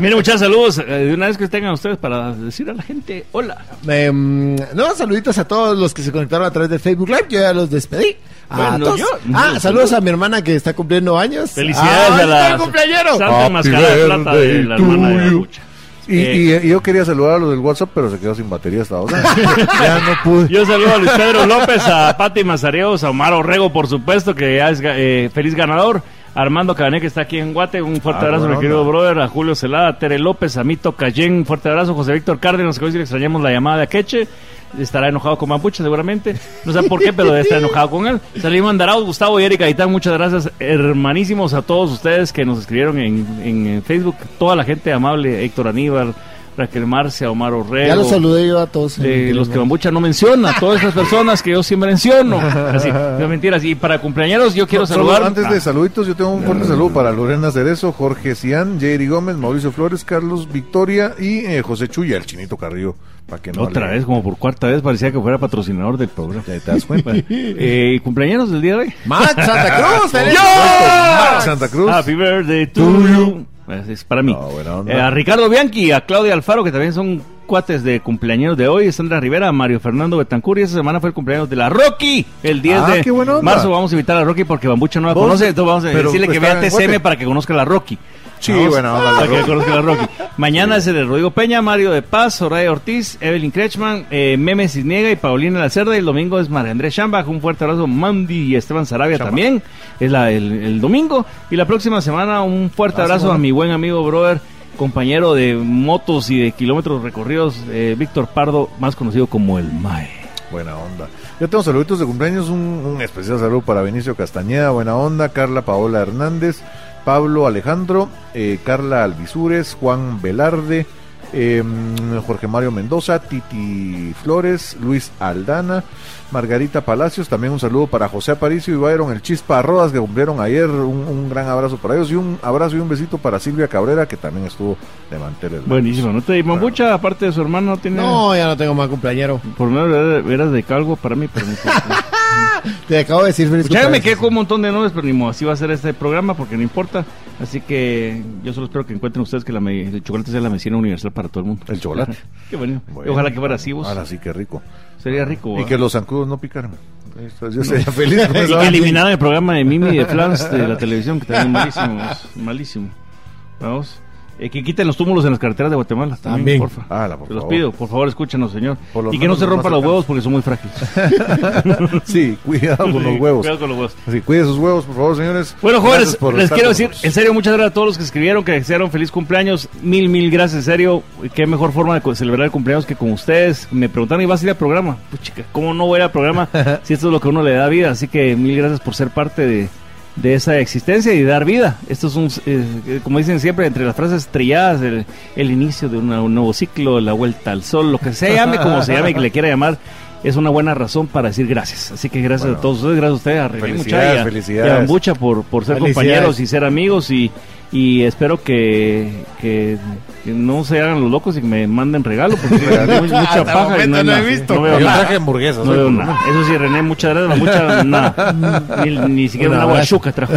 [SPEAKER 2] Miren, muchas saludos. eh, De una vez que tengan ustedes para decir a la gente, hola.
[SPEAKER 6] Eh, mm, no, saluditos a todos los que se conectaron a través del Facebook Live. Yo ya los despedí. A
[SPEAKER 2] Bueno,
[SPEAKER 6] todos.
[SPEAKER 2] yo-
[SPEAKER 6] ah, saludos a mi hermana que está cumpliendo años.
[SPEAKER 2] Felicidades
[SPEAKER 6] Ah,
[SPEAKER 2] a la
[SPEAKER 6] está el cumpleañero!
[SPEAKER 2] Santa
[SPEAKER 4] Happy
[SPEAKER 2] Mascarada de Plata de
[SPEAKER 4] birthday
[SPEAKER 2] la
[SPEAKER 4] to
[SPEAKER 2] hermana de la
[SPEAKER 4] you.
[SPEAKER 2] Lucha.
[SPEAKER 4] Y, y-
[SPEAKER 2] eh,
[SPEAKER 4] y yo quería saludar a los del WhatsApp, pero se quedó sin batería hasta ahora. [laughs] ya no pude.
[SPEAKER 2] Yo saludo a Luis Pedro López, a Pati Mazareos, a Omar Orrego, por supuesto, que ya es ga- eh, feliz ganador. A Armando Cabané, que está aquí en Guate, un fuerte
[SPEAKER 4] Ah,
[SPEAKER 2] abrazo,
[SPEAKER 4] buena
[SPEAKER 2] mi querido
[SPEAKER 4] onda.
[SPEAKER 2] brother. A Julio Celada, a Tere López, a Mito Cayén, un fuerte abrazo. José Víctor Cárdenas, que hoy sí le extrañamos la llamada de Akeche. Estará enojado con Mapuche, seguramente. No sé por qué, pero está enojado con él. Salimos Andarauz, Gustavo y Eric Gaitán, muchas gracias, hermanísimos, a todos ustedes que nos escribieron en, en- en Facebook. Toda la gente amable, Héctor Aníbal, Raquel Marcia, Omar Orrego.
[SPEAKER 6] Ya los saludé yo a todos.
[SPEAKER 2] de los que Bambucha no menciona, todas esas personas que yo sí menciono. Así, no mentiras. Y para cumpleañeros, yo quiero
[SPEAKER 4] No, solo
[SPEAKER 2] saludar.
[SPEAKER 4] Antes
[SPEAKER 2] Ah,
[SPEAKER 4] de saluditos, yo tengo un fuerte saludo para Lorena Cerezo, Jorge Cian, Jerry Gómez, Mauricio Flores, Carlos Victoria y eh, José Chuya, el chinito Carrillo. Para que no
[SPEAKER 2] Otra
[SPEAKER 4] le-
[SPEAKER 2] vez, como por cuarta vez, parecía que fuera patrocinador del programa.
[SPEAKER 4] ¿Te das cuenta?
[SPEAKER 2] [laughs] Eh, cumpleañeros del día de hoy.
[SPEAKER 6] Max Santa
[SPEAKER 2] [laughs]
[SPEAKER 6] Cruz, feliz
[SPEAKER 4] Max Santa Cruz.
[SPEAKER 2] Happy birthday to
[SPEAKER 4] To
[SPEAKER 2] you.
[SPEAKER 4] you.
[SPEAKER 2] Pues, Es para mí.
[SPEAKER 4] Ah, buena onda.
[SPEAKER 2] Eh, a Ricardo Bianchi, a Claudia Alfaro, que también son cuates de cumpleaños de hoy. Sandra Rivera, a Mario Fernando Betancur. Y esta semana fue el cumpleaños de la Rocky. El 10
[SPEAKER 4] Ah,
[SPEAKER 2] de
[SPEAKER 4] qué buena onda.
[SPEAKER 2] marzo vamos a invitar a Rocky porque Bambucha no la
[SPEAKER 4] ¿Vos?
[SPEAKER 2] conoce. Entonces vamos a
[SPEAKER 4] Pero
[SPEAKER 2] decirle que vea
[SPEAKER 4] está en
[SPEAKER 2] TCM
[SPEAKER 4] Guate.
[SPEAKER 2] para que conozca a la Rocky.
[SPEAKER 4] Sí,
[SPEAKER 2] Vamos,
[SPEAKER 4] buena onda, la
[SPEAKER 2] Para que
[SPEAKER 4] Rocky.
[SPEAKER 2] conozca a la Rocky. Mañana es el de Rodrigo Peña, Mario de Paz, Soraya Ortiz, Evelyn Kretschmann, eh, Meme Cisniega y Paulina La Cerda. Y el domingo es María Andrés Chambach. Un fuerte abrazo, Mandy y Esteban Sarabia también. Es la, el, el domingo. Y la próxima semana, un fuerte abrazo a mi buen amigo, brother, compañero de motos y de kilómetros recorridos, eh, Víctor Pardo, más conocido como el MAE.
[SPEAKER 4] Buena onda. Yo tengo saluditos de cumpleaños, un, un especial saludo para Vinicio Castañeda, buena onda, Carla Paola Hernández, Pablo Alejandro, eh, Carla Alvisures, Juan Velarde, eh, Jorge Mario Mendoza, Titi Flores, Luis Aldana, Margarita Palacios, también un saludo para José Aparicio y Byron El Chispa Rodas que cumplieron ayer, un, un gran abrazo para ellos y un abrazo y un besito para Silvia Cabrera que también estuvo de manteles.
[SPEAKER 2] Buenísimo, ¿no te dimos mucha? Aparte de su hermano, no tiene.
[SPEAKER 6] No, ya no tengo más cumpleañero.
[SPEAKER 2] Por lo menos eras de calvo para mí, pero no-
[SPEAKER 6] Te acabo de decir feliz
[SPEAKER 2] Ya me
[SPEAKER 6] cumpleaños.
[SPEAKER 2] quedé con
[SPEAKER 6] [laughs]
[SPEAKER 2] un montón de nombres, pero ni modo, así va a ser este programa porque no importa. Así que yo solo espero que encuentren ustedes que la me- el chocolate sea la medicina universal para todo el mundo.
[SPEAKER 4] El chocolate.
[SPEAKER 2] [laughs] Qué bueno.
[SPEAKER 4] Bueno,
[SPEAKER 2] Ojalá que fuera así vos.
[SPEAKER 4] Ahora sí, qué rico.
[SPEAKER 2] Sería rico. ¿eh?
[SPEAKER 4] Y
[SPEAKER 2] ¿va?
[SPEAKER 4] que los zancudos no picaran. Eso, Yo sería feliz. con
[SPEAKER 2] Y
[SPEAKER 4] esa
[SPEAKER 2] que
[SPEAKER 4] [laughs] vaina.
[SPEAKER 2] eliminaran el programa de Mimi de Flans de la televisión, que también malísimo. vos, Malísimo. Vamos. Eh, que quiten los túmulos en las carreteras de Guatemala. También,
[SPEAKER 6] También.
[SPEAKER 2] porfa.
[SPEAKER 4] Hala, Ah, por
[SPEAKER 2] Te los
[SPEAKER 4] favor.
[SPEAKER 2] pido, por favor, escúchanos, señor.
[SPEAKER 4] Por lo
[SPEAKER 2] Y que no
[SPEAKER 4] menos
[SPEAKER 2] se
[SPEAKER 4] los
[SPEAKER 2] rompan
[SPEAKER 4] más
[SPEAKER 2] los huevos porque son muy frágiles.
[SPEAKER 4] [laughs] Sí, cuidado con [laughs] los huevos.
[SPEAKER 2] Cuidado con los huevos.
[SPEAKER 4] Así, cuide sus huevos, por favor, señores.
[SPEAKER 2] Bueno, jóvenes,
[SPEAKER 4] Gracias por
[SPEAKER 2] les
[SPEAKER 4] estar
[SPEAKER 2] quiero
[SPEAKER 4] con
[SPEAKER 2] decir,
[SPEAKER 4] nosotros.
[SPEAKER 2] en serio, muchas gracias a todos los que escribieron, que desearon feliz cumpleaños. Mil, mil gracias, en serio. Qué mejor forma de co- celebrar el cumpleaños que con ustedes. Me preguntaron, ¿y vas a ir al programa? Pues chica, ¿cómo no voy a ir al
[SPEAKER 4] [laughs]
[SPEAKER 2] programa si esto es lo que uno le da vida? Así que mil gracias por ser parte de, de esa existencia y dar vida. Esto es un, eh, eh, como dicen siempre, entre las frases trilladas, el, el inicio de una- un nuevo ciclo, la vuelta al sol, lo que se llame, como se llame, que le quiera llamar. Es una buena razón para decir gracias. Así que gracias
[SPEAKER 4] Bueno.
[SPEAKER 2] a todos ustedes, gracias a ustedes, a René
[SPEAKER 4] Felicidades,
[SPEAKER 2] Mucha y a-
[SPEAKER 4] felicidades.
[SPEAKER 2] y a Bambucha por, por ser
[SPEAKER 6] Felicidades.
[SPEAKER 2] compañeros y ser amigos y, y espero que, que, que no se hagan los locos y me manden regalo porque tengo muy-
[SPEAKER 6] [laughs]
[SPEAKER 2] mucha
[SPEAKER 6] Hasta el
[SPEAKER 2] paja y no,
[SPEAKER 6] momento
[SPEAKER 2] hay
[SPEAKER 6] no he
[SPEAKER 2] nada.
[SPEAKER 6] visto.
[SPEAKER 2] No veo
[SPEAKER 4] Yo
[SPEAKER 2] nada.
[SPEAKER 4] traje hamburguesas.
[SPEAKER 2] No
[SPEAKER 4] hoy,
[SPEAKER 2] veo
[SPEAKER 4] por lo
[SPEAKER 2] nada. Eso sí, René, muchas gracias.
[SPEAKER 6] [laughs]
[SPEAKER 2] Mucha, nada. Ni, ni siquiera
[SPEAKER 6] Un
[SPEAKER 2] una
[SPEAKER 6] abrazo.
[SPEAKER 2] guachuca trajo.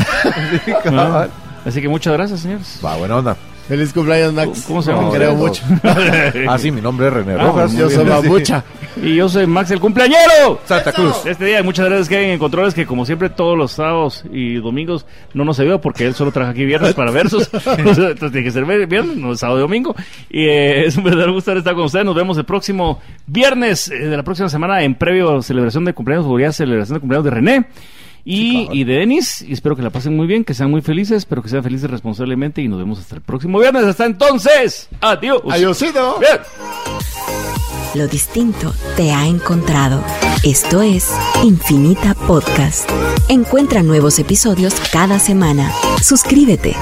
[SPEAKER 4] menos.
[SPEAKER 6] [laughs]
[SPEAKER 2] Así que muchas gracias, señores. [laughs]
[SPEAKER 4] Va, buena onda.
[SPEAKER 3] Feliz cumpleaños, Max.
[SPEAKER 6] ¿Cómo se llama?
[SPEAKER 3] Te creo
[SPEAKER 4] No,
[SPEAKER 3] mucho.
[SPEAKER 4] Ah, sí, mi nombre es René
[SPEAKER 6] Ah,
[SPEAKER 4] Rojas.
[SPEAKER 3] Yo
[SPEAKER 4] muy
[SPEAKER 3] soy
[SPEAKER 4] bien.
[SPEAKER 3] Mamucha.
[SPEAKER 6] Y yo soy Max el cumpleañero.
[SPEAKER 4] Santa Cruz.
[SPEAKER 6] Este día, y muchas gracias Kevin en Controles, que como siempre todos los sábados y domingos no nos ayuda porque él solo trabaja aquí viernes para versos. Entonces tiene que ser viernes, no sábado y domingo. Y eh, [laughs] es un verdadero gusto estar con ustedes. Nos vemos el próximo viernes eh, de la próxima semana en previo celebración de cumpleaños, seguridad, celebración de cumpleaños de René. Y, y de Denis, y espero que la pasen muy bien, que sean muy felices, pero que sean felices responsablemente y nos vemos hasta el próximo viernes. Hasta entonces, adiós.
[SPEAKER 3] Adiósito.
[SPEAKER 6] Bien.
[SPEAKER 1] Lo distinto te ha encontrado. Esto es Infinita Podcast. Encuentra nuevos episodios cada semana. Suscríbete.